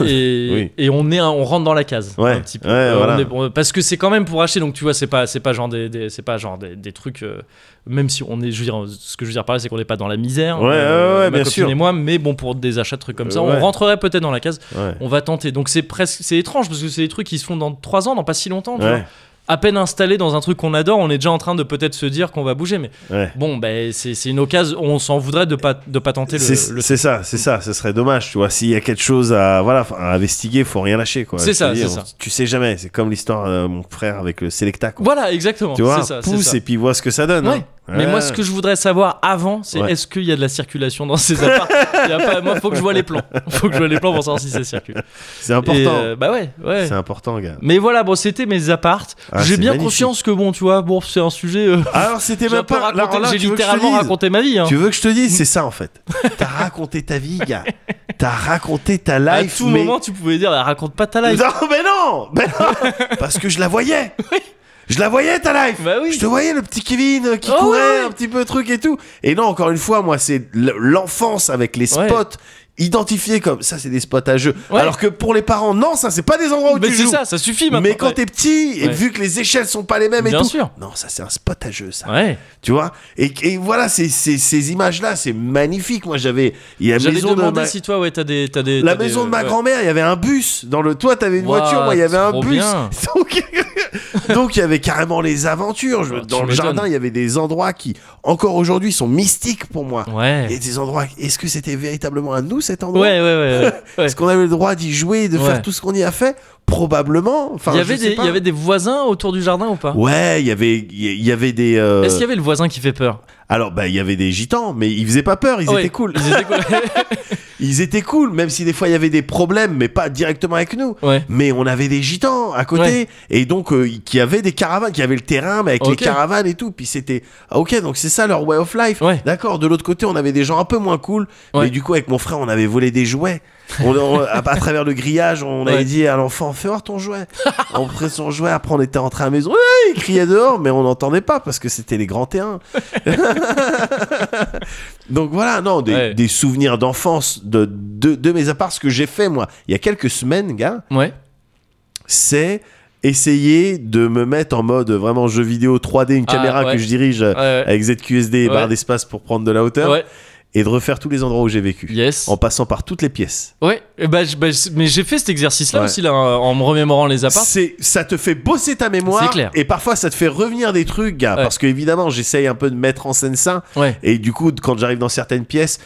[SPEAKER 1] Et,
[SPEAKER 3] Oui.
[SPEAKER 1] et on est un- on rentre dans la case
[SPEAKER 3] Ouais.
[SPEAKER 1] un petit peu.
[SPEAKER 3] Ouais,
[SPEAKER 1] Euh, on
[SPEAKER 3] voilà.
[SPEAKER 1] est- on- parce que c'est quand même pour acheter donc tu vois c'est pas c'est pas genre des, des- c'est pas genre des, des trucs euh, même si on est je veux dire ce que je veux dire par là c'est qu'on n'est pas dans la misère euh,
[SPEAKER 3] Ouais, ouais,
[SPEAKER 1] ma
[SPEAKER 3] ouais, bien
[SPEAKER 1] copine
[SPEAKER 3] sûr.
[SPEAKER 1] et moi mais bon pour des achats de trucs comme ça
[SPEAKER 3] Euh,
[SPEAKER 1] on
[SPEAKER 3] ouais.
[SPEAKER 1] rentrerait peut-être dans la case
[SPEAKER 3] Ouais.
[SPEAKER 1] on va tenter donc c'est presque c'est étrange parce que c'est des trucs qui se font dans 3 ans dans pas si longtemps tu vois.
[SPEAKER 3] Ouais.
[SPEAKER 1] à peine installé dans un truc qu'on adore on est déjà en train de peut-être se dire qu'on va bouger mais
[SPEAKER 3] ouais.
[SPEAKER 1] bon ben c'est c'est une occasion on s'en voudrait de pas de pas tenter
[SPEAKER 3] C'est
[SPEAKER 1] le, le
[SPEAKER 3] c'est ça, c'est ça. Ce serait dommage, tu vois. S'il y a quelque chose à, voilà, à investiguer, faut rien lâcher, quoi.
[SPEAKER 1] C'est
[SPEAKER 3] Je
[SPEAKER 1] ça,
[SPEAKER 3] veux dire,
[SPEAKER 1] c'est
[SPEAKER 3] on-
[SPEAKER 1] ça.
[SPEAKER 3] Tu sais jamais. C'est comme l'histoire de euh, mon frère avec le Selecta, quoi.
[SPEAKER 1] voilà exactement
[SPEAKER 3] Tu vois,
[SPEAKER 1] c'est ça c'est
[SPEAKER 3] pousse
[SPEAKER 1] ça.
[SPEAKER 3] et puis vois ce que ça donne.
[SPEAKER 1] Ouais,
[SPEAKER 3] hein.
[SPEAKER 1] Mais moi, ce que je voudrais savoir avant, c'est
[SPEAKER 3] Ouais.
[SPEAKER 1] est-ce qu'il y a de la circulation dans ces apparts Il y a pas- Moi, faut que je vois les plans. Faut que je vois les plans pour savoir si ça circule.
[SPEAKER 3] C'est
[SPEAKER 1] Et,
[SPEAKER 3] important.
[SPEAKER 1] euh, bah ouais, ouais.
[SPEAKER 3] C'est important, gars.
[SPEAKER 1] Mais voilà, bon, c'était mes appartes.
[SPEAKER 3] Ah,
[SPEAKER 1] J'ai
[SPEAKER 3] c'est
[SPEAKER 1] bien
[SPEAKER 3] magnifique.
[SPEAKER 1] conscience que bon, tu vois, bon, c'est un sujet. euh,
[SPEAKER 3] Alors, c'était
[SPEAKER 1] j'ai un
[SPEAKER 3] même
[SPEAKER 1] peu
[SPEAKER 3] pas.
[SPEAKER 1] raconté-
[SPEAKER 3] alors là,
[SPEAKER 1] J'ai
[SPEAKER 3] tu veux que je te
[SPEAKER 1] littéralement
[SPEAKER 3] dise
[SPEAKER 1] raconté ma vie. hein.
[SPEAKER 3] Tu veux que je te dise C'est ça, en fait. T'as raconté ta vie, gars. T'as raconté ta
[SPEAKER 1] À
[SPEAKER 3] life.
[SPEAKER 1] tout
[SPEAKER 3] mais...
[SPEAKER 1] moment, tu pouvais dire, bah, raconte pas ta life.
[SPEAKER 3] Non, mais non, mais non Parce que je la voyais Je la voyais ta life
[SPEAKER 1] Bah oui.
[SPEAKER 3] Je te voyais le petit Kevin euh, qui
[SPEAKER 1] Ah
[SPEAKER 3] courait
[SPEAKER 1] ouais.
[SPEAKER 3] un petit peu truc et tout. Et non, encore une fois, moi, c'est l- l'enfance avec les spots
[SPEAKER 1] Ouais.
[SPEAKER 3] identifiés comme ça, c'est des spots à jeu.
[SPEAKER 1] Ouais.
[SPEAKER 3] Alors que pour les parents, non, ça, c'est pas des endroits où
[SPEAKER 1] Mais
[SPEAKER 3] tu
[SPEAKER 1] c'est
[SPEAKER 3] joues.
[SPEAKER 1] ça, ça suffit maintenant.
[SPEAKER 3] Mais quand t'es petit, et
[SPEAKER 1] Ouais.
[SPEAKER 3] vu que les échelles sont pas les mêmes et
[SPEAKER 1] Bien
[SPEAKER 3] tout,
[SPEAKER 1] sûr.
[SPEAKER 3] non, ça c'est un spot à jeu, ça.
[SPEAKER 1] Ouais.
[SPEAKER 3] Tu vois et, et voilà, ces, ces, ces images-là, c'est magnifique. Moi, j'avais, il y a la
[SPEAKER 1] J'allais
[SPEAKER 3] maison de
[SPEAKER 1] demander
[SPEAKER 3] ma-
[SPEAKER 1] si toi, ouais, t'as des, t'as des.
[SPEAKER 3] la
[SPEAKER 1] t'as des- euh,
[SPEAKER 3] maison de ma
[SPEAKER 1] ouais.
[SPEAKER 3] grand-mère, il y avait un bus. Dans le toit, t'avais une
[SPEAKER 1] Ouah,
[SPEAKER 3] voiture. Moi, il y avait un
[SPEAKER 1] trop
[SPEAKER 3] bus.
[SPEAKER 1] bien.
[SPEAKER 3] Donc, donc, il y avait carrément les aventures. Je-
[SPEAKER 1] Ah, tu
[SPEAKER 3] dans le
[SPEAKER 1] m'étonnes.
[SPEAKER 3] jardin, il y avait des endroits qui, encore aujourd'hui, sont mystiques pour moi. Il y
[SPEAKER 1] Ouais.
[SPEAKER 3] a des endroits. Est-ce que c'était véritablement à nous cet endroit
[SPEAKER 1] Ouais, ouais, ouais. ouais.
[SPEAKER 3] Est-ce qu'on avait le droit d'y jouer, de
[SPEAKER 1] Ouais.
[SPEAKER 3] faire tout ce qu'on y a fait Probablement. Enfin,
[SPEAKER 1] Il y
[SPEAKER 3] je
[SPEAKER 1] avait
[SPEAKER 3] sais
[SPEAKER 1] des,
[SPEAKER 3] pas.
[SPEAKER 1] il y avait des voisins autour du jardin ou pas
[SPEAKER 3] Ouais, il y avait, il y avait des. euh,
[SPEAKER 1] Est-ce qu'il y avait le voisin qui fait peur
[SPEAKER 3] Alors, bah, il y avait des gitans, mais ils faisaient pas peur. Ils
[SPEAKER 1] Ah Ouais,
[SPEAKER 3] étaient cool.
[SPEAKER 1] Ils étaient cool.
[SPEAKER 3] Ils étaient cool, même si des fois il y avait des problèmes, mais pas directement avec nous.
[SPEAKER 1] ouais.
[SPEAKER 3] mais on avait des gitans à côté
[SPEAKER 1] Ouais.
[SPEAKER 3] et donc euh, qui avaient des caravanes qui avaient le terrain mais avec
[SPEAKER 1] Ok.
[SPEAKER 3] les caravanes et tout puis c'était ah, ok donc c'est ça leur way of life
[SPEAKER 1] Ouais.
[SPEAKER 3] d'accord de l'autre côté on avait des gens un peu moins cool
[SPEAKER 1] Ouais.
[SPEAKER 3] mais du coup avec mon frère on avait volé des jouets on, on- à, à travers le grillage on
[SPEAKER 1] Ouais.
[SPEAKER 3] avait dit à l'enfant fais voir ton jouet on prenait son jouet après on était rentré à la maison Ouais, il criait dehors mais on n'entendait pas parce que c'était les grands terrains donc voilà non des,
[SPEAKER 1] Ouais.
[SPEAKER 3] des souvenirs d'enfance de, de, de mes apparts ce que j'ai fait moi il y a quelques semaines gars
[SPEAKER 1] Ouais.
[SPEAKER 3] c'est essayer de me mettre en mode vraiment jeu vidéo 3D, une
[SPEAKER 1] Ah,
[SPEAKER 3] caméra
[SPEAKER 1] ouais.
[SPEAKER 3] que je dirige euh,
[SPEAKER 1] Ouais, ouais.
[SPEAKER 3] avec ZQSD et
[SPEAKER 1] Ouais.
[SPEAKER 3] barre d'espace pour prendre de la hauteur
[SPEAKER 1] Ouais.
[SPEAKER 3] et de refaire tous les endroits où j'ai vécu.
[SPEAKER 1] Yes.
[SPEAKER 3] En passant par toutes les pièces.
[SPEAKER 1] Ouais. Et bah, je- bah, je- mais j'ai fait cet exercice-là
[SPEAKER 3] Ouais.
[SPEAKER 1] aussi là, en en me remémorant les apparts.
[SPEAKER 3] C'est, ça te fait bosser ta mémoire
[SPEAKER 1] C'est clair.
[SPEAKER 3] et parfois ça te fait revenir des trucs, gars,
[SPEAKER 1] Ouais.
[SPEAKER 3] parce que évidemment j'essaye un peu de mettre en scène ça
[SPEAKER 1] Ouais.
[SPEAKER 3] et du coup quand j'arrive dans certaines pièces,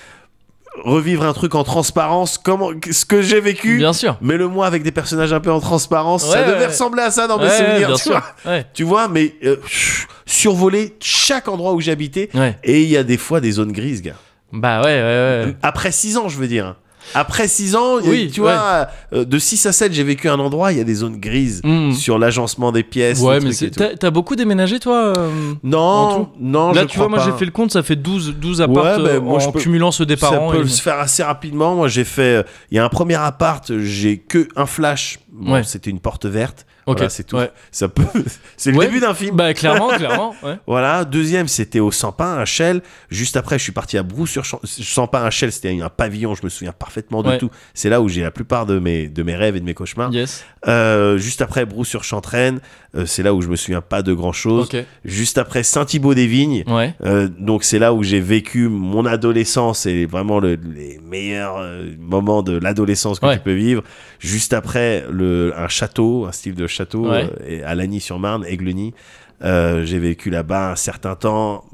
[SPEAKER 3] revivre un truc en transparence, comment, ce que j'ai vécu,
[SPEAKER 1] Bien sûr.
[SPEAKER 3] mais le moi avec des personnages un peu en transparence,
[SPEAKER 1] Ouais,
[SPEAKER 3] ça
[SPEAKER 1] ouais.
[SPEAKER 3] devait ressembler à ça dans mes
[SPEAKER 1] Ouais,
[SPEAKER 3] souvenirs.
[SPEAKER 1] bien
[SPEAKER 3] tu
[SPEAKER 1] sûr.
[SPEAKER 3] vois.
[SPEAKER 1] Ouais.
[SPEAKER 3] tu vois, mais euh, chut, survoler chaque endroit où j'habitais.
[SPEAKER 1] Ouais.
[SPEAKER 3] Et il y a des fois des zones grises, gars.
[SPEAKER 1] Bah ouais, ouais, ouais.
[SPEAKER 3] Après 6 ans, je veux dire. hein. Après 6 ans, il y a-
[SPEAKER 1] Oui,
[SPEAKER 3] tu vois, euh, de 6 à 7, j'ai vécu un endroit, il y a des zones grises
[SPEAKER 1] Mm.
[SPEAKER 3] sur l'agencement des pièces.
[SPEAKER 1] Ouais,
[SPEAKER 3] des
[SPEAKER 1] mais
[SPEAKER 3] trucs et
[SPEAKER 1] c'est-
[SPEAKER 3] tout.
[SPEAKER 1] t'as t'as beaucoup déménagé toi euh, en
[SPEAKER 3] Non,
[SPEAKER 1] tout
[SPEAKER 3] non,
[SPEAKER 1] Là,
[SPEAKER 3] je
[SPEAKER 1] tu vois,
[SPEAKER 3] crois
[SPEAKER 1] moi
[SPEAKER 3] pas.
[SPEAKER 1] j'ai fait le compte, ça fait 12, 12 appartes
[SPEAKER 3] Ouais, bah,
[SPEAKER 1] euh,
[SPEAKER 3] moi, je
[SPEAKER 1] en
[SPEAKER 3] peux-
[SPEAKER 1] cumulant ceux des
[SPEAKER 3] ça
[SPEAKER 1] parents.
[SPEAKER 3] peut
[SPEAKER 1] et-
[SPEAKER 3] se faire assez rapidement. Moi, j'ai fait. euh, Il y a un premier appart, j'ai que un flash. Bon,
[SPEAKER 1] Ouais.
[SPEAKER 3] C'était une porte verte.
[SPEAKER 1] Ok,
[SPEAKER 3] Voilà, c'est tout.
[SPEAKER 1] ouais.
[SPEAKER 3] Ça peut. c'est le
[SPEAKER 1] Ouais.
[SPEAKER 3] début d'un film.
[SPEAKER 1] Bah clairement, clairement. Ouais.
[SPEAKER 3] Voilà, deuxième, c'était au Sampin à Chelles. Juste après, je suis parti à Brou sur Champ- Sampin à Chelles. C'était un pavillon, je me souviens parfaitement de
[SPEAKER 1] Ouais.
[SPEAKER 3] tout. C'est là où j'ai la plupart de mes, de mes rêves et de mes cauchemars.
[SPEAKER 1] Yes.
[SPEAKER 3] Euh, juste après, Brou sur Chantraine. euh, c'est là où je me souviens pas de grand chose.
[SPEAKER 1] Ok.
[SPEAKER 3] Juste après, Saint-Thibaud-des-Vignes.
[SPEAKER 1] Ouais.
[SPEAKER 3] Euh, donc c'est là où j'ai vécu mon adolescence et vraiment le- les meilleurs euh, moments de l'adolescence que
[SPEAKER 1] Ouais.
[SPEAKER 3] tu peux vivre. Juste après le, un château, un style de château
[SPEAKER 1] Ouais.
[SPEAKER 3] euh, et à Lagny-sur-Marne, Aigleny. Euh, j'ai vécu là-bas un certain temps,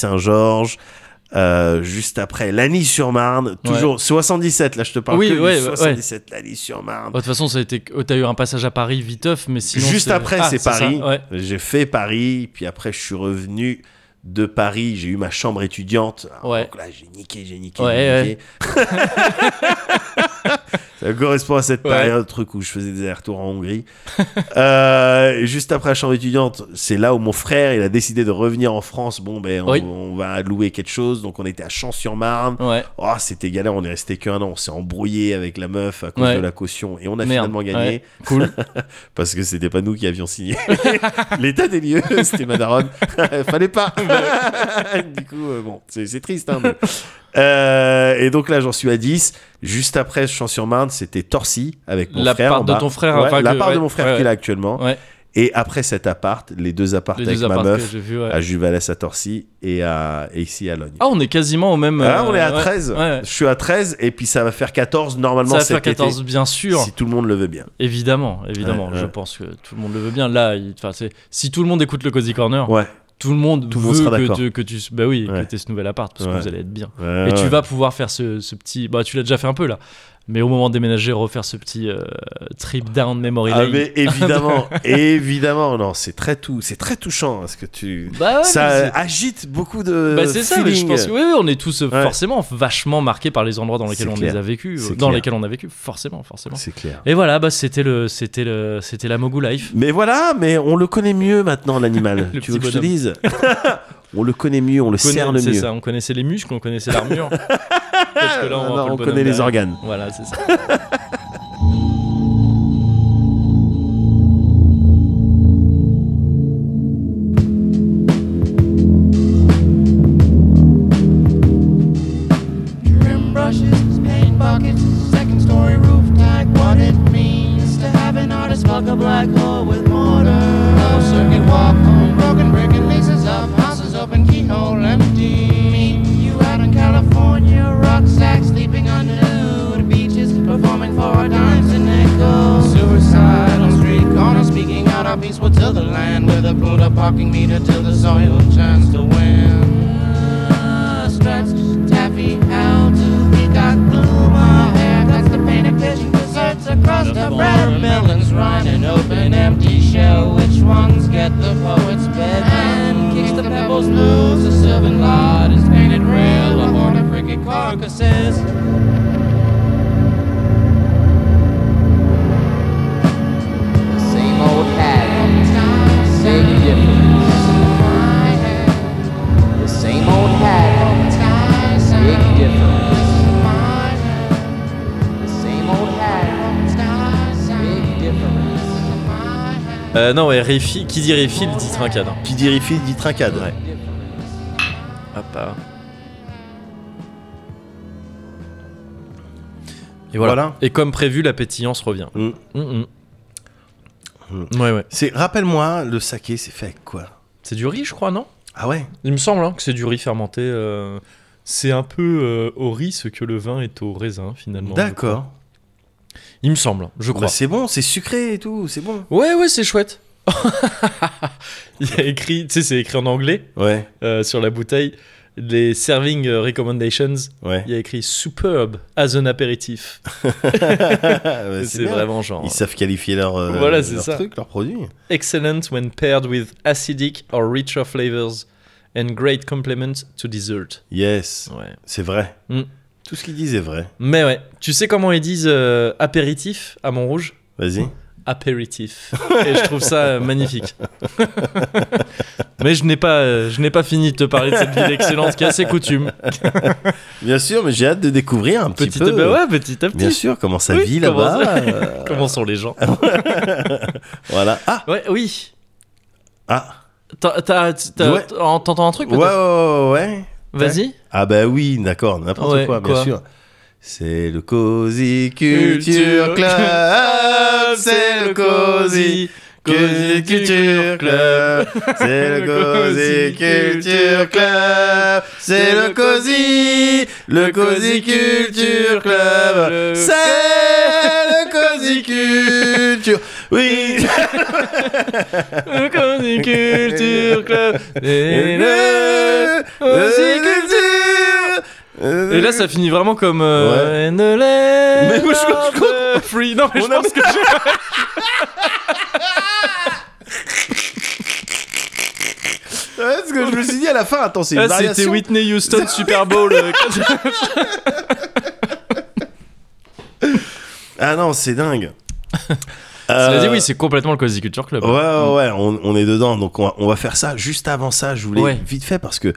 [SPEAKER 3] Bussy-Saint-Georges. euh, juste après Lagny-sur-Marne,
[SPEAKER 1] Ouais.
[SPEAKER 3] toujours 77. Là, je te parle
[SPEAKER 1] Oui,
[SPEAKER 3] que du
[SPEAKER 1] ouais, ouais.
[SPEAKER 3] 77 Lagny-sur-Marne.
[SPEAKER 1] Bah, De toute façon, ça a été... oh, t'as eu un passage à Paris viteuf, mais sinon.
[SPEAKER 3] Juste après,
[SPEAKER 1] Ah,
[SPEAKER 3] c'est
[SPEAKER 1] ça,
[SPEAKER 3] Paris.
[SPEAKER 1] ouais.
[SPEAKER 3] J'ai fait Paris, puis après, je suis revenu de Paris. J'ai eu ma chambre étudiante. Alors,
[SPEAKER 1] Ouais.
[SPEAKER 3] Donc là, j'ai niqué, j'ai niqué,
[SPEAKER 1] Ouais,
[SPEAKER 3] j'ai niqué. Ça correspond à cette
[SPEAKER 1] Ouais.
[SPEAKER 3] période, truc où je faisais des allers-retours en Hongrie. Euh, juste après la chambre étudiante, c'est là où mon frère, il a décidé de revenir en France. Bon, ben, on,
[SPEAKER 1] Oui.
[SPEAKER 3] on va louer quelque chose. Donc, on était à Champs-sur-Marne.
[SPEAKER 1] Ouais.
[SPEAKER 3] Oh, c'était galère, on est resté qu'un an. On s'est embrouillé avec la meuf à cause
[SPEAKER 1] Ouais.
[SPEAKER 3] de la caution et on a
[SPEAKER 1] Merde.
[SPEAKER 3] finalement gagné
[SPEAKER 1] Ouais. Cool.
[SPEAKER 3] parce que c'était pas nous qui avions signé l'état des lieux, c'était ma daronne. Fallait pas. du coup, euh, bon, c'est c'est triste. hein, mais- Euh, et donc là, j'en suis à 10. Juste après Champs-sur-Marne, c'était Torcy avec mon
[SPEAKER 1] La
[SPEAKER 3] frère.
[SPEAKER 1] part
[SPEAKER 3] en
[SPEAKER 1] de
[SPEAKER 3] bas.
[SPEAKER 1] ton frère,
[SPEAKER 3] Ouais,
[SPEAKER 1] enfin,
[SPEAKER 3] la
[SPEAKER 1] que-
[SPEAKER 3] part de
[SPEAKER 1] ouais,
[SPEAKER 3] mon frère
[SPEAKER 1] ouais,
[SPEAKER 3] qu'il a
[SPEAKER 1] ouais.
[SPEAKER 3] actuellement.
[SPEAKER 1] Ouais.
[SPEAKER 3] Et après cet appart, les deux apparts
[SPEAKER 1] Les
[SPEAKER 3] avec
[SPEAKER 1] deux
[SPEAKER 3] ma
[SPEAKER 1] apparts que
[SPEAKER 3] meuf
[SPEAKER 1] j'ai vus, ouais.
[SPEAKER 3] à Juvalès à Torcy et, à, et ici à Logne.
[SPEAKER 1] Ah, on est quasiment au même.
[SPEAKER 3] Ah,
[SPEAKER 1] euh,
[SPEAKER 3] on est à
[SPEAKER 1] ouais.
[SPEAKER 3] 13.
[SPEAKER 1] Ouais.
[SPEAKER 3] Je suis à 13 et puis ça va faire 14
[SPEAKER 1] Ça
[SPEAKER 3] normalement
[SPEAKER 1] va
[SPEAKER 3] cet
[SPEAKER 1] faire 14,
[SPEAKER 3] été.
[SPEAKER 1] bien sûr.
[SPEAKER 3] Si tout le monde le veut bien.
[SPEAKER 1] Évidemment, évidemment.
[SPEAKER 3] Ouais, ouais.
[SPEAKER 1] Je pense que tout le monde le veut bien. Là, il- enfin, c'est- si tout le monde écoute le Cozy Corner,
[SPEAKER 3] Ouais.
[SPEAKER 1] tout le monde
[SPEAKER 3] Tout le
[SPEAKER 1] veut
[SPEAKER 3] monde sera
[SPEAKER 1] que,
[SPEAKER 3] d'accord.
[SPEAKER 1] tu, que tu, bah oui,
[SPEAKER 3] Ouais.
[SPEAKER 1] que t'aies ce nouvel appart parce
[SPEAKER 3] Ouais. Ah
[SPEAKER 1] que vous allez être bien.
[SPEAKER 3] Ouais,
[SPEAKER 1] Et tu
[SPEAKER 3] ouais.
[SPEAKER 1] vas pouvoir faire ce, ce petit. Bah, tu l'as déjà fait un peu là. Mais au moment de déménager, refaire ce petit euh, trip down memory
[SPEAKER 3] Ah
[SPEAKER 1] lane.
[SPEAKER 3] mais évidemment, évidemment, non, c'est très tout, c'est très touchant hein, ce que tu.
[SPEAKER 1] Bah ouais,
[SPEAKER 3] ça
[SPEAKER 1] mais c'est-
[SPEAKER 3] euh, agite beaucoup de.
[SPEAKER 1] Bah, c'est ça, mais je
[SPEAKER 3] feeling.
[SPEAKER 1] pense que oui, oui, on est tous euh,
[SPEAKER 3] Ouais.
[SPEAKER 1] forcément vachement marqués par les endroits dans lesquels
[SPEAKER 3] C'est
[SPEAKER 1] on
[SPEAKER 3] clair.
[SPEAKER 1] les a vécus, euh,
[SPEAKER 3] C'est
[SPEAKER 1] dans
[SPEAKER 3] clair.
[SPEAKER 1] lesquels on a vécu, forcément, forcément.
[SPEAKER 3] C'est clair.
[SPEAKER 1] Et voilà, bah c'était le, c'était le, c'était la Mogou Life.
[SPEAKER 3] Mais voilà, mais on le connaît mieux maintenant l'animal.
[SPEAKER 1] Le
[SPEAKER 3] tu veux
[SPEAKER 1] petit
[SPEAKER 3] que je te
[SPEAKER 1] bonhomme.
[SPEAKER 3] dise On le connaît mieux, on le
[SPEAKER 1] Connaît-
[SPEAKER 3] sert le
[SPEAKER 1] c'est
[SPEAKER 3] mieux.
[SPEAKER 1] ça, on connaissait les muscles, on connaissait l'armure. Parce que là, voit que
[SPEAKER 3] Maintenant,
[SPEAKER 1] le
[SPEAKER 3] Ah, on
[SPEAKER 1] bonhomme
[SPEAKER 3] connaît les
[SPEAKER 1] derrière.
[SPEAKER 3] organes.
[SPEAKER 1] Voilà, c'est ça.
[SPEAKER 6] Trim brushes, paint buckets, second story roof tag. What it means to have an artist plug a black hole with mortar. No circuit walk home, broken brick and leases up. Houses open, keyhole empty. Meet you out in California, rucksack sleeping on nude beaches, performing for dimes and nickels. Suicidal street corner, speaking out our peaceful to the land with a pulled up parking meter till the soil turns to wind. Stretched taffy out to peacock blue. My hair cuts the painted pigeon desserts across the bread melons run an open empty shell. Which ones get the poet's bed? And kicks the pebbles loose. A sylvan lot is painted rail. A horde of cricket carcasses. The same old hat. Same difference. The same old hat. Big difference. The same old hat. Big difference.
[SPEAKER 1] Euh, non, ouais, Réfi, qui dit Réfi, dit Trincade.
[SPEAKER 3] Qui dit Riffy dit Trincade. ah.
[SPEAKER 1] Et voilà.
[SPEAKER 3] Voilà.
[SPEAKER 1] Et comme prévu, la pétillance revient.
[SPEAKER 3] Mm.
[SPEAKER 1] Mm, mm. Ouais, ouais.
[SPEAKER 3] C'est, rappelle-moi, le saké, c'est fait avec quoi
[SPEAKER 1] C'est du riz, je crois, non
[SPEAKER 3] Ah ouais
[SPEAKER 1] Il me semble hein, que c'est du riz fermenté. euh, C'est un peu euh, au riz ce que le vin est au raisin, finalement.
[SPEAKER 3] D'accord.
[SPEAKER 1] Il me semble, je crois.
[SPEAKER 3] Bah, c'est bon, c'est sucré et tout, c'est bon.
[SPEAKER 1] ouais, ouais, c'est chouette. Il y a écrit, tu sais, c'est écrit en anglais
[SPEAKER 3] Ouais,
[SPEAKER 1] euh, sur la bouteille. Les serving euh, recommendations,
[SPEAKER 3] ouais.
[SPEAKER 1] il y a écrit superb as an apéritif.
[SPEAKER 3] Bah,
[SPEAKER 1] c'est
[SPEAKER 3] bien.
[SPEAKER 1] vraiment genre
[SPEAKER 3] Ils savent qualifier leur, euh,
[SPEAKER 1] Voilà, c'est
[SPEAKER 3] leur
[SPEAKER 1] ça.
[SPEAKER 3] truc, leur produit.
[SPEAKER 1] excellent when paired with acidic or richer flavors and great complement to dessert.
[SPEAKER 3] Yes,
[SPEAKER 1] Ouais.
[SPEAKER 3] c'est vrai.
[SPEAKER 1] Mm.
[SPEAKER 3] Tout ce qu'ils disent est vrai.
[SPEAKER 1] Mais ouais, tu sais comment ils disent euh, apéritif à Montrouge
[SPEAKER 3] Vas-y.
[SPEAKER 1] apéritif. Et je trouve ça euh, magnifique. Mais je n'ai pas, euh, je n'ai pas fini de te parler de cette ville excellente qui a ses coutumes.
[SPEAKER 3] Bien sûr, mais j'ai hâte de découvrir un petit,
[SPEAKER 1] Petit,
[SPEAKER 3] peu. euh,
[SPEAKER 1] à bah ouais, petit à petit.
[SPEAKER 3] Bien sûr, comment ça
[SPEAKER 1] Oui,
[SPEAKER 3] vit
[SPEAKER 1] comment
[SPEAKER 3] là-bas.
[SPEAKER 1] ça-
[SPEAKER 3] euh,
[SPEAKER 1] Comment sont les gens
[SPEAKER 3] voilà. Ah,
[SPEAKER 1] Ouais, oui.
[SPEAKER 3] ah.
[SPEAKER 1] T'as- t'as- t'as-
[SPEAKER 3] Ouais.
[SPEAKER 1] t'en- T'entends un truc
[SPEAKER 3] Ouais, ouais,
[SPEAKER 1] peut-être
[SPEAKER 3] ouais, ouais.
[SPEAKER 1] Vas-y.
[SPEAKER 3] Ah bah oui, d'accord, n'importe
[SPEAKER 1] Ouais,
[SPEAKER 3] quoi,
[SPEAKER 1] quoi
[SPEAKER 3] bien sûr. C'est le Cozy Culture Club, c'est le Cozy Cozy Culture Club, c'est le Cozy Culture Club, c'est le Cozy, le Cozy Culture Club, c'est le Cozy Culture. Oui,
[SPEAKER 1] Le Cozy Culture Club. Et, le Cozy Culture- Et là, ça finit vraiment comme. euh, and the land
[SPEAKER 3] Mais moi, je- je
[SPEAKER 1] of the free. Non, mais je
[SPEAKER 3] On a-
[SPEAKER 1] pense que je-
[SPEAKER 3] Ouais, ce que je me suis dit à la fin, attends, c'est une
[SPEAKER 1] Ah, c'était
[SPEAKER 3] variation.
[SPEAKER 1] Whitney Houston Super Bowl. euh,
[SPEAKER 3] Ah non, c'est dingue.
[SPEAKER 1] Cela
[SPEAKER 3] Euh,
[SPEAKER 1] dit, oui, c'est complètement le Cozy Culture Club.
[SPEAKER 3] Ouais, ouais,
[SPEAKER 1] Mm.
[SPEAKER 3] ouais, on, on est dedans, donc on va, on va faire ça. Juste avant ça, je voulais
[SPEAKER 1] Ouais.
[SPEAKER 3] vite fait parce que, tu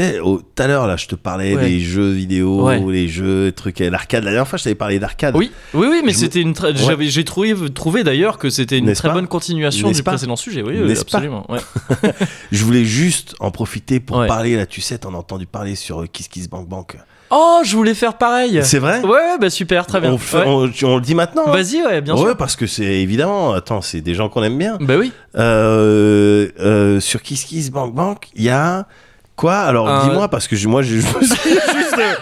[SPEAKER 3] sais, au- tout à l'heure, là, je te parlais
[SPEAKER 1] Ouais.
[SPEAKER 3] des jeux vidéo,
[SPEAKER 1] Ouais.
[SPEAKER 3] les jeux, les trucs, et l'arcade. La dernière fois, je t'avais parlé d'arcade.
[SPEAKER 1] Oui, oui, oui, mais
[SPEAKER 3] Je me-
[SPEAKER 1] c'était une. tra-
[SPEAKER 3] Ouais.
[SPEAKER 1] j'avais- J'ai trouvé, trouvé d'ailleurs que c'était une
[SPEAKER 3] N'est-ce
[SPEAKER 1] très
[SPEAKER 3] pas
[SPEAKER 1] bonne continuation
[SPEAKER 3] N'est-ce
[SPEAKER 1] du
[SPEAKER 3] pas
[SPEAKER 1] précédent sujet. Oui, oui,
[SPEAKER 3] N'est-ce pas
[SPEAKER 1] absolument. ouais.
[SPEAKER 3] Je voulais juste en profiter pour
[SPEAKER 1] Ouais.
[SPEAKER 3] parler, là, tu sais, t'en as entendu parler sur euh, Kiss Kiss Bank Bank.
[SPEAKER 1] Oh, je voulais faire pareil.
[SPEAKER 3] C'est vrai
[SPEAKER 1] Ouais, ouais, bah super, très bien.
[SPEAKER 3] On, fait-
[SPEAKER 1] Ouais.
[SPEAKER 3] on- tu- on le dit maintenant hein
[SPEAKER 1] Vas-y, ouais, bien
[SPEAKER 3] Ouais,
[SPEAKER 1] sûr.
[SPEAKER 3] parce que c'est évidemment, attends, c'est des gens qu'on aime bien.
[SPEAKER 1] Bah oui.
[SPEAKER 3] Euh, euh, sur Kiss Kiss Bank Bank, il y a quoi Alors
[SPEAKER 1] Un-
[SPEAKER 3] dis-moi parce que je- moi je je me suis juste euh,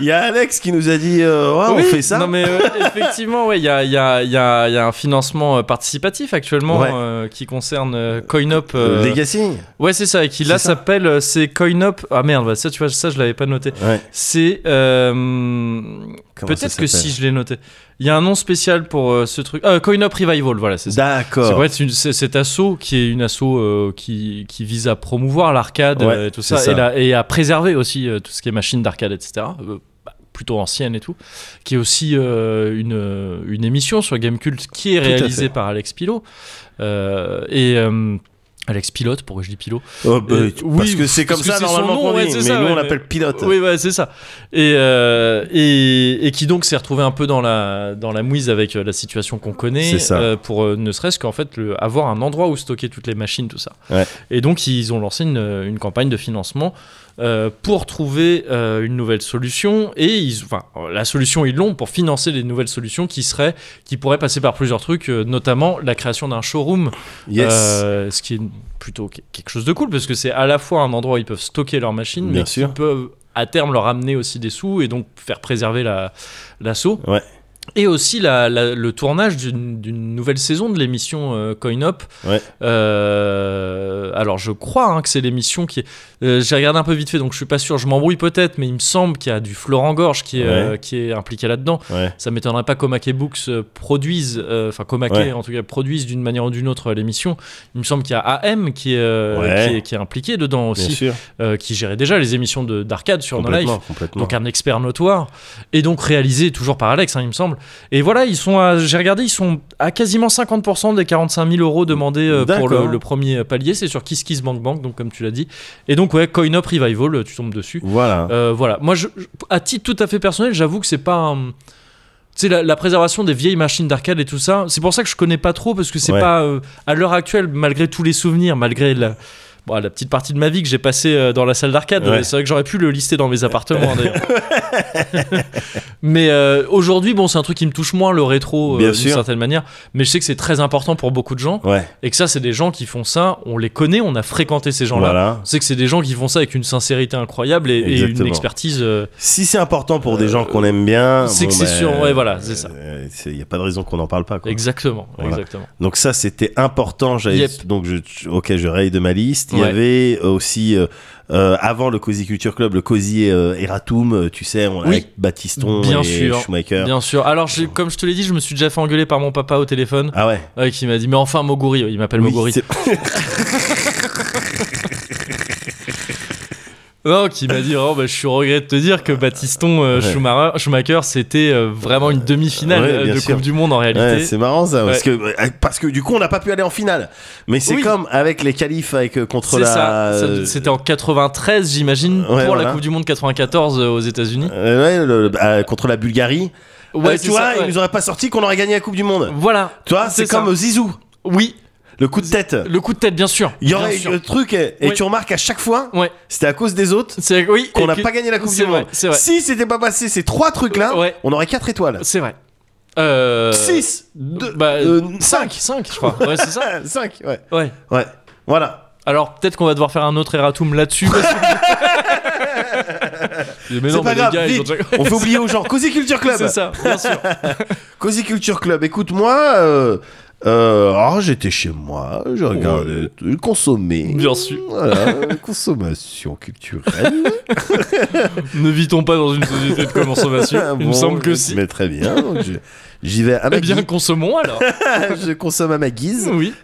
[SPEAKER 3] Il y a Alex qui nous a dit euh, ouais, on
[SPEAKER 1] Oui,
[SPEAKER 3] fait ça.
[SPEAKER 1] Non, mais euh, effectivement, ouais, il y a, il y a- il y a- il y a un financement euh, participatif actuellement
[SPEAKER 3] Ouais.
[SPEAKER 1] euh, qui concerne euh, CoinUp. euh,
[SPEAKER 3] Euh, Legacy.
[SPEAKER 1] Ouais, c'est ça, et qui là
[SPEAKER 3] C'est ça.
[SPEAKER 1] s'appelle euh, c'est CoinUp. Ah merde, bah, ça, tu vois, ça, je l'avais pas noté.
[SPEAKER 3] Ouais.
[SPEAKER 1] C'est. euh,
[SPEAKER 3] Comment ça
[SPEAKER 1] Peut-être que
[SPEAKER 3] s'appelle
[SPEAKER 1] si je l'ai noté. Il y a un nom spécial pour euh, ce truc. Euh, CoinUp Revival, voilà, c'est ça. C'est
[SPEAKER 3] D'accord.
[SPEAKER 1] vrai, c'est une- c'est- cet assaut qui est une asso euh, qui, qui vise à promouvoir l'arcade
[SPEAKER 3] Ouais,
[SPEAKER 1] euh, et tout ça,
[SPEAKER 3] c'est ça.
[SPEAKER 1] Et, la- et à préserver aussi euh, tout ce qui est machine d'arcade, etc. euh, bah, plutôt ancienne et tout, qui est aussi euh, une, euh, une émission sur Gamecult qui est
[SPEAKER 3] Tout à
[SPEAKER 1] réalisée
[SPEAKER 3] fait.
[SPEAKER 1] par Alex Pilot. Euh, et euh, Alex Pilote, pourquoi je dis Pilot
[SPEAKER 3] Oh, bah,
[SPEAKER 1] Euh,
[SPEAKER 3] parce
[SPEAKER 1] oui,
[SPEAKER 3] que c'est comme
[SPEAKER 1] parce que
[SPEAKER 3] ça
[SPEAKER 1] c'est son
[SPEAKER 3] normalement
[SPEAKER 1] nom,
[SPEAKER 3] qu'on
[SPEAKER 1] ouais,
[SPEAKER 3] dit,
[SPEAKER 1] c'est
[SPEAKER 3] mais
[SPEAKER 1] ça,
[SPEAKER 3] nous
[SPEAKER 1] ouais,
[SPEAKER 3] on
[SPEAKER 1] mais-
[SPEAKER 3] l'appelle pilote.
[SPEAKER 1] oui, ouais, c'est ça. Et, euh, et, et qui donc s'est retrouvé un peu dans la, dans la mouise avec euh, la situation qu'on connaît,
[SPEAKER 3] C'est ça.
[SPEAKER 1] euh, pour euh, ne serait-ce qu'en fait le, avoir un endroit où stocker toutes les machines, tout ça.
[SPEAKER 3] Ouais.
[SPEAKER 1] Et donc ils ont lancé une, euh, une campagne de financement euh, pour trouver euh, une nouvelle solution. Et ils, enfin, la solution, ils l'ont pour financer les nouvelles solutions qui, seraient, qui pourraient passer par plusieurs trucs, euh, notamment la création d'un showroom.
[SPEAKER 3] Yes.
[SPEAKER 1] Euh, ce qui est plutôt que- quelque chose de cool parce que c'est à la fois un endroit où ils peuvent stocker leurs machines,
[SPEAKER 3] Bien
[SPEAKER 1] mais qui
[SPEAKER 3] sûr.
[SPEAKER 1] peuvent à terme leur amener aussi des sous et donc faire préserver la- l'assaut.
[SPEAKER 3] Ouais.
[SPEAKER 1] Et aussi la- la- le tournage d'une d'une nouvelle saison de l'émission euh, Coin Up.
[SPEAKER 3] Ouais.
[SPEAKER 1] Euh, alors je crois hein, que c'est l'émission qui est. euh, J'ai regardé un peu vite fait donc je suis pas sûr, je m'embrouille peut-être, mais il me semble qu'il y a du Florent Gorge qui, est,
[SPEAKER 3] Ouais.
[SPEAKER 1] euh, qui est impliqué là-dedans.
[SPEAKER 3] Ouais.
[SPEAKER 1] Ça m'étonnerait pas qu'Omake Books euh, produise, euh, enfin Komake
[SPEAKER 3] Ouais.
[SPEAKER 1] en tout cas produise d'une manière ou d'une autre euh, l'émission. Il me semble qu'il y a AM qui est, euh,
[SPEAKER 3] Ouais.
[SPEAKER 1] qui est, qui est impliqué dedans
[SPEAKER 3] Bien
[SPEAKER 1] aussi,
[SPEAKER 3] sûr.
[SPEAKER 1] euh, qui gérait déjà les émissions de- d'arcade sur No Life.
[SPEAKER 3] Complètement. Complètement.
[SPEAKER 1] Donc un expert notoire et donc réalisé toujours par Alex, hein, il me semble. Et voilà, ils sont, à- j'ai regardé, ils sont à quasiment 50% des 45 000 euros demandés euh, pour le,
[SPEAKER 3] D'accord.
[SPEAKER 1] le premier palier. C'est sur Kiss Kiss Bank Bank, donc comme tu l'as dit. Et donc ouais, Coin Up Revival, euh, tu tombes dessus.
[SPEAKER 3] Voilà.
[SPEAKER 1] Euh, voilà, moi, je, je- à titre tout à fait personnel, j'avoue que c'est pas un- Tu sais, la, la préservation des vieilles machines d'arcade et tout ça, c'est pour ça que je connais pas trop, parce que c'est
[SPEAKER 3] Ouais.
[SPEAKER 1] pas. euh, à l'heure actuelle, malgré tous les souvenirs, malgré la. bon, la petite partie de ma vie que j'ai passée euh, dans la salle d'arcade,
[SPEAKER 3] Ouais.
[SPEAKER 1] euh, c'est vrai que j'aurais pu le lister dans mes appartements d'ailleurs. mais euh, aujourd'hui, bon, c'est un truc qui me touche moins le rétro euh,
[SPEAKER 3] Bien
[SPEAKER 1] d'une
[SPEAKER 3] sûr.
[SPEAKER 1] certaine manière. Mais je sais que c'est très important pour beaucoup de gens
[SPEAKER 3] ouais.
[SPEAKER 1] et que ça, c'est des gens qui font ça. On les connaît, on a fréquenté ces gens-là.
[SPEAKER 3] Voilà.
[SPEAKER 1] C'est que c'est des gens qui font ça avec une sincérité incroyable et, et une
[SPEAKER 3] Exactement. Ah,
[SPEAKER 1] expertise. euh,
[SPEAKER 3] Si c'est important pour des gens qu'on aime bien, ben,
[SPEAKER 1] c'est que c'est sûr, Euh, ouais, voilà, c'est ça.
[SPEAKER 3] Il n'y a pas de raison qu'on n'en parle pas. Quoi.
[SPEAKER 1] exactement,
[SPEAKER 3] bah, euh, Voilà.
[SPEAKER 1] exactement.
[SPEAKER 3] Donc ça, c'était important. j'avais-
[SPEAKER 1] Yep.
[SPEAKER 3] Donc, je, ok, je raye de ma liste. Il
[SPEAKER 1] Ouais.
[SPEAKER 3] y avait aussi, euh, euh, avant le Cozy Culture Club, le Cozy euh, Eratum, euh, tu sais, on,
[SPEAKER 1] Oui.
[SPEAKER 3] avec Batiston
[SPEAKER 1] Bien
[SPEAKER 3] et
[SPEAKER 1] sûr.
[SPEAKER 3] Schumacher.
[SPEAKER 1] Bien sûr. Alors, j'ai- comme je te l'ai dit, je me suis déjà fait engueuler par mon papa au téléphone
[SPEAKER 3] Ah ouais.
[SPEAKER 1] euh, qui m'a dit Mais enfin, Moguri, euh, il m'appelle
[SPEAKER 3] Oui,
[SPEAKER 1] Moguri.
[SPEAKER 3] c'est-
[SPEAKER 1] Non, qui m'a dit Oh, bah, je suis au regret de te dire que Baptiston euh,
[SPEAKER 3] Ouais.
[SPEAKER 1] Schumacher, Schumacher, c'était euh, vraiment une demi-finale
[SPEAKER 3] Ouais,
[SPEAKER 1] euh,
[SPEAKER 3] bien
[SPEAKER 1] de
[SPEAKER 3] sûr.
[SPEAKER 1] Coupe du Monde en
[SPEAKER 3] Ouais,
[SPEAKER 1] réalité.
[SPEAKER 3] c'est marrant ça, parce,
[SPEAKER 1] Ouais.
[SPEAKER 3] que, euh, parce que du coup on n'a pas pu aller en finale. Mais c'est
[SPEAKER 1] Oui.
[SPEAKER 3] comme avec les qualifs avec, euh, contre
[SPEAKER 1] c'est
[SPEAKER 3] la...
[SPEAKER 1] ça, ça-
[SPEAKER 3] euh,
[SPEAKER 1] c'était en 93, j'imagine,
[SPEAKER 3] Ouais,
[SPEAKER 1] pour la
[SPEAKER 3] voilà.
[SPEAKER 1] Coupe du Monde 94 euh, aux États-Unis.
[SPEAKER 3] euh, ouais, le- le- euh, contre la Bulgarie.
[SPEAKER 1] Ouais,
[SPEAKER 3] Euh,
[SPEAKER 1] c'est
[SPEAKER 3] tu vois,
[SPEAKER 1] ça,
[SPEAKER 3] ils
[SPEAKER 1] ouais.
[SPEAKER 3] nous auraient pas sorti qu'on aurait gagné la Coupe du Monde.
[SPEAKER 1] Voilà.
[SPEAKER 3] Tu vois, c'est
[SPEAKER 1] ça.
[SPEAKER 3] comme Zizou,
[SPEAKER 1] Oui,
[SPEAKER 3] le coup de tête.
[SPEAKER 1] le coup de tête, bien sûr.
[SPEAKER 3] Il y
[SPEAKER 1] bien
[SPEAKER 3] aurait
[SPEAKER 1] sûr.
[SPEAKER 3] le truc, et, et
[SPEAKER 1] Ouais.
[SPEAKER 3] tu remarques à chaque fois,
[SPEAKER 1] Ouais.
[SPEAKER 3] c'était à cause des autres
[SPEAKER 1] C'est oui.
[SPEAKER 3] qu'on
[SPEAKER 1] et
[SPEAKER 3] n'a
[SPEAKER 1] que-
[SPEAKER 3] pas gagné la Coupe
[SPEAKER 1] c'est
[SPEAKER 3] du
[SPEAKER 1] vrai,
[SPEAKER 3] Monde.
[SPEAKER 1] C'est vrai.
[SPEAKER 3] Si c'était pas passé ces trois trucs-là,
[SPEAKER 1] Ouais.
[SPEAKER 3] on aurait quatre étoiles.
[SPEAKER 1] C'est vrai. Euh...
[SPEAKER 3] 6
[SPEAKER 1] deux-
[SPEAKER 3] 2
[SPEAKER 1] bah,
[SPEAKER 3] 5
[SPEAKER 1] 5, je crois. Ouais, c'est ça.
[SPEAKER 3] 5, ouais.
[SPEAKER 1] Ouais.
[SPEAKER 3] Ouais. Voilà.
[SPEAKER 1] Alors, peut-être qu'on va devoir faire un autre erratum là-dessus. parce que- mais
[SPEAKER 3] C'est
[SPEAKER 1] non,
[SPEAKER 3] pas
[SPEAKER 1] mais
[SPEAKER 3] grave,
[SPEAKER 1] les gars, ils ont
[SPEAKER 3] vite.
[SPEAKER 1] déjà...
[SPEAKER 3] On fait oublier aux gens. Cozy Culture Club.
[SPEAKER 1] C'est ça, bien sûr.
[SPEAKER 3] Cozy Culture Club, écoute-moi. Euh, euh, oh, j'étais chez moi, je regardais, tout, consommé.
[SPEAKER 1] Bien sûr.
[SPEAKER 3] Voilà, consommation culturelle.
[SPEAKER 1] ne vit-on pas dans une société de consommation Il me
[SPEAKER 3] Ah, Bon,
[SPEAKER 1] semble que si.
[SPEAKER 3] Mais très bien. donc je- J'y vais à ma
[SPEAKER 1] Eh bien,
[SPEAKER 3] guise.
[SPEAKER 1] consommons alors.
[SPEAKER 3] je consomme à ma guise.
[SPEAKER 1] oui.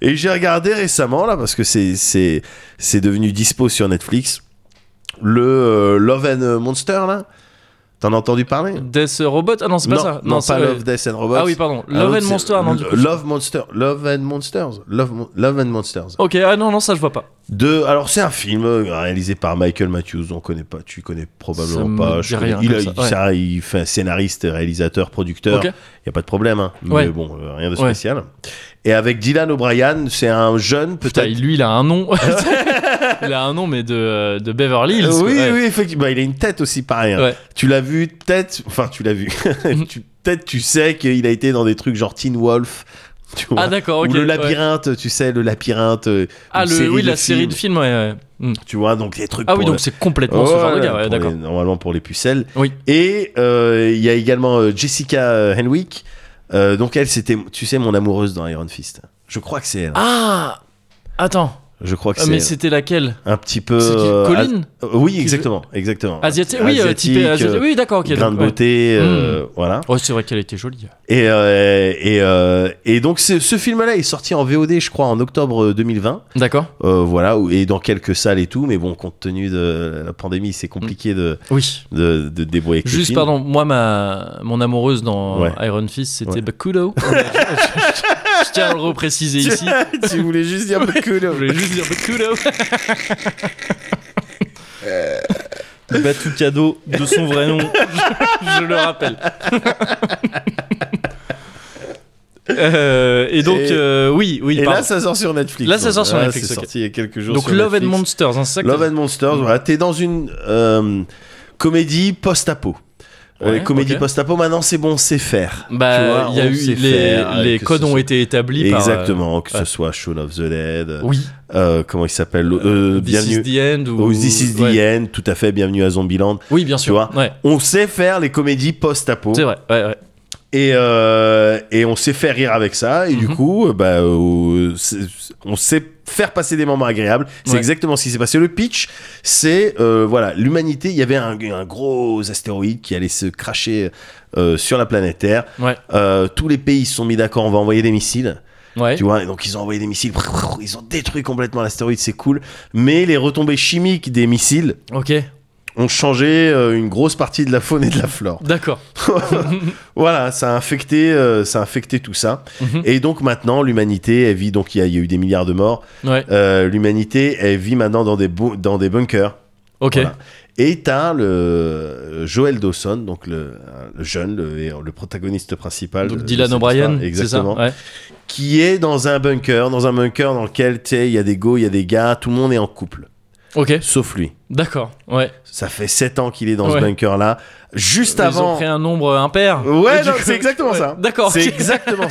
[SPEAKER 3] Et j'ai regardé récemment, là, parce que c'est- c'est c'est devenu dispo sur Netflix, le euh, Love and Monster, là. T'en as entendu parler
[SPEAKER 1] Death Robot Ah non, c'est pas ça.
[SPEAKER 3] Non,
[SPEAKER 1] c'est-
[SPEAKER 3] pas
[SPEAKER 1] euh,
[SPEAKER 3] Love, Death and Robots.
[SPEAKER 1] Ah oui, pardon.
[SPEAKER 3] Un
[SPEAKER 1] Love
[SPEAKER 3] autre,
[SPEAKER 1] and
[SPEAKER 3] c'est
[SPEAKER 1] Monster, non, du coup.
[SPEAKER 3] Love Monster. Love and Monsters. Love, Mon- Love and Monsters.
[SPEAKER 1] Ok, ah non, non, ça je vois pas.
[SPEAKER 3] De, alors c'est un film euh, réalisé par Michael Matthews, on connaît pas, tu connais
[SPEAKER 1] Ça me
[SPEAKER 3] probablement pas.
[SPEAKER 1] dit
[SPEAKER 3] connais-
[SPEAKER 1] rien
[SPEAKER 3] il a-
[SPEAKER 1] comme ça,
[SPEAKER 3] il- ça, il fait un scénariste, réalisateur, producteur.
[SPEAKER 1] Ok.
[SPEAKER 3] Il y a pas de problème, hein.
[SPEAKER 1] Ouais.
[SPEAKER 3] mais bon, euh, rien de
[SPEAKER 1] Ouais.
[SPEAKER 3] spécial. Et avec Dylan O'Brien, c'est un jeune
[SPEAKER 1] Putain,
[SPEAKER 3] peut-être.
[SPEAKER 1] lui, il a un nom. il a un nom, mais de, euh, de Beverly Hills.
[SPEAKER 3] Euh,
[SPEAKER 1] quoi.
[SPEAKER 3] oui,
[SPEAKER 1] Ouais.
[SPEAKER 3] oui, effectivement, il a une tête aussi pareil. hein.
[SPEAKER 1] Ouais. Mm.
[SPEAKER 3] Tu l'as vu peut-être, enfin tu l'as vu. Tu- peut-être tu sais qu'il a été dans des trucs genre Teen Wolf. tu vois.
[SPEAKER 1] Ah, d'accord, ok,
[SPEAKER 3] Ou le
[SPEAKER 1] ouais.
[SPEAKER 3] labyrinthe, tu sais, le labyrinthe. euh,
[SPEAKER 1] Ah,
[SPEAKER 3] une
[SPEAKER 1] le, oui, la
[SPEAKER 3] de
[SPEAKER 1] série de
[SPEAKER 3] films,
[SPEAKER 1] films, ouais. ouais. Mm.
[SPEAKER 3] Tu vois, donc les trucs.
[SPEAKER 1] Ah oui,
[SPEAKER 3] pour
[SPEAKER 1] donc c'est complètement ce genre de
[SPEAKER 3] Voilà,
[SPEAKER 1] gars, ouais,
[SPEAKER 3] pour
[SPEAKER 1] d'accord.
[SPEAKER 3] les- normalement pour les pucelles.
[SPEAKER 1] Oui.
[SPEAKER 3] Et euh, il y a également euh, Jessica euh, Henwick. Euh, donc elle, c'était, tu sais, mon amoureuse dans Iron Fist. Je crois que c'est elle.
[SPEAKER 1] Ah Attends,
[SPEAKER 3] Je crois que
[SPEAKER 1] euh,
[SPEAKER 3] c'est
[SPEAKER 1] mais
[SPEAKER 3] elle.
[SPEAKER 1] c'était laquelle
[SPEAKER 3] un petit peu.
[SPEAKER 1] C'est qui
[SPEAKER 3] euh,
[SPEAKER 1] Colin
[SPEAKER 3] as- euh, Oui,
[SPEAKER 1] Qui-
[SPEAKER 3] exactement, exactement.
[SPEAKER 1] Asiatique Oui, euh,
[SPEAKER 3] Asiatique,
[SPEAKER 1] typé asiatique.
[SPEAKER 3] euh,
[SPEAKER 1] Oui, d'accord, Hmm. ok.
[SPEAKER 3] grain de
[SPEAKER 1] donc, ouais.
[SPEAKER 3] beauté, euh, voilà.
[SPEAKER 1] Ouais, c'est vrai qu'elle était jolie.
[SPEAKER 3] Et euh, et euh, et donc ce, ce film-là est sorti en VOD, je crois, en octobre 2020.
[SPEAKER 1] D'accord
[SPEAKER 3] Euh, voilà, ou- et dans quelques salles et tout. Mais bon, compte tenu de la pandémie, c'est compliqué de
[SPEAKER 1] Oui.
[SPEAKER 3] de, de débrouiller. avec le
[SPEAKER 1] Juste,
[SPEAKER 3] film.
[SPEAKER 1] pardon, moi, ma, mon amoureuse dans
[SPEAKER 3] Ouais.
[SPEAKER 1] Iron Fist, c'était
[SPEAKER 3] Ouais.
[SPEAKER 1] Bakudo. je, je- je tiens à le repréciser ici.
[SPEAKER 3] tu voulais juste dire
[SPEAKER 1] Je voulais juste dire Bakudo. Batucado de son vrai nom, je, je le rappelle. Euh, et donc,
[SPEAKER 3] Et-
[SPEAKER 1] euh, oui, oui,
[SPEAKER 3] Et
[SPEAKER 1] pardon.
[SPEAKER 3] là, ça sort sur Netflix.
[SPEAKER 1] Là, ça sort sur
[SPEAKER 3] Voilà,
[SPEAKER 1] Netflix,
[SPEAKER 3] C'est
[SPEAKER 1] ok.
[SPEAKER 3] sorti il y a quelques jours.
[SPEAKER 1] donc
[SPEAKER 3] sur
[SPEAKER 1] Love and
[SPEAKER 3] Netflix.
[SPEAKER 1] Monsters, hein, c'est ça que
[SPEAKER 3] Love
[SPEAKER 1] t'as-
[SPEAKER 3] and Monsters. Voilà, t'es dans une euh, comédie post-apo. Euh,
[SPEAKER 1] Ouais,
[SPEAKER 3] les comédies
[SPEAKER 1] ok.
[SPEAKER 3] post-apo, maintenant c'est bon, c'est faire.
[SPEAKER 1] Bah,
[SPEAKER 3] Tu vois,
[SPEAKER 1] il y a
[SPEAKER 3] on
[SPEAKER 1] eu
[SPEAKER 3] sait
[SPEAKER 1] les,
[SPEAKER 3] faire, euh,
[SPEAKER 1] les
[SPEAKER 3] que
[SPEAKER 1] codes
[SPEAKER 3] ce
[SPEAKER 1] ont
[SPEAKER 3] soit-
[SPEAKER 1] été établis par.
[SPEAKER 3] Exactement, que
[SPEAKER 1] euh, ouais.
[SPEAKER 3] ce soit Shaun of the Dead,
[SPEAKER 1] euh, oui.
[SPEAKER 3] euh, comment il s'appelle l'autre, euh,
[SPEAKER 1] This is
[SPEAKER 3] Bienvenue.
[SPEAKER 1] the end ou.
[SPEAKER 3] ou Oh, This is the
[SPEAKER 1] Ouais.
[SPEAKER 3] End, tout à fait, bienvenue à Zombieland.
[SPEAKER 1] Oui, bien sûr.
[SPEAKER 3] vois.
[SPEAKER 1] ouais.
[SPEAKER 3] On sait faire les comédies post-apo.
[SPEAKER 1] C'est vrai. Ouais, ouais.
[SPEAKER 3] Et, euh, et on s'est fait rire avec ça. Et du
[SPEAKER 1] Mhm.
[SPEAKER 3] coup, euh, bah, euh, c'est- on sait faire passer des moments agréables. C'est
[SPEAKER 1] Ouais.
[SPEAKER 3] exactement ce qui s'est passé. Le pitch, c'est euh, voilà, l'humanité. Il y avait un, un gros astéroïde qui allait se cracher euh, sur la planète Terre.
[SPEAKER 1] Ouais.
[SPEAKER 3] Euh, tous les pays se sont mis d'accord. On va envoyer des missiles.
[SPEAKER 1] Ouais.
[SPEAKER 3] Tu vois. Et donc ils ont envoyé des missiles. Ils ont détruit complètement l'astéroïde. C'est cool. Mais les retombées chimiques des missiles
[SPEAKER 1] Ok.
[SPEAKER 3] ont changé euh, une grosse partie de la faune et de la flore.
[SPEAKER 1] D'accord.
[SPEAKER 3] Voilà, ça a infecté, euh, ça a infecté tout ça.
[SPEAKER 1] Mhm.
[SPEAKER 3] Et donc maintenant, l'humanité, elle vit, donc il y, a- il y a eu des milliards de morts.
[SPEAKER 1] Ouais.
[SPEAKER 3] Euh, l'humanité, elle vit maintenant dans des, bu- dans des bunkers.
[SPEAKER 1] Ok.
[SPEAKER 3] Voilà. Et t'as le Joel Dawson, donc le, euh, le jeune, le, le protagoniste principal.
[SPEAKER 1] Donc
[SPEAKER 3] de-
[SPEAKER 1] Dylan
[SPEAKER 3] de cette
[SPEAKER 1] O'Brien,
[SPEAKER 3] histoire,
[SPEAKER 1] c'est ça.
[SPEAKER 3] exactement,
[SPEAKER 1] Ouais.
[SPEAKER 3] qui est dans un bunker, dans un bunker dans lequel tu sais, il y a des go, il y a des gars, tout le monde est en couple,
[SPEAKER 1] Ok.
[SPEAKER 3] sauf lui.
[SPEAKER 1] D'accord. Ouais.
[SPEAKER 3] Ça fait 7 ans qu'il est dans
[SPEAKER 1] Ouais.
[SPEAKER 3] ce bunker là, juste
[SPEAKER 1] Ils ont
[SPEAKER 3] avant.
[SPEAKER 1] pris un nombre impair.
[SPEAKER 3] Ouais,
[SPEAKER 1] Et du
[SPEAKER 3] non,
[SPEAKER 1] coup-
[SPEAKER 3] c'est exactement ça.
[SPEAKER 1] D'accord.
[SPEAKER 3] C'est
[SPEAKER 1] ok.
[SPEAKER 3] exactement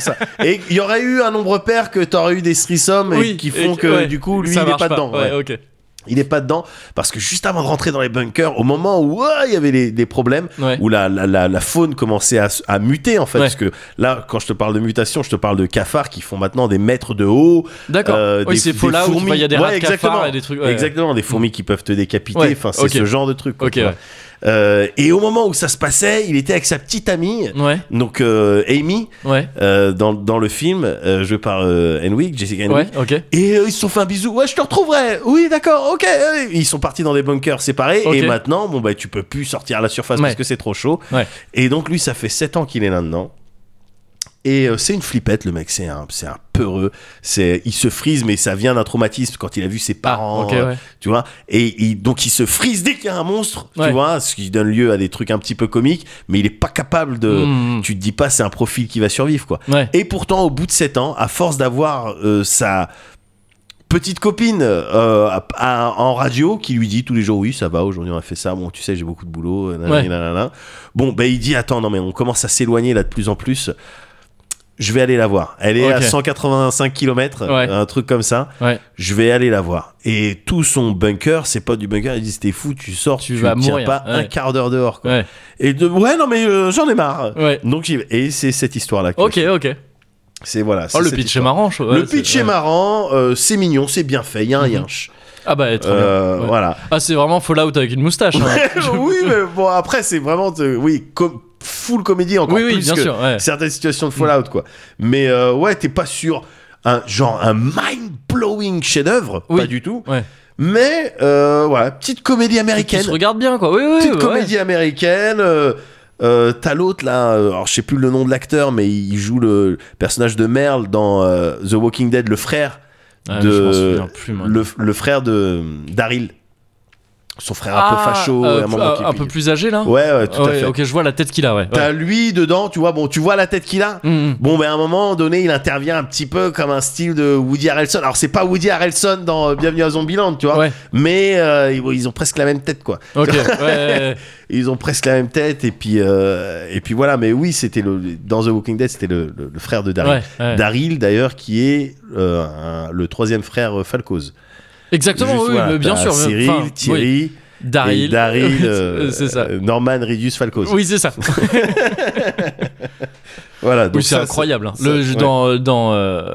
[SPEAKER 3] ça. Et il y aurait eu un nombre pair que t'aurais eu des threesomes et
[SPEAKER 1] Oui,
[SPEAKER 3] qui font
[SPEAKER 1] et-
[SPEAKER 3] que
[SPEAKER 1] ouais.
[SPEAKER 3] du coup lui
[SPEAKER 1] Ça
[SPEAKER 3] il est
[SPEAKER 1] marche
[SPEAKER 3] pas, dedans.
[SPEAKER 1] Ouais,
[SPEAKER 3] ouais.
[SPEAKER 1] ok.
[SPEAKER 3] Il est pas dedans parce que juste avant de rentrer dans les bunkers, au moment où ouah, il y avait les- des problèmes,
[SPEAKER 1] Ouais.
[SPEAKER 3] où la, la, la, la faune commençait à, s- à muter en fait,
[SPEAKER 1] Ouais.
[SPEAKER 3] parce que là quand je te parle de mutation, je te parle de cafards qui font maintenant des mètres de haut,
[SPEAKER 1] D'accord.
[SPEAKER 3] euh,
[SPEAKER 1] oui,
[SPEAKER 3] des-
[SPEAKER 1] c'est
[SPEAKER 3] des
[SPEAKER 1] Fallout.
[SPEAKER 3] fourmis.
[SPEAKER 1] tu vois, Il y a des
[SPEAKER 3] Ouais,
[SPEAKER 1] rats de
[SPEAKER 3] exactement.
[SPEAKER 1] cafards et des trucs. ouais, ouais.
[SPEAKER 3] exactement des fourmis qui peuvent te décapiter.
[SPEAKER 1] Ouais,
[SPEAKER 3] Enfin c'est
[SPEAKER 1] ok.
[SPEAKER 3] ce genre de truc. quoi,
[SPEAKER 1] Ok,
[SPEAKER 3] tu vois.
[SPEAKER 1] ouais.
[SPEAKER 3] Euh, et au moment où ça se passait, il était avec sa petite amie,
[SPEAKER 1] Ouais.
[SPEAKER 3] donc euh, Amy.
[SPEAKER 1] Ouais.
[SPEAKER 3] Euh, dans, dans le film, euh, joué par euh, Henwick, Jessica Henwick.
[SPEAKER 1] Ouais. Ok. Ah,
[SPEAKER 3] Et euh, ils se sont fait un bisou. Ouais, je te retrouverai. Oui, d'accord, ok. euh, Ils sont partis dans des bunkers séparés.
[SPEAKER 1] Ok.
[SPEAKER 3] Et maintenant, bon, bah, tu peux plus sortir à la surface
[SPEAKER 1] Ouais.
[SPEAKER 3] parce que c'est trop chaud.
[SPEAKER 1] Ouais.
[SPEAKER 3] Et donc, lui, ça fait 7 ans qu'il est là-dedans. Et euh, c'est une flippette, le mec. C'est un, c'est un peureux. C'est, il se frise, mais ça vient d'un traumatisme quand il a vu ses parents.
[SPEAKER 1] Ah,
[SPEAKER 3] euh,
[SPEAKER 1] ok, ouais.
[SPEAKER 3] Tu vois. Et il- donc, il se frise dès qu'il y a un monstre.
[SPEAKER 1] Ouais.
[SPEAKER 3] Tu vois. Ce qui donne lieu à des trucs un petit peu comiques. Mais il est pas capable de.
[SPEAKER 1] Mm.
[SPEAKER 3] Tu te dis pas, c'est un profil qui va survivre, quoi.
[SPEAKER 1] hmm. Ouais.
[SPEAKER 3] Et pourtant, au bout de 7 ans, à force d'avoir euh, sa petite copine euh, à- à- en radio qui lui dit tous les jours oui ça va aujourd'hui on a fait ça bon tu sais j'ai beaucoup de boulot nanana,
[SPEAKER 1] Ouais.
[SPEAKER 3] nanana. bon ben il dit attends non mais on commence à s'éloigner là de plus en plus je vais aller la voir elle est à
[SPEAKER 1] Ok.
[SPEAKER 3] 185 km
[SPEAKER 1] Ouais.
[SPEAKER 3] un truc comme ça
[SPEAKER 1] Ouais.
[SPEAKER 3] je vais aller la voir et tout son bunker ses potes du bunker ils disent t'es fou tu sors
[SPEAKER 1] Tu
[SPEAKER 3] tu,
[SPEAKER 1] vas
[SPEAKER 3] tiens
[SPEAKER 1] mourir.
[SPEAKER 3] pas un
[SPEAKER 1] Ouais.
[SPEAKER 3] quart d'heure dehors quoi.
[SPEAKER 1] Ouais.
[SPEAKER 3] et de ouais non mais euh, j'en ai marre
[SPEAKER 1] Ouais.
[SPEAKER 3] donc j'y vais. et c'est cette histoire là
[SPEAKER 1] Ok. Ok.
[SPEAKER 3] c'est voilà. c'est
[SPEAKER 1] Oh, le
[SPEAKER 3] cette
[SPEAKER 1] pitch est
[SPEAKER 3] histoire.
[SPEAKER 1] marrant. je- ouais,
[SPEAKER 3] le
[SPEAKER 1] c'est-
[SPEAKER 3] pitch est
[SPEAKER 1] ouais.
[SPEAKER 3] marrant, euh, c'est mignon, c'est bien fait, il y a un yinche.
[SPEAKER 1] Ah bah trop
[SPEAKER 3] Euh,
[SPEAKER 1] bien. Ouais.
[SPEAKER 3] Voilà.
[SPEAKER 1] Ah c'est vraiment Fallout avec une moustache. hein.
[SPEAKER 3] oui, mais bon, après, c'est vraiment. de- oui, com- full comédie encore
[SPEAKER 1] Oui, oui,
[SPEAKER 3] plus
[SPEAKER 1] bien
[SPEAKER 3] que
[SPEAKER 1] sûr, ouais. Mhm.
[SPEAKER 3] certaines situations de Fallout, quoi. Mais euh, ouais, t'es pas sûr. Un, genre un mind-blowing chef-d'œuvre,
[SPEAKER 1] Oui.
[SPEAKER 3] pas du tout.
[SPEAKER 1] Ouais.
[SPEAKER 3] Mais euh, voilà, petite comédie
[SPEAKER 1] Qui
[SPEAKER 3] américaine.
[SPEAKER 1] se regarde bien quoi. Oui oui.
[SPEAKER 3] petite
[SPEAKER 1] ouais.
[SPEAKER 3] comédie américaine. euh, euh, T'as l'autre là, euh, alors je sais plus le nom de l'acteur, mais il joue le personnage de Merle dans euh, The Walking Dead, le frère
[SPEAKER 1] Ah, mais je m'en
[SPEAKER 3] de
[SPEAKER 1] souviens plus, moi.
[SPEAKER 3] le, le frère de Daryl. son frère un peu
[SPEAKER 1] Ah,
[SPEAKER 3] facho,
[SPEAKER 1] euh,
[SPEAKER 3] et un moment
[SPEAKER 1] un-
[SPEAKER 3] qui est
[SPEAKER 1] un
[SPEAKER 3] piqué.
[SPEAKER 1] peu plus âgé là
[SPEAKER 3] Ouais, ouais, tout à
[SPEAKER 1] Ouais,
[SPEAKER 3] fait.
[SPEAKER 1] Ok, je vois la tête qu'il a, ouais.
[SPEAKER 3] T'as lui dedans, tu vois, bon, tu vois la tête qu'il a.
[SPEAKER 1] ouais. Mm, mm.
[SPEAKER 3] Bon, ben à un moment donné, il intervient un petit peu comme un style de Woody Harrelson. Alors, c'est pas Woody Harrelson dans euh, Bienvenue à Zombieland, tu vois,
[SPEAKER 1] Ouais,
[SPEAKER 3] mais euh, ils- ils ont presque la même tête, quoi.
[SPEAKER 1] ok, ouais, ouais, ouais.
[SPEAKER 3] Ils ont presque la même tête, et puis, euh, et puis voilà. Mais oui, c'était le, dans The Walking Dead, c'était le, le- le frère de Daryl.
[SPEAKER 1] Ouais, ouais.
[SPEAKER 3] Daryl, d'ailleurs, qui est euh, un- le troisième frère euh, Falcoz.
[SPEAKER 1] Exactement,
[SPEAKER 3] Juste,
[SPEAKER 1] oui,
[SPEAKER 3] voilà,
[SPEAKER 1] mais bien
[SPEAKER 3] t'as
[SPEAKER 1] sûr. mais-
[SPEAKER 3] Cyril,
[SPEAKER 1] enfin, oui.
[SPEAKER 3] Thierry,
[SPEAKER 1] Daryl.
[SPEAKER 3] et Daryl, euh,
[SPEAKER 1] c'est ça.
[SPEAKER 3] euh, Norman Reedus Falcoz.
[SPEAKER 1] Oui, c'est ça.
[SPEAKER 3] Voilà, donc
[SPEAKER 1] Oui, c'est
[SPEAKER 3] ça,
[SPEAKER 1] incroyable. hein.
[SPEAKER 3] ça,
[SPEAKER 1] Le,
[SPEAKER 3] ouais.
[SPEAKER 1] Dans, dans euh,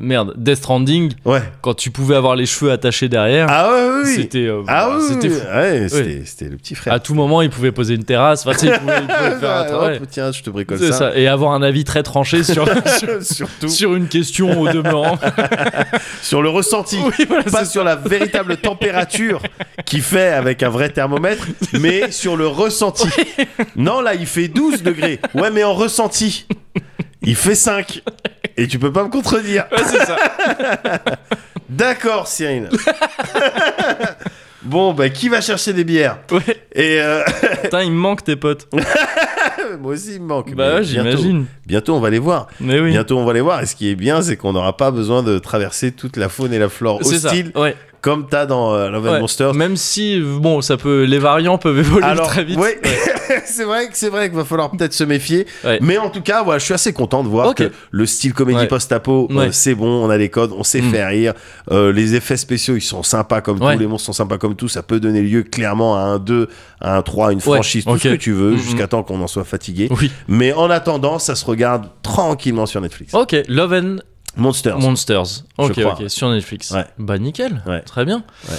[SPEAKER 1] merde, Death Stranding,
[SPEAKER 3] Ouais.
[SPEAKER 1] quand tu pouvais avoir les cheveux attachés derrière,
[SPEAKER 3] Ah ouais, oui, oui.
[SPEAKER 1] c'était euh,
[SPEAKER 3] Ah
[SPEAKER 1] bah,
[SPEAKER 3] oui,
[SPEAKER 1] c'était
[SPEAKER 3] oui,
[SPEAKER 1] fou.
[SPEAKER 3] ouais, c'était c'était le petit frère.
[SPEAKER 1] À tout moment, il pouvait poser une terrasse. Enfin, tu sais, il pouvait, il pouvait faire un
[SPEAKER 3] Ah,
[SPEAKER 1] travail.
[SPEAKER 3] hop, tiens, je te bricole
[SPEAKER 1] C'est
[SPEAKER 3] ça.
[SPEAKER 1] ça. Et avoir un avis très tranché sur,
[SPEAKER 3] Surtout
[SPEAKER 1] sur une question au demeurant.
[SPEAKER 3] sur le ressenti,
[SPEAKER 1] oui, voilà,
[SPEAKER 3] pas
[SPEAKER 1] c'est-
[SPEAKER 3] sur la véritable température qu'il fait avec un vrai thermomètre, mais sur le ressenti. Non, là, il fait 12 degrés. Ouais, mais en ressenti, il fait 5. Et tu peux pas me contredire. D'accord, Cyril. Bon, bah, qui va chercher des bières
[SPEAKER 1] Ouais.
[SPEAKER 3] Et euh,
[SPEAKER 1] Putain, il me manque tes potes.
[SPEAKER 3] moi aussi, il me
[SPEAKER 1] Bah,
[SPEAKER 3] manque. mais
[SPEAKER 1] ouais,
[SPEAKER 3] bientôt-
[SPEAKER 1] j'imagine.
[SPEAKER 3] Bientôt, on va les voir.
[SPEAKER 1] Mais oui.
[SPEAKER 3] Bientôt, on va les voir. Et ce qui est bien, c'est qu'on n'aura pas besoin de traverser toute la faune et la flore
[SPEAKER 1] C'est ça.
[SPEAKER 3] hostile,
[SPEAKER 1] Ouais.
[SPEAKER 3] comme t'as dans euh, Love and
[SPEAKER 1] Ouais.
[SPEAKER 3] Monsters.
[SPEAKER 1] Même si, bon, ça peut, les variants peuvent évoluer
[SPEAKER 3] Alors,
[SPEAKER 1] très vite.
[SPEAKER 3] ouais, c'est vrai que c'est vrai qu'il va falloir peut-être se méfier.
[SPEAKER 1] Ouais.
[SPEAKER 3] Mais en tout cas, voilà, je suis assez content de voir
[SPEAKER 1] Ok.
[SPEAKER 3] que le style comédie
[SPEAKER 1] Ouais.
[SPEAKER 3] post-apo, euh,
[SPEAKER 1] Ouais.
[SPEAKER 3] c'est bon, on a les codes, on sait
[SPEAKER 1] Mm.
[SPEAKER 3] faire rire. Euh, les effets spéciaux, ils sont sympas comme
[SPEAKER 1] Ouais.
[SPEAKER 3] tout, les monstres sont sympas comme tout. Ça peut donner lieu clairement à un 2, à un 3, une franchise, tout
[SPEAKER 1] ok. Oh.
[SPEAKER 3] ce que tu veux,
[SPEAKER 1] Mm,
[SPEAKER 3] jusqu'à temps qu'on en soit fatigué.
[SPEAKER 1] Oui.
[SPEAKER 3] Mais en attendant, ça se regarde tranquillement sur Netflix.
[SPEAKER 1] Ok, Love and
[SPEAKER 3] Monsters.
[SPEAKER 1] Monsters.
[SPEAKER 3] Je
[SPEAKER 1] Ok,
[SPEAKER 3] crois.
[SPEAKER 1] ok, sur Netflix.
[SPEAKER 3] Ouais.
[SPEAKER 1] Bah nickel,
[SPEAKER 3] Ouais.
[SPEAKER 1] très bien.
[SPEAKER 3] Ouais.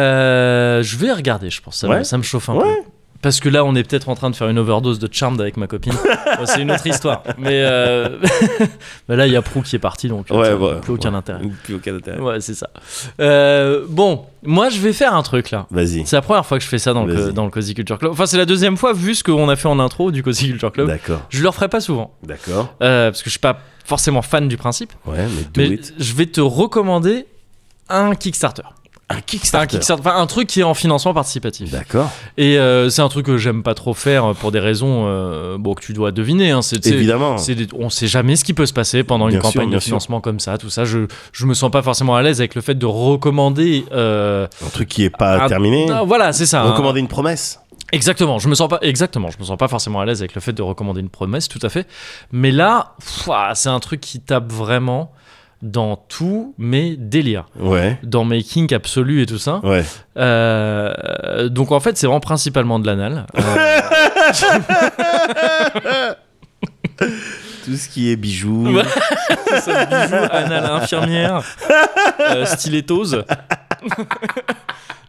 [SPEAKER 1] Euh, je vais regarder, je pense. Ça, me-
[SPEAKER 3] Ouais.
[SPEAKER 1] ça me chauffe un
[SPEAKER 3] Ouais.
[SPEAKER 1] peu. Parce que là, on est peut-être en train de faire une overdose de Charmed avec ma copine. Bon, c'est une autre histoire. Mais euh, bah là, il y a Prou qui est parti, donc
[SPEAKER 3] Ouais,
[SPEAKER 1] ça n'a
[SPEAKER 3] ouais,
[SPEAKER 1] plus aucun
[SPEAKER 3] ouais.
[SPEAKER 1] intérêt.
[SPEAKER 3] Plus aucun intérêt.
[SPEAKER 1] Ouais, c'est ça. Euh, bon, moi, je vais faire un truc là.
[SPEAKER 3] Vas-y.
[SPEAKER 1] C'est la première fois que je fais ça dans le,
[SPEAKER 3] Vas-y.
[SPEAKER 1] dans le Cozy Culture Club. Enfin, c'est la deuxième fois, vu ce qu'on a fait en intro du Cozy Culture Club.
[SPEAKER 3] D'accord,
[SPEAKER 1] Je le referai pas souvent,
[SPEAKER 3] d'accord.
[SPEAKER 1] euh, parce que je suis pas forcément fan du principe.
[SPEAKER 3] Ouais, mais do
[SPEAKER 1] Mais
[SPEAKER 3] it.
[SPEAKER 1] je vais te recommander un Kickstarter.
[SPEAKER 3] Un
[SPEAKER 1] Un
[SPEAKER 3] Kickstarter.
[SPEAKER 1] Kickstarter, enfin un truc qui est en financement participatif.
[SPEAKER 3] D'accord.
[SPEAKER 1] Et euh, c'est un truc que j'aime pas trop faire pour des raisons euh, bon, que tu dois deviner. Hein. C'est- c'est-
[SPEAKER 3] Évidemment.
[SPEAKER 1] c'est des- on sait jamais ce qui peut se passer pendant une
[SPEAKER 3] Bien sûr,
[SPEAKER 1] campagne
[SPEAKER 3] bien
[SPEAKER 1] de
[SPEAKER 3] sûr.
[SPEAKER 1] financement comme ça, tout ça. Je, je me sens pas forcément à l'aise avec le fait de recommander. euh,
[SPEAKER 3] Un truc qui est pas
[SPEAKER 1] un-
[SPEAKER 3] terminé.
[SPEAKER 1] Ah, voilà, c'est ça. un-
[SPEAKER 3] Recommander une promesse.
[SPEAKER 1] Exactement, je me sens pas exactement, je me sens pas forcément à l'aise avec le fait de recommander une promesse, tout à fait. Mais là, pff, ah, c'est un truc qui tape vraiment dans tous mes délires,
[SPEAKER 3] Ouais.
[SPEAKER 1] dans mes kinks absolus et tout ça.
[SPEAKER 3] Ouais.
[SPEAKER 1] Euh, donc en fait, c'est vraiment principalement de l'anal. Euh,
[SPEAKER 3] Tout ce qui est bijoux.
[SPEAKER 1] Ouais. c'est ça, bijoux, anal à infirmière, euh, stilettose.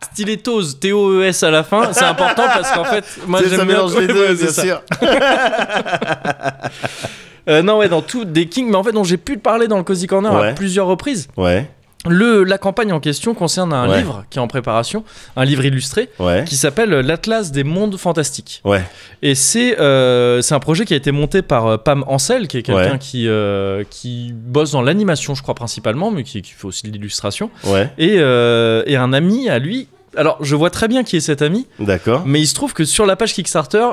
[SPEAKER 1] Stilettose, T-O-E-S E à la fin, c'est important parce qu'en fait, moi
[SPEAKER 3] Tu sais,
[SPEAKER 1] j'aime
[SPEAKER 3] ça
[SPEAKER 1] bien-
[SPEAKER 3] mélange
[SPEAKER 1] Ouais,
[SPEAKER 3] les deux,
[SPEAKER 1] ouais, c'est
[SPEAKER 3] bien
[SPEAKER 1] ça.
[SPEAKER 3] sûr.
[SPEAKER 1] Euh, non, ouais, dans tout des kings, mais en fait, dont j'ai pu te parler dans le Cozy Corner à
[SPEAKER 3] Ouais.
[SPEAKER 1] plusieurs reprises.
[SPEAKER 3] Ouais.
[SPEAKER 1] Le, la campagne en question concerne un
[SPEAKER 3] Ouais.
[SPEAKER 1] livre qui est en préparation, un livre illustré,
[SPEAKER 3] Ouais.
[SPEAKER 1] qui s'appelle L'Atlas des mondes fantastiques.
[SPEAKER 3] Ouais.
[SPEAKER 1] Et c'est euh, c'est un projet qui a été monté par euh, Pam Ansel, qui est quelqu'un
[SPEAKER 3] Ouais.
[SPEAKER 1] qui, euh, qui bosse dans l'animation, je crois, principalement, mais qui, qui fait aussi de l'illustration.
[SPEAKER 3] Ouais.
[SPEAKER 1] Et, euh, et un ami à lui. Alors, je vois très bien qui est cet ami,
[SPEAKER 3] D'accord.
[SPEAKER 1] mais il se trouve que sur la page Kickstarter,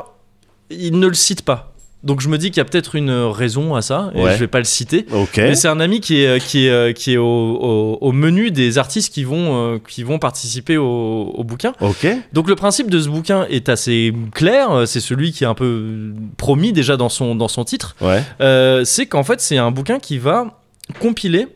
[SPEAKER 1] il ne le cite pas. Donc je me dis qu'il y a peut-être une raison à ça, et
[SPEAKER 3] Ouais.
[SPEAKER 1] je vais pas le citer.
[SPEAKER 3] Ok.
[SPEAKER 1] Mais c'est un ami qui est, euh, qui est, qui est au, au- au menu des artistes qui vont, euh, qui vont participer au, au bouquin.
[SPEAKER 3] Ok.
[SPEAKER 1] Donc le principe de ce bouquin est assez clair, euh, c'est celui qui est un peu promis déjà dans son, dans son titre.
[SPEAKER 3] Ouais.
[SPEAKER 1] Euh, c'est qu'en fait c'est un bouquin qui va compiler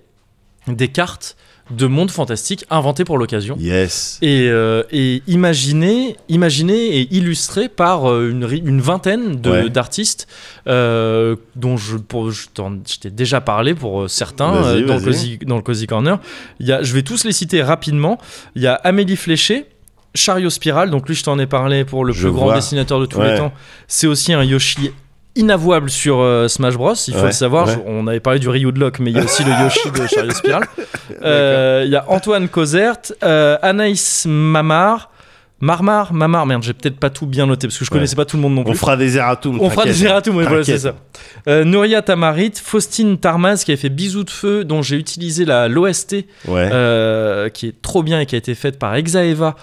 [SPEAKER 1] des cartes de mondes fantastiques inventées pour l'occasion
[SPEAKER 3] Yes.
[SPEAKER 1] et, euh, et imaginé, imaginé et illustré par euh, une, ri- une vingtaine de-
[SPEAKER 3] Ouais.
[SPEAKER 1] d'artistes euh, dont je, pour- je t'en- je t'ai déjà parlé pour euh, certains
[SPEAKER 3] Vas-y,
[SPEAKER 1] euh, dans, le
[SPEAKER 3] vas-y.
[SPEAKER 1] cozy, dans le Cozy Corner. Il y a, je vais tous les citer rapidement. Il y a Amélie Fléché. Chariot Spiral, donc lui je t'en ai parlé pour le
[SPEAKER 3] Je
[SPEAKER 1] plus grand
[SPEAKER 3] vois.
[SPEAKER 1] dessinateur de tous
[SPEAKER 3] Ouais.
[SPEAKER 1] les temps. C'est aussi un Yoshi inavouable sur euh, Smash Bros. Il faut
[SPEAKER 3] Ouais,
[SPEAKER 1] le savoir,
[SPEAKER 3] ouais.
[SPEAKER 1] je- on avait parlé du Ryu de Locke, mais il y a aussi le Yoshi de Chariot Spiral. Euh, Il y a Antoine Cosert, euh, Anaïs Mamar, Marmar, Mamar, merde, j'ai peut-être pas tout bien noté parce que je
[SPEAKER 3] Ouais.
[SPEAKER 1] connaissais pas tout le monde non
[SPEAKER 3] On
[SPEAKER 1] plus.
[SPEAKER 3] fera des erratum.
[SPEAKER 1] On fera
[SPEAKER 3] t'inquiète.
[SPEAKER 1] des erratum, mais voilà, c'est
[SPEAKER 3] T'inquiète.
[SPEAKER 1] ça. Euh, Nouria Tamarit, Faustine Tarmas qui a fait Bisous de Feu, dont j'ai utilisé la l'OST
[SPEAKER 3] Ouais.
[SPEAKER 1] euh, qui est trop bien et qui a été faite par Exaeva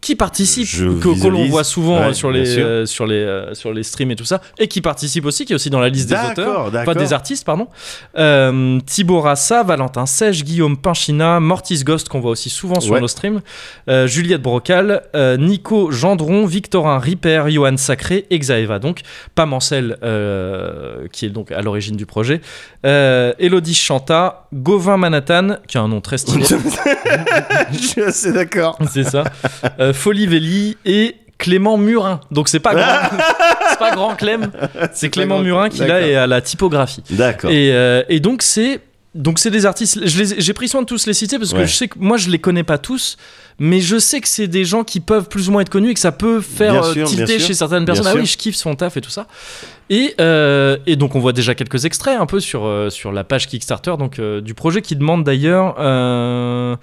[SPEAKER 1] qui participent,
[SPEAKER 3] Je
[SPEAKER 1] que, que l'on
[SPEAKER 3] visualise.
[SPEAKER 1] voit souvent
[SPEAKER 3] Ouais,
[SPEAKER 1] euh, sur, les,
[SPEAKER 3] bien sûr.
[SPEAKER 1] euh, sur, les, euh, sur les streams et tout ça, et qui participe aussi, qui est aussi dans la liste des auteurs,
[SPEAKER 3] D'accord,
[SPEAKER 1] enfin
[SPEAKER 3] d'accord.
[SPEAKER 1] des artistes, pardon. Euh, Thibaut Rassa, Valentin Sèche, Guillaume Pinchina, Mortis Ghost, qu'on voit aussi souvent sur
[SPEAKER 3] Ouais.
[SPEAKER 1] nos streams, euh, Juliette Brocal, euh, Nico Gendron, Victorin Ripper, Johan Sacré, Exaeva donc, Pam Ancel, euh, qui est donc à l'origine du projet, euh, Elodie Chanta, Gauvin Manhattan, qui a un nom très stylé,
[SPEAKER 3] Je suis assez d'accord.
[SPEAKER 1] c'est ça. Euh, Folie Velli et Clément Murin. Donc c'est pas grand, c'est pas grand Clem, c'est Clément
[SPEAKER 3] grand-
[SPEAKER 1] Murin qui là
[SPEAKER 3] d'accord.
[SPEAKER 1] est à la typographie.
[SPEAKER 3] D'accord.
[SPEAKER 1] Et, euh, et donc c'est donc c'est des artistes. je les ai- J'ai pris soin de tous les citer parce que
[SPEAKER 3] Ouais.
[SPEAKER 1] je sais que moi je les connais pas tous, mais je sais que c'est des gens qui peuvent plus ou moins être connus et que ça peut faire
[SPEAKER 3] Bien
[SPEAKER 1] euh,
[SPEAKER 3] sûr, bien
[SPEAKER 1] tilter
[SPEAKER 3] sûr.
[SPEAKER 1] chez certaines
[SPEAKER 3] Bien
[SPEAKER 1] personnes. Ah
[SPEAKER 3] sûr.
[SPEAKER 1] oui, je kiffe son taf et tout ça. Et, euh, et donc on voit déjà quelques extraits un peu sur, euh, sur la page Kickstarter donc euh, du projet qui demande d'ailleurs euh,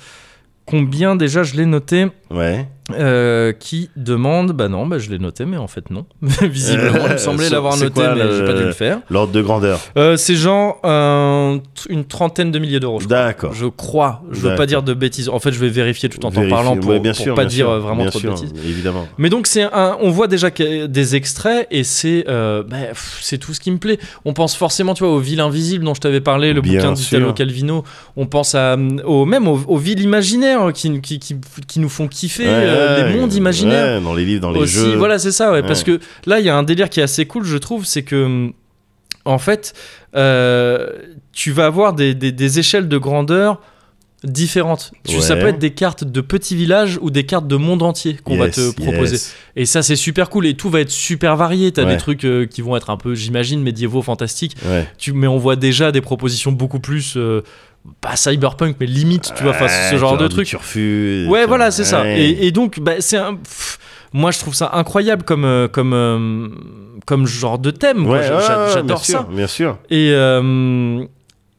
[SPEAKER 1] combien déjà je l'ai noté.
[SPEAKER 3] Ouais.
[SPEAKER 1] Euh, qui demande, bah non, bah je l'ai noté, mais en fait non. Visiblement, il me semblait
[SPEAKER 3] c'est-
[SPEAKER 1] l'avoir
[SPEAKER 3] c'est
[SPEAKER 1] noté,
[SPEAKER 3] quoi,
[SPEAKER 1] mais
[SPEAKER 3] le-
[SPEAKER 1] j'ai pas dû le faire.
[SPEAKER 3] L'ordre de grandeur.
[SPEAKER 1] Euh, c'est genre euh, tr- une trentaine de milliers d'euros, je crois.
[SPEAKER 3] D'accord.
[SPEAKER 1] Je crois, je veux pas
[SPEAKER 3] D'accord.
[SPEAKER 1] dire de bêtises. En fait, je vais vérifier tout en t'en
[SPEAKER 3] Vérifier.
[SPEAKER 1] parlant pour,
[SPEAKER 3] Ouais, bien
[SPEAKER 1] pour
[SPEAKER 3] sûr,
[SPEAKER 1] pas
[SPEAKER 3] bien
[SPEAKER 1] dire
[SPEAKER 3] sûr,
[SPEAKER 1] euh, vraiment
[SPEAKER 3] bien
[SPEAKER 1] trop
[SPEAKER 3] sûr,
[SPEAKER 1] de bêtises.
[SPEAKER 3] Évidemment.
[SPEAKER 1] Mais donc c'est un, on voit déjà que- des extraits et c'est, euh, bah, pff, c'est tout ce qui me plaît. On pense forcément, tu vois, au Ville Invisible dont je t'avais parlé, le
[SPEAKER 3] Bien
[SPEAKER 1] bouquin d'Italo
[SPEAKER 3] sûr.
[SPEAKER 1] Calvino. On pense à, hum, au, même aux, aux villes imaginaires qui, qui, qui, qui nous font kiffer, euh,
[SPEAKER 3] Ouais,
[SPEAKER 1] les
[SPEAKER 3] ouais,
[SPEAKER 1] mondes
[SPEAKER 3] ouais,
[SPEAKER 1] imaginaires
[SPEAKER 3] dans les livres, dans les
[SPEAKER 1] aussi,
[SPEAKER 3] jeux.
[SPEAKER 1] Voilà, c'est ça, ouais, Parce
[SPEAKER 3] Ouais.
[SPEAKER 1] que là, il y a un délire qui est assez cool, je trouve, c'est que. hum, En fait, euh, tu vas avoir des, des- des échelles de grandeur différentes. Tu- Ça
[SPEAKER 3] Ouais.
[SPEAKER 1] peut être des cartes de petits villages ou des cartes de monde entier qu'on va
[SPEAKER 3] Yes,
[SPEAKER 1] te proposer.
[SPEAKER 3] yes.
[SPEAKER 1] Et ça, c'est super cool. Et tout va être super varié. T'as
[SPEAKER 3] Ouais.
[SPEAKER 1] des trucs euh, qui vont être un peu, j'imagine, médiévaux, fantastiques.
[SPEAKER 3] Ouais.
[SPEAKER 1] Tu, mais on voit déjà des propositions beaucoup plus. euh, pas cyberpunk, mais limite, tu vois, face à ce genre de truc. Ouais, voilà, c'est ça. Et, et donc, bah, c'est un. pff, moi, je trouve ça incroyable comme, euh, comme, euh, comme genre de thème. quoi. J'a- j'a- J'adore ça.
[SPEAKER 3] Bien sûr.
[SPEAKER 1] Et, euh,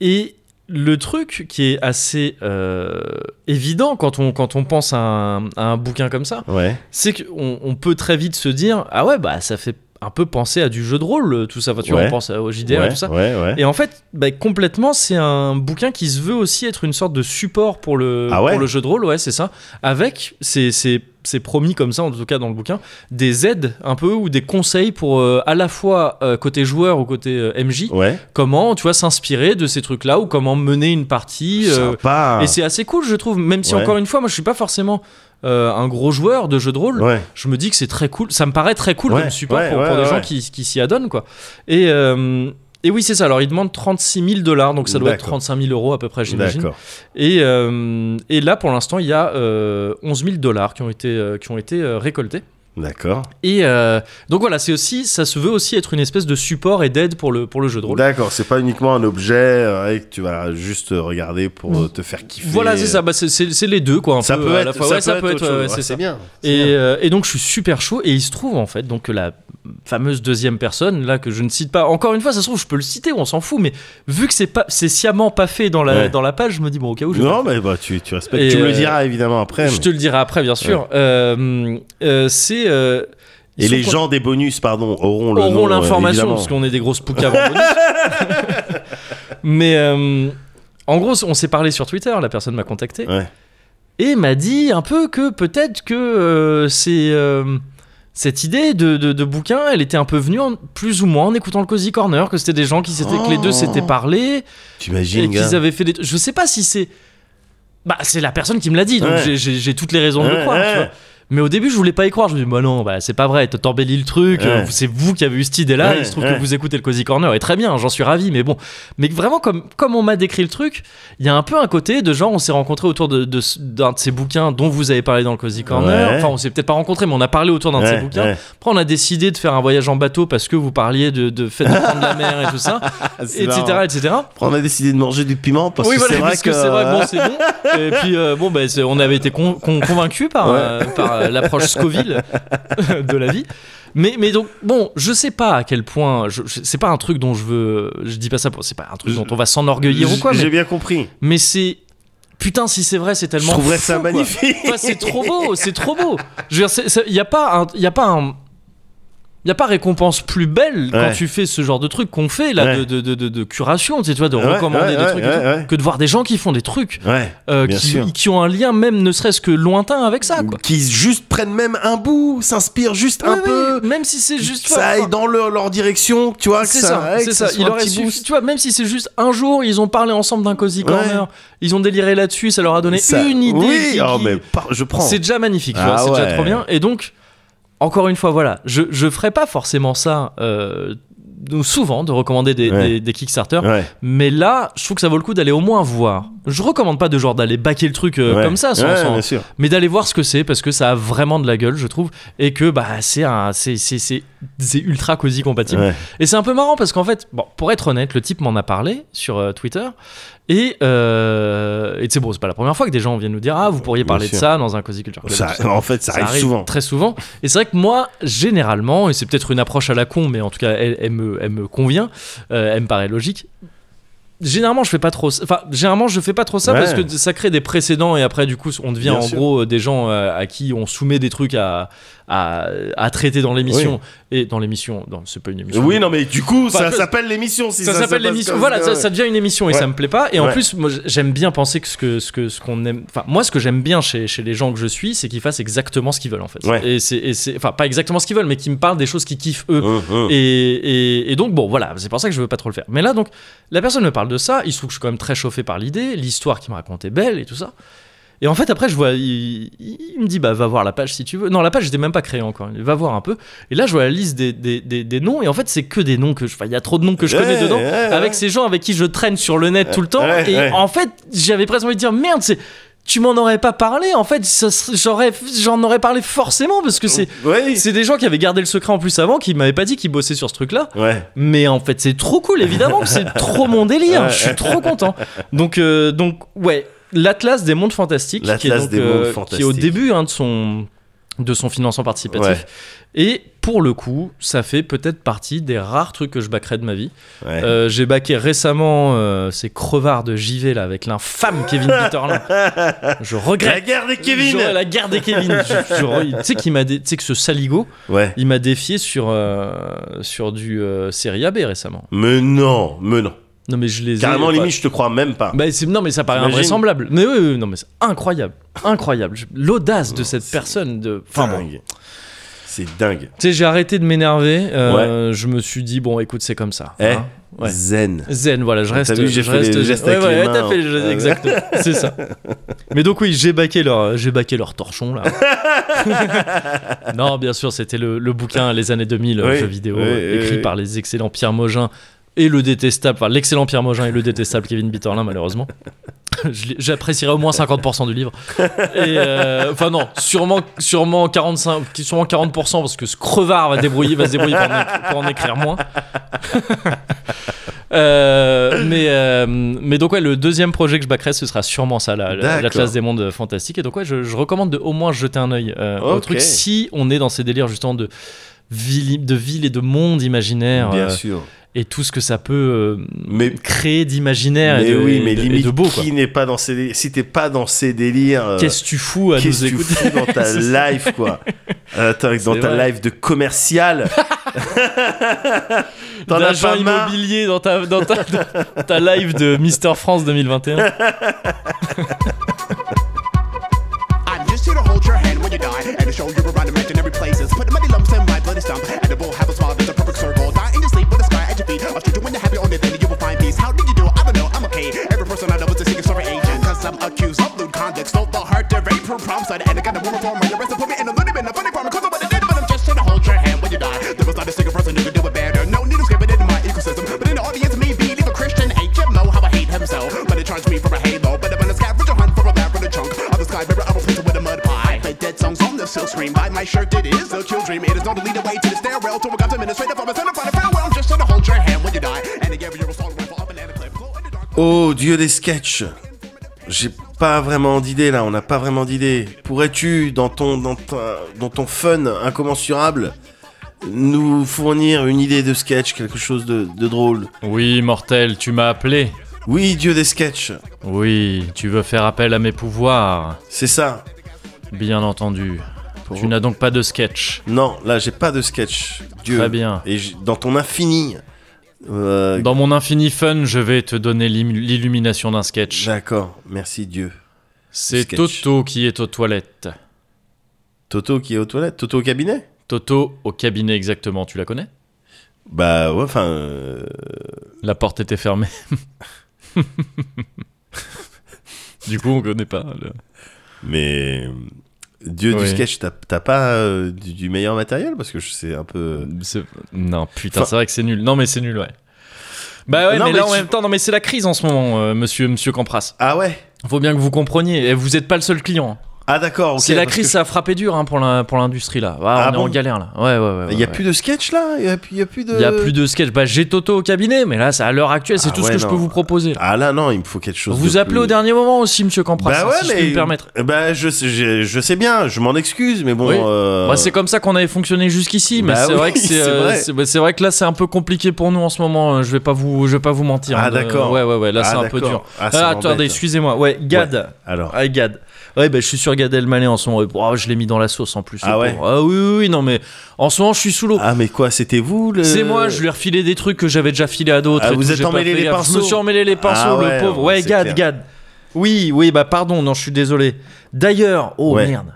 [SPEAKER 1] et le truc qui est assez euh, évident quand on, quand on pense à un, à un bouquin comme ça,
[SPEAKER 3] Ouais.
[SPEAKER 1] c'est qu'on on peut très vite se dire Ah ouais, bah ça fait un peu penser à du jeu de rôle, euh, tout ça. Enfin, tu vois,
[SPEAKER 3] Ouais.
[SPEAKER 1] on pense au JDR
[SPEAKER 3] ouais,
[SPEAKER 1] et tout ça.
[SPEAKER 3] Ouais, ouais.
[SPEAKER 1] Et en fait, bah, complètement, c'est un bouquin qui se veut aussi être une sorte de support pour le,
[SPEAKER 3] Ah ouais
[SPEAKER 1] pour le jeu de rôle, ouais, c'est ça. Avec, c'est- c'est c'est promis comme ça, en tout cas dans le bouquin, des aides un peu ou des conseils pour euh, à la fois euh, côté joueur ou côté euh, MJ,
[SPEAKER 3] Ouais.
[SPEAKER 1] comment, tu vois, s'inspirer de ces trucs-là ou comment mener une partie. euh,
[SPEAKER 3] Sympa.
[SPEAKER 1] et c'est assez cool, je trouve, même si
[SPEAKER 3] ah. Ouais.
[SPEAKER 1] encore une fois, moi je suis pas forcément euh, un gros joueur de jeu de rôle
[SPEAKER 3] Ouais.
[SPEAKER 1] je me dis que c'est très cool. Ça me paraît très cool
[SPEAKER 3] Ouais,
[SPEAKER 1] comme support
[SPEAKER 3] ouais,
[SPEAKER 1] pour, pour
[SPEAKER 3] ouais,
[SPEAKER 1] des
[SPEAKER 3] ouais.
[SPEAKER 1] gens qui, qui s'y adonnent, quoi. Et, euh, et oui, c'est ça. Alors, il demande 36 000 dollars, donc ça doit être
[SPEAKER 3] D'accord.
[SPEAKER 1] 35 000 euros à peu près, j'imagine.
[SPEAKER 3] D'accord.
[SPEAKER 1] Et, euh, et là, pour l'instant, il y a euh, 11 000 dollars qui ont été, euh, qui ont été euh, récoltés.
[SPEAKER 3] D'accord.
[SPEAKER 1] Et euh, donc voilà, c'est aussi, ça se veut aussi être une espèce de support et d'aide pour le, pour le jeu de rôle.
[SPEAKER 3] D'accord, c'est pas uniquement un objet euh, ouais, que tu vas juste euh, regarder pour euh, te faire kiffer. euh.
[SPEAKER 1] Voilà, c'est ça. Bah, c'est- c'est c'est les deux, quoi. un
[SPEAKER 3] Ça
[SPEAKER 1] peu,
[SPEAKER 3] peut
[SPEAKER 1] à la
[SPEAKER 3] être,
[SPEAKER 1] fois.
[SPEAKER 3] ça
[SPEAKER 1] Ouais,
[SPEAKER 3] peut être, autre
[SPEAKER 1] ouais, ouais,
[SPEAKER 3] chose.
[SPEAKER 1] c'est
[SPEAKER 3] Ouais,
[SPEAKER 1] ça.
[SPEAKER 3] c'est bien. c'est
[SPEAKER 1] Et,
[SPEAKER 3] bien.
[SPEAKER 1] euh, et donc je suis super chaud et il se trouve en fait donc que la fameuse deuxième personne là que je ne cite pas encore une fois ça se trouve je peux le citer on s'en fout mais vu que c'est pas c'est sciemment pas fait dans la
[SPEAKER 3] Ouais.
[SPEAKER 1] dans la page je me dis bon au cas où je
[SPEAKER 3] Non, mais bah, tu, tu respectes.
[SPEAKER 1] Et,
[SPEAKER 3] tu me
[SPEAKER 1] euh,
[SPEAKER 3] le diras évidemment après.
[SPEAKER 1] je
[SPEAKER 3] mais-
[SPEAKER 1] te le dirai après bien sûr Euh, euh, c'est euh, ils
[SPEAKER 3] Et
[SPEAKER 1] sont
[SPEAKER 3] les
[SPEAKER 1] con-
[SPEAKER 3] gens des bonus, pardon, auront le nom.
[SPEAKER 1] auront
[SPEAKER 3] euh,
[SPEAKER 1] l'information
[SPEAKER 3] évidemment.
[SPEAKER 1] parce qu'on est des grosses poucaves en bonus. mais euh, en gros on s'est parlé sur Twitter la personne m'a contacté
[SPEAKER 3] Ouais.
[SPEAKER 1] et m'a dit un peu que peut-être que euh, c'est euh, cette idée de, de- de bouquin, elle était un peu venue en- plus ou moins en écoutant le Cozy Corner, que c'était des gens qui s'étaient, que les deux
[SPEAKER 3] Oh.
[SPEAKER 1] s'étaient parlé et
[SPEAKER 3] T'imagines,
[SPEAKER 1] qu'ils
[SPEAKER 3] gars.
[SPEAKER 1] avaient fait des. Je sais pas si c'est. Bah, c'est la personne qui me l'a dit, donc
[SPEAKER 3] Ouais.
[SPEAKER 1] j'ai- j'ai j'ai toutes les raisons de le
[SPEAKER 3] Ouais,
[SPEAKER 1] croire. tu
[SPEAKER 3] ouais.
[SPEAKER 1] vois. Mais au début, je voulais pas y croire. Je me dis, bah non, bah c'est pas vrai, t'embellis le truc,
[SPEAKER 3] Ouais.
[SPEAKER 1] euh, c'est vous qui avez eu cette idée-là,
[SPEAKER 3] Ouais,
[SPEAKER 1] il se trouve
[SPEAKER 3] ouais.
[SPEAKER 1] que vous écoutez le Cozy Corner, et très bien, j'en suis ravi, mais bon. Mais vraiment, comme, comme on m'a décrit le truc, il y a un peu un côté de genre, on s'est rencontrés autour de, de, ce- d'un de ces bouquins dont vous avez parlé dans le Cozy Corner.
[SPEAKER 3] Ouais.
[SPEAKER 1] Enfin, on s'est peut-être pas rencontrés, mais on a parlé autour d'un de ces
[SPEAKER 3] Ouais,
[SPEAKER 1] bouquins.
[SPEAKER 3] ouais.
[SPEAKER 1] Après, on a décidé de faire un voyage en bateau parce que vous parliez de, de fait de prendre la mer et tout ça,
[SPEAKER 3] Ah, c'est
[SPEAKER 1] etc.,
[SPEAKER 3] marrant.
[SPEAKER 1] etc.
[SPEAKER 3] Après, on a décidé de manger du piment parce
[SPEAKER 1] oui,
[SPEAKER 3] que euh,
[SPEAKER 1] voilà,
[SPEAKER 3] c'est vrai
[SPEAKER 1] parce que, c'est vrai que bon, c'est bon. Et puis, euh, bon, bah, c'est- on avait été con- con- convaincus par,
[SPEAKER 3] Ouais.
[SPEAKER 1] euh, par euh, l'approche Scoville de la vie. Mais, mais donc, bon, je sais pas à quel point. je- je- c'est pas un truc dont je veux. Je dis pas ça pour. C'est pas un truc dont on va s'enorgueillir ou quoi.
[SPEAKER 3] J'ai
[SPEAKER 1] Mais,
[SPEAKER 3] bien compris.
[SPEAKER 1] mais c'est. Putain, si c'est vrai, c'est tellement.
[SPEAKER 3] Je trouverais
[SPEAKER 1] fou,
[SPEAKER 3] ça
[SPEAKER 1] quoi.
[SPEAKER 3] magnifique.
[SPEAKER 1] Enfin, c'est trop beau, c'est trop beau. Je veux dire, il n'y a pas un. Y a pas un n'y a pas récompense plus belle quand
[SPEAKER 3] Ouais.
[SPEAKER 1] tu fais ce genre de truc qu'on fait là
[SPEAKER 3] Ouais.
[SPEAKER 1] de, de, de, de, de curation, tu sais, tu vois, de
[SPEAKER 3] Ouais,
[SPEAKER 1] recommander
[SPEAKER 3] ouais,
[SPEAKER 1] des
[SPEAKER 3] ouais,
[SPEAKER 1] trucs et
[SPEAKER 3] ouais,
[SPEAKER 1] tout,
[SPEAKER 3] ouais.
[SPEAKER 1] que de voir des gens qui font des trucs
[SPEAKER 3] Ouais.
[SPEAKER 1] euh,
[SPEAKER 3] Bien
[SPEAKER 1] qui,
[SPEAKER 3] sûr.
[SPEAKER 1] qui ont un lien même ne serait-ce que lointain avec ça. Quoi.
[SPEAKER 3] Qui juste prennent même un bout, s'inspirent juste un
[SPEAKER 1] Oui, oui,
[SPEAKER 3] peu.
[SPEAKER 1] même si c'est juste
[SPEAKER 3] ça aille dans leur, leur direction, tu vois. que
[SPEAKER 1] C'est ça,
[SPEAKER 3] ouais,
[SPEAKER 1] c'est
[SPEAKER 3] que
[SPEAKER 1] ça.
[SPEAKER 3] soit
[SPEAKER 1] Il
[SPEAKER 3] un
[SPEAKER 1] aurait
[SPEAKER 3] petit
[SPEAKER 1] suffi-
[SPEAKER 3] boost.
[SPEAKER 1] tu vois, même si c'est juste un jour, ils ont parlé ensemble d'un cozy
[SPEAKER 3] Ouais.
[SPEAKER 1] corner, ils ont déliré là-dessus, ça leur a donné
[SPEAKER 3] Ça-
[SPEAKER 1] une idée.
[SPEAKER 3] Oui,
[SPEAKER 1] qui-
[SPEAKER 3] oh,
[SPEAKER 1] qui-
[SPEAKER 3] mais par- je prends.
[SPEAKER 1] C'est déjà magnifique, tu
[SPEAKER 3] Ah
[SPEAKER 1] vois, c'est déjà
[SPEAKER 3] ouais.
[SPEAKER 1] trop bien. Et donc, encore une fois, voilà, je, je ferai pas forcément ça euh, de- souvent, de recommander des,
[SPEAKER 3] Ouais.
[SPEAKER 1] des- des Kickstarter,
[SPEAKER 3] Ouais.
[SPEAKER 1] mais là, je trouve que ça vaut le coup d'aller au moins voir. Je recommande pas de genre d'aller baquer le truc euh,
[SPEAKER 3] Ouais.
[SPEAKER 1] comme ça, sans,
[SPEAKER 3] Ouais,
[SPEAKER 1] sans-
[SPEAKER 3] bien sûr.
[SPEAKER 1] mais d'aller voir ce que c'est, parce que ça a vraiment de la gueule, je trouve, et que bah, c'est un- c'est- c'est- c'est- c'est ultra cozy compatible.
[SPEAKER 3] Ouais.
[SPEAKER 1] Et c'est un peu marrant parce qu'en fait, bon, pour être honnête, le type m'en a parlé sur euh, Twitter. Et, euh, et tu sais, bon, c'est pas la première fois que des gens viennent nous dire Ah, vous pourriez
[SPEAKER 3] Bien
[SPEAKER 1] parler de
[SPEAKER 3] sûr.
[SPEAKER 1] ça dans un Cozy Culture Club.
[SPEAKER 3] Ça,
[SPEAKER 1] tout ça.
[SPEAKER 3] en fait, ça, arrive, souvent.
[SPEAKER 1] Très souvent. Et c'est vrai que moi, généralement, et c'est peut-être une approche à la con, mais en tout cas, elle, elle me, elle me convient, euh, elle me paraît logique. Généralement, je fais pas trop. ça- Enfin, généralement, je fais pas trop ça
[SPEAKER 3] Ouais.
[SPEAKER 1] parce que ça crée des précédents et après, du coup, on devient
[SPEAKER 3] Bien
[SPEAKER 1] en
[SPEAKER 3] sûr.
[SPEAKER 1] gros euh, des gens euh, à qui on soumet des trucs à, à, à traiter dans l'émission et dans l'émission. Non, c'est pas une émission.
[SPEAKER 3] Oui, non, mais du coup,
[SPEAKER 1] Enfin,
[SPEAKER 3] ça
[SPEAKER 1] je-
[SPEAKER 3] s'appelle l'émission. Si
[SPEAKER 1] ça,
[SPEAKER 3] ça
[SPEAKER 1] s'appelle
[SPEAKER 3] passe
[SPEAKER 1] l'émission.
[SPEAKER 3] comme
[SPEAKER 1] Voilà, ça, ça devient une émission et
[SPEAKER 3] Ouais.
[SPEAKER 1] ça me plaît pas. Et en
[SPEAKER 3] Ouais.
[SPEAKER 1] plus, moi, j- j'aime bien penser que ce que ce que ce qu'on aime. Enfin, moi, ce que j'aime bien chez, chez les gens que je suis, c'est qu'ils fassent exactement ce qu'ils veulent en fait.
[SPEAKER 3] Ouais.
[SPEAKER 1] Et c'est et c'est enfin pas exactement ce qu'ils veulent, mais qu'ils me parlent des choses qu'ils kiffent eux.
[SPEAKER 3] Hum, hum.
[SPEAKER 1] Et, et- et donc bon voilà c'est pour ça que je veux pas trop le faire mais là donc la personne me parle de ça il se trouve que je suis quand même très chauffé par l'idée l'histoire qu'il me raconte est belle et tout ça et en fait après je vois il, il me dit bah va voir la page si tu veux non la page j'étais même pas créée encore va voir un peu et là je vois la liste des, des, des- des noms et en fait c'est que des noms que je enfin, il y a trop de noms que je connais
[SPEAKER 3] Ouais,
[SPEAKER 1] dedans
[SPEAKER 3] ouais,
[SPEAKER 1] avec
[SPEAKER 3] ouais.
[SPEAKER 1] ces gens avec qui je traîne sur le net tout le temps
[SPEAKER 3] Ouais,
[SPEAKER 1] et
[SPEAKER 3] ouais.
[SPEAKER 1] en fait j'avais presque envie de dire merde c'est tu m'en aurais pas parlé en fait ça serait- j'aurais j'en aurais parlé forcément parce que c'est
[SPEAKER 3] Oui.
[SPEAKER 1] c'est des gens qui avaient gardé le secret en plus avant, qui m'avaient pas dit qu'ils bossaient sur ce truc-là.
[SPEAKER 3] Ouais.
[SPEAKER 1] Mais en fait, c'est trop cool, évidemment. c'est trop mon délire. Je suis trop content. Donc, euh, donc ouais, l'Atlas des mondes fantastiques, qui est,
[SPEAKER 3] L'Atlas
[SPEAKER 1] donc, euh,
[SPEAKER 3] des mondes
[SPEAKER 1] qui est au
[SPEAKER 3] fantastiques.
[SPEAKER 1] début hein, de son de son financement participatif. Et pour le coup, ça fait peut-être partie des rares trucs que je backerai de ma vie.
[SPEAKER 3] Ouais.
[SPEAKER 1] Euh, J'ai baqué récemment euh, ces crevards de JV là avec l'infâme Kevin Peterlin. Je
[SPEAKER 3] La
[SPEAKER 1] regrette.
[SPEAKER 3] guerre des Kevin.
[SPEAKER 1] J'aurais la guerre des Kevin. Je- je- Tu sais qu'il m'a dé- tu sais que ce saligo,
[SPEAKER 3] Ouais.
[SPEAKER 1] il m'a défié sur, euh, sur du euh, série AB récemment.
[SPEAKER 3] Mais non, mais non.
[SPEAKER 1] Non mais je les ai-
[SPEAKER 3] Carrément,
[SPEAKER 1] bah,
[SPEAKER 3] limite, je te crois même pas.
[SPEAKER 1] bah, c'est- non mais ça paraît
[SPEAKER 3] T'imagines
[SPEAKER 1] invraisemblable. Mais oui, oui, non mais c'est incroyable, incroyable. Je- L'audace de cette personne de. Enfin bon.
[SPEAKER 3] dingue. C'est dingue.
[SPEAKER 1] Tu sais, j'ai arrêté de m'énerver. euh, Je me suis dit bon, écoute, c'est comme ça.
[SPEAKER 3] Eh,
[SPEAKER 1] hein. Ouais.
[SPEAKER 3] zen. Ah,
[SPEAKER 1] Zen, voilà, je
[SPEAKER 3] T'as
[SPEAKER 1] reste.
[SPEAKER 3] vu, j'ai
[SPEAKER 1] je
[SPEAKER 3] fait
[SPEAKER 1] reste
[SPEAKER 3] les
[SPEAKER 1] zen.
[SPEAKER 3] gestes hein.
[SPEAKER 1] ouais,
[SPEAKER 3] avec
[SPEAKER 1] ouais,
[SPEAKER 3] les
[SPEAKER 1] ouais, t'as
[SPEAKER 3] mains.
[SPEAKER 1] fait les gestes,
[SPEAKER 3] Ouais.
[SPEAKER 1] exactement. c'est ça. Mais donc, oui, j'ai baqué leur, j'ai baqué leur torchon, là. non, bien sûr, c'était le, le bouquin Les années 2000,
[SPEAKER 3] Oui,
[SPEAKER 1] jeux vidéo, euh,
[SPEAKER 3] oui, oui,
[SPEAKER 1] écrit
[SPEAKER 3] oui.
[SPEAKER 1] par les excellents Pierre Mogin et le détestable, enfin, l'excellent Pierre Mogin et le détestable Kevin Bitterlin, malheureusement. Je l'ai- J'apprécierais au moins 50% du livre. Et, euh, Enfin, non, sûrement, sûrement, 45, sûrement 40% parce que ce crevard va, débrouiller, va se débrouiller pour en écrire- pour en écrire moins. Euh, mais, euh, mais donc, ouais, le deuxième projet que je backerai, ce sera sûrement ça, la, la,
[SPEAKER 3] D'accord.
[SPEAKER 1] la classe des mondes fantastiques. Et donc, ouais, je, je recommande de au moins jeter un œil euh, au
[SPEAKER 3] Ok.
[SPEAKER 1] truc si on est dans ces délires justement de ville, de ville et de monde imaginaire
[SPEAKER 3] Bien
[SPEAKER 1] euh,
[SPEAKER 3] sûr.
[SPEAKER 1] et tout ce que ça peut euh,
[SPEAKER 3] Mais,
[SPEAKER 1] créer d'imaginaire et,
[SPEAKER 3] mais
[SPEAKER 1] de-
[SPEAKER 3] oui,
[SPEAKER 1] et
[SPEAKER 3] mais
[SPEAKER 1] de- et
[SPEAKER 3] limite,
[SPEAKER 1] de beau. quoi.
[SPEAKER 3] qui n'est pas dans ces délires Si t'es pas dans ces délires, euh,
[SPEAKER 1] Qu'est-ce que tu fous à
[SPEAKER 3] qu'est-ce
[SPEAKER 1] nous
[SPEAKER 3] que tu
[SPEAKER 1] écouter
[SPEAKER 3] fous dans ta life, quoi Attends, dans ta
[SPEAKER 1] vrai.
[SPEAKER 3] life de commercial T'en as
[SPEAKER 1] D'agent
[SPEAKER 3] pas marre
[SPEAKER 1] immobilier dans ta, dans ta, dans ta live de Mister France 2021
[SPEAKER 9] I'm just here to hold your hand when you die and to show you around imaginary places. Put muddy lumps in my bloody stump, and the bull have a smile that's a perfect circle. Die in your sleep with a sky at your feet. I'm sure doing the happy only thing that you will find peace. How did you do? I don't know, I'm okay. Every person I know is a secret story agent, cause I'm accused of lewd conduct. Stole the heart to rape from prom side, and I got a woman for my arrest. and Put me in a loony bin, a funny farm, cause I'm with a dead, but I'm just here to hold your hand when you die. There was not a single person who could do it better. No need to scrape it into my ecosystem, but in the audience, me be leave a Christian HMO, how I hate him so. But it charged me for a halo, but I'm on a scavenger hunt for a bag for the chunk of the sky, remember I will place it with a mud pie. I play dead songs on the silk screen, by my shirt, it is a chill dream. It is not to lead away to the stairwell, to a comes administrative from a center by the farewell. Just to hold your hand when you die, and again, you're a song rifle up and a clip. Glow in the dark.
[SPEAKER 3] Oh, dieu des sketchs J'ai pas vraiment d'idée là, on n'a pas vraiment d'idée. Pourrais-tu, dans ton, dans, ta- dans ton fun incommensurable, nous fournir une idée de sketch, quelque chose de, de drôle
[SPEAKER 1] Oui, mortel, tu m'as appelé.
[SPEAKER 3] Oui, dieu des sketchs,
[SPEAKER 1] Oui, tu veux faire appel à mes pouvoirs.
[SPEAKER 3] c'est ça.
[SPEAKER 1] Bien entendu. Tu n'as donc pas de sketch.
[SPEAKER 3] Non, là j'ai pas de sketch. Dieu.
[SPEAKER 1] Très bien.
[SPEAKER 3] Et j- dans ton infini. euh,
[SPEAKER 1] Dans mon infini fun, je vais te donner l'im- l'illumination d'un sketch.
[SPEAKER 3] D'accord, merci Dieu.
[SPEAKER 1] C'est
[SPEAKER 3] sketch.
[SPEAKER 1] Toto qui est aux toilettes.
[SPEAKER 3] Toto qui est aux toilettes Toto au cabinet
[SPEAKER 1] Toto au cabinet exactement, tu la connais
[SPEAKER 3] Bah ouais, enfin. euh,
[SPEAKER 1] La porte était fermée. du coup, on connaît pas. le-
[SPEAKER 3] Mais. euh, Dieu du
[SPEAKER 1] Oui.
[SPEAKER 3] sketch, t'as- t'as pas euh, du, du meilleur matériel Parce que je sais un peu.
[SPEAKER 1] C'est- Non, putain,
[SPEAKER 3] Enfin-
[SPEAKER 1] c'est vrai que c'est nul. Non, mais c'est nul, ouais. Bah ouais,
[SPEAKER 3] Non,
[SPEAKER 1] mais,
[SPEAKER 3] mais
[SPEAKER 1] là en
[SPEAKER 3] tu-
[SPEAKER 1] même temps, non, mais c'est la crise en ce moment, euh, monsieur, monsieur Campras.
[SPEAKER 3] Ah ouais
[SPEAKER 1] Faut bien que vous compreniez. Et vous n'êtes pas le seul client.
[SPEAKER 3] Ah d'accord, ok,
[SPEAKER 1] c'est la
[SPEAKER 3] parce
[SPEAKER 1] crise,
[SPEAKER 3] que-
[SPEAKER 1] ça a frappé dur hein, pour la- pour l'industrie là. Ah,
[SPEAKER 3] Ah
[SPEAKER 1] on est
[SPEAKER 3] bon
[SPEAKER 1] en galère là. Ouais, ouais, ouais. ouais,
[SPEAKER 3] Il y a
[SPEAKER 1] ouais.
[SPEAKER 3] plus de sketch là Il y a, plus- il y a plus de.
[SPEAKER 1] Il y a plus de sketch. Bah, j'ai Toto au cabinet, mais là, c'est à l'heure actuelle, c'est
[SPEAKER 3] Ah
[SPEAKER 1] tout ce
[SPEAKER 3] ouais,
[SPEAKER 1] que je
[SPEAKER 3] non.
[SPEAKER 1] peux vous proposer. là.
[SPEAKER 3] Ah là non, il me faut quelque chose.
[SPEAKER 1] Vous
[SPEAKER 3] de
[SPEAKER 1] appelez
[SPEAKER 3] plus-
[SPEAKER 1] au dernier moment aussi, monsieur Campras,
[SPEAKER 3] Bah
[SPEAKER 1] hein,
[SPEAKER 3] ouais,
[SPEAKER 1] si
[SPEAKER 3] mais.
[SPEAKER 1] je peux me permettre.
[SPEAKER 3] Bah je sais, je, je sais bien, je m'en excuse, mais bon.
[SPEAKER 1] Oui.
[SPEAKER 3] euh,
[SPEAKER 1] Bah, c'est comme ça qu'on avait fonctionné jusqu'ici, mais
[SPEAKER 3] Bah
[SPEAKER 1] c'est
[SPEAKER 3] oui,
[SPEAKER 1] vrai que c'est
[SPEAKER 3] c'est
[SPEAKER 1] euh,
[SPEAKER 3] vrai.
[SPEAKER 1] c'est- bah, c'est vrai que là c'est un peu compliqué pour nous en ce moment. euh, Je vais pas vous je vais pas vous mentir.
[SPEAKER 3] Ah,
[SPEAKER 1] hein, de-
[SPEAKER 3] d'accord.
[SPEAKER 1] Ouais ouais ouais, là
[SPEAKER 3] Ah,
[SPEAKER 1] c'est un peu dur.
[SPEAKER 3] d'accord. Ah, ça
[SPEAKER 1] Ah,
[SPEAKER 3] m'embête.
[SPEAKER 1] attendez, excusez-moi. Ouais, Gad.
[SPEAKER 3] Alors.
[SPEAKER 1] Ah, Gad. Ouais, bah, je suis sur Gad Elmaleh en ce moment. Oh, je l'ai mis dans la sauce en plus. le
[SPEAKER 3] Ah ouais.
[SPEAKER 1] pauvre. Ah oui, oui, oui, non, mais en ce moment, je suis sous l'eau.
[SPEAKER 3] Ah mais quoi, c'était vous le
[SPEAKER 1] Oh. C'est moi, je lui ai refilé des trucs que j'avais déjà filé à d'autres.
[SPEAKER 3] Ah,
[SPEAKER 1] et
[SPEAKER 3] vous
[SPEAKER 1] tout,
[SPEAKER 3] êtes
[SPEAKER 1] j'ai pas
[SPEAKER 3] emmêlé
[SPEAKER 1] fait
[SPEAKER 3] les
[SPEAKER 1] gaffe. Je me
[SPEAKER 3] pinceaux.
[SPEAKER 1] suis emmêlé les pinceaux,
[SPEAKER 3] Ah
[SPEAKER 1] le
[SPEAKER 3] ouais,
[SPEAKER 1] pauvre.
[SPEAKER 3] ouais,
[SPEAKER 1] Ouais,
[SPEAKER 3] c'est
[SPEAKER 1] Gad,
[SPEAKER 3] clair.
[SPEAKER 1] Gad. Oui, oui, bah pardon, non, je suis désolé. D'ailleurs, oh
[SPEAKER 3] Ouais.
[SPEAKER 1] merde.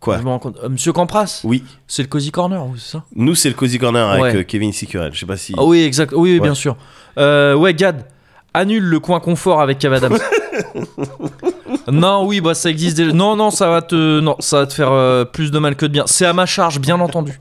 [SPEAKER 3] Quoi
[SPEAKER 1] Je me rends compte. Euh, Monsieur Campras
[SPEAKER 3] Oui,
[SPEAKER 1] C'est le Cozy Corner, vous, c'est ça
[SPEAKER 3] nous c'est le Cozy Corner avec
[SPEAKER 1] Ouais.
[SPEAKER 3] euh, Kevin Sicurel, je sais pas si...
[SPEAKER 1] Ah oui, exact. Oui, oui,
[SPEAKER 3] Ouais.
[SPEAKER 1] bien sûr. Euh, ouais, Gad, annule le coin confort avec Cavadam. non, oui, bah ça existe déjà. Non, non, ça va te, non, ça va te faire euh, plus de mal que de bien. C'est à ma charge, bien entendu.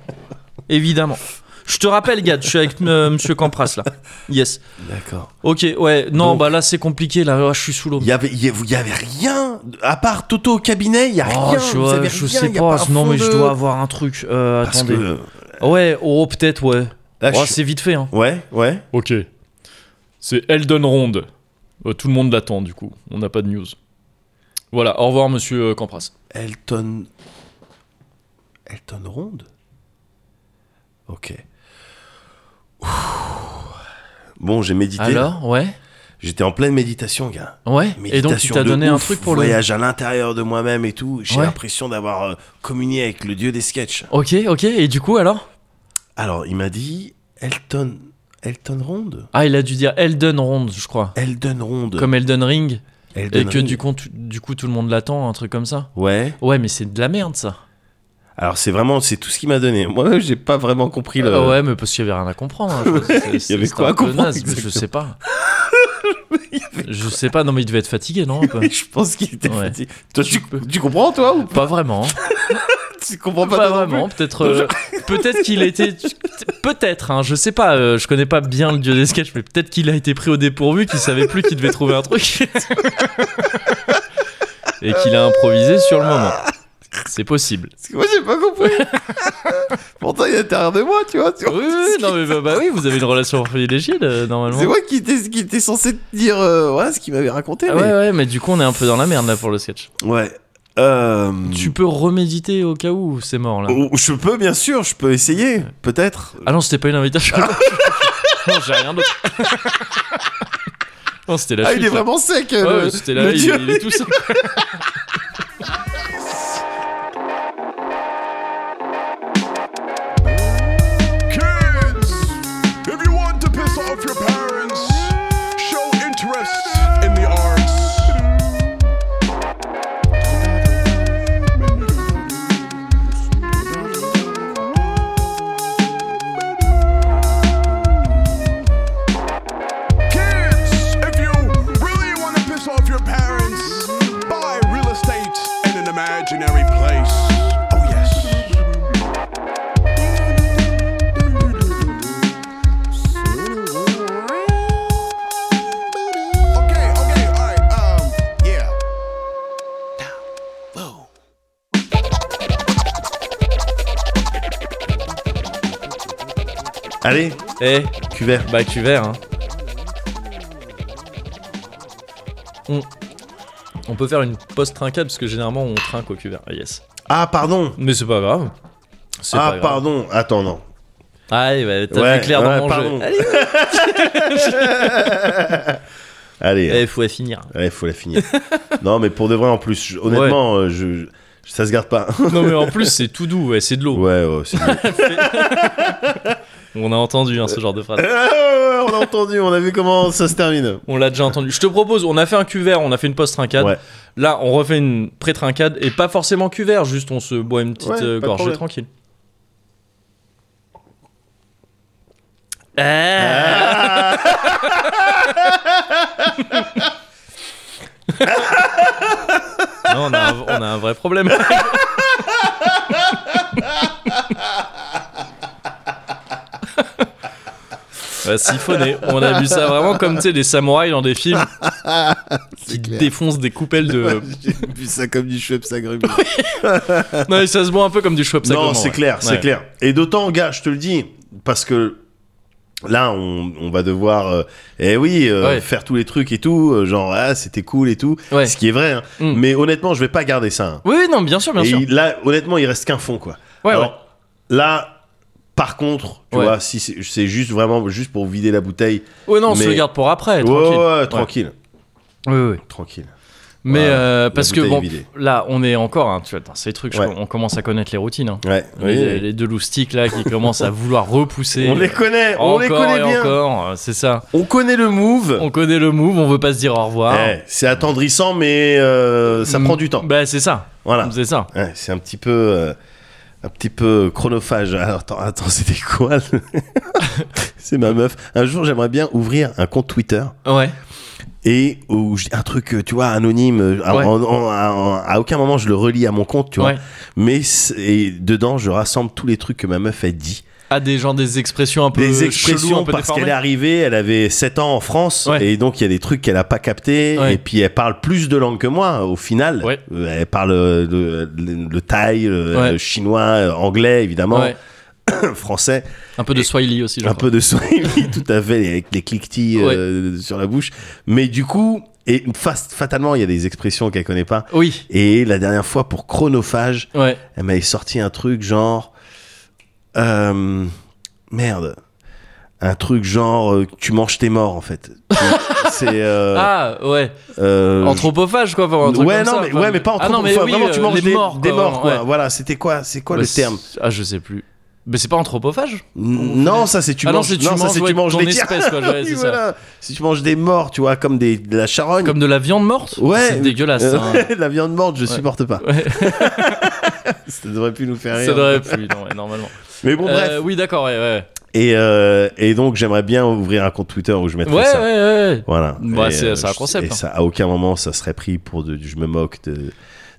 [SPEAKER 1] Évidemment. Je te rappelle, Gad, je suis avec euh, Monsieur Campras là. Yes.
[SPEAKER 3] D'accord.
[SPEAKER 1] Ok, ouais. Non,
[SPEAKER 3] Donc-
[SPEAKER 1] bah là c'est compliqué. Là, ouais, je suis sous l'eau.
[SPEAKER 3] Il y avait, il y a- il y avait rien, à part Toto au cabinet, il y a
[SPEAKER 1] Oh,
[SPEAKER 3] rien,
[SPEAKER 1] je,
[SPEAKER 3] vous
[SPEAKER 1] ouais,
[SPEAKER 3] avez
[SPEAKER 1] je
[SPEAKER 3] rien,
[SPEAKER 1] sais
[SPEAKER 3] il y a pas
[SPEAKER 1] pas.
[SPEAKER 3] un
[SPEAKER 1] non,
[SPEAKER 3] fond
[SPEAKER 1] mais je
[SPEAKER 3] de-
[SPEAKER 1] dois avoir un truc. Euh,
[SPEAKER 3] Parce
[SPEAKER 1] attendez.
[SPEAKER 3] que...
[SPEAKER 1] Ouais, oh peut-être, ouais.
[SPEAKER 3] là, je
[SPEAKER 1] Oh,
[SPEAKER 3] suis-
[SPEAKER 1] c'est vite fait. Hein.
[SPEAKER 3] Ouais, ouais.
[SPEAKER 1] Ok. C'est Elden Ronde. Euh, tout le monde l'attend du coup. On n'a pas de news. Voilà, au revoir monsieur euh, Campras.
[SPEAKER 3] Elton... Elton Ronde Ok. Ouh. Bon, j'ai médité.
[SPEAKER 1] Alors, ouais
[SPEAKER 3] J'étais en pleine méditation, gars.
[SPEAKER 1] Ouais Et donc tu
[SPEAKER 3] Méditation
[SPEAKER 1] t'as
[SPEAKER 3] de
[SPEAKER 1] donné un
[SPEAKER 3] ouf,
[SPEAKER 1] truc pour
[SPEAKER 3] voyage à l'intérieur de moi-même et tout. J'ai
[SPEAKER 1] Ouais.
[SPEAKER 3] l'impression d'avoir euh, communié avec le dieu des sketchs.
[SPEAKER 1] le... Ok, ok, et du coup alors
[SPEAKER 3] Alors, il m'a dit Elton, Elton Ronde
[SPEAKER 1] Ah, il a dû dire Elden Ronde, je crois.
[SPEAKER 3] Elden Ronde.
[SPEAKER 1] Comme Elden Ring.
[SPEAKER 3] Elden
[SPEAKER 1] et que
[SPEAKER 3] Ring.
[SPEAKER 1] du coup, tu- du coup tout le monde l'attend, un truc comme ça.
[SPEAKER 3] Ouais.
[SPEAKER 1] Ouais, mais c'est de la merde ça.
[SPEAKER 3] Alors, c'est vraiment, c'est tout ce qu'il m'a donné. Moi, j'ai pas vraiment compris le.
[SPEAKER 1] Euh, ouais, mais parce qu'il y avait rien à comprendre. hein, je pense que c'est- c'est-
[SPEAKER 3] avait
[SPEAKER 1] c'était
[SPEAKER 3] quoi
[SPEAKER 1] un
[SPEAKER 3] à
[SPEAKER 1] peu
[SPEAKER 3] comprendre,
[SPEAKER 1] naze, mais Je
[SPEAKER 3] exactement.
[SPEAKER 1] sais pas. Je sais pas, non mais il devait être fatigué, non un peu
[SPEAKER 3] Je pense qu'il était
[SPEAKER 1] Ouais.
[SPEAKER 3] fatigué. Toi, tu, tu comprends, toi ou
[SPEAKER 1] Pas vraiment. hein.
[SPEAKER 3] Tu comprends pas,
[SPEAKER 1] pas
[SPEAKER 3] toi non
[SPEAKER 1] vraiment, peut-être euh, peut-être qu'il a été peut-être hein, je sais pas, euh, je connais pas bien le dieu des sketchs mais peut-être qu'il a été pris au dépourvu, qu'il savait plus qu'il devait trouver un truc. Et qu'il a improvisé sur le moment. C'est possible.
[SPEAKER 3] plus Parce que moi, j'ai pas compris. Pourtant, il est à l'intérieur de moi, tu vois. tu
[SPEAKER 1] Oui,
[SPEAKER 3] vois.
[SPEAKER 1] oui, oui, non mais bah, bah oui, vous avez une relation privilégiée là, normalement.
[SPEAKER 3] C'est moi qui était, qui était censé te dire euh, voilà ce qu'il m'avait raconté.
[SPEAKER 1] Ah
[SPEAKER 3] mais-
[SPEAKER 1] ouais ouais, mais du coup on est un peu dans la merde là pour le sketch.
[SPEAKER 3] Ouais. Euh,
[SPEAKER 1] Tu peux reméditer au cas où c'est mort là.
[SPEAKER 3] Oh, Je peux, bien sûr, je peux essayer, peut-être.
[SPEAKER 1] Ah non, c'était pas une invitation. non, j'ai rien d'autre. non, c'était la
[SPEAKER 3] Ah,
[SPEAKER 1] chute,
[SPEAKER 3] il est
[SPEAKER 1] là.
[SPEAKER 3] vraiment sec.
[SPEAKER 1] Ouais,
[SPEAKER 3] le-
[SPEAKER 1] ouais, c'était là,
[SPEAKER 3] le
[SPEAKER 1] il,
[SPEAKER 3] dieu.
[SPEAKER 1] il est tout seul.
[SPEAKER 10] Kids, if you want to piss off your parents, show interest in the arts. Kids, if you really want to piss off your parents, buy real estate in an imaginary place. Oh, yes. Okay, okay, alright, um, yeah.
[SPEAKER 3] Allez,
[SPEAKER 1] Eh,
[SPEAKER 3] cuvert.
[SPEAKER 1] bah cuvert, hein. On... on peut faire une post-trincade parce que généralement on trinque au cuvert. Ah, Yes.
[SPEAKER 3] Ah, pardon.
[SPEAKER 1] Mais c'est pas grave. C'est pas
[SPEAKER 3] Ah,
[SPEAKER 1] grave.
[SPEAKER 3] pardon. Attends, non.
[SPEAKER 1] Ah, ouais, t'as
[SPEAKER 3] Ouais,
[SPEAKER 1] vu clair
[SPEAKER 3] ouais,
[SPEAKER 1] dans mon
[SPEAKER 3] pardon.
[SPEAKER 1] jeu. Allez,
[SPEAKER 3] Allez,
[SPEAKER 1] eh, faut la finir.
[SPEAKER 3] allez, faut la finir. non, mais pour de vrai, en plus, je- honnêtement, euh, je, je- ça se garde pas. oh,
[SPEAKER 1] Non, mais en plus, c'est tout doux, ouais, c'est de l'eau.
[SPEAKER 3] ouais, ouais, c'est mieux.
[SPEAKER 1] On a entendu hein, ce genre de phrase.
[SPEAKER 3] Ah, on a entendu, on a vu comment ça se termine.
[SPEAKER 1] On l'a déjà entendu. Je te propose, on a fait un cuvert, on a fait une post-trincade.
[SPEAKER 3] Ouais.
[SPEAKER 1] Là, on refait une pré-trincade et pas forcément cuvert, juste on se boit une petite
[SPEAKER 3] Ouais,
[SPEAKER 1] euh,
[SPEAKER 3] pas de
[SPEAKER 1] gorgée
[SPEAKER 3] problème.
[SPEAKER 1] tranquille. Ah. non, on a, un, on a un vrai problème. Ouais, siphonné. On a vu ça vraiment comme tu sais, les samouraïs dans des films qui défoncent des coupelles de.
[SPEAKER 3] J'ai vu ça comme du chouette, ça grume.
[SPEAKER 1] Non, mais ça se boit un peu comme du Schweppes. à
[SPEAKER 3] Non,
[SPEAKER 1] gommand,
[SPEAKER 3] c'est
[SPEAKER 1] ouais.
[SPEAKER 3] clair, c'est
[SPEAKER 1] Ouais.
[SPEAKER 3] clair. Et d'autant, gars, je te le dis, parce que là, on, on va devoir, euh, eh oui, euh,
[SPEAKER 1] Ouais.
[SPEAKER 3] faire tous les trucs et tout, euh, genre, ah, c'était cool et tout,
[SPEAKER 1] Ouais.
[SPEAKER 3] ce qui est vrai. hein.
[SPEAKER 1] Mm.
[SPEAKER 3] Mais honnêtement, je vais pas garder ça. hein.
[SPEAKER 1] Oui, oui, non, bien sûr, bien
[SPEAKER 3] et
[SPEAKER 1] sûr.
[SPEAKER 3] il- là, honnêtement, il reste qu'un fond, quoi.
[SPEAKER 1] Ouais,
[SPEAKER 3] Alors, là, par contre, tu
[SPEAKER 1] Ouais.
[SPEAKER 3] vois, si c'est c'est juste vraiment juste pour vider la bouteille,
[SPEAKER 1] ouais. Ouais, non, on se
[SPEAKER 3] mais-
[SPEAKER 1] le garde pour après.
[SPEAKER 3] ouais,
[SPEAKER 1] tranquille.
[SPEAKER 3] ouais, ouais, tranquille,
[SPEAKER 1] Ouais, ouais, ouais.
[SPEAKER 3] tranquille.
[SPEAKER 1] Mais
[SPEAKER 3] Voilà,
[SPEAKER 1] euh,
[SPEAKER 3] la
[SPEAKER 1] parce que
[SPEAKER 3] bouteille
[SPEAKER 1] bon,
[SPEAKER 3] est vidée.
[SPEAKER 1] là, on est encore, hein, tu vois, dans ces trucs, je-
[SPEAKER 3] Ouais.
[SPEAKER 1] on commence à connaître les routines. hein.
[SPEAKER 3] Ouais, oui,
[SPEAKER 1] les,
[SPEAKER 3] oui.
[SPEAKER 1] les deux loustiques là qui commencent à vouloir repousser.
[SPEAKER 3] on les connaît, on
[SPEAKER 1] encore
[SPEAKER 3] les connaît
[SPEAKER 1] et
[SPEAKER 3] bien,
[SPEAKER 1] encore, euh, c'est ça.
[SPEAKER 3] on connaît le move.
[SPEAKER 1] On connaît le move, on veut pas se dire au revoir.
[SPEAKER 3] Eh, c'est attendrissant, mais euh, ça prend du temps. Ah.
[SPEAKER 1] Bah, c'est ça.
[SPEAKER 3] Voilà.
[SPEAKER 1] C'est ça.
[SPEAKER 3] Ouais, c'est un petit peu. euh, un petit peu chronophage. Alors, attends, attends c'était quoi le- C'est ma meuf. Un jour, j'aimerais bien ouvrir un compte Twitter
[SPEAKER 1] Ouais.
[SPEAKER 3] et où je dis un truc, euh, tu vois, anonyme. euh, à-
[SPEAKER 1] Ouais.
[SPEAKER 3] en- en- en- à aucun moment, je le relie à mon compte, tu vois.
[SPEAKER 1] ouais.
[SPEAKER 3] Mais c'est- et dedans, je rassemble tous les trucs que ma meuf a dit.
[SPEAKER 1] À des gens, des expressions un peu.
[SPEAKER 3] Des
[SPEAKER 1] cheloues,
[SPEAKER 3] expressions
[SPEAKER 1] un peu
[SPEAKER 3] parce
[SPEAKER 1] déformées.
[SPEAKER 3] qu'elle est arrivée, elle avait 7 ans en France
[SPEAKER 1] Ouais.
[SPEAKER 3] et donc il y a des trucs qu'elle a pas capté
[SPEAKER 1] Ouais.
[SPEAKER 3] et puis elle parle plus de langues que moi au final.
[SPEAKER 1] Ouais.
[SPEAKER 3] Euh, Elle parle euh, le, le- le thaï, le,
[SPEAKER 1] Ouais.
[SPEAKER 3] le chinois, euh, anglais évidemment,
[SPEAKER 1] Ouais.
[SPEAKER 3] français,
[SPEAKER 1] Un peu de Swahili aussi, je
[SPEAKER 3] un
[SPEAKER 1] crois.
[SPEAKER 3] peu de swahili tout à fait avec les cliquetis euh, sur la bouche. Mais du coup, et fast- fatalement il y a des expressions qu'elle connaît pas.
[SPEAKER 1] Oui.
[SPEAKER 3] Et la dernière fois pour chronophage,
[SPEAKER 1] Ouais.
[SPEAKER 3] elle m'avait sorti un truc genre. euh, merde. Un truc genre. euh, tu manges tes morts, en fait. C'est. euh,
[SPEAKER 1] Ah, ouais.
[SPEAKER 3] euh,
[SPEAKER 1] Anthropophage, quoi. enfin, un truc
[SPEAKER 3] ouais,
[SPEAKER 1] comme
[SPEAKER 3] non,
[SPEAKER 1] ça,
[SPEAKER 3] mais,
[SPEAKER 1] enfin,
[SPEAKER 3] ouais, mais pas en
[SPEAKER 1] Ah, non, mais oui,
[SPEAKER 3] Vraiment, tu
[SPEAKER 1] euh,
[SPEAKER 3] manges
[SPEAKER 1] les
[SPEAKER 3] des
[SPEAKER 1] morts,
[SPEAKER 3] des
[SPEAKER 1] quoi,
[SPEAKER 3] morts, quoi.
[SPEAKER 1] ouais.
[SPEAKER 3] Voilà, c'était quoi C'est quoi
[SPEAKER 1] Bah,
[SPEAKER 3] le terme
[SPEAKER 1] c'est- Ah, je sais plus. Mais c'est pas anthropophage
[SPEAKER 3] N- Non, ça, c'est tu
[SPEAKER 1] Ah non,
[SPEAKER 3] manges,
[SPEAKER 1] c'est tu
[SPEAKER 3] ça,
[SPEAKER 1] manges,
[SPEAKER 3] c'est
[SPEAKER 1] ouais,
[SPEAKER 3] tu manges
[SPEAKER 1] ton
[SPEAKER 3] les
[SPEAKER 1] espèce, quoi, ouais,
[SPEAKER 3] Oui,
[SPEAKER 1] c'est ça.
[SPEAKER 3] voilà. Si tu manges des morts, tu vois, comme des, de la charogne.
[SPEAKER 1] Comme de la viande morte
[SPEAKER 3] Ouais.
[SPEAKER 1] C'est dégueulasse.
[SPEAKER 3] Euh,
[SPEAKER 1] hein.
[SPEAKER 3] la viande morte, je
[SPEAKER 1] Ouais.
[SPEAKER 3] supporte pas.
[SPEAKER 1] Ouais.
[SPEAKER 3] ça devrait plus nous faire rire.
[SPEAKER 1] Ça devrait plus, non, ouais, normalement.
[SPEAKER 3] Mais bon, bref.
[SPEAKER 1] Euh, oui, d'accord, ouais, ouais.
[SPEAKER 3] Et, euh, et donc, j'aimerais bien ouvrir un compte Twitter où je
[SPEAKER 1] Ouais,
[SPEAKER 3] mettrais
[SPEAKER 1] ouais,
[SPEAKER 3] ça.
[SPEAKER 1] ouais.
[SPEAKER 3] Voilà.
[SPEAKER 1] Bah,
[SPEAKER 3] Et, euh,
[SPEAKER 1] c'est- c'est un
[SPEAKER 3] je-
[SPEAKER 1] concept,
[SPEAKER 3] Et
[SPEAKER 1] hein.
[SPEAKER 3] ça, à aucun moment, ça serait pris pour de, je me moque de, de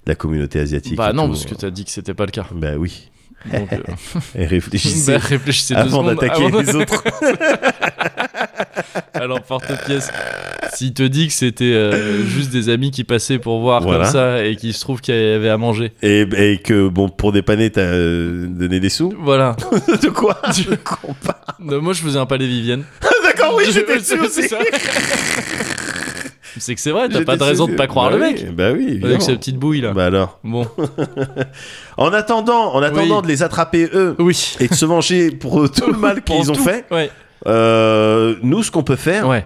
[SPEAKER 3] la communauté asiatique.
[SPEAKER 1] Bah
[SPEAKER 3] et
[SPEAKER 1] non,
[SPEAKER 3] tout. hein.
[SPEAKER 1] parce que t'as dit que c'était pas le cas.
[SPEAKER 3] Bah oui.
[SPEAKER 1] Donc, euh,
[SPEAKER 3] Et réfléchissez
[SPEAKER 1] bah, réfléchissez deux
[SPEAKER 3] avant
[SPEAKER 1] secondes Ah
[SPEAKER 3] d'attaquer
[SPEAKER 1] avant-
[SPEAKER 3] les autres.
[SPEAKER 1] Alors porte-pièce, s'il te dit que c'était euh, juste des amis qui passaient pour voir
[SPEAKER 3] Voilà.
[SPEAKER 1] comme ça et qu'il se trouve qu'il y avait à manger.
[SPEAKER 3] Et, et que, bon, pour dépanner, t'as euh, donné des sous.
[SPEAKER 1] Voilà.
[SPEAKER 3] de quoi Je comprends pas.
[SPEAKER 1] Non, moi je faisais un palais Vivienne.
[SPEAKER 3] D'accord, oui,
[SPEAKER 1] Je-
[SPEAKER 3] j'étais
[SPEAKER 1] c'est-
[SPEAKER 3] dessus aussi.
[SPEAKER 1] c'est ça. C'est que c'est vrai, t'as
[SPEAKER 3] J'étais
[SPEAKER 1] pas de raison
[SPEAKER 3] dessus.
[SPEAKER 1] de pas croire
[SPEAKER 3] Bah
[SPEAKER 1] le
[SPEAKER 3] oui,
[SPEAKER 1] mec.
[SPEAKER 3] Bah oui,
[SPEAKER 1] Avec
[SPEAKER 3] évidemment.
[SPEAKER 1] sa petite bouille là.
[SPEAKER 3] Bah alors.
[SPEAKER 1] Bon,
[SPEAKER 3] En attendant, en attendant
[SPEAKER 1] Oui.
[SPEAKER 3] de les attraper eux
[SPEAKER 1] oui.
[SPEAKER 3] et de se venger pour tout le mal
[SPEAKER 1] Pour
[SPEAKER 3] qu'ils ont
[SPEAKER 1] tout.
[SPEAKER 3] fait,
[SPEAKER 1] Ouais.
[SPEAKER 3] euh, nous, ce qu'on peut faire,
[SPEAKER 1] Ouais.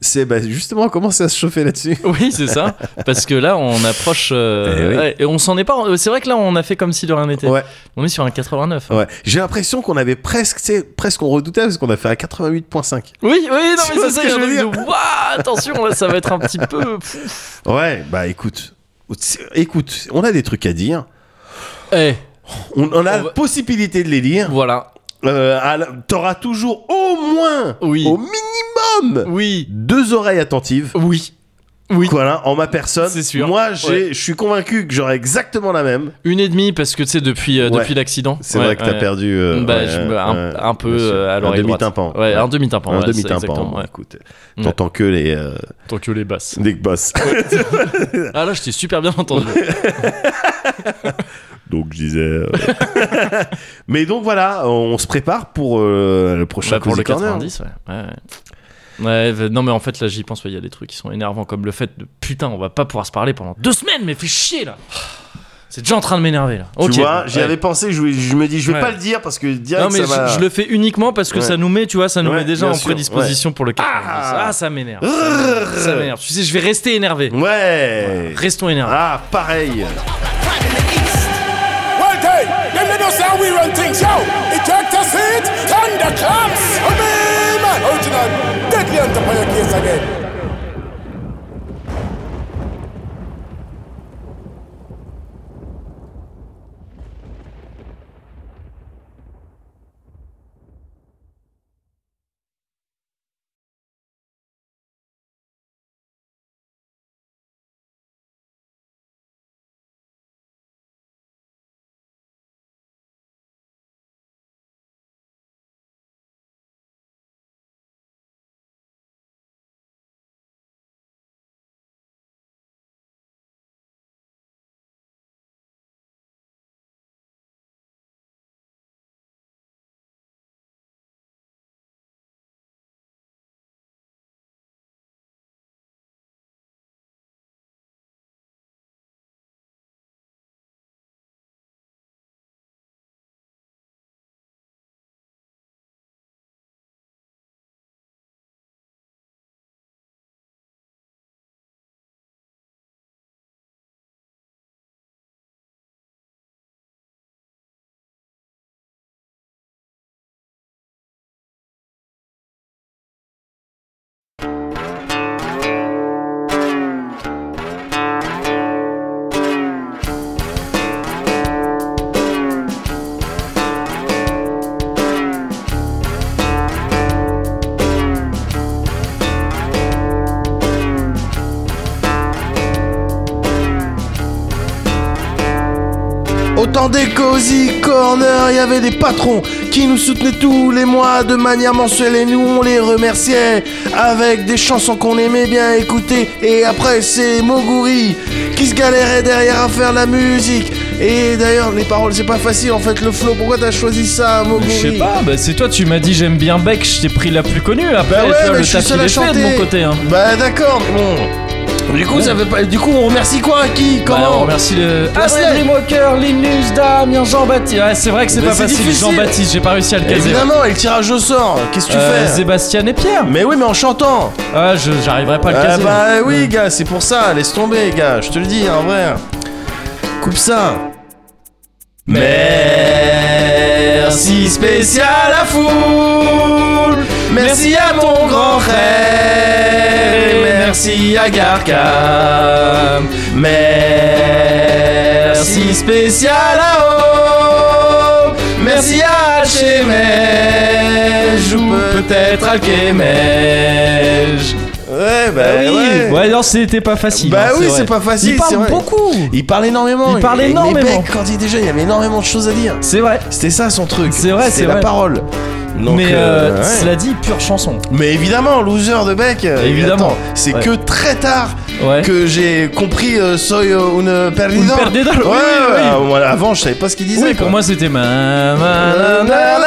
[SPEAKER 3] c'est bah, justement commencer à se chauffer là-dessus.
[SPEAKER 1] Oui, c'est ça. Parce que là, on approche. euh,
[SPEAKER 3] Eh oui.
[SPEAKER 1] ouais, et on s'en est pas. euh, C'est vrai que là, on a fait comme si de rien n'était.
[SPEAKER 3] Ouais.
[SPEAKER 1] On est sur un 89.
[SPEAKER 3] Ouais. J'ai l'impression qu'on avait presque, tu sais, presque on redoutait parce qu'on a fait un 88.5.
[SPEAKER 1] Oui, oui, non,
[SPEAKER 3] Tu
[SPEAKER 1] mais
[SPEAKER 3] vois
[SPEAKER 1] c'est ça.
[SPEAKER 3] ce que
[SPEAKER 1] il y a un
[SPEAKER 3] je veux
[SPEAKER 1] truc de, Ouah, attention, là, ça va être un petit peu.
[SPEAKER 3] Ouais, bah écoute. C'est- Écoute, on a des trucs à dire.
[SPEAKER 1] Eh,
[SPEAKER 3] On, on a
[SPEAKER 1] On va-
[SPEAKER 3] la possibilité de les lire.
[SPEAKER 1] voilà.
[SPEAKER 3] Euh, à la- T'auras toujours au moins,
[SPEAKER 1] Oui.
[SPEAKER 3] au minimum,
[SPEAKER 1] Oui,
[SPEAKER 3] deux oreilles attentives.
[SPEAKER 1] oui. Oui.
[SPEAKER 3] Voilà, en ma personne.
[SPEAKER 1] C'est sûr.
[SPEAKER 3] Moi, j'ai- je suis convaincu que j'aurai exactement la même.
[SPEAKER 1] Une et demie, parce que tu sais, depuis, euh,
[SPEAKER 3] Ouais.
[SPEAKER 1] depuis l'accident.
[SPEAKER 3] C'est
[SPEAKER 1] Ouais,
[SPEAKER 3] vrai que t'as
[SPEAKER 1] ouais.
[SPEAKER 3] perdu euh,
[SPEAKER 1] Bah,
[SPEAKER 3] ouais,
[SPEAKER 1] je-
[SPEAKER 3] ouais,
[SPEAKER 1] un,
[SPEAKER 3] ouais,
[SPEAKER 1] un peu
[SPEAKER 3] bien sûr.
[SPEAKER 1] euh, à
[SPEAKER 3] un
[SPEAKER 1] l'oreille droite.
[SPEAKER 3] demi-tympan.
[SPEAKER 1] Ouais, un demi-tympan.
[SPEAKER 3] Un
[SPEAKER 1] ouais, c'est
[SPEAKER 3] demi-tympan.
[SPEAKER 1] exactement, ouais.
[SPEAKER 3] Écoute,
[SPEAKER 1] Ouais.
[SPEAKER 3] t'entends que les euh,
[SPEAKER 1] Tant que les basses.
[SPEAKER 3] les basses.
[SPEAKER 1] Ah là, je t'ai super bien entendu. Bah,
[SPEAKER 3] Donc je disais. euh. Mais donc voilà, on se prépare pour euh, le prochain
[SPEAKER 1] Bah, pour
[SPEAKER 3] Cozy
[SPEAKER 1] le
[SPEAKER 3] Corner.
[SPEAKER 1] 90, ouais. Ouais, ouais. Ouais, bah, non mais en fait là j'y pense, ouais, il y a des trucs qui sont énervants comme le fait de putain on va pas pouvoir se parler pendant deux semaines mais fais chier là C'est déjà en train de m'énerver là.
[SPEAKER 3] Tu
[SPEAKER 1] Ok.
[SPEAKER 3] vois, j'y
[SPEAKER 1] Ouais.
[SPEAKER 3] avais pensé, je, je me dis, je vais
[SPEAKER 1] Ouais.
[SPEAKER 3] pas le dire parce que direct
[SPEAKER 1] Non mais
[SPEAKER 3] ça
[SPEAKER 1] je,
[SPEAKER 3] va.
[SPEAKER 1] je le fais uniquement parce que
[SPEAKER 3] Ouais.
[SPEAKER 1] ça nous met, tu vois, ça nous
[SPEAKER 3] Ouais,
[SPEAKER 1] met déjà
[SPEAKER 3] bien
[SPEAKER 1] en
[SPEAKER 3] sûr,
[SPEAKER 1] prédisposition pour le 90.
[SPEAKER 3] Ah.
[SPEAKER 1] Ah, ça m'énerve. ça m'énerve, Ça m'énerve. Tu sais, je vais rester énervé.
[SPEAKER 3] Ouais.
[SPEAKER 1] Restons énervés.
[SPEAKER 3] Ah, pareil.
[SPEAKER 11] Well, hey, let me know how we run things, yo. It can't just hit. Hey, thunder claps. I mean, my original deadly entrepreneur case again.
[SPEAKER 3] Au temps des Cozy Corner, il y avait des patrons qui nous soutenaient tous les mois de manière mensuelle et nous on les remerciait avec des chansons qu'on aimait bien écouter. Et après, c'est Moguri qui se galérait derrière à faire la musique. Et d'ailleurs, les paroles, c'est pas facile en fait. Le flow, pourquoi t'as choisi ça, Moguri
[SPEAKER 1] Je sais pas, bah, c'est toi, tu m'as dit j'aime bien Beck, je t'ai pris la plus connue. Après,
[SPEAKER 3] Bah ouais,
[SPEAKER 1] tu vois,
[SPEAKER 3] mais
[SPEAKER 1] le
[SPEAKER 3] je suis
[SPEAKER 1] taf,
[SPEAKER 3] seul
[SPEAKER 1] il
[SPEAKER 3] à
[SPEAKER 1] est fait de
[SPEAKER 3] chanter.
[SPEAKER 1] mon côté. Hein.
[SPEAKER 3] Bah d'accord, mais bon. Du coup, ça fait pas. Du coup, on remercie quoi Qui
[SPEAKER 1] Bah, on
[SPEAKER 3] Comment
[SPEAKER 1] remercie le.
[SPEAKER 3] Ah, c'est-
[SPEAKER 1] Astrid Walker, Linus, Damien, Jean-Baptiste. Ouais, c'est vrai que c'est
[SPEAKER 3] Mais
[SPEAKER 1] pas
[SPEAKER 3] Bah, c'est
[SPEAKER 1] facile.
[SPEAKER 3] difficile.
[SPEAKER 1] Jean-Baptiste, j'ai pas réussi à le caser.
[SPEAKER 3] Évidemment, et le tirage au sort, qu'est-ce que tu
[SPEAKER 1] Euh,
[SPEAKER 3] fais
[SPEAKER 1] Sébastien et Pierre.
[SPEAKER 3] Mais oui, mais en chantant
[SPEAKER 1] Ah, je j'arriverai pas à le
[SPEAKER 3] Ah
[SPEAKER 1] caser.
[SPEAKER 3] bah oui, gars, c'est pour ça, laisse tomber, gars, je te le dis, en vrai. Coupe ça. Merci spécial à foule, merci à mon grand frère, et merci à
[SPEAKER 1] Euh,
[SPEAKER 3] Garcam, merci spécial à Hope, merci à Alchemège, ou peut-être Alchemège. Ouais, bah
[SPEAKER 1] Ah oui.
[SPEAKER 3] ouais.
[SPEAKER 1] Ouais, non, c'était pas facile.
[SPEAKER 3] Bah
[SPEAKER 1] hein,
[SPEAKER 3] oui,
[SPEAKER 1] vrai.
[SPEAKER 3] c'est pas facile,
[SPEAKER 1] Il
[SPEAKER 3] c'est
[SPEAKER 1] parle
[SPEAKER 3] vrai.
[SPEAKER 1] beaucoup.
[SPEAKER 3] Il parle énormément.
[SPEAKER 1] Il parle
[SPEAKER 3] mais
[SPEAKER 1] énormément.
[SPEAKER 3] Beck, quand il était jeune, il avait énormément de choses à dire.
[SPEAKER 1] C'est vrai.
[SPEAKER 3] C'était ça son truc.
[SPEAKER 1] C'est vrai,
[SPEAKER 3] C'était
[SPEAKER 1] c'est
[SPEAKER 3] la
[SPEAKER 1] vrai.
[SPEAKER 3] parole. Donc,
[SPEAKER 1] mais
[SPEAKER 3] euh,
[SPEAKER 1] euh,
[SPEAKER 3] ouais.
[SPEAKER 1] cela dit, pure chanson.
[SPEAKER 3] Mais évidemment, loser de Beck. euh,
[SPEAKER 1] Évidemment.
[SPEAKER 3] attends, C'est
[SPEAKER 1] Ouais.
[SPEAKER 3] que très tard
[SPEAKER 1] Ouais.
[SPEAKER 3] que j'ai compris euh, Soy euh, une perdida.
[SPEAKER 1] Une perdida, oui, oui,
[SPEAKER 3] Ouais,
[SPEAKER 1] oui.
[SPEAKER 3] ouais, ah, moi, avant, je savais pas ce qu'il disait.
[SPEAKER 1] Oui, pour
[SPEAKER 3] quoi.
[SPEAKER 1] moi, c'était ma. ma-
[SPEAKER 3] La,
[SPEAKER 1] la-
[SPEAKER 3] la, la, la.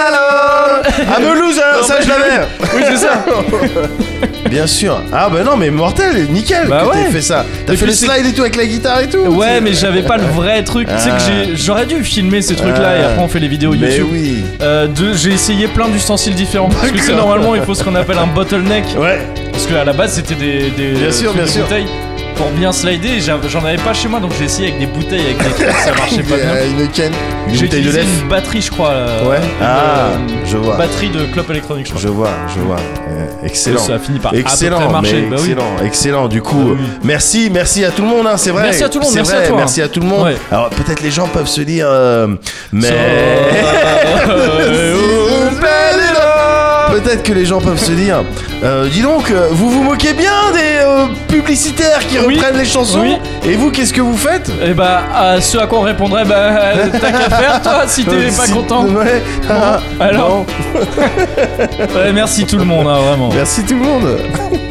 [SPEAKER 3] I'm a Ah, loser, ça je l'avais.
[SPEAKER 1] Oui, c'est ça.
[SPEAKER 3] Bien sûr. Ah bah non, mais mortel, nickel
[SPEAKER 1] Bah
[SPEAKER 3] que t'aies
[SPEAKER 1] ouais.
[SPEAKER 3] fait ça. T'as
[SPEAKER 1] Et
[SPEAKER 3] fait
[SPEAKER 1] puis
[SPEAKER 3] le
[SPEAKER 1] c'est-
[SPEAKER 3] slide et tout avec la guitare et tout.
[SPEAKER 1] Ouais, mais j'avais pas le vrai truc. Tu sais que j'ai- j'aurais dû filmer ces trucs-là et
[SPEAKER 3] Ah.
[SPEAKER 1] après on fait les vidéos
[SPEAKER 3] Mais
[SPEAKER 1] YouTube.
[SPEAKER 3] oui.
[SPEAKER 1] Euh, deux, j'ai essayé plein d'ustensiles différents. Parce que
[SPEAKER 3] que
[SPEAKER 1] c'est
[SPEAKER 3] non.
[SPEAKER 1] normalement, il faut ce qu'on appelle un bottleneck.
[SPEAKER 3] Ouais.
[SPEAKER 1] Parce qu'à la base, c'était des, des,
[SPEAKER 3] Bien sûr,
[SPEAKER 1] des
[SPEAKER 3] bien sûr.
[SPEAKER 1] bouteilles pour bien slider. et j'a- J'en avais pas chez moi, donc j'ai essayé avec des bouteilles, avec des trucs, ça marchait pas bien.
[SPEAKER 3] Euh, Une canne, une
[SPEAKER 1] J'ai
[SPEAKER 3] bouteille de
[SPEAKER 1] utilisé
[SPEAKER 3] lait.
[SPEAKER 1] une batterie, je crois. euh,
[SPEAKER 3] Ouais.
[SPEAKER 1] une,
[SPEAKER 3] Ah,
[SPEAKER 1] euh,
[SPEAKER 3] je vois.
[SPEAKER 1] Batterie de clope électronique, je crois.
[SPEAKER 3] Je vois, je vois. Euh, excellent.
[SPEAKER 1] Ça a fini par à peu près
[SPEAKER 3] Excellent,
[SPEAKER 1] marcher.
[SPEAKER 3] mais
[SPEAKER 1] Bah oui. Bah
[SPEAKER 3] excellent, excellent. Du coup, euh,
[SPEAKER 1] oui.
[SPEAKER 3] merci, merci à tout le monde, hein, c'est vrai.
[SPEAKER 1] Merci à tout le monde,
[SPEAKER 3] c'est
[SPEAKER 1] merci à
[SPEAKER 3] vrai,
[SPEAKER 1] toi, hein.
[SPEAKER 3] Merci à tout le monde.
[SPEAKER 1] Ouais.
[SPEAKER 3] Alors peut-être les gens peuvent se dire, euh, mais.
[SPEAKER 1] euh,
[SPEAKER 3] Peut-être que les gens peuvent se dire, euh, dis donc, euh, vous vous moquez bien des euh, publicitaires qui
[SPEAKER 1] Oui.
[SPEAKER 3] reprennent les chansons,
[SPEAKER 1] Oui.
[SPEAKER 3] et vous, qu'est-ce que vous faites
[SPEAKER 1] Et bah, à ce à quoi on répondrait, bah, euh, t'as qu'à faire toi si t'es
[SPEAKER 3] Euh,
[SPEAKER 1] pas
[SPEAKER 3] si-
[SPEAKER 1] content.
[SPEAKER 3] Ouais.
[SPEAKER 1] Alors
[SPEAKER 3] Bon.
[SPEAKER 1] Ouais, Merci tout le monde, hein, vraiment.
[SPEAKER 3] Merci tout le monde.